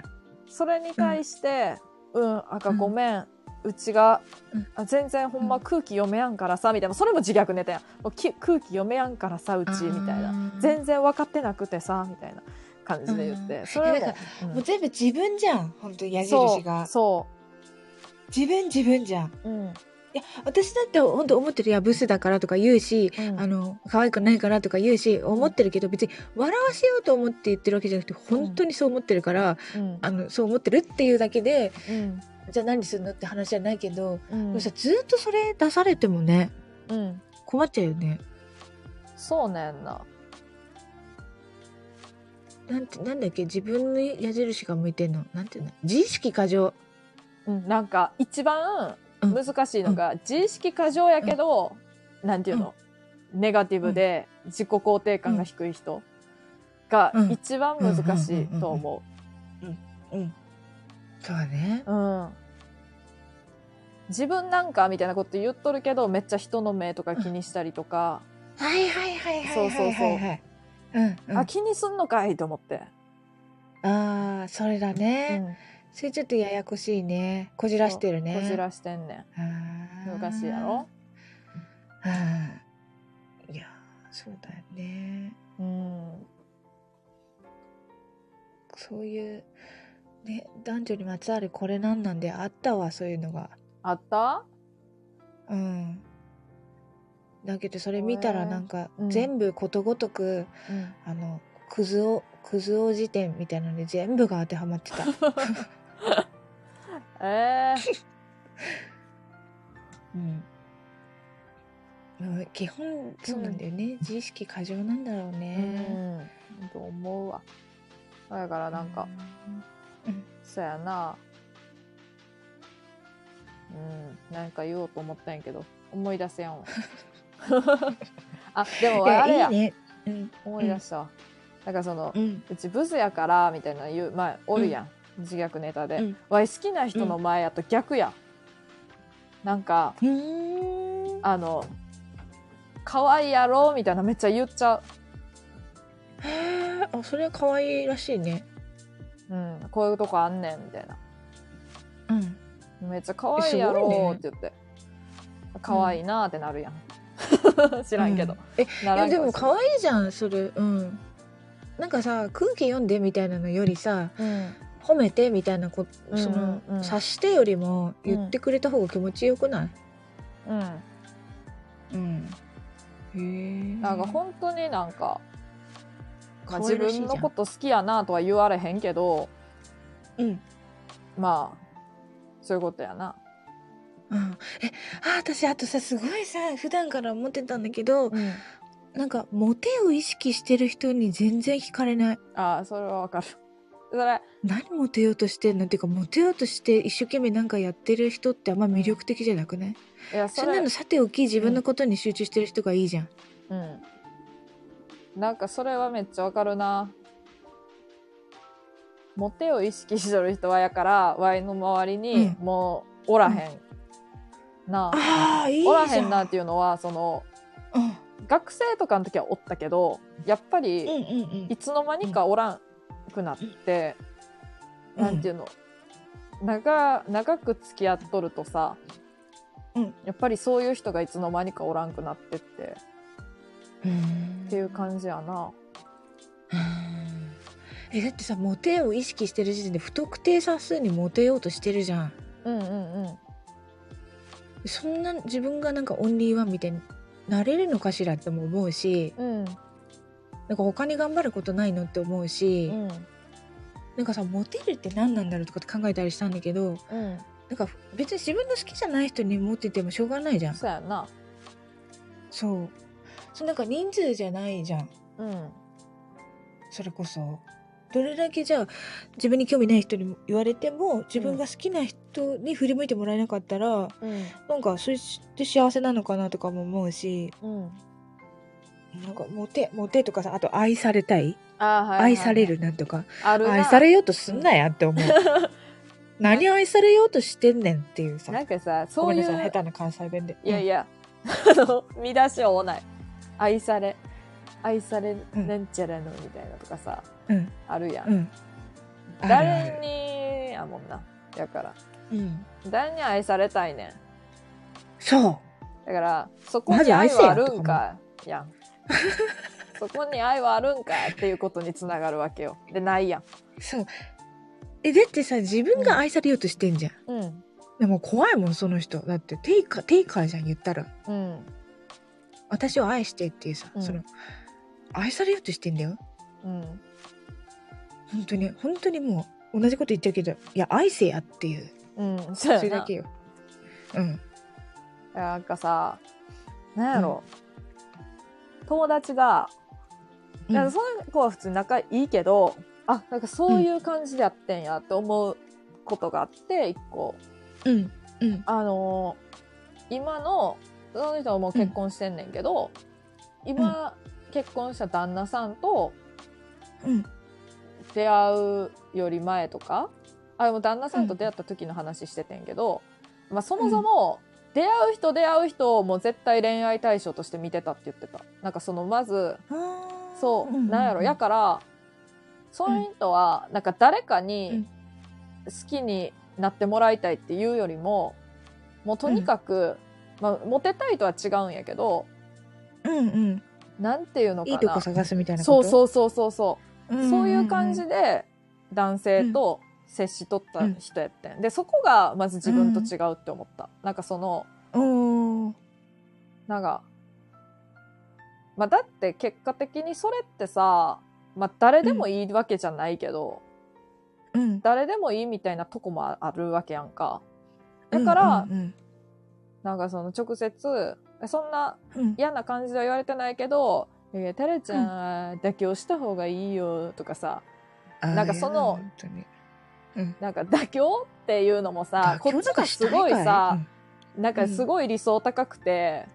S1: それに対して、うん、赤ごめん。うちが、
S2: うん
S1: あ全然ほんま空気読めやんからさ、みたいな。それも自虐ネタやん。もうき空気読めやんからさ、うち、みたいな。
S2: な
S1: 全然分かってなくてさみたいな感じで言って、
S2: うん
S1: それ
S4: いやだ
S1: も
S4: か、
S1: うん
S4: もう全部自分じゃん。本当に矢
S1: そ
S4: 印
S1: う
S4: が。
S1: そ
S4: 自分自分じゃん。
S1: う、うん
S2: いや私だって本当思ってるいやブスだからとか言うし、
S1: うん
S2: あの可愛くないからとか言うし思ってるけど別に笑わせようと思って言ってるわけじゃなくて本当にそう思ってるから、
S1: うん
S2: あのそう思ってるっていうだけで
S1: うん
S2: じゃあ何するのって話じゃないけど、
S1: うん
S2: でもさずっとそれ出されてもね
S1: うん
S2: 困っちゃうよね。
S1: そうねんな
S2: なんてなんだっけ自分に矢印が向いてんのなんていうの自意識過剰
S1: うんなんか一番
S2: うん
S1: 難しいのが、自意識過剰やけど、なんていうの、ネガティブで自己肯定感が低い人が
S2: うん
S1: 一番難しいと思
S4: うん。
S2: そうだね
S1: う、うん自分なんかみたいなこと言っとるけどめっちゃ人の目とか気にしたりとか、
S2: はいはいはいはいはいはいはいうんうん
S1: あ気にすんのかいと思って、
S2: あーそれだ
S1: う
S2: ね、
S1: ん
S2: それちょっとややこしいねこじらしてるね
S1: こじらしてんねん
S2: あー
S1: 難しいやろ
S2: あーいやーそうだよね
S1: うん
S2: そういうね男女にまつわるこれなんなんであったわそういうのが
S1: あった
S2: うんだけどそれ見たらなんか
S1: うん
S2: 全部ことごとく、
S1: うん
S2: あのクズをクズ王辞典みたいなので全部が当てはまってた
S1: ええ
S2: うんうん基本そうなんだよね、自意識過剰なんだろう
S1: う
S2: ね、
S1: んと思うわだからなんかそやなうんなんか言おうと思ったんやけど思い出せや んわあで
S2: い
S1: も
S2: や
S1: あれや
S2: いいねうん
S1: 思い出したわなんかその
S2: うん
S1: うちブスやからみたいな言う前おるやん、自虐ネタで、
S2: うん
S1: わい好きな人の前やと逆や、なんか
S2: うーん
S1: あの可愛いやろみたいなめっちゃ言っちゃ
S2: へーあそれは可愛いらしいね
S1: う、うん、こういうとこあんねんみたいな
S2: うん
S1: めっちゃ可愛いや
S2: すごい
S1: ろ
S2: ね
S1: って言って、可愛いなってなるやん知らん けど、
S2: うんえ
S1: ないら
S2: や
S1: ん
S2: で
S1: かも
S2: も
S1: しれん
S2: 可愛いじゃんそれうんなんかさ空気読んでみたいなのよりさ
S1: うん
S2: 褒めてみたいなこ
S1: うん
S2: その、
S1: うん
S2: 察してよりも言ってくれた方が気持ちよくない、
S1: うん
S2: うん、へえ
S1: なんか本当になんか、まあ、
S2: 可愛
S1: 自
S2: らしいじゃん
S1: 分のこと好きやなとは言われへんけど
S2: うん
S1: まあそういうことやな
S2: うん、えあ私あとさすごいさ普段から思ってたんだけ
S1: う
S2: ど
S1: ん
S2: なんかモテを意識してる人に全然惹かれない
S1: ああそれはわかるそれ
S2: 何モテようとしてんのっていうかモテようとして一生懸命なんかやってる人ってあんま魅力的じゃなくない、
S1: いや
S2: そ
S1: そ
S2: ん
S1: れ
S2: なのさておき自分のことに集中してる人がいいじゃん、
S1: うん。なんかそれはめっちゃわかるな。モテを意識しとる人はやから、ワイの周りに
S2: う
S1: もうおらへん。なあ
S2: ああいいじゃん
S1: おらへんなっていうのは、その、
S2: うん
S1: 学生とかの時はおったけど、やっぱ
S4: うん
S1: り、
S4: うんうん
S1: いつの間にかおらんくなって、
S4: うん
S1: なんていうの、長、長く付き合っとるとさ、
S4: うん
S1: やっぱりそういう人がいつの間にかおらんくなってって、
S2: うん
S1: っていう感じやな。
S2: えだってさモテを意識してる時点で不特定多数にモテようとしてるじゃん
S1: うんうんうん。
S2: そんな自分がなんかオンリーワンみたいになれるのかしらっても思うし
S1: うん
S2: なんか他に頑張ることないのって思うし、
S1: うん
S2: なんかさモテるって何なんだろうとかって考えたりしたんだけど
S1: うん
S2: なんか別に自分の好きじゃない人にモテてもしょうがないじゃん
S1: そうやんな
S2: そうそうなんか人数じゃないじゃん
S1: うん
S2: それこそどれだけじゃあ自分に興味ない人にも言われても自分が好きな人に振り向いてもらえなかったら、
S1: うん
S2: なんかそれって幸せなのかなとかも思うし
S1: うん
S2: なんかモテモテとかさあと愛されたい
S1: あーはいはいはい
S2: 愛されるなんとか
S1: あるな
S2: 愛されようとすんなやって 思う何愛されようとしてんねんっていうさ
S1: なんかさ
S2: ご
S1: そう
S2: めん
S1: い
S2: なさい下
S1: う
S2: 手な関西弁で
S1: いやいや、 あの見出しをない愛され愛され
S2: うん
S1: なんちゃらのみたいなとかさ、
S2: うん
S1: あるやん、
S2: うん、うんあるある
S1: 誰にやもんなだから
S2: うん、
S1: 誰に愛されたいねん
S2: そう
S1: だからそこ
S2: マ
S1: に
S2: ジ
S1: 愛
S2: 愛せ
S1: は
S2: や
S1: あるんかいやん そこに愛はあるんかっていうことにつながるわけよでないやん
S2: そうえだってさ自分が愛されようとしてんじゃん、
S1: うん
S2: でも怖いもんその人だってテイカーテイカーじゃん言ったら
S1: うん
S2: 私を愛してっていうさ、
S1: うん
S2: その愛されようとしてんだよ
S1: うん
S2: 本当に本当にもう同じこと言ってるけどいや愛せやっていう
S1: うんそう
S2: そ
S1: や
S2: れ
S1: な
S2: だけようん
S1: なんかさなんやろ、友達が
S2: うん
S1: いやその子は普通に仲いいけどあなんかそういう感じでやってんやって思うことがあって一個
S2: うんうん
S1: あのー今のその人はもう結婚してんねんけど、今、結婚した旦那さんと
S2: うん
S1: 出会うより前とかあでも旦那さんと出会った時の話しててんけど、まあ、そもそも出会う人出会う人をもう絶対恋愛対象として見てたって言ってたなんかそのまず
S2: あー
S1: そう、
S2: ん
S1: なんやろ。やから、その人は、なんか誰かに好きになってもらいたいっていうよりも、もうとにかく、まあ、モテたいとは違うんやけど、
S2: うんうん
S1: なんていうのかな。
S2: いいとこ探すみたいな
S1: そ
S2: こ
S1: う
S2: と
S1: そうそうそうそう。
S2: うんうんうん
S1: そういう感じで、男性と接しとった人やってん。で、そこが、まず自分と違うって思った。なんかその、
S2: おー
S1: なんか、まあ、だって結果的にそれってさ、まあ、誰でもいいわけじゃないけど、
S2: うん
S1: 誰でもいいみたいなとこもああるわけやんか。だから、
S2: うんうん
S1: なんかその直接、えそんな
S2: うんうん
S1: 嫌な感じでは言われてないけど、えー、てれちゃんは妥協した方がいいよとかさ、
S2: あー
S1: なんかその
S2: いや本当に
S1: なんか妥協っていうのもさ、こっちがすごいさ、なんかすごい理想高くて、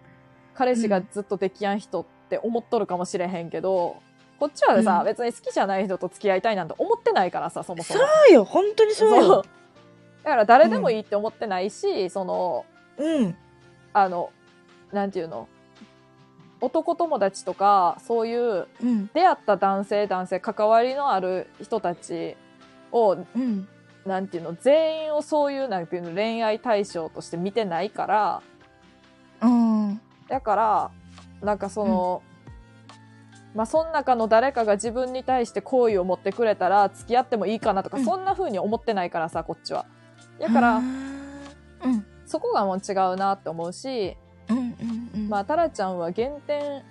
S1: 彼氏がずっとできやん人って思っとるかもしれへんけど、こっちはさ、
S2: うん妥協とかしたいかいう
S1: 別
S2: ん
S1: に好きじゃない人と付き合いたいなんて思ってないからさ、そもそ
S2: そ
S1: も。
S2: うよ本当にそうよ
S1: だから誰でもいいって思ってないし、その、
S2: うん
S1: あの、なんていうの男友達とか、そういう
S2: うん
S1: 出会った男性、男性、関わりのある人たちを、
S2: うん
S1: なんていうの全員をそういう、なんていうの恋愛対象として見てないから、
S2: うん
S1: だから、なんかその、まあ、その中の誰かが自分に対して好意を持ってくれたら付き合ってもいいかなとか、
S2: うん
S1: そんな風に思ってないからさ、こっちは。だから、
S2: あーうん
S1: そこがもう違うなって思うし、
S2: うんうんうん
S1: まあ、タラちゃんは減点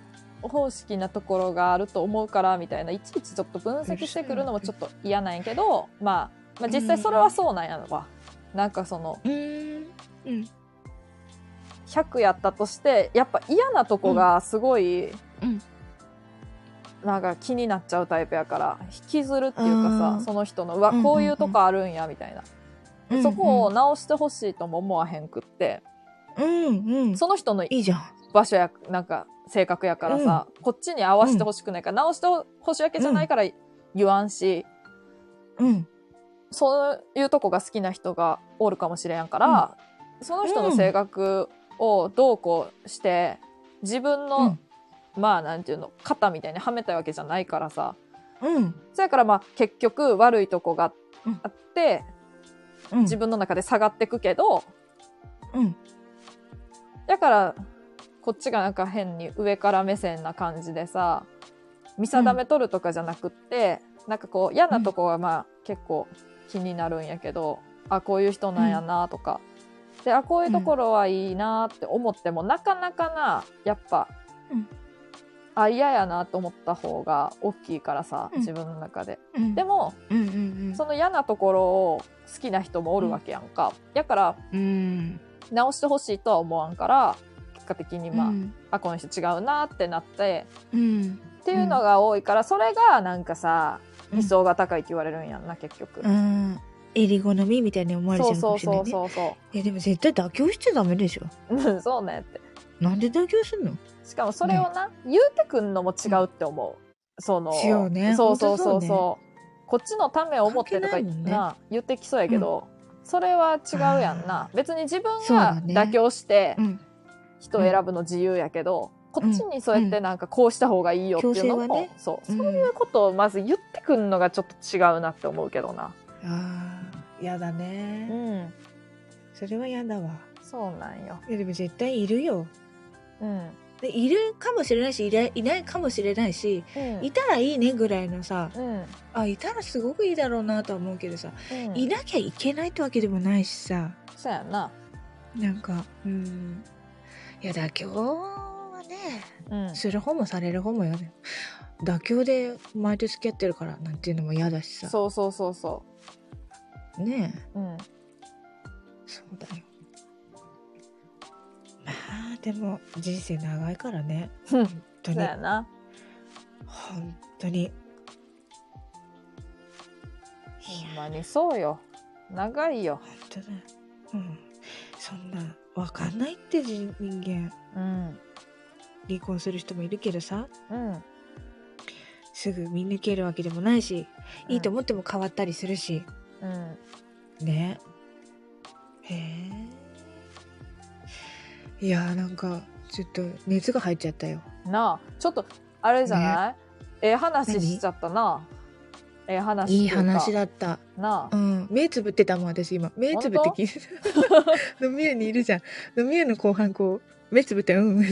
S1: 方式なところがあると思うからみたいないちいちちょっと分析してくるのもちょっと嫌なんやけど、まあ、まあ実際それはそうなんやわ。なんかその
S2: うーんうん
S1: 100やったとしてやっぱ嫌なとこがすごい、
S2: うん
S1: なんか気になっちゃうタイプやから引きずるっていうか
S2: う
S1: さ
S2: ん
S1: その人のうわ
S2: うんうんうん
S1: こういうとこあるんやみたいな、そこを直してほしいとも思わへんくって
S2: うんうん
S1: その人の
S2: いいじゃん
S1: 場所やなんか性格やからさ、こっちに合わせてほしくないから、直してほしいわけじゃないから言わんし、
S2: うん
S1: そういうとこが好きな人がおるかもしれんから、その人の性格をどうこうして自分の、まあなんていうの肩みたいにはめたいわけじゃないからさ
S2: うん
S1: そやからまあ結局悪いとこが
S2: うん
S1: あって、
S2: うん
S1: 自分の中で下がってくけど
S2: うん
S1: だからこっちがなんか変に上から目線な感じでさ見定めとるとかじゃなくって、なんかこう嫌なとこはまあ結構気になるんやけど、あこういう人なんやなとか、であこういうところはいいなって思っても、なかなかなやっぱ、
S6: うん
S1: あ嫌やなと思った方が大きいからさ、
S6: うん
S1: 自分の中で。
S6: うん
S1: でも、
S6: うんうん
S1: その嫌なところを好きな人もおるわけやんか。やから
S6: うんうん
S1: 直してほしいとは思わんから結果的にまあ,、
S6: うん
S1: あこの人違うなってなって
S6: うん
S1: っていうのが多いから、それがなんかさ
S6: うん
S1: 理想が高いって言われるんやんな結局。
S6: うんえり好みみたいに思われちゃ
S1: そう
S6: うか
S1: そ
S6: も
S1: う
S6: しれないう
S1: そ
S6: ね
S1: そうそ
S6: えでも絶対妥協しちゃダメでしょ
S1: う。うんそうねって。
S6: なんで妥協すんの
S1: しかもそれをな、言うてくんのも違うって思う。その
S6: 違うね
S1: そうそうそ
S6: 本当そう
S1: う
S6: ね
S1: そう。こっちのためを思ってとか
S6: 関係ない
S1: な
S6: もんね
S1: 言ってきそうやけど、それは違うやんな。別に自分
S6: そう
S1: が
S6: だね
S1: 妥協して
S6: ん
S1: 人を選ぶの自由やけど、こっちにそうやって
S6: う
S1: なんかこうした方がいいよっていうの
S6: 強制
S1: も、
S6: はね
S1: そう
S6: う
S1: そ
S6: ん
S1: ういうことをまず言ってくんのがちょっと違うなって思うけどな。
S2: ああ、やだ
S1: う
S2: ね。
S1: ん、
S2: それはやだわ。
S1: そうなんよ。
S2: いや、でも絶対いるよ。
S1: うん、
S6: でいるかもしれないしいないいないかもしれないし
S1: うん、
S6: いたらいいねぐらいのさ
S1: うん、
S6: あいたらすごくいいだろうなとは思うけどさ、
S1: うん
S6: いなきゃいけないってわけでもないしさ
S1: そうやんな。
S6: なんかうんいや妥協はね
S1: うん、
S6: する方もされる方も嫌だよ妥協で毎年付き合ってるからなんていうのも嫌だしさ
S1: そうそうそうそ
S6: ねえ
S1: う。うん、
S6: そうだよ
S2: まあ、でも人生長いからね。
S1: うん
S2: 本当
S1: そう
S2: に。
S1: やな。
S2: 本当に。
S1: ほんまにそうよ。長いよ。
S2: 本当だよ。うん。そんな、わかんないって人人間。
S1: うん。
S2: 離婚する人もいるけどさ。
S1: うん。
S2: すぐ見抜けるわけでもないし、いいと思っても変わったりするし。
S1: うん。
S2: ねへえいやーなんかちょっと熱が入っちゃったよ
S1: なあ、ちょっと、あれじゃない、ええ話しちゃったな。ええ話。
S2: いい話
S1: だ。
S2: だった
S1: なあ。
S2: うん目つぶってたもん私今目つぶって聞いて た飲み屋にいるじゃん飲み屋の後半こう目つぶってうん うんって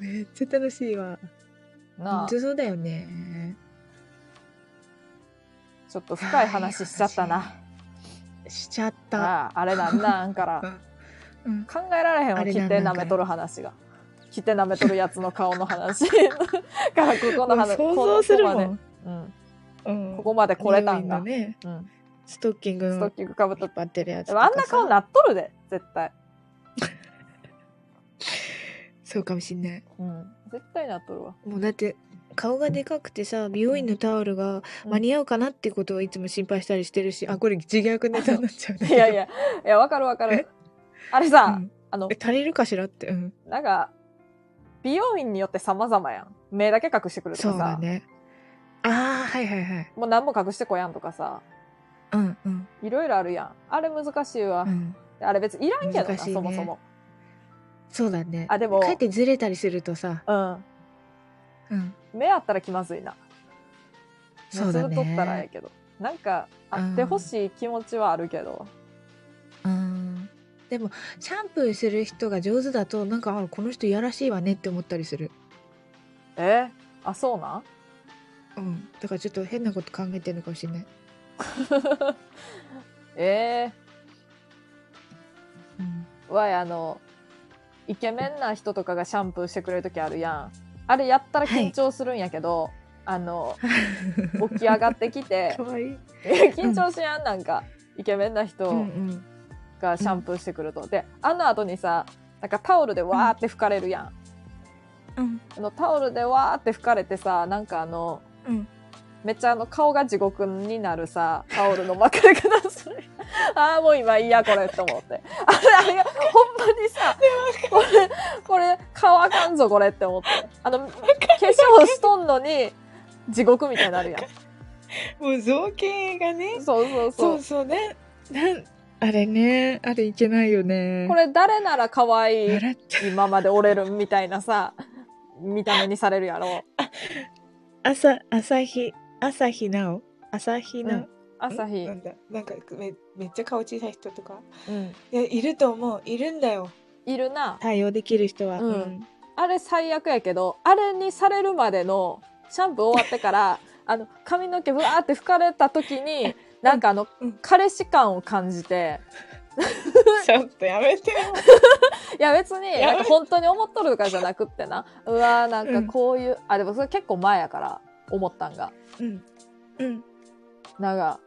S2: めっちゃ楽しいわ
S1: な
S2: 本
S1: あ。
S2: 当そうだよね
S1: ちょっと深い話しちゃったな。
S2: しちゃった
S1: なあ、あれなんなん から。
S2: うん
S1: 考えられへん
S2: あ
S1: わ、
S2: れ
S1: 切
S2: な
S1: っ
S2: んな
S1: て舐め
S2: んから
S1: とる話が。切って舐めとるやつの顔の 話。から、ここの
S2: もう
S1: 話。
S2: 想像するも
S1: このここまでう
S2: ん、
S1: ん。
S2: うん、
S1: ここまで来れたん
S2: だ
S1: だ。
S2: ね
S1: うん。
S2: ストッキング
S1: ストッ
S2: の
S1: キングかぶっと
S2: 引
S1: っ
S2: っ張ってるやつ
S1: で
S2: と
S1: も
S2: か
S1: あんな
S2: さ
S1: 顔なっとるで、絶対。
S2: そうかもしんない
S1: うん。絶対なっとる わ。
S2: もうだって顔がでかくてさ美容院のタオルが
S1: うん
S2: 間に合うかなってことをいつも心配したりしてるしあこれ自虐ネタになっちゃうね
S1: いやいや、いや、わかるわかる。あれさ、
S2: うん
S1: あの
S2: え、足りるかしらってうん
S1: なんか、美容院によって様々やん。目だけ隠してくると
S2: そ
S1: か
S2: うだ
S1: さ、
S2: ねああはいはいはい
S1: もう何も隠してこやんとかさ、
S2: うんうん
S1: いろいろあるやん。あれ難しいわ。
S2: うん
S1: あれ別にいらんけどな、
S2: 難しいね
S1: そもそも。
S2: そうだね
S1: あでも
S2: かえってずれたりするとさ
S1: うん。
S2: うん
S1: 目あったら気まずいな。目
S2: そうだ
S1: つぶっとったらええ
S2: ね
S1: けど。なんか、あってほしい気持ちはあるけど。
S2: うんでもシャンプーする人が上手だとなんかあこの人いやらしいわねって思ったりする
S1: えあ、そうなん
S2: うんだからちょっと変なこと考えてるのかもしれない
S1: え
S2: うん
S1: ー、わい、あの、イケメンな人とかがシャンプーしてくれるときあるやん。あれやったら緊張するんやけど、あの、起き上がってき て
S2: か、わいい
S1: え緊張しやんなんか、イケメンな
S2: う
S1: 人
S2: んうん
S1: がシャンプーしてくると。で、あの後にさ、なんかタオルでわーって拭かれるやん。
S6: うん
S1: あのタオルでわーって拭かれてさ、なんかあの、
S6: うん
S1: めっちゃあの顔が地獄になるさ、タオルの巻かれ方する。 ああ、もう今いいや、これって思って。あれ、あれが、ほんまにさ、これ、これ、顔あかんぞ、これって思って。あの、化粧しとんのに、地獄みたいになるやん。
S2: もう造形がね
S1: そうそうそ
S2: そうう。そうね。なんあれね、あれいけないよね。
S1: これ誰なら可愛い
S2: 笑っちゃう
S1: 今まで折れるみたいなさ、見た目にされるやろ。
S2: 朝朝日朝日なお朝日な
S1: うん朝日
S2: な。んだなんかめめっちゃ顔小さい人とか
S1: うん。
S2: いやいると思ういるんだよ
S1: いるな。
S2: 対応できる人は。
S1: うんあれ最悪やけど、あれにされるまでの、シャンプー終わってから、 あの、髪の毛ぶわーって拭かれた時に、なんかあの
S2: うん、
S1: 彼氏感を感じて、
S4: ちょっとやめてよ。
S1: いや別に、
S4: や
S1: なんか本当に思っとるとかじゃなくってな。うわーなんかこういう、あ、でもそれ結構前やから、思ったんが。
S2: うん。うん。
S1: なんか、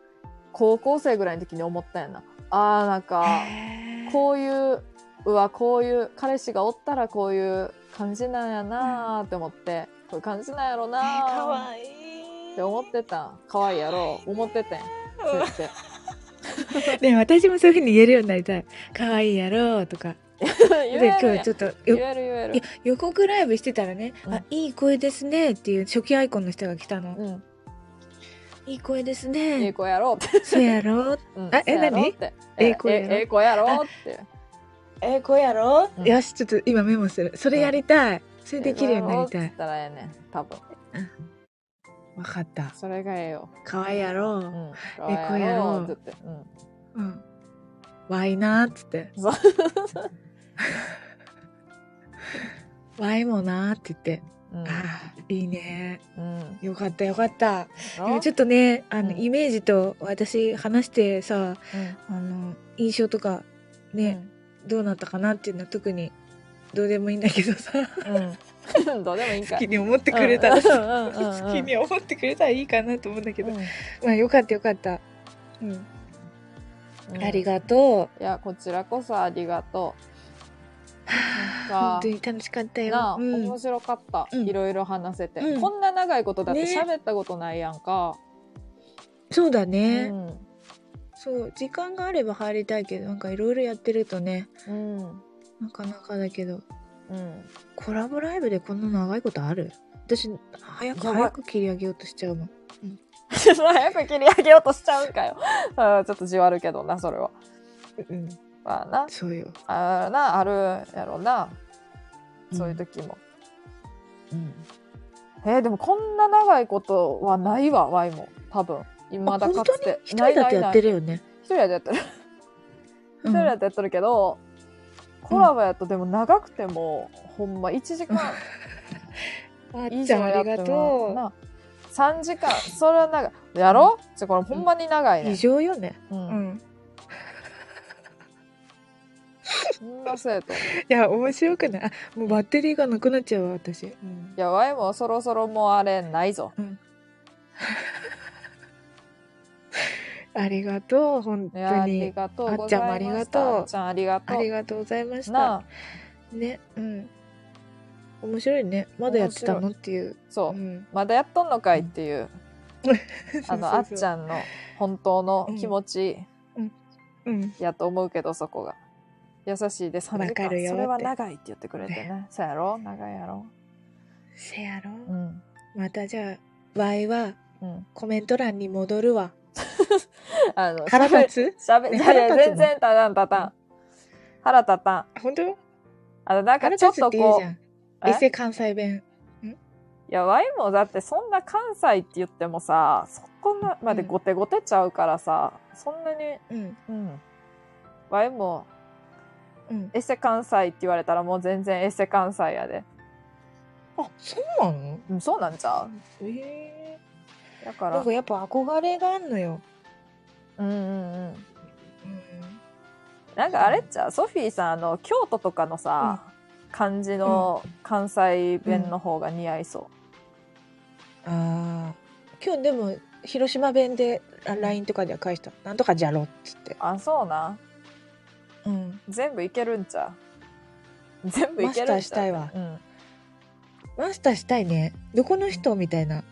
S1: 高校生ぐらいの時に思ったんやな。あーなんか、
S2: へー
S1: こういう、うわ、こういう、彼氏がおったらこういう感じなんやなーって思って、こういう感じなんやろ
S4: え
S1: な
S4: ー、
S1: ー
S4: かわいい。
S1: って思ってたん。可愛いやろ、思っててん。そうやって。
S2: ね私もそういうふうに言えるようになりたい。可愛いやろうとか。
S1: 言える
S2: で、
S1: や
S2: 今
S1: ん
S2: 日ちょっと
S1: 言
S2: よ
S1: える言え
S2: い
S1: る
S2: や。予告ライブしてたらね、
S1: うん
S2: あいい声ですねっていう初期アイコンの人が来たの、
S1: うん。
S2: いい声です
S1: ええ
S2: ね
S1: 子やろって。
S2: そうやろ、
S1: うん
S2: あえ
S1: そうやろ
S2: 何
S1: ってえ
S2: ええ
S1: え
S2: 子
S1: 子
S2: や
S1: や
S2: ろ
S1: ろええ子やろって。
S4: えー、こうやろ
S1: うん
S2: よしちょっと今メモするそれやりたい、それできるように
S1: ええ子やろ
S2: なりた
S1: って言
S2: い
S1: ったらええねん。多分。
S2: わかった
S1: それがええよ。
S2: 可愛いやろ
S1: う。
S2: うん ええ子やろ
S1: って言って。うん。
S2: うんわいなーっつって
S1: そう
S2: わいもなーって言って、
S1: うん
S2: あーいいね
S1: うん。
S2: よかったよかったでもちょ
S1: っ
S2: っとねあの、
S1: うん
S2: イメージと私話してさあの印象とかね、どうなったかなっていうのは特にどうでもいいんだけどさ
S1: うん。 うん。どうでもいいんか
S2: 好き
S1: い。
S2: に思ってくれたら
S1: うん
S2: さ
S1: うんうんうん
S2: 好きに思ってくれたらいいかなと思うんだけど、
S1: う
S2: まあよかったよかった、うん
S1: ん
S2: ありがと
S1: いや、こちらこそありがと
S2: う
S1: なんか
S2: 本当に楽しかった
S1: う。
S2: よ
S1: なあ、
S2: うん
S1: 面白かった。
S2: うん
S1: いろいろ話せて、
S2: うん
S1: こんな長いことだって
S2: ね
S1: 喋ったことないやんか。
S2: そうだね、
S1: うん。
S2: そう時間があれば入りたいけどなんかいろいろやってるとね
S1: うん。
S2: なかなかだけど
S1: うん。
S2: コラボライブでこんな長いことある私早く
S1: やばい
S2: 早く切り上げようとしちゃうもん
S1: ちょっと早く切り上げようとしちゃうんかよ。 うんちょっとじわるけどな、それは。
S2: うん
S1: まあな、
S2: そうよ、
S1: あーな、あるやろな。そういう時も。
S2: うん、
S1: えーでもこんな長いことはないわ、ワイも。多分。今だか
S2: 本
S1: つ
S2: 当に
S1: て。
S2: 一人だとやって
S1: る。
S2: るよね
S1: 一人でやってる。一
S2: うん
S1: 人だとやってるけど、コラボやとでも長くても、ほんま1時間
S2: あ
S1: 以
S2: っち
S1: 上
S2: ゃん
S1: や
S2: あ
S1: っ
S2: り
S1: て
S2: が
S1: も
S2: と。
S1: な。3時間、それは長い。やろじゃこれほんまに長いうね
S2: 異。常よね。
S1: うん。
S2: ん。
S1: そんな生徒。い
S2: いや、面白くない。あもうバッテリーがなくなっちゃうわ、私。
S1: や、ワイもそろそろもうあれないぞ。
S2: ありがとう、本
S1: いや、
S2: 当
S1: あり
S2: に。
S1: がとう
S2: あ
S1: ご
S2: っち
S1: ざ
S2: ゃんもあ
S1: い
S2: り
S1: ま
S2: が
S1: し
S2: とう
S1: た。あっちゃんありがとう。
S2: ありがとうございまし
S1: な
S2: た
S1: あ。、
S2: ね、うん。面白いね。まだやってたのっていう。
S1: そうう。
S2: ん。
S1: まだやっとんのかいっていう、あの、あっち
S2: ん。
S1: ゃんの本当の気持ち
S2: うん。
S1: やと思うけど、そこが。優しいで3時
S2: わか
S1: 間。
S2: るよっ
S1: そ
S2: て
S1: れは長いって言ってくれてね。そうやろ長いやろ
S2: せやろ。
S1: うん。
S2: またじゃあ、わいは
S1: うん。
S2: コメント欄に戻るわ。
S1: あの、
S2: 腹立
S1: しゃべ、
S2: ね
S1: しゃべ、
S2: 腹立つ
S1: 全
S2: の
S1: 然たたんたたん。腹立たん。
S2: つ本当
S1: あの、なん
S2: 腹
S1: かちょ
S2: 立
S1: っ
S2: つ
S1: と
S2: って言う
S1: こ
S2: じ
S1: う、
S2: ゃん。
S1: え
S2: 伊勢関西弁。
S1: いや、ワイもだってそんな関西って言ってもさ、そこまで
S2: うん
S1: ゴテゴテちゃうからさ、そんなに、
S2: うん。
S1: うん。ワイも、
S2: うん。
S1: エセ関西って言われたらもう全然エセ関西やで。
S4: あ、そうなの
S1: うん、そうなんちゃう
S4: え
S1: だか
S4: ー、な
S1: ら
S4: んか、やっぱ憧れがあんのよ。
S1: うんうんうん。
S4: うん。
S1: なんかあれっちゃう、ソフィーさん、あの、京都とかのさ、感じの関西弁の方が似合いそ
S4: あ
S2: 今日でも、広島弁であ LINE とかでは返した。なんとかじゃろっつって
S1: う。。あ、そうな。
S2: うん。
S1: 全部いけるんちゃう全部い
S2: マ
S1: け
S2: ス
S1: る
S2: タ
S1: ん
S2: ー
S1: ち
S2: し
S1: ゃ
S2: た
S1: う
S2: いわ。
S1: うん。
S2: マスターしたいね。どこの人みたいな。
S1: うん。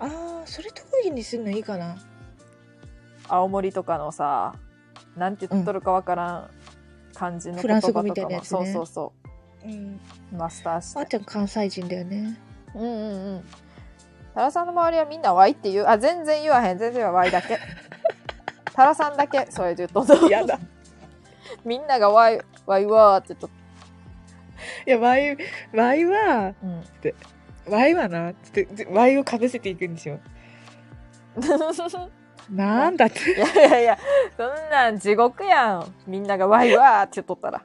S2: ああ、それ特技にするのいいかな。
S1: 青森とかのさなんて言っとるかわからん感じの
S2: フ
S1: 言葉
S2: ラン
S1: とか
S2: ス
S1: も、
S2: 語みたいなやつね
S1: そうそうそ
S2: うん。
S1: うマスターし
S2: あってちゃん関西人だよね。
S1: うんうんうんタラさんの周りはみんな「ワイ」って言うあ全然言わへん全然言わんワイ」だけタラさんだけそれで言っとんの
S2: やだ。
S1: みんながワイ「ワイワー」って言っとっ
S2: いや、ワイ、ワイは、
S1: た、うん、
S2: ワイはな、つって、ぜワイをかぶせていくんでしょ。 なんだって。
S1: いやいやいやそんなん地獄やんみんなが「ワイワー」って言っとったら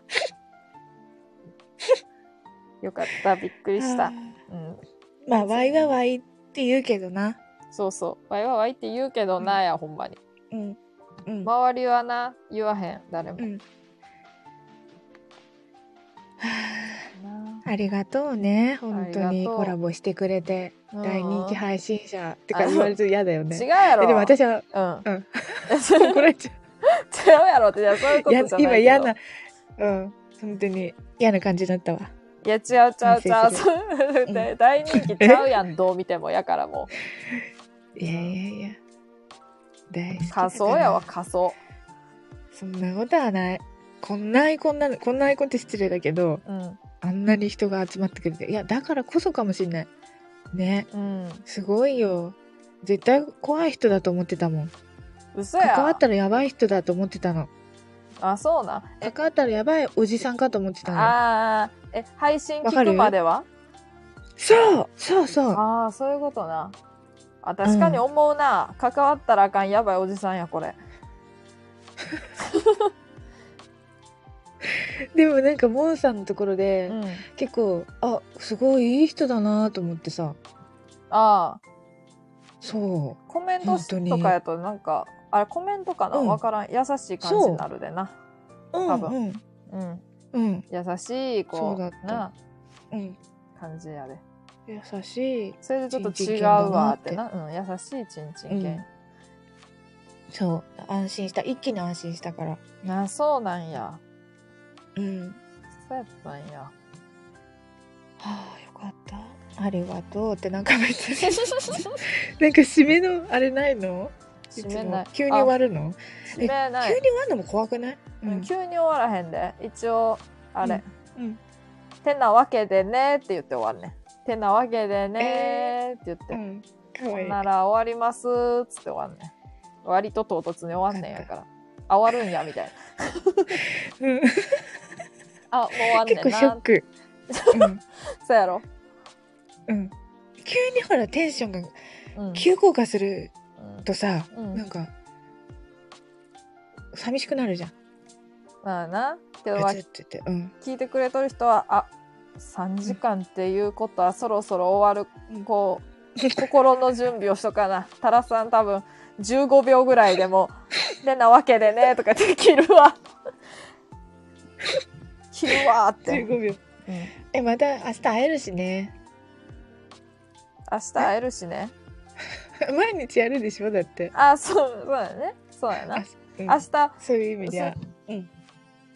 S1: よかったびっくりした、うん、
S2: まあ、ワイはワイって言うけどな。
S1: そうそう。ワイワイワイって言うけどなや、ほんまに。
S2: うん。うん。
S1: 周りはな、言わへん、誰も。
S2: うんありがとうね。本当
S1: あり
S2: に
S1: がとう
S2: コラボしてくれて。
S1: うん
S2: 大人気配信者って
S1: あ
S2: か言われると嫌だよ
S1: 違う
S2: ね。
S1: や
S2: え
S1: ろ。
S2: でも私は
S1: うん。
S2: うん
S1: 違
S2: 怒られ ちゃ
S1: うやろって、いやそういうこと
S2: う。
S1: じゃ
S2: や
S1: ないけど。
S2: 今嫌な、うん。本当に嫌な感じだったわ。
S1: いや、違う違う違う。
S2: 反省
S1: そう
S2: うん
S1: で大人気ちゃうやん、どう見ても。やからも
S2: いやいやいや。大好き
S1: う。
S2: だから
S1: 仮想やわ、仮想。
S2: そんなことはない。こんなアイコンなの、こんなアイコンって失礼だけど、
S1: うん。
S2: あんなに人が集まってくれて。いや、だからこそかもしんない。ね。
S1: うん。
S2: すごいよ。絶対怖い人だと思ってたもん。
S1: 嘘や。
S2: 関わったらやばい人だと思ってたの。
S1: あ、そうな。え、
S2: 関わったらやばいおじさんかと思ってたの。
S1: あーえ、配信
S2: わ
S1: 聞
S2: か
S1: く
S2: る
S1: までは
S2: そうそうそう
S1: ああ、そういうことな。あ、確かに思うな。関わったらあかん、やばいおじさんや、これ。
S2: でもなんかモンさんのところ
S1: う
S2: で、
S1: ん。
S2: 結構あすごいいい人だなと思ってさ
S1: ああ、
S2: そ
S1: コメントし
S2: 本当に
S1: とかやと、なんか、あれ、コメントかな
S2: うん
S1: わからん。優しい感じになるでな。
S2: ううん
S1: 多
S2: うん
S1: うん。
S2: うん
S1: 優しい、
S2: そ
S1: こ
S2: うだった
S1: う、な、
S2: うん
S1: 感じやで。
S2: 優しい
S1: それでちょっと
S2: チンチン
S1: 違
S2: 犬
S1: う
S2: だな
S1: わ
S2: っ
S1: っててな。うん、優しいちんちん犬。
S2: そう安心した一気に安心したから
S1: なあ、そうなんや。
S2: うん
S1: そうやったんや。
S2: はあよかったありがとうって なんか別になんか締めのあれないのいつ
S1: 締
S2: も
S1: めない。
S2: 急に終わるの
S1: あ締めな
S2: 急に
S1: い。
S2: 終わるのも怖くない、う
S1: うん
S2: ん、
S1: 急に終わらへんで。一応、あれ。
S2: うん
S1: てなわけでねって言って終わるね。てなわけでねって言って、
S2: うん、かわ
S1: ほ
S2: い
S1: ん
S2: い
S1: なら終わりますっつって終わんね。割と唐突に終わんねんやから。あ、終わるんやみたいな。
S2: うん
S1: あ、もう終わんね
S2: 結
S1: ん
S2: 構ショッ
S1: な。
S2: ク、うん
S1: そうやろ。
S2: うん、急にほらテンションが
S1: うん。
S2: 急降下する
S1: うん
S2: とさ、
S1: うん
S2: なんか寂しくなるじゃん。
S1: まあな。けど、
S2: ガツって言って、うん、
S1: 聞いてくれとる人は、あ、3時間っていうことはそろそろ終わ
S2: う
S1: る、
S2: ん
S1: こう、心の準備をしとかな。タラさん多分、15秒ぐらいでも、でなわけでね、とかできるわ。切るわって。
S2: 15秒。
S1: うん
S2: え、また明日会えるしね。
S1: 明日会えるしね。
S2: 毎日やるでしょだって。
S1: あ、そう、そうやね。そうやな。
S2: うん
S1: 明日、
S2: そういう意味では。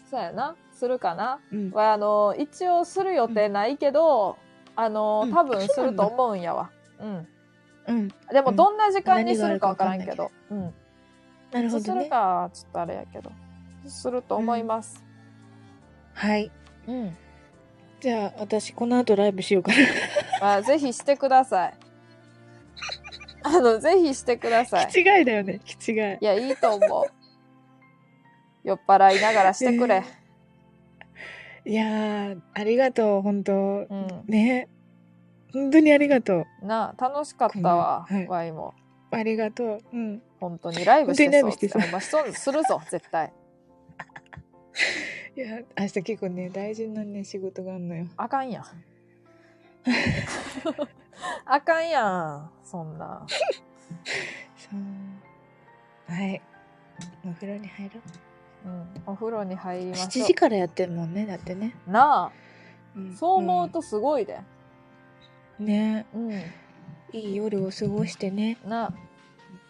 S1: そうやな。するかな。
S2: うん
S1: は、あの、一応する予定ないけど、あの、
S2: うん
S1: 多分すると思うんやわ。うん。
S2: うん、
S1: でも、
S2: うん
S1: どんな時間にするかわからんけ
S2: 何があ
S1: ど。うん。
S2: なる
S1: そ
S2: ほ
S1: うす
S2: ど
S1: る
S2: ね。
S1: かはちょっとあれやけどすると思います
S2: はい。
S1: うん、
S2: じゃあ私この後ライブしようかな。
S1: まあ、ぜひしてくだ さいあのぜひしてください
S2: 気違いだよね。気違い。
S1: いやいいと思う酔っ払いながらしてくれ、
S2: いやーありがとう本当。
S1: う
S2: ね。本当にありがとう。
S1: んなあ楽しかったわ、
S2: こんなはい
S1: ワイも
S2: ありがとう。うん。
S1: 本当にライブしてそう
S2: 本当にライブしてそう
S1: ほんまそうするぞ絶対
S2: いや明日結構ね大事なね仕事があんのよ。
S1: あか んやんあかんやんそんな
S2: そう。はい。お風呂に入ろう。
S1: うんお風呂に入りまし
S2: 7
S1: ょ
S2: 時からやってるもんね、だってね。
S1: うな
S2: うん
S1: あそう思う、とすごいで
S2: うんね、
S1: うん
S2: いい夜を過ごしてね。
S1: なあ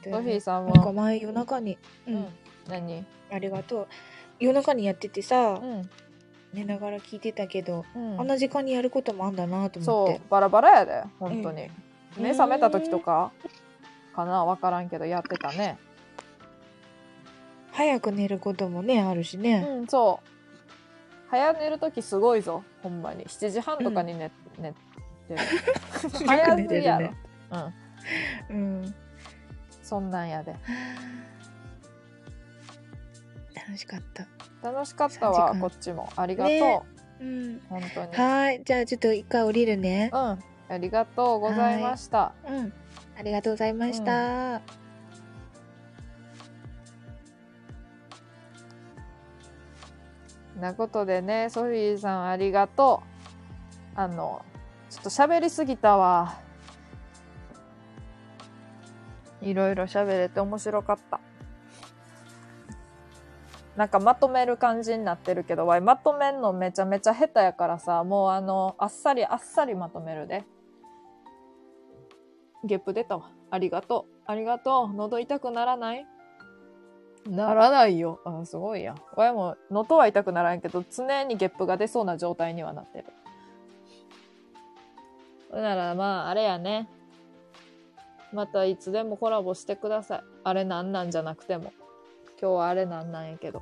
S1: トフィーさん
S2: なんか
S1: も、
S2: 前夜中に、う、
S1: うんん、何
S2: ありがとう。夜中にやっててさ
S1: う、ん、
S2: 寝ながら聞いてたけど、
S1: うん
S2: あんな時間にやることもあんだなと思
S1: そ
S2: って。
S1: うバラバラやで本当に、
S2: うん
S1: 目覚めた時とかかな分からんけどやってたね
S2: 早く寝ることもね、あるし
S1: う
S2: ね。
S1: んそう早寝る時すごいぞほんまに7時半とかに寝,、寝てる早すぎやろ、
S2: よく
S1: うん
S2: うん。
S1: そんなんやで
S2: 楽しかった。
S1: 楽しかった
S2: 3
S1: わ
S2: 時間
S1: こっちもありがとう、
S2: ねうん。
S1: 本当に
S2: はい。じゃあちょっと一回降りるね。
S1: うんありがとうございました
S2: うん。ありがとうございました。
S1: なことでねソフィーさんありがとうあのちょっと喋りすぎたわいろいろ喋れて面白かったなんかまとめる感じになってるけど、わい、まとめんのめちゃめちゃ下手やからさ、もうあの、あっさりあっさりまとめるで。ゲップ出たわ。ありがとう。ありがとう。喉痛くならないならないよ。あ、すごいや。わいも、喉は痛くならんけど、常にゲップが出そうな状態にはなってる。ほんなら、まあ、あれやね。またいつでもコラボしてください。あれなんなんじゃなくても。今日はあれなんなんやけど。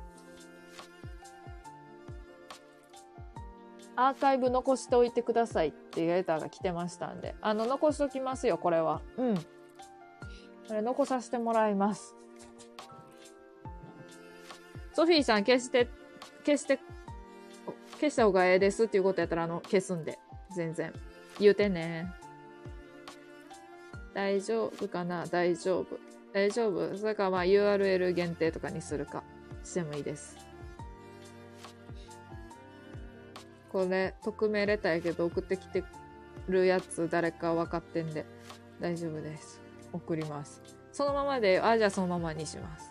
S1: アーカイブ残しておいてくださいっていうレターが来てましたんで。あの、残しときますよ、これは。うん。これ残させてもらいます。ソフィーさん消して、消して、消した方がええですっていうことやったら、あの、消すんで。全然。言うてね。大丈夫かな大丈夫。大丈夫それかまあ URL 限定とかにするかしてもいいです。これ、匿名レターやけど送ってきてるやつ誰か分かってんで大丈夫です。送ります。そのままで、あ、じゃあそのままにします。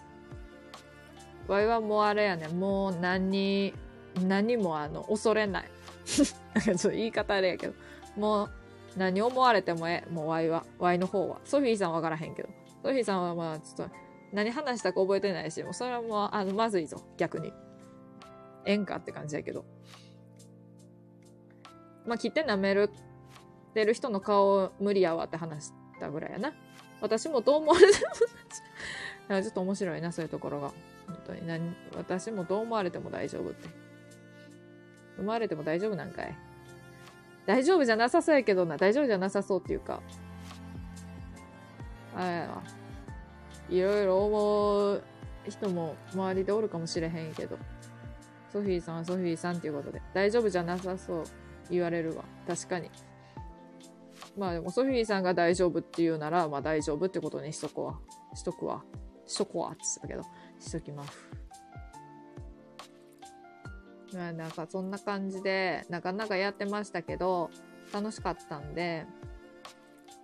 S1: わいはもうあれやね、もう何、何もあの、恐れない。 なんかちょっと言い方あれやけど、もう何思われてもええ、もうワイは、ワイの方は。ソフィーさんは分からへんけど。ソフィーさんはまあ、ちょっと、何話したか覚えてないし、もうそれはもう、あの、まずいぞ、逆に。演歌って感じやけど。まあ、切って舐めるってる人の顔無理やわって話したぐらいやな。私もどう思われてもいや、ちょっと面白い な、そういうところが。本当に何、私もどう思われても大丈夫って。思われても大丈夫なんかい。大丈夫じゃなさそうやけどな、大丈夫じゃなさそうっていうか。あれやないろいろ思う人も周りでおるかもしれへんけど、ソフィーさんはソフィーさんっていうことで、大丈夫じゃなさそう言われるわ。確かに。まあでもソフィーさんが大丈夫っていうなら、まあ大丈夫ってことにしとこわ。しとくわ。しとこわって言ってたけど、しときます。まあなんかそんな感じで、なかなかやってましたけど、楽しかったんで、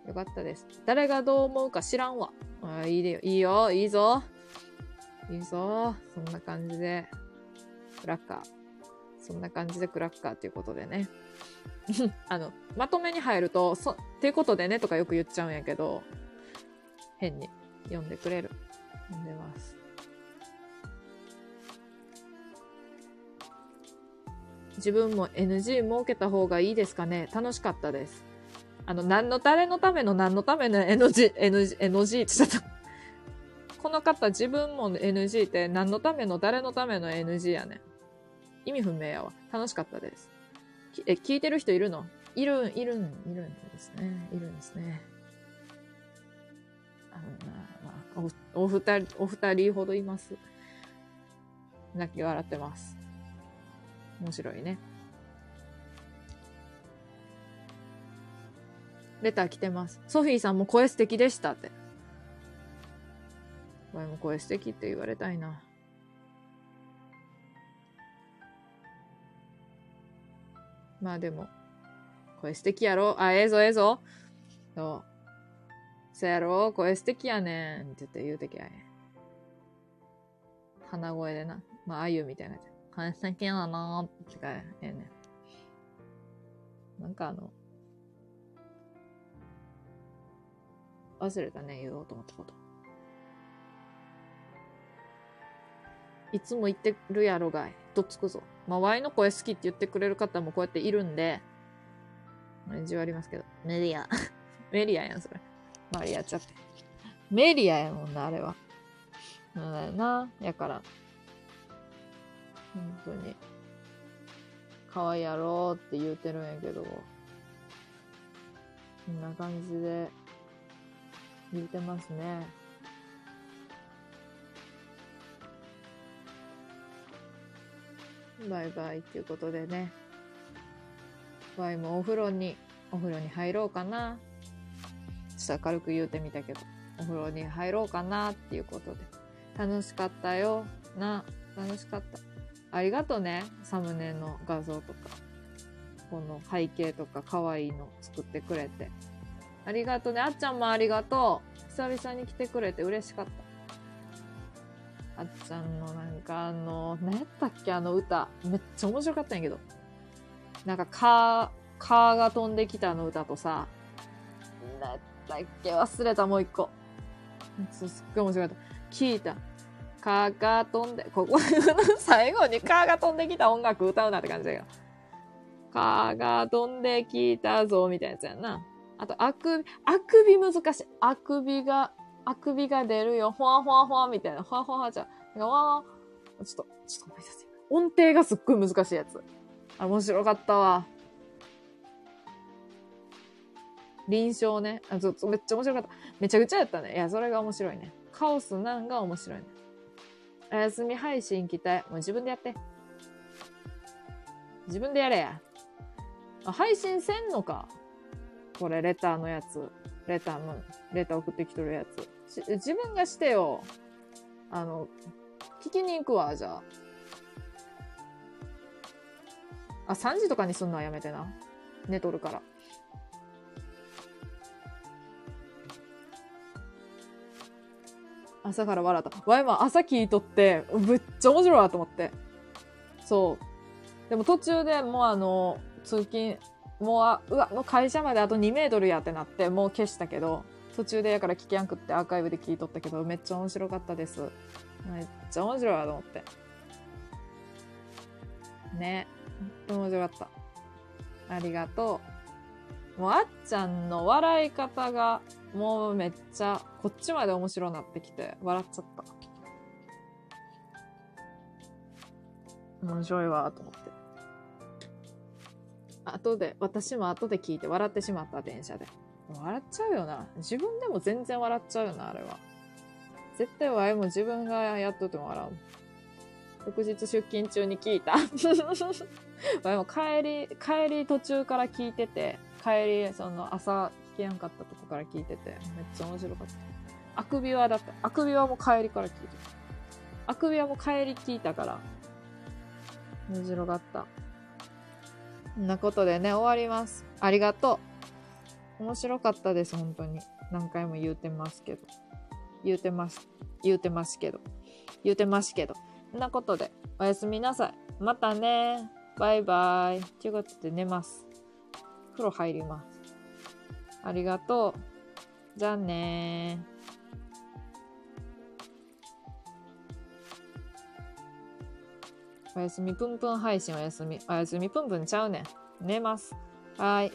S1: よかったです。誰がどう思うか知らんわ。あーいいでいいよ、いいぞ。いいぞ。そんな感じで、クラッカー。そんな感じでクラッカーということでね。 あの、まとめに入ると、そ、っていうことでねとかよく言っちゃうんやけど、変に読んでくれる。読んでます。自分も NG 設けた方がいいですかね楽しかったです。あの、何の誰のための何のための NG、NG、NG って言っちゃった。この方自分も NG って何のための誰のための NG やねん。意味不明やわ。楽しかったです。きえ、聞いてる人いるのいるん、いるん、いるんですね。いるんですね。あのまあまあ、お、お二人、お二人ほどいます。泣き笑ってます。面白いね。レター来てます。ソフィーさんも声素敵でしたって。お前も声素敵って言われたいな。まあでも、声素敵やろ。あ、ええぞええぞ。そう。そやろ、声素敵やねん。って言って言うてきゃええ。鼻声でな。まあ、あゆみたいな感じ。声素敵やなーって言ってええねん。なんかあの、忘れたね、言おうと思ったこと。いつも言ってるやろがい。どっつくぞ。まあ、ワイの声好きって言ってくれる方もこうやっているんで、意地悪りますけど。メリア。 メリアやん、それ。マリアちゃって。メリアやもんな、あれは。なんだよな。やから。本当に。可愛いやろって言うてるんやけど。こんな感じで。言うてますね。バイバイっていうことでね。ワイもお風呂に、お風呂に入ろうかな。ちょっと明るく言うてみたけど、お風呂に入ろうかなっていうことで。楽しかったよ。な、楽しかった。ありがとね。サムネの画像とか、この背景とか可愛いの作ってくれて。ありがとね。あっちゃんもありがとう。久々に来てくれて嬉しかった。っちゃんのなんかあの、何やったっけあの歌。めっちゃ面白かったんやけど。なんか、カー、カーが飛んできたの歌とさ、何やったっけ忘れたもう一個。すすっごい面白かった。聞いた。カーが飛んで、ここ、最後にカーが飛んできた音楽歌うなって感じだけど。カーが飛んできたぞ、みたいなやつやんな。あと、あくび、あくび難しい。あくびが、あくびが出るよ。ほわほわほわみたいな。ほわほわほわじゃん。なんかわわちょっと、ちょっと思い出せ。音程がすっごい難しいやつ。あ、面白かったわ。臨床ね。あ、ずっとめっちゃ面白かった。めちゃくちゃやったね。いや、それが面白いね。カオスなんが面白いね。おやすみ配信期待。もう自分でやって。自分でやれや。あ、配信せんのか。これ、レターのやつ。レターも、レター送ってきとるやつ。し自分がしてよ。あの、聞きに行くわ、じゃあ。あ、3時とかにすんのはやめてな。寝とるから。朝から笑った。わ、今朝聞いとって、めっちゃ面白いわと思って。そう。でも途中でもうあの、通勤、もうあ、うわ、もう会社まであと2メートルやってなって、もう消したけど、途中でやから聞きやんくってアーカイブで聞いとったけど、めっちゃ面白かったです。めっちゃ面白いわと思って。ね。ほんと面白かった。ありがとう。もうあっちゃんの笑い方が、もうめっちゃ、こっちまで面白なってきて、笑っちゃった。面白いわ、と思って。後で、私も後で聞いて笑ってしまった、電車で。笑っちゃうよな。自分でも全然笑っちゃうよな、あれは。絶対ワイも自分がやっとっても笑う。翌日出勤中に聞いた。 ワイも帰り、帰り途中から聞いてて、帰り、その朝聞けやんかったとこから聞いてて、めっちゃ面白かった。あくびはだった。あくびはもう帰りから聞いてた。あくびはもう帰り聞いたから。面白かった。そんなことでね、終わります。ありがとう。面白かったです、本当に。何回も言うてますけど。言うてます。言うてますけど。言うてますけど。そんなことで、おやすみなさい。またね。バイバイ。ということで寝ます。風呂入ります。ありがとう。じゃあねー。おやすみぷんぷん配信おやすみ。おやすみぷんぷんちゃうねん。寝ます。はーい。